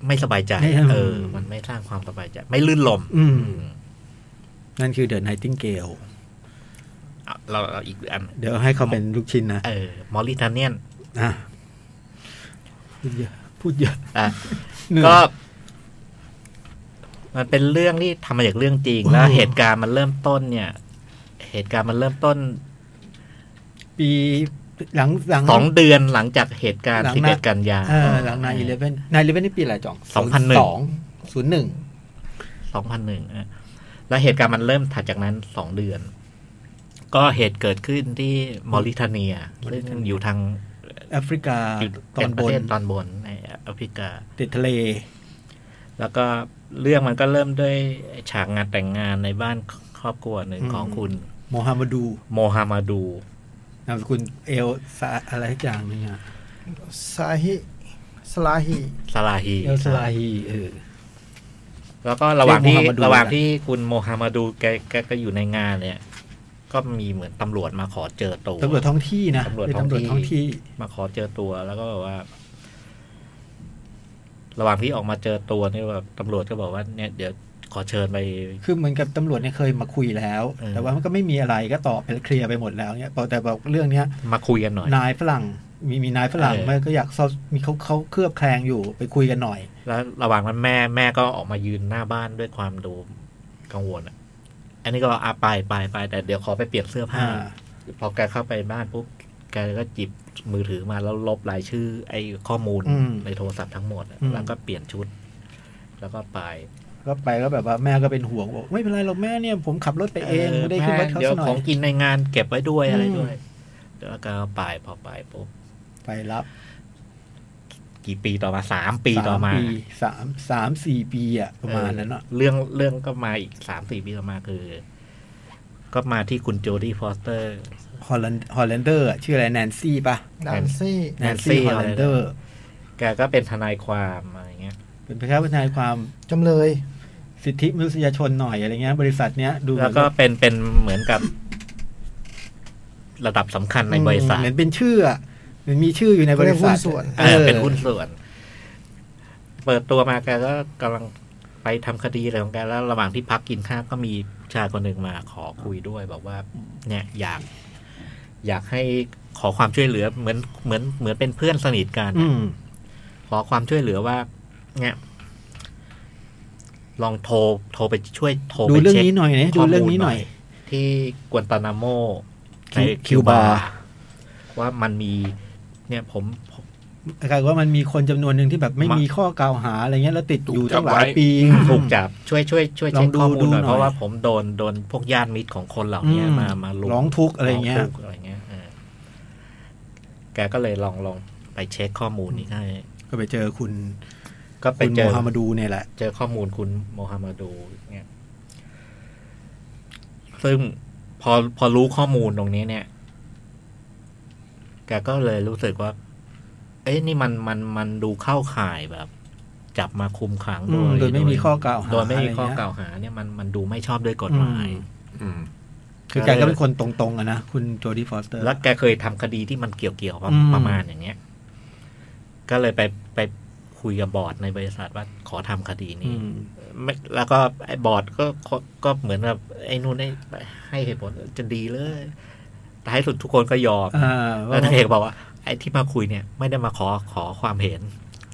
[SPEAKER 5] ไม่สบายใจ
[SPEAKER 4] ไม่
[SPEAKER 5] เออ
[SPEAKER 4] อืม
[SPEAKER 5] มันไม่สร้างความสบายใจ ไม่ลื่นลม
[SPEAKER 4] อืม
[SPEAKER 5] อืม
[SPEAKER 4] นั่นคือเด e n ไนติงเกล
[SPEAKER 5] เอาเราเอาอีกอัน
[SPEAKER 4] เดี๋ยวให้เขาเป็นลูกชิ้นนะ
[SPEAKER 5] เออ มอริทานเนียน
[SPEAKER 4] อ่ะพูดเยอะพูดเยอะ
[SPEAKER 5] อ่ะ
[SPEAKER 4] เหนื่อย
[SPEAKER 5] ก็ มันเป็นเรื่องที่ทำมาจากเรื่องจริง แล้วเหตุการณ์มันเริ่มต้นเนี่ย เหตุการณ์มันเริ่มต้น
[SPEAKER 4] ปีหลังหลัง
[SPEAKER 5] สองเดือนหลังจากเหตุการณ์
[SPEAKER 4] หลัง
[SPEAKER 5] ที่
[SPEAKER 4] นะ
[SPEAKER 5] เกิดกันยา
[SPEAKER 4] เออหลังนายอีเลฟเว่นนายอีเลฟเว่นนี่ปีอะไรจ่อง
[SPEAKER 5] 2001
[SPEAKER 4] สองศูนย์หนึ่ง
[SPEAKER 5] สองพันหนึ่งแล้วเหตุการณ์มันเริ่มถัดจากนั้นสองเดือน ก็เหตุเกิดขึ้นที่มอริเทเนียซึ่งอยู่ทาง
[SPEAKER 4] แอฟริกา
[SPEAKER 5] อยู่
[SPEAKER 4] ตอนบ
[SPEAKER 5] เป็นประ
[SPEAKER 4] น
[SPEAKER 5] เทศตอนบนในแอฟริกา
[SPEAKER 4] ติดทะเล
[SPEAKER 5] แล้วก็เรื่องมันก็เริ่มด้วยฉากงานแต่งงานในบ้านครอบครัวหนึ่ง
[SPEAKER 4] อืม
[SPEAKER 5] ของคุณ
[SPEAKER 4] โมฮัมหมัดู
[SPEAKER 5] โมฮัมหมาดู
[SPEAKER 4] นามสกุลเอลซาอะไรสักอย่างหนึงอะ
[SPEAKER 2] ซาฮิสลาฮิ
[SPEAKER 5] สลาฮี
[SPEAKER 4] เอลซาลาฮีเออ
[SPEAKER 5] แล้วก็ระหว่างที่
[SPEAKER 4] ชื่อโมฮัมหมาดู
[SPEAKER 5] ระหว่างที่คุณโมฮัมหมาดูแกแกก็อยู่ในงานเนี่ย ก็มีเหมือนตำรวจมาขอเจอตัว
[SPEAKER 4] ตำรวจท้องที่นะ
[SPEAKER 5] ตำรวจ
[SPEAKER 4] เป็น
[SPEAKER 5] ท้อง
[SPEAKER 4] ตำรวจท้อง
[SPEAKER 5] ที่
[SPEAKER 4] ที่
[SPEAKER 5] มาขอเจอตัวแล้วก็แบบว่า ระหว่างที่ออกมาเจอตัวเนี่ยแบบตำรวจก็บอกว่าเนี่ยเดี๋ยวขอเชิญไป
[SPEAKER 4] คือเหมือนกับตำรวจเนี่ยเคยมาคุยแล้ว
[SPEAKER 5] เออ
[SPEAKER 4] แต่ว่ามันก็ไม่มีอะไรก็ตอบไปเคลียร์ไปหมดแล้วเนี่ยแต่บอกเรื่องเนี้ย
[SPEAKER 5] มาคุยกันหน่อย
[SPEAKER 4] นายฝรั่งมีมีนายฝรั่ง
[SPEAKER 5] เออ
[SPEAKER 4] มันก็อยากซอบมีเขาเขาเคลือบแคลงอยู่ไปคุยกันหน่อย
[SPEAKER 5] แล้วระหว่างนั้นแม่แม่ก็ออกมายืนหน้าบ้านด้วยความดูกังวลอ่ะ อันนี้ก็อาไปไปไปแต่เดี๋ยวขอไปเปลี่ยนเสื้อผ้า
[SPEAKER 4] อ่า
[SPEAKER 5] พอแกเข้าไปบ้านปุ๊บ แกก็จิบมือถือมาแล้วลบรายชื่อ ไอ้ข้อมูล
[SPEAKER 4] อืม
[SPEAKER 5] ในโทรศัพท์ทั้งหมดอะ
[SPEAKER 4] อืม
[SPEAKER 5] แล้วก็เปลี่ยนชุด แล้วก็ไป
[SPEAKER 4] ก็ไปก็แบบว่าแม่ก็เป็นห่วงบอกไม่เป็นไรหรอกแม่เนี่ยผมขับรถไปเองไม่ได้ขึ้นรถเขา
[SPEAKER 5] เดี๋ยว
[SPEAKER 4] ซะหน่
[SPEAKER 5] ข
[SPEAKER 4] อ
[SPEAKER 5] อย งกินในงานเก็บไว้ด้วย
[SPEAKER 4] อืม
[SPEAKER 5] อะไรด้วยแล้วก็ไปพอไปปุ๊บ
[SPEAKER 4] ไปรับ
[SPEAKER 5] กี่ปีต่อมาสามปีต่อมา
[SPEAKER 4] สปีสามสามสี่ปีอะประมาณนั้นอะ
[SPEAKER 5] เออเรื่องเรื่องก็มาอีกสามสี่ปีต่อมาคือ ก็มาที่คุณโจดี้ฟอสเตอร์
[SPEAKER 4] ฮอลแลนด์ฮอลแลนเดอร์ชื่ออะไรแนนซี่ปะ
[SPEAKER 2] ดันซี่
[SPEAKER 4] แนนซี่ฮอลแลนเดอร์
[SPEAKER 5] แกก็เป็นทนายความอะไรเงี้ย
[SPEAKER 4] เป็นประชาธิปไตยความ
[SPEAKER 2] จำเลย
[SPEAKER 4] สิทธิมนุษยชนหน่อยอะไรเงี้ย บริษัทเนี้ยดูเหมื
[SPEAKER 5] แล้
[SPEAKER 4] อ
[SPEAKER 5] วน ก็เป็นเป็นเหมือนกับระดับสำคัญในบริษัท
[SPEAKER 4] เหมือนเป็นชื่ออะมันมีชื่ออยู่ในบริษัท
[SPEAKER 2] เขาเรียกหุ้นส่วน
[SPEAKER 5] เออเป็นหุ้นส่วน เปิดตัวมาแกก็กำลังไปทำคดีอะไรของแกแล้วระหว่างที่พักกินข้าวก็มีผู้ชายคนหนึ่งมาขอคุยด้วยบอกว่า เนี่ยอยาก อยากให้ขอความช่วยเหลือเหมือนเหมือนเหมือนเป็นเพื่อนสนิทกัน
[SPEAKER 4] อืม
[SPEAKER 5] ขอความช่วยเหลือว่า เนี่ย ลองโทรโทรไปช่วยโทร
[SPEAKER 4] ดู
[SPEAKER 5] ไป
[SPEAKER 4] เรื่อง
[SPEAKER 5] ช็ค
[SPEAKER 4] นี้หน่อยนะ
[SPEAKER 5] ข้
[SPEAKER 4] ดู
[SPEAKER 5] มูล
[SPEAKER 4] เรื่องนี้หน่อย
[SPEAKER 5] ที่กวนตานาโม
[SPEAKER 4] คิ
[SPEAKER 5] ใน
[SPEAKER 4] วคิ
[SPEAKER 5] คิว
[SPEAKER 4] วบา
[SPEAKER 5] บา
[SPEAKER 4] ร์
[SPEAKER 5] ว่ามันมี เนี่ยผมผม
[SPEAKER 4] คล้ายๆว่ามันมีคนจำนวนหนึ่งที่แบบไม่
[SPEAKER 5] มามี
[SPEAKER 4] มีข้อกล่าวหาอะไรเงี้ยแล้วติดอยู่ตั้งหลายปี
[SPEAKER 5] ถูกจับช่วยช่วยช่วย
[SPEAKER 4] ลอ
[SPEAKER 5] เช็
[SPEAKER 4] ง
[SPEAKER 5] คข้อมู
[SPEAKER 4] ดู
[SPEAKER 5] ลห
[SPEAKER 4] ดูหน่
[SPEAKER 5] น่อย
[SPEAKER 4] อย
[SPEAKER 5] เพราะว่าผมโดนโดนพวกญาติมิตรของคนเหล่านี้
[SPEAKER 4] อืม
[SPEAKER 5] มามาลุม
[SPEAKER 4] ร้องทุกข์อะไรเงี้ย
[SPEAKER 5] ร้ทุกข์อะไรเงี้ยเออแกก็เลยลองลองไปเช็คข้อมูลนี้ให้
[SPEAKER 4] ก็ไปเจอคุณ
[SPEAKER 5] ก็ไป
[SPEAKER 4] คุณ
[SPEAKER 5] เจ
[SPEAKER 4] โม
[SPEAKER 5] อ
[SPEAKER 4] ฮัมหมาดูเนี่ยแหละ
[SPEAKER 5] เจอข้อมูลคุณโมฮัมหมัดดูเนี่ย ซึ่งพอพอรู้ข้อมูลตรงนี้เนี่ย แกก็เลยรู้สึกว่า เอ้ยนี่มันมันมันดูเข้าข่ายแบบ จับมาคุมขัง
[SPEAKER 4] อื
[SPEAKER 5] โด
[SPEAKER 4] ม
[SPEAKER 5] ย
[SPEAKER 4] โดยไม่มีข้อกล่าวหา
[SPEAKER 5] โดยไม่มีข้อ
[SPEAKER 4] อะไรเงี้ย
[SPEAKER 5] กล่าวหา เนี่ยมันมันดูไม่ชอบด้วยกฎหมาย
[SPEAKER 3] อืม
[SPEAKER 4] คือแกก็เป็นคนตรงๆอะนะคุณโจดี้ฟอสเตอร์
[SPEAKER 5] แล้วแกเคยทำคดีที่มันเกี่ยวเกี่ยวๆประ
[SPEAKER 4] อืม
[SPEAKER 5] ประมาณอย่างเงี้ย ก็เลยไปไปคุยกับบอร์ดในบริษัทว่าขอทำคดี
[SPEAKER 4] อื
[SPEAKER 5] นี้
[SPEAKER 4] ม
[SPEAKER 5] ไม่แล้วก็ไอ้บอร์ดก็ก็ก็เหมือนแบบไอ้นู่นไอ้ให้เหตุผลจะดีเลยท้ายสุดทุกคนก็ยอม
[SPEAKER 4] อ่า
[SPEAKER 5] แล้
[SPEAKER 4] ว่า
[SPEAKER 5] วนางเอกบอกว่า ไอ้ที่มาคุยเนี่ย ไม่ได้มาขอขอความเห็น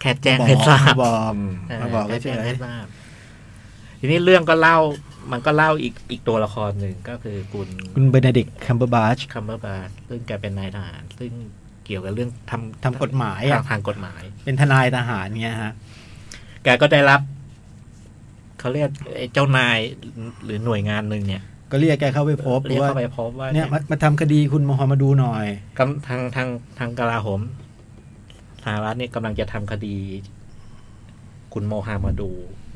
[SPEAKER 5] แค่แจ้งให้ทราบ
[SPEAKER 4] บอก
[SPEAKER 5] เออ
[SPEAKER 4] มาบอก
[SPEAKER 5] แค่แจ้ง
[SPEAKER 4] เฉยๆ
[SPEAKER 5] ให้ทราบทีนี้เรื่องก็เล่า มันก็เล่าอีกอีกตัวละครหนึ่งก็คือคุณ
[SPEAKER 4] คุณเบเนดิกคัมเบอร์บาช
[SPEAKER 5] คัมเบอร์บาร์ซึ่งแกเป็นนายทหาร ซึ่งเกี่ยวกับเรื่องทำ
[SPEAKER 4] ทำกฎหมาย
[SPEAKER 5] ทา
[SPEAKER 4] อะ
[SPEAKER 5] งทางกฎหมาย
[SPEAKER 4] เป็นทนายทหารเงี้ยฮะ
[SPEAKER 5] แกก็ได้รับเขาเรียกไอ้เจ้านายหรือหน่วยงานหนึ่งเนี่ย
[SPEAKER 4] ก็เรียกแกเข้าไปพบ
[SPEAKER 5] เรียก
[SPEAKER 4] ว่า
[SPEAKER 5] เข้าไปพบว่า
[SPEAKER 4] เนี่ยมามาทำคดีคุณโมฮัมหมาดูหน่อย
[SPEAKER 5] กำทางทางทางกลาโหมสหรัฐเนี่ยกำลังจะทำคดี คุณโมฮัมหมัดดู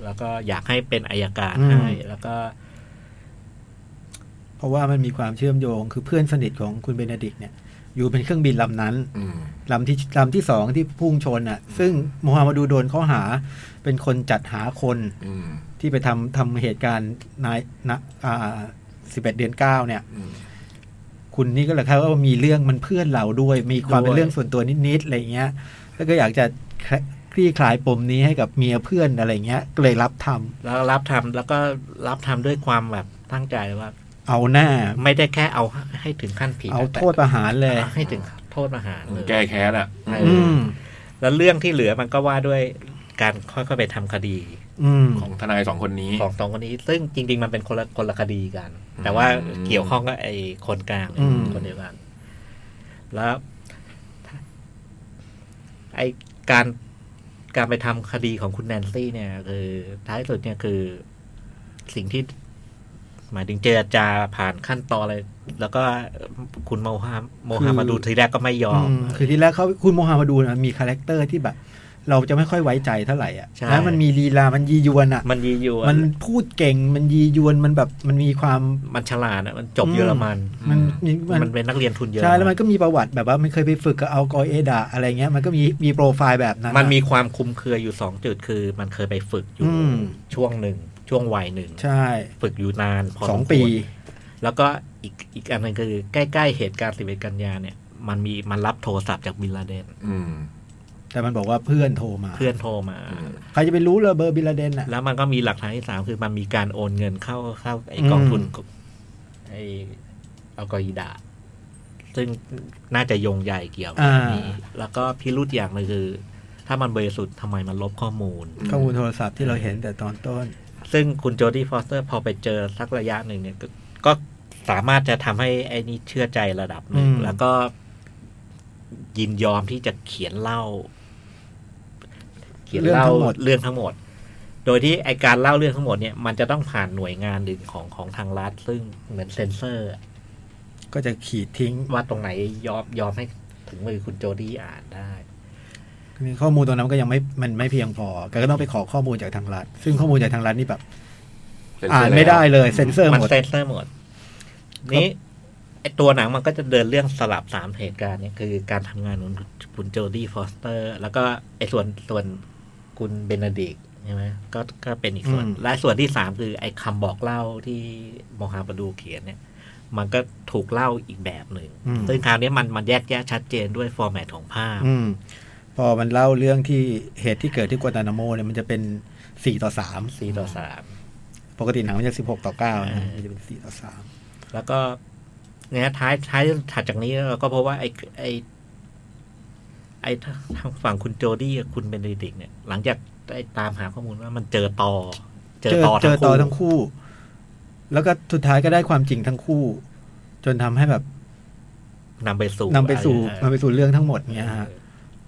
[SPEAKER 5] แล้วก็อยากให้เป็นอายการ
[SPEAKER 4] อืม
[SPEAKER 5] ให้แล้วก็
[SPEAKER 4] เพราะว่ามันมีความเชื่อมโยงคือเพื่อนสนิทของคุณเบเนดิกเนี่ย อยู่เป็นเครื่องบินลำนั้น
[SPEAKER 3] อืม
[SPEAKER 4] ลำที่ลำที่สองที่พุ่งชนอ่ะ ซึ่งโมฮัมหมาดูโดนข้อหา เป็นคนจัดหาคน
[SPEAKER 3] อืม
[SPEAKER 4] ที่ไปทำทำเหตุการณ์นายนะอ่าสิบเอ็ดเดือนเก้าเนี่ย
[SPEAKER 3] อืม
[SPEAKER 4] คุณนี่ก็เลยครับว่ามีเรื่องมันเพื่อนเราด้วย มีความเป็นเรื่องส่วนตัวนิดๆอะไรเงี้ย แล้วก็อยากจะคลี่คลายปมนี้ให้กับเมียเพื่อนอะไรเงี้ย ก็เลยรับทำ
[SPEAKER 5] แล้วรับทำแล้วก็รับทำด้วยความแบบตั้งใจว่า
[SPEAKER 4] เอาหน้า
[SPEAKER 5] ไม่ได้แค่เอาให้ถึงขั้นผิด
[SPEAKER 4] เอา
[SPEAKER 5] แต่
[SPEAKER 4] โทษประหารเลย
[SPEAKER 5] เอาให้ถึงโทษประหารเลย
[SPEAKER 3] แก้แค้นอ่ะ
[SPEAKER 5] เอออ
[SPEAKER 4] อืม
[SPEAKER 5] แล้วเรื่องที่เหลือมันก็ว่าด้วยการค่อยๆไปทำคดี
[SPEAKER 4] อืม
[SPEAKER 3] ของทนายสองคนนี้
[SPEAKER 5] ของสองคนนี้ซึ่งจริง ๆ มันเป็นคนละคนละคดีกัน
[SPEAKER 3] อืม
[SPEAKER 5] แต่ว่าเกี่ยวข้องกับไอ้คนกลางเนี่ย
[SPEAKER 4] อืม
[SPEAKER 5] คนเดียวกัน แล้วไอ้การการไปทำคดีของคุณแนนซี่เนี่ย คือ ท้ายสุดเนี่ยคือสิ่งที่ หมายถึงเจรจาผ่านขั้นตอนอะไรแล้วก็คุณโมฮามโมฮามาดูทีแรกก็ไม่ยอม
[SPEAKER 4] อืมคือที่แรกเขาคุณโมฮัมหมาดูนะมีคาแรคเตอร์ที่แบบ เราจะไม่ค่อยไว้ใจเท่าไหร่อ่ะ
[SPEAKER 5] ใช่
[SPEAKER 4] แล้วมันมีลีลา มันยียวนอ่ะ
[SPEAKER 5] มันยีอยู่อะ
[SPEAKER 4] มันพูดเก่ง มันยียวน มันแบบ มันมีความ
[SPEAKER 5] มันฉลาดอะมันจบเยอรมัน
[SPEAKER 4] มันมีมัน
[SPEAKER 5] มันเป็นนักเรียนทุนเยอร
[SPEAKER 4] ใช่
[SPEAKER 5] มัน
[SPEAKER 4] แล้วมันก็มีประวัติแบบว่ามันเคยไปฝึกกับอัลกอเอดะอะไรเงี้ย มันก็มีมีโปรไฟล์แบบนั้นอะ
[SPEAKER 5] มันมีความคลุมเครืออยู่สองจุดคือมันเคยไปฝึกอยู่
[SPEAKER 4] อืม
[SPEAKER 5] ช่วงหนึ่ง ช่วงวัยหนึ่ง
[SPEAKER 4] ใช่
[SPEAKER 5] ฝึกอยู่นานพอ
[SPEAKER 4] สอง
[SPEAKER 5] สมควร
[SPEAKER 4] ปี
[SPEAKER 5] แล้วก็อีกอีกอันหนึงคือใกล้ ๆ เหตุการณ์สิบเอ็ดกันยาเนี่ย มันมีมันรับโทรศัพท์จากบินลาเดน
[SPEAKER 3] อืม
[SPEAKER 4] แต่มันบอกว่าเพื่อนโทรมา
[SPEAKER 5] เพื่อนโทรมา
[SPEAKER 4] ใครจะไปรู้เลยเบอร์บินลาเดนอ่ะ
[SPEAKER 5] แล้วมันก็มีหลักฐานที่สามคือมันมีการโอนเงินเข้าเข้าไอ้กองทุนไอ้อัลกออิดะซึ่งน่าจะโยงใหญ่เกี่ยวกับ
[SPEAKER 4] อ่า
[SPEAKER 5] นี้แล้วก็พิรุธอย่างหนึงคือ ถ้ามันบริสุทธิ์ทำไมมันลบข้อมูล
[SPEAKER 4] ข้อมูลโทรศัพท์ที่เราเห็นแต่ตอนต้น
[SPEAKER 5] ซึ่งคุณโจดี้ฟอสเตอร์พอไปเจอสักระยะหนึ่งเนี่ยก็ก็สามารถจะทำให้ไอ้นี่เชื่อใจระดับหนึ่ง
[SPEAKER 4] อืม
[SPEAKER 5] แล้วก็ ยินยอมที่จะเขียนเล่า เขียน
[SPEAKER 4] เรื่อง
[SPEAKER 5] เล่า
[SPEAKER 4] ทั้งหมด
[SPEAKER 5] เรื่องทั้งหมด โดยที่ไอการเล่าเรื่องทั้งหมดเนี่ยมันจะต้องผ่านหน่วยงานหนึ่งของของทางรัฐซึ่งเหมือนเซ็นเซอร์
[SPEAKER 4] ก็จะขีดทิ้ง
[SPEAKER 5] ว่าตรงไหนยอมยอมให้ถึงมือคุณโจดี้อ่านได้
[SPEAKER 4] นี่ข้อมูลตรงนั้นก็ยังไม่มันไม่เพียงพอก็ต้องไปขอข้อมูลจากทางรัฐ ซึ่งข้อมูลจากทางรัฐนี่แบบ อ่านไม่ได้เลยเซ็นเซอร์
[SPEAKER 5] มั
[SPEAKER 4] หมด
[SPEAKER 5] เซ็นเซอร์หมด นี้ไอตัวหนังมันก็จะเดินเรื่องสลับสามเหตุการณ์เนี่ยคือการทำงานของคุณโจดี้ฟอสเตอร์ แล้วก็ไอส่วนส่วนคุณเบนเนดิกต์ใช่ไหมก็ก็เป็นอีกส่วน
[SPEAKER 4] อืม
[SPEAKER 5] และส่วนที่สามคือไอคำบอกเล่าที่โมฮาบาดูเขียนเนี่ย มันก็ถูกเล่าอีกแบบหนึ่ง
[SPEAKER 4] อืม
[SPEAKER 5] ซึ่งคราวนี้มันมันแยกแยะชัดเจนด้วยฟอร์แมตของภาพ
[SPEAKER 4] อืม พอมันเล่าเรื่องที่เหตุที่เกิดที่กัวตานาโมเนี่ยมันจะเป็นสี่ต่อสาม
[SPEAKER 5] สี่ต่อสาม
[SPEAKER 4] ปกติหนังมันจะสิบหกต่อเก้า
[SPEAKER 5] อ่า
[SPEAKER 4] นะมันจะเป็นสี่ต่อสาม
[SPEAKER 5] แล้วก็เนี่ยท้ายท้ายถัดจากนี้เราก็เพราะว่าไอ้ไอ้ไอ้ทางฝั่งคุณโจดี้กับคุณเบนเดดิกต์เนี่ย หลังจากได้ตามหาข้อมูลว่ามันเจอต่อ เจอต่อ
[SPEAKER 4] เจอต่อ
[SPEAKER 5] ทั้
[SPEAKER 4] ทั้
[SPEAKER 5] ง
[SPEAKER 4] งคู่
[SPEAKER 5] คู่
[SPEAKER 4] แล้วก็สุดท้ายก็ได้ความจริงทั้งคู่ จนทำให้แบบ
[SPEAKER 5] นำไปสู่
[SPEAKER 4] นำไปสู่
[SPEAKER 5] อะ
[SPEAKER 4] นำ
[SPEAKER 5] ร
[SPEAKER 4] ไปสู่เรื่องทั้งหมด
[SPEAKER 5] อย่างงี้
[SPEAKER 4] เนี่ย
[SPEAKER 5] ฮะ
[SPEAKER 4] ฮะ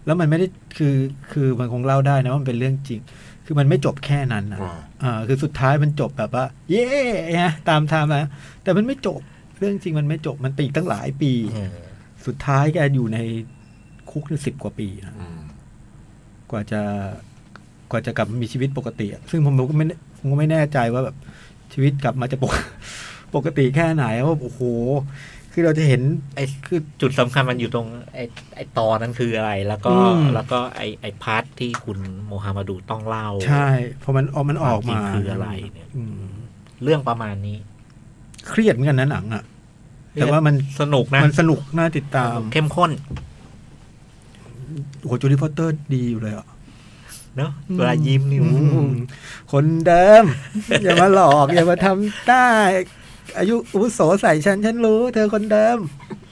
[SPEAKER 4] แล้วมันไม่ได้คือคือมันคงเล่าได้นะว่ามันเป็นเรื่องจริง คือมันไม่จบแค่นั้นนะ
[SPEAKER 3] อ่า
[SPEAKER 4] อ่าคือสุดท้ายมันจบแบบว่า เย้ฮะตามทางมาแต่มันไม่จบเรื่องจริงมันไม่จบมันไปอีกตั้งหลายปี
[SPEAKER 5] เออ
[SPEAKER 4] สุดท้ายแกอยู่ในคุกสิบกว่าปีนะกว่าจะกว่าจะกลับมามีชีวิตปกติอะซึ่งผมก็ไม่ผมก็ไม่แน่ใจว่าแบบชีวิตกลับมาจะปก ปกติแค่ไหนว่าโอ้โห คือเราจะเห็น
[SPEAKER 5] ไอ้คือจุดสำคัญมันอยู่ตรงไอ้ไอ้ตอนนั้นคืออะไร แล้วก็
[SPEAKER 4] อืม
[SPEAKER 5] แล้วก็ไอ้ไอ้พาร์ทที่คุณโมฮัมหมัดูต้องเล่า
[SPEAKER 4] ใช่พอมันออกมันออกมา
[SPEAKER 5] ความจริงคืออะไรเนี่ย
[SPEAKER 4] อืม
[SPEAKER 5] เรื่องประมาณนี้
[SPEAKER 4] เครียดเหมือนกันนะหนังอ่ะ แต่ว่ามัน
[SPEAKER 5] สนุกนะ
[SPEAKER 4] มันสนุกน่าติดตาม
[SPEAKER 5] เข้มข้น
[SPEAKER 4] โอ้โหจูดี้พอตเตอร์ดีอยู่เลยอ่ะ
[SPEAKER 5] เนอะเวลายิ้มนี่
[SPEAKER 4] อื
[SPEAKER 5] โอ้โห
[SPEAKER 4] มคนเดิม อย่ามาหลอกอย่ามาทำได้อายุอุโสใส่ฉันฉันรู้ เธอคนเดิม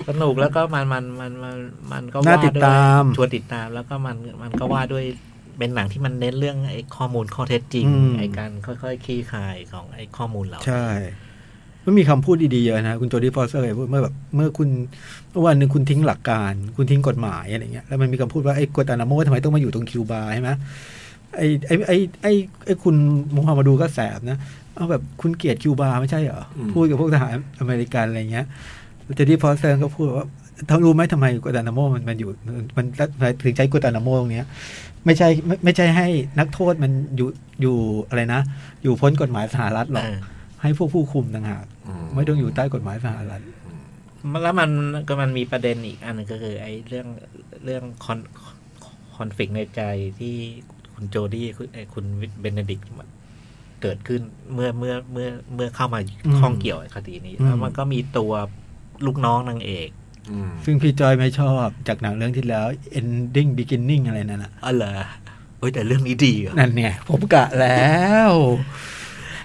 [SPEAKER 5] สนุกแล้วก็มันมันมันมันมันก็
[SPEAKER 4] น่า
[SPEAKER 5] ว่า
[SPEAKER 4] ติดตาม
[SPEAKER 5] ด้วยชวนติดตามแล้วก็มันมันก็ว่าด้วยเป็นหนังที่มันเน้นเรื่องไอ้ข้อมูลข้อเท็จจริง
[SPEAKER 4] อืม
[SPEAKER 5] ไอ้การค่อยๆคลี่คลายของไอ้ข้อมูลเรา
[SPEAKER 4] ใช่มันมีคำพูดดีๆเยอะนะ คุณโจดี้ฟอสเตอร์เคยพูดเมื่อแบบเมื่อคุณเมื่อวันหนึ่งคุณทิ้งหลักการ คุณทิ้งกฎหมายอะไรเงี้ยแล้วมันมีคำพูดว่าไอ้กัวตานาโมทำไมต้องมาอยู่ตรงคิวบาใช่ไหมไอ้ไอ้ไอ้ไอ้ไอ้คุณมูฮัมหมัดดูก็แสบนะเอาแบบคุณเกลียดคิวบาไม่ใช่เหรอ
[SPEAKER 3] อืม
[SPEAKER 4] พูดกับพวกทหารอเมริกันอะไรเงี้ยโจดี้ฟอสเตอร์ก็พูดว่าทารู้ไหมทำไมกัวตานาโมมันมันอยู่มันมันถึงใช้กัวตานาโมตรงเนี้ย ไม่ใช่ไม่ไม่ใช่ให้นักโทษมันอยู่อยู่อะไรนะ อยู่พ้นกฎหมายสหรัฐหรอก
[SPEAKER 5] เออ
[SPEAKER 4] ให้พวกผู้คุมต่างหากไม่ต้องอยู่ใต้กฎหมายสหรัฐ
[SPEAKER 5] แล้วมันก็มันมีประเด็นอีกอันหนึงก็คือไอ้เรื่องเรื่องคอนคอนฟ lict ในใจที่คุณโจดี้คุณไอ้คุณเบนเนดิกต์เกิดขึ้นเมื่อเมื่อเมื่อเมื่อเข้ามาข้องเกี่ยวกับคดีนี้แล้วมันก็มีตัวลูกน้องนางเอก
[SPEAKER 4] ซึ่งพี่จอยไม่ชอบจากหนังเรื่องที่แล้ว ending beginning อะไรนั่นน่ะ
[SPEAKER 5] อ๋อเหรอเอ้ยแต่เรื่องนี้ดีอ่ะ
[SPEAKER 4] นั่นไงผมกะแล้ว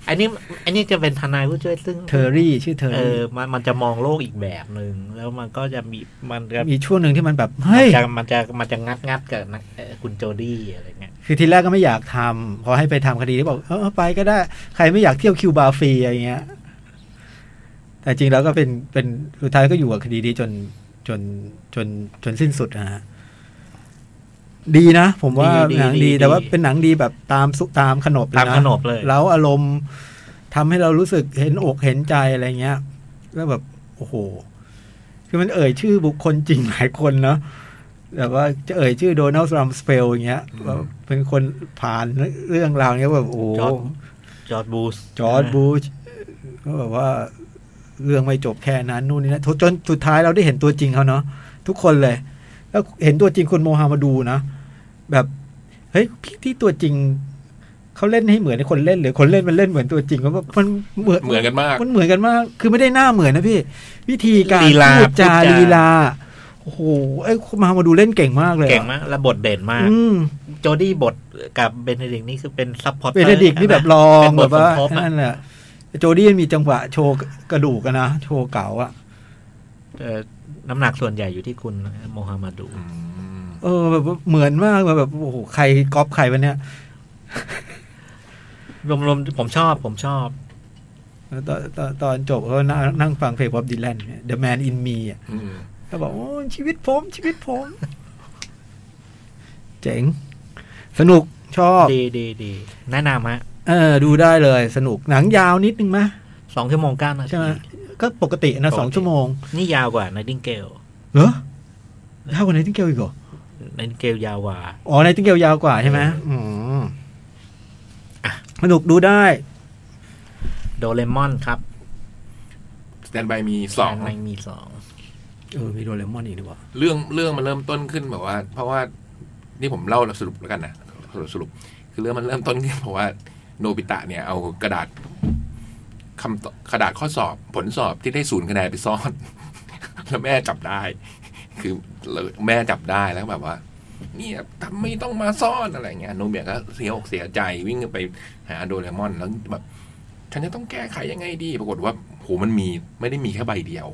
[SPEAKER 5] อันนี้อันนี้จะเป็นทนายผู้ช่วยซึ่ง
[SPEAKER 4] เทอรี่ชื่อเทอ
[SPEAKER 5] เอ
[SPEAKER 4] รี่
[SPEAKER 5] อมันมันจะมองโลกอีกแบบหนึ่งแล้วมันก็จะมีมันจะ
[SPEAKER 4] มีช่วงหนึ่งที่มันแบบ เฮ้ย
[SPEAKER 5] จะมันจะมันจะงัดงัดกับนักเอ่อคุณโจดี้อะไรเงี้ย
[SPEAKER 4] คือทีแรกก็ไม่อยากทำพอให้ไปทำคดีที่บอกเออไปก็ได้ ใครไม่อยากเที่ยวคิวบาฟรีอะไรเงี้ย แต่จริงแล้วก็เป็นเป็นสุดท้ายก็อยู่กับคดีนี้จนจนจนจนสิ้นสุดนะฮะดีนะ ผมว่าหนังดี แต่ว่าเป็นหนังดีแบบตามสุตามขนบเลย
[SPEAKER 5] ตา
[SPEAKER 4] นะ
[SPEAKER 5] มขนบเลย
[SPEAKER 4] เร้าอารมณ์ทำให้เรารู้สึกเห็นอกเห็นใจอะไรเงี้ย แล้วแบบ โอ้โห คือมันเอ่ยชื่อบุคคลจริงหลายคนเนาะแบบว่าจะเอ่ยชื่อโดนัลด์รัมสเปลอย่างเงี้ยว่าเป็นคนผ่านเรื่องราวเนี้ยแบบโอ้โห
[SPEAKER 5] จอร์ดจอร์ดบูส
[SPEAKER 4] จอร์ดบูชก็แบบว่าเรื่องไม่จบแค่นั้นนู่นนี่นะจนสุดท้ายเราได้เห็นตัวจริงเขาเนาะทุกคนเลย แล้วเห็นตัวจริงคุณโมฮัมหมัดดูนะ แบบเฮ้ยพี่ที่ตัวจริง เขาเล่นให้เหมือนคนเล่นหรือคนเล่นมันเล่นเหมือนตัวจริงมันมันเหมือน
[SPEAKER 3] เหมือนกันมาก
[SPEAKER 4] มันเหมือนกันมาก คือไม่ได้หน้าเหมือนนะพี่ วิธีการ
[SPEAKER 3] ลีลา
[SPEAKER 4] พูดจาลีลาโอ้โหไอ้คุณมามาดูเล่นเก่งมากเลยอะ
[SPEAKER 5] เก่งมากและบทเด่นมาก
[SPEAKER 4] อืม
[SPEAKER 5] โจดี้บทกับเบนเดดิกต์นี่คือเป็นซัพพอร์ต
[SPEAKER 4] เบนเดดิกนี่แบบรองแบบว่า
[SPEAKER 5] เป็นบทสมทบอะ
[SPEAKER 4] นั่นแหละโจดี้มีจังหวะโชว์กระดูกอะนะโชว์เก๋าอะ
[SPEAKER 5] เอ่อน้ำหนักส่วนใหญ่อยู่ที่คุณโมฮัมหมัดู
[SPEAKER 4] เออแบบว่าเหมือนมากแบบโอ้โหใครก๊อปใครวะเนี่ย
[SPEAKER 5] รวมๆผมชอบผมชอบ
[SPEAKER 4] ตอนตอนตอนจบเขานั่งนั่งฟังเพลงบ๊อบดีแลน The Man in Me อะ
[SPEAKER 3] อืม
[SPEAKER 4] ก็บอกโอ้ชีวิตผมชีวิตผม เจ๋ง สนุกชอบ
[SPEAKER 5] ดีดีดีแนะนำฮะ
[SPEAKER 4] เออดูได้เลยสนุกหนังยาวนิดนึงมะ
[SPEAKER 5] สองชั่วโมงเก้านา
[SPEAKER 4] ใช่
[SPEAKER 5] ที
[SPEAKER 4] ไหมก็ปกตินะ
[SPEAKER 5] ปกติ
[SPEAKER 4] สองชั่วโมง
[SPEAKER 5] นี่ยาวกว่า i นติงเกล
[SPEAKER 4] เหรอยาวกว่าไนติงเกลอีกเหรอ
[SPEAKER 5] ไนติงเกลยาวกว่า
[SPEAKER 4] อ๋อไนติงเกลยาวกว่าใช่ไหมอืมสนุกดูได้
[SPEAKER 5] โดเรมอนครับ
[SPEAKER 3] สแตนบายมีสอง
[SPEAKER 5] ในมีสอง
[SPEAKER 4] เออมีโดเรมอนอีกดีกว่า
[SPEAKER 3] เรื่องเรื่องมันเริ่มต้นขึ้นแบบว่า เพราะว่านี่ผมเล่าสรุปแล้วกันนะสรุปสรุป คือเรื่องมันเริ่มต้นขึ้นเพราะว่าโนบิตะเนี่ยเอากระดาษคำตกระดาษข้อสอบ ผลสอบที่ได้ศูนย์คะแนนไปซ่อน แล้วแม่จับได้ คือแล้วแม่จับได้แล้วแบบว่า เนี่ยทำไม่ต้องมาซ่อนอะไรเงี้ยโนเบียก็เสียอกเสียใจวิ่งไปหาโดเรมอนแล้วแบบฉันจะต้องแก้ไขยังไงดี ปรากฏว่าโหมันมีไม่ได้มีแค่ใบเดียว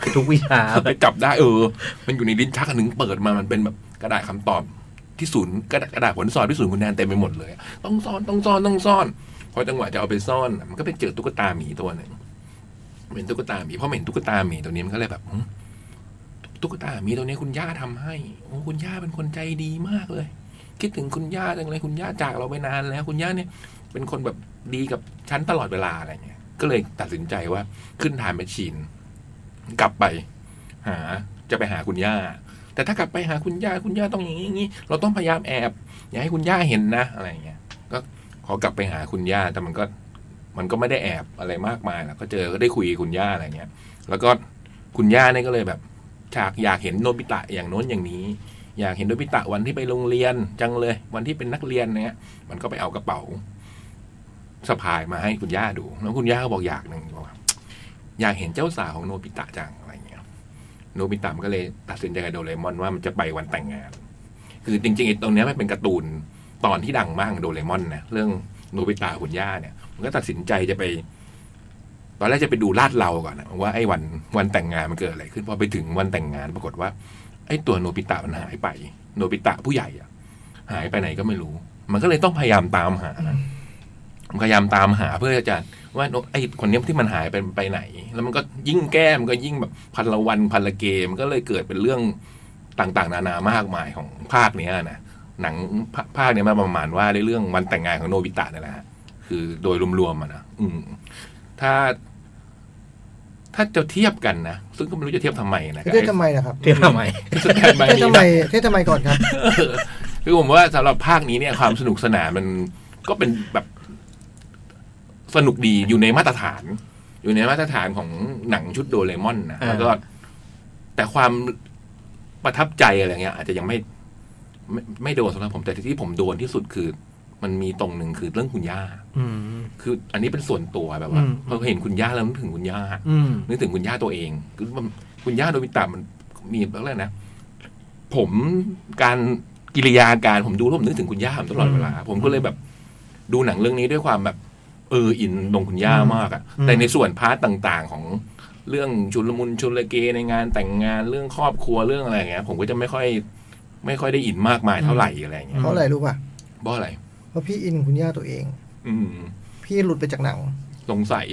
[SPEAKER 5] คือทุกวิชา
[SPEAKER 3] ไปจับได้เออ มันอยู่ในลิ้นชักอันหนึ่งเปิดมา มันเป็นแบบกระดาษคำตอบที่ศูนย์กระดาษกระดาษผลสอบที่ศูนย์คะแนนเต็มไปหมดเลยอะต้องซ่อนต้องซ่อนต้องซ่อน พอจังหวะจะเอาไปซ่อนอะมันก็ไปเจอตุ๊กตาหมีตัวหนึ่งเป็นตุ๊กตาหมีพอเห็นตุ๊กตาหมีตัวนี้มันก็เลยแบบหึตุ๊กตาหมีตัวนี้คุณย่าทำให้โอ้คุณย่าเป็นคนใจดีมากเลย คิดถึงคุณย่าจังเลยคุณย่าจากเราไปนานแล้ว คุณย่าเนี่ย เป็นคนแบบดีกับฉันตลอดเวลาอะไรเงี้ย ก็เลยตัดสินใจว่าขึ้นทานแมชชีนกลับไป หาจะไปหาคุณย่า แต่ถ้ากลับไปหาคุณย่าคุณย่าต้องอย่างนี้อย่างนี้เราต้องพยายามแอบ อย่าให้คุณย่าเห็นนะอะไรอย่างเงี้ยก็ขอกลับไปหาคุณย่าแต่มันก็ มันก็ไม่ได้แอบอะไรมากมายแล้วก็เจอก็ได้คุยกับคุณย่าอะไรเงี้ย แล้วก็คุณย่าเนี่ยก็เลยแบบฉากอยากเห็นโนบิตะอย่างโน้นอย่างนี้ อยากเห็นโนบิตะวันที่ไปโรงเรียนจังเลย วันที่เป็นนักเรียนเนี่ยมันก็ไปเอากระเป๋าสะพายมาให้คุณย่าดูแล้วคุณย่าก็บอกอยากหนึ่งบอกว่าอยากเห็นเจ้าสาวของโนบิตะจังอะไรเงี้ย โนบิตะมันก็เลยตัดสินใจกับโดเรมอนว่ามันจะไปวันแต่งงาน คือจริงๆไอ้ตรงเนี้ยมันเป็นการ์ตูนตอนที่ดังมากของโดเรมอนนะเรื่องโนบิตะหุ่นย่าเนี่ย มันก็ตัดสินใจจะไป ตอนแรกจะไปดูลาดเราก่อนนะว่าไอ้วันวันแต่งงานมันเกิดอะไรขึ้นพอไปถึงวันแต่งงานปรากฏว่า ไอ้ตัวโนบิตะมันหายไป โนบิตะผู้ใหญ่อะหายไปไหนก็ไม่รู้ มันก็เลยต้องพยายามตามหามันพยายามตามหาเพื่อจะว่าไอ้คนเนี้ยที่มันหายไปไปไหน แล้วมันก็ยิ่งแก้มันก็ยิ่งแบบพันละวันพันละเกมนก็เลยเกิดเป็นเรื่องต่างๆ นานามากมายของภาคเนี้ยนะหนังภาภาคเนี้ยมาประมาณว่าในเรื่องวันแต่งงานของโนบิตะนี่แหละฮะคือโดยรวมๆอะนะอืม ถ้า ถ้าจะเทียบกันนะซึ่งก็ไม่รู้จะเทียบทำไมนะกับ
[SPEAKER 2] เทศ
[SPEAKER 3] ไอ้
[SPEAKER 2] ทำไมนะครับ
[SPEAKER 5] เทียบทำไม
[SPEAKER 3] สแตนบาย
[SPEAKER 2] เทศ
[SPEAKER 3] นี้
[SPEAKER 2] ทำไมเทศทำไมก่อนครับ
[SPEAKER 3] คือผมว่าสำหรับภาคนี้เนี่ยความสนุกสนานมันก็เป็นแบบสนุกดีอยู่ในมาตรฐาน อยู่ในมาตรฐานของหนังชุดโดเรมอนนะ
[SPEAKER 5] อ่า
[SPEAKER 3] แล้วก็ แต่ความประทับใจอะไรเงี้ย อาจจะยังไม่ไม่ไม่โดนสำหรับผมแต่ที่ผมโดนที่สุดคือ มันมีตรงหนึ่งคือเรื่องคุณย่า
[SPEAKER 4] อืม
[SPEAKER 3] คือ อันนี้เป็นส่วนตัวแบบว่า
[SPEAKER 4] อืม
[SPEAKER 3] พอเห็นคุณย่าแล้วนึกถึงคุณย่า
[SPEAKER 4] อืม
[SPEAKER 3] นึกถึงคุณย่าตัวเองคือมันคุณย่าโดมิตามันมีอะไรนะ ผมการกิริยาการผมดูแล้วผมนึกถึงคุณย่าผมตลอดเวลา ผมก็เลยแบบ ดูหนังเรื่องนี้ด้วยความแบบ เอออินลงคุณย่ามากอะ
[SPEAKER 4] อืม
[SPEAKER 3] แต่ในส่วนพาร์ตต่าง ๆ ของเรื่องชุลมุนชุลเกในงานแต่งงานเรื่องครอบครัวเรื่องอะไรอย่างเงี้ย ผมก็จะไม่ค่อย ไม่ค่อยได้อินมากมายเท่าไหร่อะไรอย่างเงี้ย
[SPEAKER 2] เพราะอะไรรู้ป่ะ
[SPEAKER 3] เพราะอะไร
[SPEAKER 2] เพราะพี่อินคุณย่าตัวเอง
[SPEAKER 3] อืม
[SPEAKER 2] พี่หลุดไปจากหนัง
[SPEAKER 3] สงสัย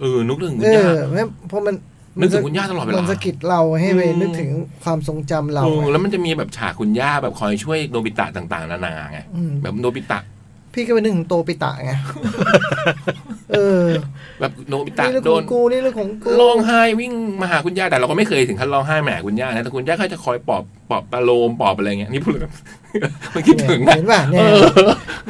[SPEAKER 3] เออนึกถึงคุ
[SPEAKER 2] เอ
[SPEAKER 3] ณย่า
[SPEAKER 2] อไม่เพราะมัน
[SPEAKER 3] นึกถึงคุณย่าตลอดเวลามั
[SPEAKER 2] นสะกิดเราให้ไปนึกถึงความทรงจำเรา
[SPEAKER 3] เออแล้วมันจะมีแบบฉากคุณย่าแบบคอยช่วยโนบิตะต่าง ๆ นานาไง
[SPEAKER 2] อืม
[SPEAKER 3] แบบโนบิตะ
[SPEAKER 2] พี่ก็ไปนึกถึงโตปิตะ ไง เออ
[SPEAKER 3] แบบโนบิตะ
[SPEAKER 2] นี่เรื่อง
[SPEAKER 3] โด
[SPEAKER 2] ขอน งกูนี่เรื่องของกู
[SPEAKER 3] ร้องไห้วิ่งมาหาคุณย่าแต่เราก็ไม่เคยถึงขั้นร้องไห้มาหาคุณย่านะแต่คุณย่าก็จะคอยปลอบปลอบตาโลมปลอบอะไรเงี้ยนี่พูดเลยแบบ มันคิดถึงนะ
[SPEAKER 2] เห็นป่ะเนี่ย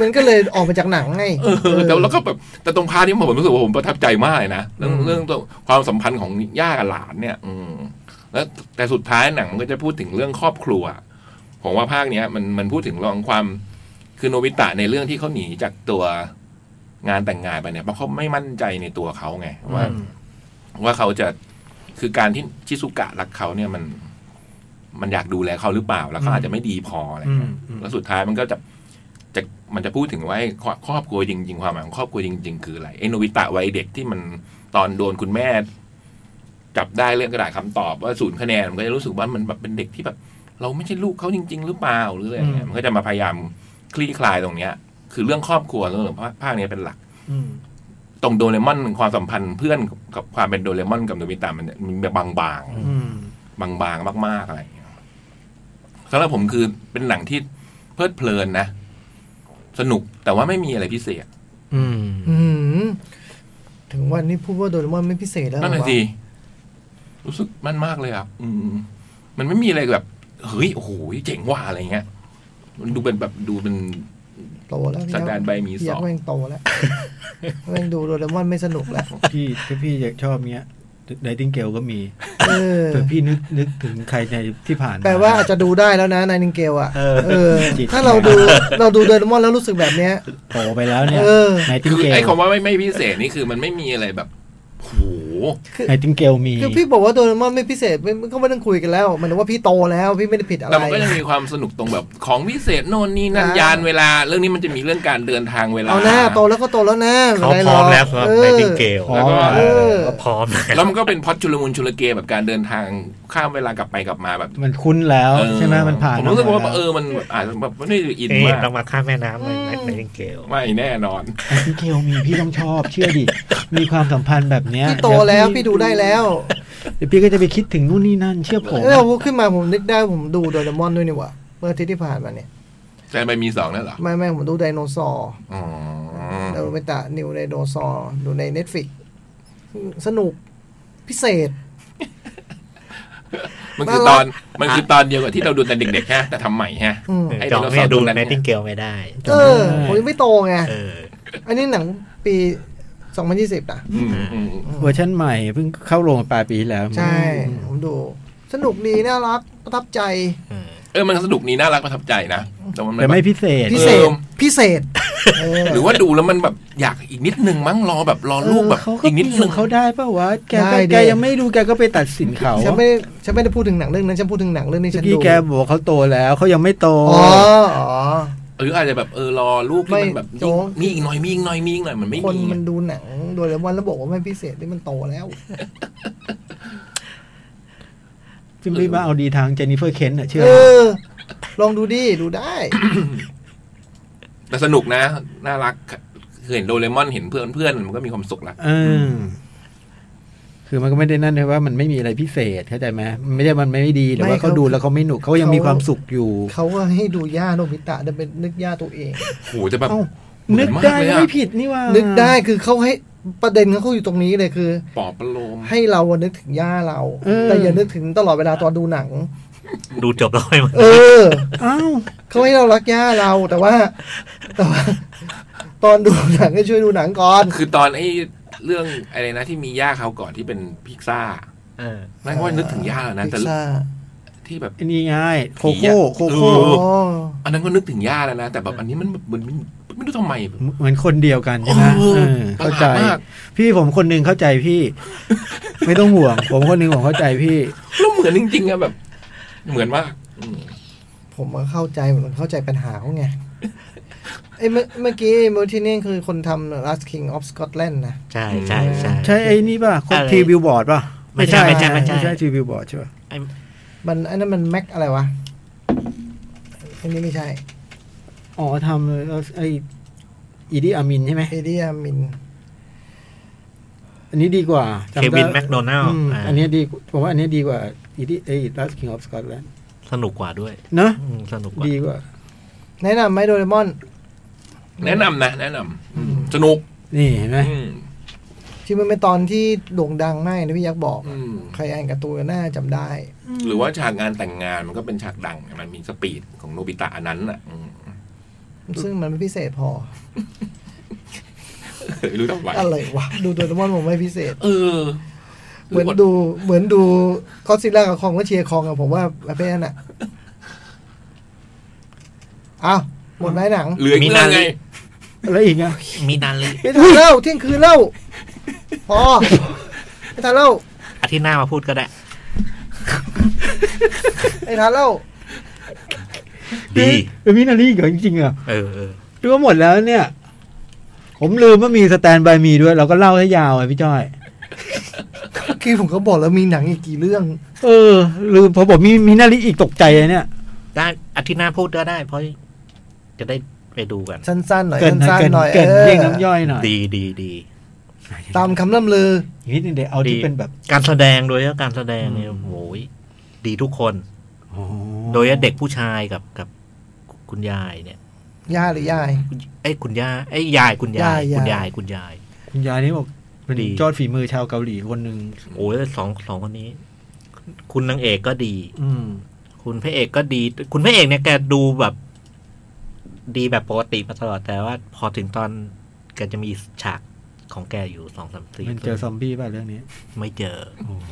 [SPEAKER 2] มันก็เลยออกมาจากหนังไง
[SPEAKER 3] เออแต่แล้วก็แบบแต่ตรงพาร์ทนี้ผมรู้สึกว่าผมประทับใจมากเลยนะเรื่องเรื่องตัวความสัมพันธ์ของย่ากับหลานเนี่ย อืมแล้วแต่สุดท้ายหนังมันก็จะพูดถึงเรื่องครอบครัว ผมว่าภาคเนี้ยมันมันพูดถึงเรองความคือโนบิตะในเรื่องที่เขาหนีจากตัวงานแต่งงานไปเนี่ยเพราะเขาไม่มั่นใจในตัวเขาไงว่า ว่าเขาจะคือการที่ชิซุกะรักเขาเนี่ยมัน มันอยากดูแลเขาหรือเปล่า แล้วเขาอาจจะไม่ดีพออะไรเงี้ย
[SPEAKER 4] อืมอืม
[SPEAKER 3] แล้วสุดท้ายมันก็จะจะมันจะพูดถึงว่าไอ้ครอบครอบครัวจริงๆความหมายของครอบครัวจริง ๆ คืออะไรไอ้โนวิตะวัยเด็กที่มันตอนโดนคุณแม่ จับได้เรื่องกระดาษคำตอบว่าศูนย์คะแนนมันก็จะรู้สึกว่ามันแบบเป็นเด็กที่แบบ เราไม่ใช่ลูกเขาจริง ๆ หรือเปล่าหรืออะไรเงี้ยมันก็จะมาพยายามคลี่คลายตรงเนี้ย คือเรื่องครอบครัวเรื่องภาคเนี้ยเป็นหลัก
[SPEAKER 4] อืม
[SPEAKER 3] ตรงโดเรมอนความสัมพันธ์เพื่อนกับความเป็นโดเรมอนกับโนบิตะมันมันบางบาง
[SPEAKER 4] อืม
[SPEAKER 3] บางบางๆมาก ๆ อะไรอย่างเงี้ย สำหรับผมคือเป็นหนังที่เพลิดเพลินนะ สนุกแต่ว่าไม่มีอะไรพิเศษ
[SPEAKER 4] อืม
[SPEAKER 2] อืมถึงวันนี้พูดว่าโดเรมอนไม่พิเศษแล้วเหรอ
[SPEAKER 3] นั่นน่ะ
[SPEAKER 2] วะ
[SPEAKER 3] สิรู้สึกมันมากเลยอ่ะอืม มันไม่มีอะไรแบบเฮ้ยโอ้โหเจ๋งว่ะอะไรเงี้ย มันดูเป็นแบบดูเป็น
[SPEAKER 2] โตแล้วพี่
[SPEAKER 3] สันดานใบหมี
[SPEAKER 2] พี่ยัก
[SPEAKER 3] สอ
[SPEAKER 2] ษ์
[SPEAKER 3] ง
[SPEAKER 2] แม่งโต แล้ว แม่งดูโดเรมอนไม่สนุกแล้ว
[SPEAKER 4] ที่ที่พี่อยากชอบเนี้ยไดติงเกลก็มี
[SPEAKER 2] เออ
[SPEAKER 4] เผื่อพี่นึกนึกถึงใครในที่ผ่านม
[SPEAKER 2] แปลว่าอาจจะดูได้แล้วนะนายนิงเกลอ่ะ
[SPEAKER 4] เออ
[SPEAKER 2] เออ
[SPEAKER 4] จิต
[SPEAKER 2] ถ้าเราดูเราดูโดเรมอนแล้วรู้สึกแบบเนี้ย
[SPEAKER 4] โตไปแล้วเนี่ย
[SPEAKER 2] เออ
[SPEAKER 4] ไนติ
[SPEAKER 3] คื
[SPEAKER 4] ง
[SPEAKER 3] อ
[SPEAKER 4] เกล
[SPEAKER 3] ไอ้คำว่าไม่ไม่พิเศษนี่คือมันไม่มีอะไรแบบโห
[SPEAKER 4] ไนติงเกลมี
[SPEAKER 2] คือพี่บอกว่าโดเรมอนไม่พิเศษไม่ก็ไม่ต้องคุยกันแล้วหมันว่าพี่โตแล้วพี่ไม่ได้ผิดอะไร
[SPEAKER 3] แต่มันก็จะมีความสนุกตรงแบบของพิเศษโน่นนี่นั่น
[SPEAKER 2] อ่าย
[SPEAKER 3] ยานเวลา เรื่องนี้มันจะมีเรื่องการเดินทางเวลา
[SPEAKER 2] เอาหน้าโตแล้วก็โตแล้วนะ
[SPEAKER 5] เขา
[SPEAKER 2] ไได้
[SPEAKER 5] พ
[SPEAKER 2] ห
[SPEAKER 5] ร้อก มแล้วสำหรับ
[SPEAKER 2] เอ
[SPEAKER 5] ไน
[SPEAKER 2] อ
[SPEAKER 5] ติงเกล
[SPEAKER 4] พร้อ
[SPEAKER 5] แล้
[SPEAKER 4] ม
[SPEAKER 5] วก็
[SPEAKER 2] เออ
[SPEAKER 5] ก็พร้อมนะ
[SPEAKER 3] แล้วมันก็เป็นพล็อดชุลมุนชุลเกแบบการเดินทางข้ามเวลากลับไปกลับมาแบบ
[SPEAKER 4] มันคุ้นแล้ว
[SPEAKER 3] เออ
[SPEAKER 4] ใช่ไหมมันผ่าน
[SPEAKER 3] ผมรู้สึกว่า
[SPEAKER 4] แล้ว
[SPEAKER 3] เออมันอาจจะแบบไม่ได้อิน
[SPEAKER 5] นี่
[SPEAKER 3] มาก
[SPEAKER 5] ต้องมาข้ามแม่น้ำเลยไนติงเกล
[SPEAKER 3] ไม่แน่นอน
[SPEAKER 4] ไนติงเกลมีพี่ต้องชอบเชื่อดิ มีความสัมพันธ์แบบเนี้ย
[SPEAKER 2] พี่โตแล้วพี่ดูได้แล้ว
[SPEAKER 4] เดี๋ยวพี่ก็จะไปคิดถึงนู่นนี่นั่น เชื่อผม
[SPEAKER 2] เออผมขึ้นมาผมนึกได้ผมดูโดเรมอนด้วยนี่หว่าเมื่ออาทิตย์ที่ผ่านมาเนี่ย
[SPEAKER 3] แต่ไปมีสองนั่นเหรอ
[SPEAKER 2] ไม่ไม่ผมดูไดโนเสาร์
[SPEAKER 3] อ๋อ
[SPEAKER 2] เดโรเมตะนิวไดโนซอร์ดูในเน็ตฟิกสนุกพิเศษ
[SPEAKER 3] มันคือตอนมันคือตอนเดียวกับที่เราดูตอนเด็กๆฮะแต่ทำใหม่ฮะ
[SPEAKER 2] อืม
[SPEAKER 3] ไอ้
[SPEAKER 5] จองเนี่ย
[SPEAKER 3] ไดโนเสาร์ตั
[SPEAKER 5] ดู
[SPEAKER 3] วนั้น
[SPEAKER 5] ไน
[SPEAKER 3] เนี่ย
[SPEAKER 5] ติงเกลไม่ได้
[SPEAKER 2] เออ ผมยังไม่โตไง
[SPEAKER 5] เออ
[SPEAKER 2] อันนี้หนังปี 2020 นะ
[SPEAKER 3] อืมอืม
[SPEAKER 4] เวอร์ชันใหม่เพิ่งเข้าโรงมาปลายปีที่แล้ว
[SPEAKER 2] ใช่ ผมดู สนุกดี น่ารัก ประทับใจ
[SPEAKER 5] เออ
[SPEAKER 3] เออมันสนุกนี่น่ารักประทับใจนะแต่มัน
[SPEAKER 4] แต่ไม่
[SPEAKER 3] แบบ
[SPEAKER 4] พิเศษ
[SPEAKER 2] พิเศ
[SPEAKER 3] เอ
[SPEAKER 2] ษ
[SPEAKER 3] อ
[SPEAKER 2] พิเศษเห
[SPEAKER 3] รือว่าดูแล้วมันแบบอยากอีกนิดนึงมั้งรอแบบรอลูกแบบ
[SPEAKER 4] เเขา
[SPEAKER 3] อีกนิด
[SPEAKER 4] มี
[SPEAKER 3] นึง
[SPEAKER 4] เขาได้ป่าวะแกก็
[SPEAKER 2] ได้ดิ
[SPEAKER 4] แกยังไม่ดูแกก็ไปตัดสินเขา
[SPEAKER 2] ฉันไม่ได้ฉันไม่ได้พูดถึงหนังเรื่องนั้น ฉันพูดถึงหนังเรื่องนี้ฉัน
[SPEAKER 4] พี่
[SPEAKER 2] ดู
[SPEAKER 4] แกบอกเขาโตแล้วเขายังไม่โต
[SPEAKER 2] อ๋ออ๋อ
[SPEAKER 3] หรืออาจจะแบบเออรอลูกที่มันแบบ
[SPEAKER 2] ไม่โจ๊ก
[SPEAKER 3] มีอีกหน่อยมีอีกหน่อยมีอีกหน่อยมันไม่
[SPEAKER 2] คน
[SPEAKER 3] มี
[SPEAKER 2] มันดูหนังโดยแล้ววันแล้วบอกว่าไม่พิเศษนี่มันโตแล้ว
[SPEAKER 4] พี่พี่มาเอาดีทางเจนนิเฟอร์เคนน่ะเชื่อ
[SPEAKER 2] เออ ลองดูดิ ดูได้
[SPEAKER 3] แต่สนุกนะน่ารักเคยเห็นโดเรมอนเห็นเพื่อนเพื่อนมันก็มีความสุขละ
[SPEAKER 4] เออคือมันก็ไม่ได้นั่นเลยว่ามันไม่มีอะไรพิเศษเข้าใจไหมมันไม่ใช่มันไม่ดีหรือ
[SPEAKER 2] ไม่
[SPEAKER 4] ว่าเขาดู
[SPEAKER 2] เขา
[SPEAKER 4] แล้วเขาไม่หนุกเขายังมีความสุขอยู่
[SPEAKER 2] เขาก็ให้ดูย่าโนบิตะแต่เป็นนึกย่าตัวเอง
[SPEAKER 3] โหจะแบบ
[SPEAKER 4] เอ้า
[SPEAKER 3] เหมื
[SPEAKER 4] นึ
[SPEAKER 3] อน
[SPEAKER 4] ก
[SPEAKER 3] มาก
[SPEAKER 4] ได้
[SPEAKER 3] เลยอะ
[SPEAKER 4] ไม่ผิดนี่ว่า
[SPEAKER 2] นึ
[SPEAKER 4] นึ
[SPEAKER 2] กได้คือเขาให้ประเด็นเขาอยู่ตรงนี้เลยคือ
[SPEAKER 3] ปอบประโลม
[SPEAKER 2] ให้เราอะนึกถึงย่าเรา แต่อย่านึกถึงตลอดเวลาตอนดูหนัง
[SPEAKER 5] ดูจบแล้วค่อยมา
[SPEAKER 2] เออ
[SPEAKER 4] อ้าว
[SPEAKER 2] เขาให้เรารักย่าเราแต่ว่าแต่ว่า ตอนดูหนังก็ช่วยดูหนังก่อน
[SPEAKER 3] คือตอนไอ้เรื่องอะไรนะที่มีย่าเขาวก่อนที่เป็นพิกซ่า
[SPEAKER 5] เออ
[SPEAKER 3] นั่นก็นึกถึงย่าแล้วนะ
[SPEAKER 2] พิ
[SPEAKER 3] แต่
[SPEAKER 2] ซซ่า
[SPEAKER 3] ที่แบบ
[SPEAKER 4] อันนี้ง่ายโคโค่โค
[SPEAKER 3] เอ
[SPEAKER 4] โค่
[SPEAKER 3] อ
[SPEAKER 2] อ๋อ
[SPEAKER 3] อันนั้นก็นึกถึงย่าแล้วนะแต่แบบอันนี้มันแบบมันมันไม่รู้ทำไมแบบ
[SPEAKER 4] เหมือนคนเดียวกันใช่ไหม
[SPEAKER 3] เออ
[SPEAKER 4] เออเข้าใจ
[SPEAKER 3] ประหลาดมาก
[SPEAKER 4] พี่ผมคนหนึงเข้าใจพี่ ไม่ต้องห่วง ผมคนหนึงผมเข้าใจพี่
[SPEAKER 3] แล้วเหมือนจริงๆอะแบบ เหมือนมาก
[SPEAKER 2] ผมก็เข้าใจเหมือนเข้าใจปัญหา เขาไงไอ้เมื่อเมื่อกี้เมอร์ทิเนียนคือคนทำ Last King of Scotland นะ
[SPEAKER 5] ใช่ใช่ใช่
[SPEAKER 4] ใช่ไอ้นี่ป่ะคน
[SPEAKER 5] อะไร
[SPEAKER 4] ทีวิวบอร์ดป่ะ
[SPEAKER 5] ไม่ใช่ไม่ใช่ไม่ใช่
[SPEAKER 4] ไม่ใช่ทีวิวบอร์ดใช่ป่ะ
[SPEAKER 5] ไอ้
[SPEAKER 2] มันไอ้นั่นมันแม็กอะไรวะอันนี้ไม่ใช่
[SPEAKER 4] อ๋อทำเลยเอาไอ้อีดีอามินใช่ไหม
[SPEAKER 2] เอเดียมิน
[SPEAKER 4] อันนี้ดีกว่าจำ
[SPEAKER 5] เค
[SPEAKER 4] ได้
[SPEAKER 5] วินแมคโดนัล
[SPEAKER 4] อืม
[SPEAKER 5] ด์า
[SPEAKER 4] อันนี้ดีผมว่าอันนี้ดีกว่าอีดีไอ้ลัสคิงออฟสกอตแลนด์
[SPEAKER 5] สนุกกว่าด้วย
[SPEAKER 4] เนอะ
[SPEAKER 5] อืมสนุกกว่า
[SPEAKER 4] ดีกว่า
[SPEAKER 2] แนะนำไหมโดเรมอน
[SPEAKER 3] แนะนำนะ แนะนำอืมสนุก
[SPEAKER 4] นี่เห็นไหม
[SPEAKER 3] อืม
[SPEAKER 2] ที่มันเป็นตอนที่โด่งดังมากนะพี่ยักษ์บอก
[SPEAKER 3] อืม
[SPEAKER 2] ใครอ่านการ์ตูนน่าจำได้
[SPEAKER 3] หรือว่าฉากงานแต่งงานมันก็เป็นฉากดัง มันมีสปีดของโนบิตะอันนั้นอ่ะอืม
[SPEAKER 2] ซึ่งมันไม่พิเศษพอ
[SPEAKER 3] ไม่รู้ทำไม
[SPEAKER 2] อะไรวะ ดูโดเรมอนผมไม่พิเศษ
[SPEAKER 3] เออ
[SPEAKER 2] เหมือนดูเหมือนดูก็ซิล่ากับคองก็เชียร์คองอะผมว่าประเภทนั้นอะอ้าวหมดไหมหนัง
[SPEAKER 3] เหลืออีกเรื่องไง
[SPEAKER 4] แล้วอีกอ่ะ
[SPEAKER 5] มีนานเลย
[SPEAKER 2] ไม่ทันเล่าเที่ยงคืนเล่าพอไม่ทันเล่า
[SPEAKER 5] อาทิตย์หน้ามาพูดก็ได้
[SPEAKER 2] ไม่ทันเล่า
[SPEAKER 5] ดี
[SPEAKER 4] เออมินารีเหรอจริงๆอ่ะ
[SPEAKER 5] เออเออ
[SPEAKER 4] ดูว่าหมดแล้วเนี่ย ผมลืมว่ามีสแตนบายมีด้วย เราก็เล่าให้ยาวไงพี่จ้อย
[SPEAKER 2] เมื่อกี้ผมก็บอกแล้วมีหนังอีกกี่เรื่อง
[SPEAKER 4] เออลืมพอบอกมีมีนารีอีกตกใจเลยเนี่ย
[SPEAKER 5] ได้อาทิตย์หน้าพูดก็ได้ เพราะจะได้ไปดูกัน
[SPEAKER 2] สั้นๆหน่อย
[SPEAKER 4] เกิน
[SPEAKER 2] สั้น
[SPEAKER 4] เกิน
[SPEAKER 2] ๆหน่อย
[SPEAKER 4] เกิน
[SPEAKER 2] เออ
[SPEAKER 4] เรียกน้ำย่อยหน่อย
[SPEAKER 5] ดีดีดี
[SPEAKER 2] ตามคำล่ำลือ
[SPEAKER 4] อีกนิดนึงเดี๋ยวเอาที่เป็นแบบ
[SPEAKER 5] การแสดงโดยเฉพาะการแสดงเนี่ยโอ้ยดีทุกคน
[SPEAKER 4] โอ้โห
[SPEAKER 5] โดยเด็กผู้ชายกับกับคุณยายเนี่ย
[SPEAKER 2] ย่าหรือยาย
[SPEAKER 5] ไอ้ยคุณย่าไอ้ยยายคุณยาย
[SPEAKER 2] ยาย
[SPEAKER 5] คุณยายคุณยาย
[SPEAKER 4] คุณยายนี่บอกเป็น
[SPEAKER 5] ดี
[SPEAKER 4] ยอดฝีมือชาวเกาหลีคนหนึ่ง
[SPEAKER 5] โอ้ยสองสองคนนี้ คุณนางเอกก็ดี
[SPEAKER 4] อืม
[SPEAKER 5] คุณพระเอกก็ดี คุณพระเอกเนี่ยแกดูแบบ ดีแบบปกติมาตลอดแต่ว่า พอถึงตอนแกจะมีฉากของแกอยู่สองสามสี่
[SPEAKER 4] มันเจอซอมบี้ป่ะเรื่องนี้
[SPEAKER 5] ไม่เจอ
[SPEAKER 4] โอ้โห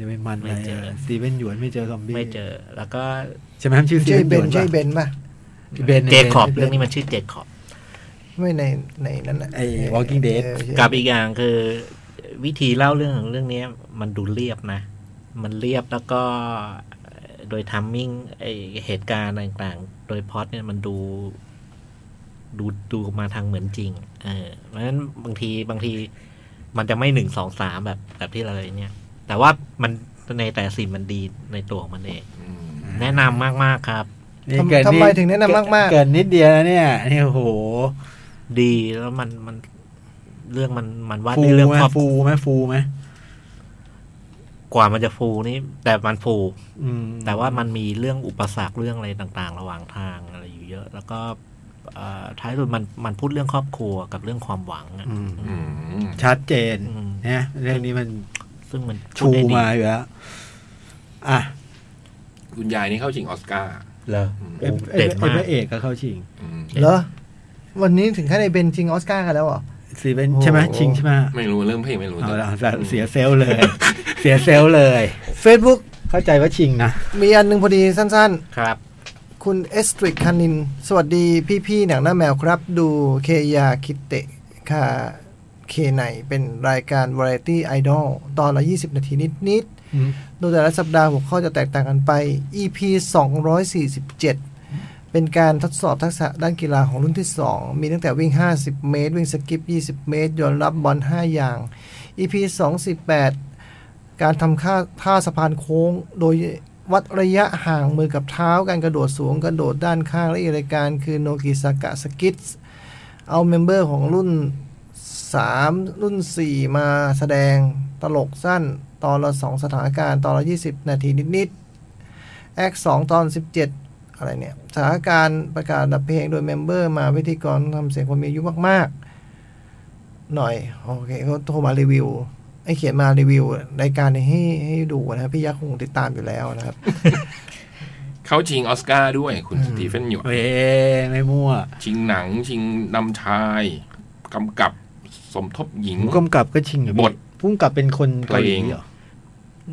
[SPEAKER 4] จะไม่มัน
[SPEAKER 5] ไม่
[SPEAKER 4] เลย
[SPEAKER 5] เจอ
[SPEAKER 4] สตีเวนหยวนไม่เจอซอมบี้
[SPEAKER 5] ไม่เจอ แล้วก็
[SPEAKER 4] ใช่ไหมครับชื่อสตี
[SPEAKER 2] ใช่
[SPEAKER 4] เวนห
[SPEAKER 2] เบ
[SPEAKER 4] ยวน น
[SPEAKER 2] ใช่เบนป่ะ
[SPEAKER 4] เบน
[SPEAKER 5] เจคอบ
[SPEAKER 2] เป็น
[SPEAKER 5] เรื่องนี้มันชื่อเจคอบ
[SPEAKER 2] ไม่ในในนั้นน่ะ
[SPEAKER 4] ไอ้ Walking Dead
[SPEAKER 2] เออใช่
[SPEAKER 5] กับอีกอย่างคือ วิธีเล่าเรื่องของเรื่องนี้มันดูเรียบนะ มันเรียบแล้วก็เอ่อโดยทัมมิ่งไอเหตุการณ์ต่างๆ โดยพล็อดเนี่ยมันดู ดูดูมาทางเหมือนจริง เออเพราะฉะนั้นบางทีบางทีมันจะไม่หนึ่งสองสามแบบแบบที่เราเนี่ย แต่ว่ามันในแต่ละสิ่งมันดีในตัวของมันเอง แนะนำมากๆครับ
[SPEAKER 4] นี่
[SPEAKER 2] ทำ
[SPEAKER 4] เกิด
[SPEAKER 2] ทำ
[SPEAKER 4] นี่
[SPEAKER 2] ไมถึงแนะนำมาก
[SPEAKER 4] เกิดนิดเดียวนะเนี่ยนี่โอ้โห
[SPEAKER 5] ดีแล้วมันมันเรื่องมันมันว่า
[SPEAKER 4] ฟู
[SPEAKER 5] ด้วยเรื่อง
[SPEAKER 4] ไหม
[SPEAKER 5] ครอบ
[SPEAKER 4] ฟูไหมฟูไหม
[SPEAKER 5] กว่ามันจะฟูนี่แต่มันฟู
[SPEAKER 4] อืม
[SPEAKER 5] แต่ว่ามันมีเรื่องอุปสรรคเรื่องอะไรต่างๆ ระหว่างทางอะไรอยู่เยอะ แล้วก็เอ่อท้ายสุดมันมันพูดเรื่องครอบครัวกับเรื่องความหวังอะ
[SPEAKER 4] อืม
[SPEAKER 3] อืม
[SPEAKER 4] ชัดเจน
[SPEAKER 5] อืม
[SPEAKER 4] นะเรื่องนี้มัน
[SPEAKER 5] ซึ่งมันพู
[SPEAKER 4] ชู
[SPEAKER 5] ดได้ดี
[SPEAKER 4] มาอยู่แล้วอ่ะ
[SPEAKER 3] คุณยายนี่เข้าชิงออสการ์
[SPEAKER 5] เหรอ
[SPEAKER 4] ไอ้
[SPEAKER 5] โอ้เด็ด
[SPEAKER 4] ไอ้
[SPEAKER 5] มา
[SPEAKER 4] พ
[SPEAKER 5] ก
[SPEAKER 4] ระเอกก็เข้าชิง
[SPEAKER 3] อืม
[SPEAKER 2] ๆเหรอวันนี้ถึงขั้นในเบนชิงออสการ์กันแล้วเหรอ
[SPEAKER 4] สตีเวน
[SPEAKER 2] โอ้โห
[SPEAKER 4] ใช่ไหมชิงใช่ไหม
[SPEAKER 3] ไม่รู้เรื่องเพลงไม่รู้
[SPEAKER 4] เอา
[SPEAKER 3] แต่
[SPEAKER 4] ละเสียเซลลเลย เสียเซลลเลย
[SPEAKER 2] Facebook
[SPEAKER 4] เข้าใจว่าชิงนะ
[SPEAKER 2] มีอันหนึงพอดีสั้น ๆ
[SPEAKER 5] ครับ
[SPEAKER 2] คุณเอสตริกคานิน สวัสดีพี่ๆหนังหน้าแมวครับ ดูเคยาคิเตะค่ะเคไหนเป็นรายการ Variety Idol ตอนละ 20 นาทีนิด
[SPEAKER 4] อืม
[SPEAKER 2] ๆ โดยแต่ละสัปดาห์หัวข้อจะแตกต่างกันไป EP 247 เป็นการทดสอบทักษะด้านกีฬาของรุ่นที่ 2 มีตั้งแต่วิ่ง 50 เมตร วิ่งสกิป 20 เมตรโยนรับบอล 5 อย่าง EP 248 การทำท่าท่าสะพานโค้ง โดยวัดระยะห่างมือกับเท้า การกระโดดสูงกระโดดด้านข้างและอีกรายการคือโนกิสากะสกิทเอาเมมเบอร์ของรุ่น 3 รุ่น 4 มาแสดงตลกสั้น ตอนละ 2 สถานการณ์ตอนละ 20 นาทีนิดๆแอค2ตอน 17 อะไรเนี่ย สถานการณ์ประกาศดับเพลงโดยเมมเบอร์มาพิธีกรทำเสียงคนมีอายุมากๆ หน่อย โอเคเขาโทรมารีวิว ไอ้เขียนมารีวิวรายการนี้ให้ให้ดูนะครับพี่ยักษ์คงติดตามอยู่แล้วนะครับ
[SPEAKER 3] เข้าชิงออสการ์ด้วยคุณสตีเฟนหยวน
[SPEAKER 4] เว้ยไม่มั่ว
[SPEAKER 3] ชิงหนัง ชิงนำชาย กำกับสมทบหญิง
[SPEAKER 4] ผู้กำกับก็ชิงอยู่
[SPEAKER 3] บท
[SPEAKER 4] ผู้กำกับเป็นคนเกาหลีเหรอ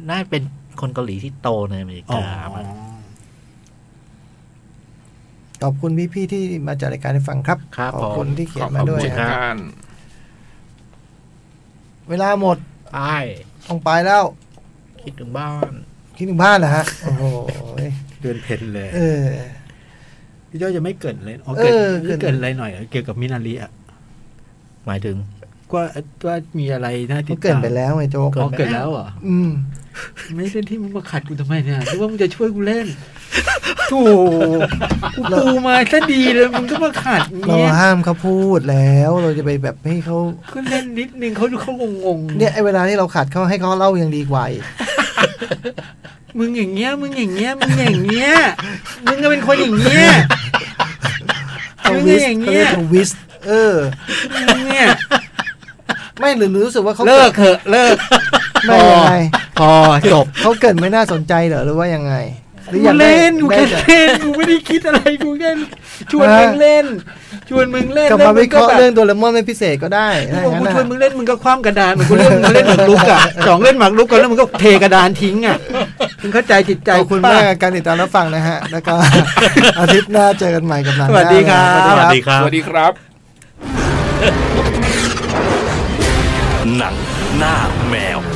[SPEAKER 5] น่าเป็นคนเกาหลีที่โตในอเมริ
[SPEAKER 4] อ๋อก
[SPEAKER 5] ามา
[SPEAKER 2] ขอบคุณพี่ๆที่มาจัดรายการให้ฟังครับ
[SPEAKER 5] ครับ
[SPEAKER 2] ขอบ
[SPEAKER 5] ผม
[SPEAKER 2] คุณที่เขียนมา
[SPEAKER 3] ขอบ
[SPEAKER 2] ด้วย
[SPEAKER 3] คุณ
[SPEAKER 2] ครับ
[SPEAKER 3] ท่าน
[SPEAKER 2] เวลาหมด
[SPEAKER 5] ไป
[SPEAKER 2] ต้องไปแล้ว
[SPEAKER 5] คิดถึงบ้าน
[SPEAKER 2] คิดถึงบ้านเหรอฮะ โอ้โห
[SPEAKER 4] เดือนเพ็ญเลย
[SPEAKER 2] เออ
[SPEAKER 4] พี่จ้อยจะไม่เกรินเลยอ๋อ
[SPEAKER 2] เอ
[SPEAKER 4] เกรินไม่
[SPEAKER 2] อเกริ่น
[SPEAKER 4] เกรินอะไรหน่อยเหรอเกี่ยวกับมินารีอ่ะ
[SPEAKER 5] หมายถึง
[SPEAKER 4] ว่าว่ามีอะไรน่าติ
[SPEAKER 2] มั
[SPEAKER 4] ดตาม
[SPEAKER 2] นเกินไปแล้วไงโจ๊ก
[SPEAKER 5] เกิ
[SPEAKER 4] อ๋อเกรินแล้วเหรอ
[SPEAKER 2] อืม
[SPEAKER 4] ไม่ใช่ที่มึงมาขัดกูทำไมเนี่ยหรือว่ามึงจะช่วยกูเล่นโถ่กู
[SPEAKER 2] เรา
[SPEAKER 4] ปูมาซะดีเลยมึงก็มาขัด
[SPEAKER 2] เรา
[SPEAKER 4] เนี่ย
[SPEAKER 2] ห้ามเขาพูดแล้ว เราจะไปแบบให้เขา
[SPEAKER 4] ก็เล่นนิดนึงเขาดูเขางงๆ
[SPEAKER 2] เนี่ยไอ้เวลาที่เราขัดเขาให้เขาเล่ายังดีกว่าอีก
[SPEAKER 4] มึงอย่างเงี้ยมึงอย่างเงี้ยมึงอย่างเงี้ยมึงก็เป็นคนอย่างเงี้ย
[SPEAKER 2] เขา
[SPEAKER 4] ยังไง
[SPEAKER 2] วิส
[SPEAKER 4] อย่างเงี้ย
[SPEAKER 2] เขาเรียกว่าวิสเออ
[SPEAKER 4] มึงเนี่ย
[SPEAKER 2] ไม่หรือหรือรู้สึกว่าเขา
[SPEAKER 4] เลิกเถอะเลิก
[SPEAKER 2] ไม่ยังไง
[SPEAKER 4] พอจบ
[SPEAKER 2] เขาเกินไม่น่าสนใจเหรอหรือว่ายังไงหรื
[SPEAKER 4] กู
[SPEAKER 2] ออยากได้
[SPEAKER 4] เล่นกู
[SPEAKER 2] ได้
[SPEAKER 4] แค่
[SPEAKER 2] จาก
[SPEAKER 4] เล่นกูไม่ได้คิดอะไรกูแค่ชวน
[SPEAKER 2] ฮะ
[SPEAKER 4] มึงเล่น ชวนมึงเล่น
[SPEAKER 2] กลับมาวิเคราะห์เรื่อง
[SPEAKER 4] แ
[SPEAKER 2] โดเรมอนเป็นพิเศษก็ได้
[SPEAKER 4] ล้ว
[SPEAKER 2] ถ้าอ
[SPEAKER 4] มึ
[SPEAKER 2] ย่างง
[SPEAKER 4] ก็แบบกู
[SPEAKER 2] นั้น
[SPEAKER 4] ชวนมึง
[SPEAKER 2] น่ะ
[SPEAKER 4] เล่นมึงก็คว่ำกระดานเหมือนกูเล่นมึงเล่นหมากรุกอ่ะสองเล่นหมากรุกกันแล้วมึงก็เทกระดานทิ้งอ่ะมึงเข้าใจจิตใจ
[SPEAKER 2] ขอบคุณ
[SPEAKER 4] ป่ะ
[SPEAKER 2] มากกับการติดตามรับฟังนะฮะ แล้ว ก็ อาทิตย์หน้าเจอกันใหม่กับหนัง
[SPEAKER 4] สวัสดี
[SPEAKER 2] หน้า
[SPEAKER 4] ครับ
[SPEAKER 2] นะ
[SPEAKER 5] สวัสดีครับ
[SPEAKER 3] สวัสดีครับ
[SPEAKER 1] หนังหน้าแมว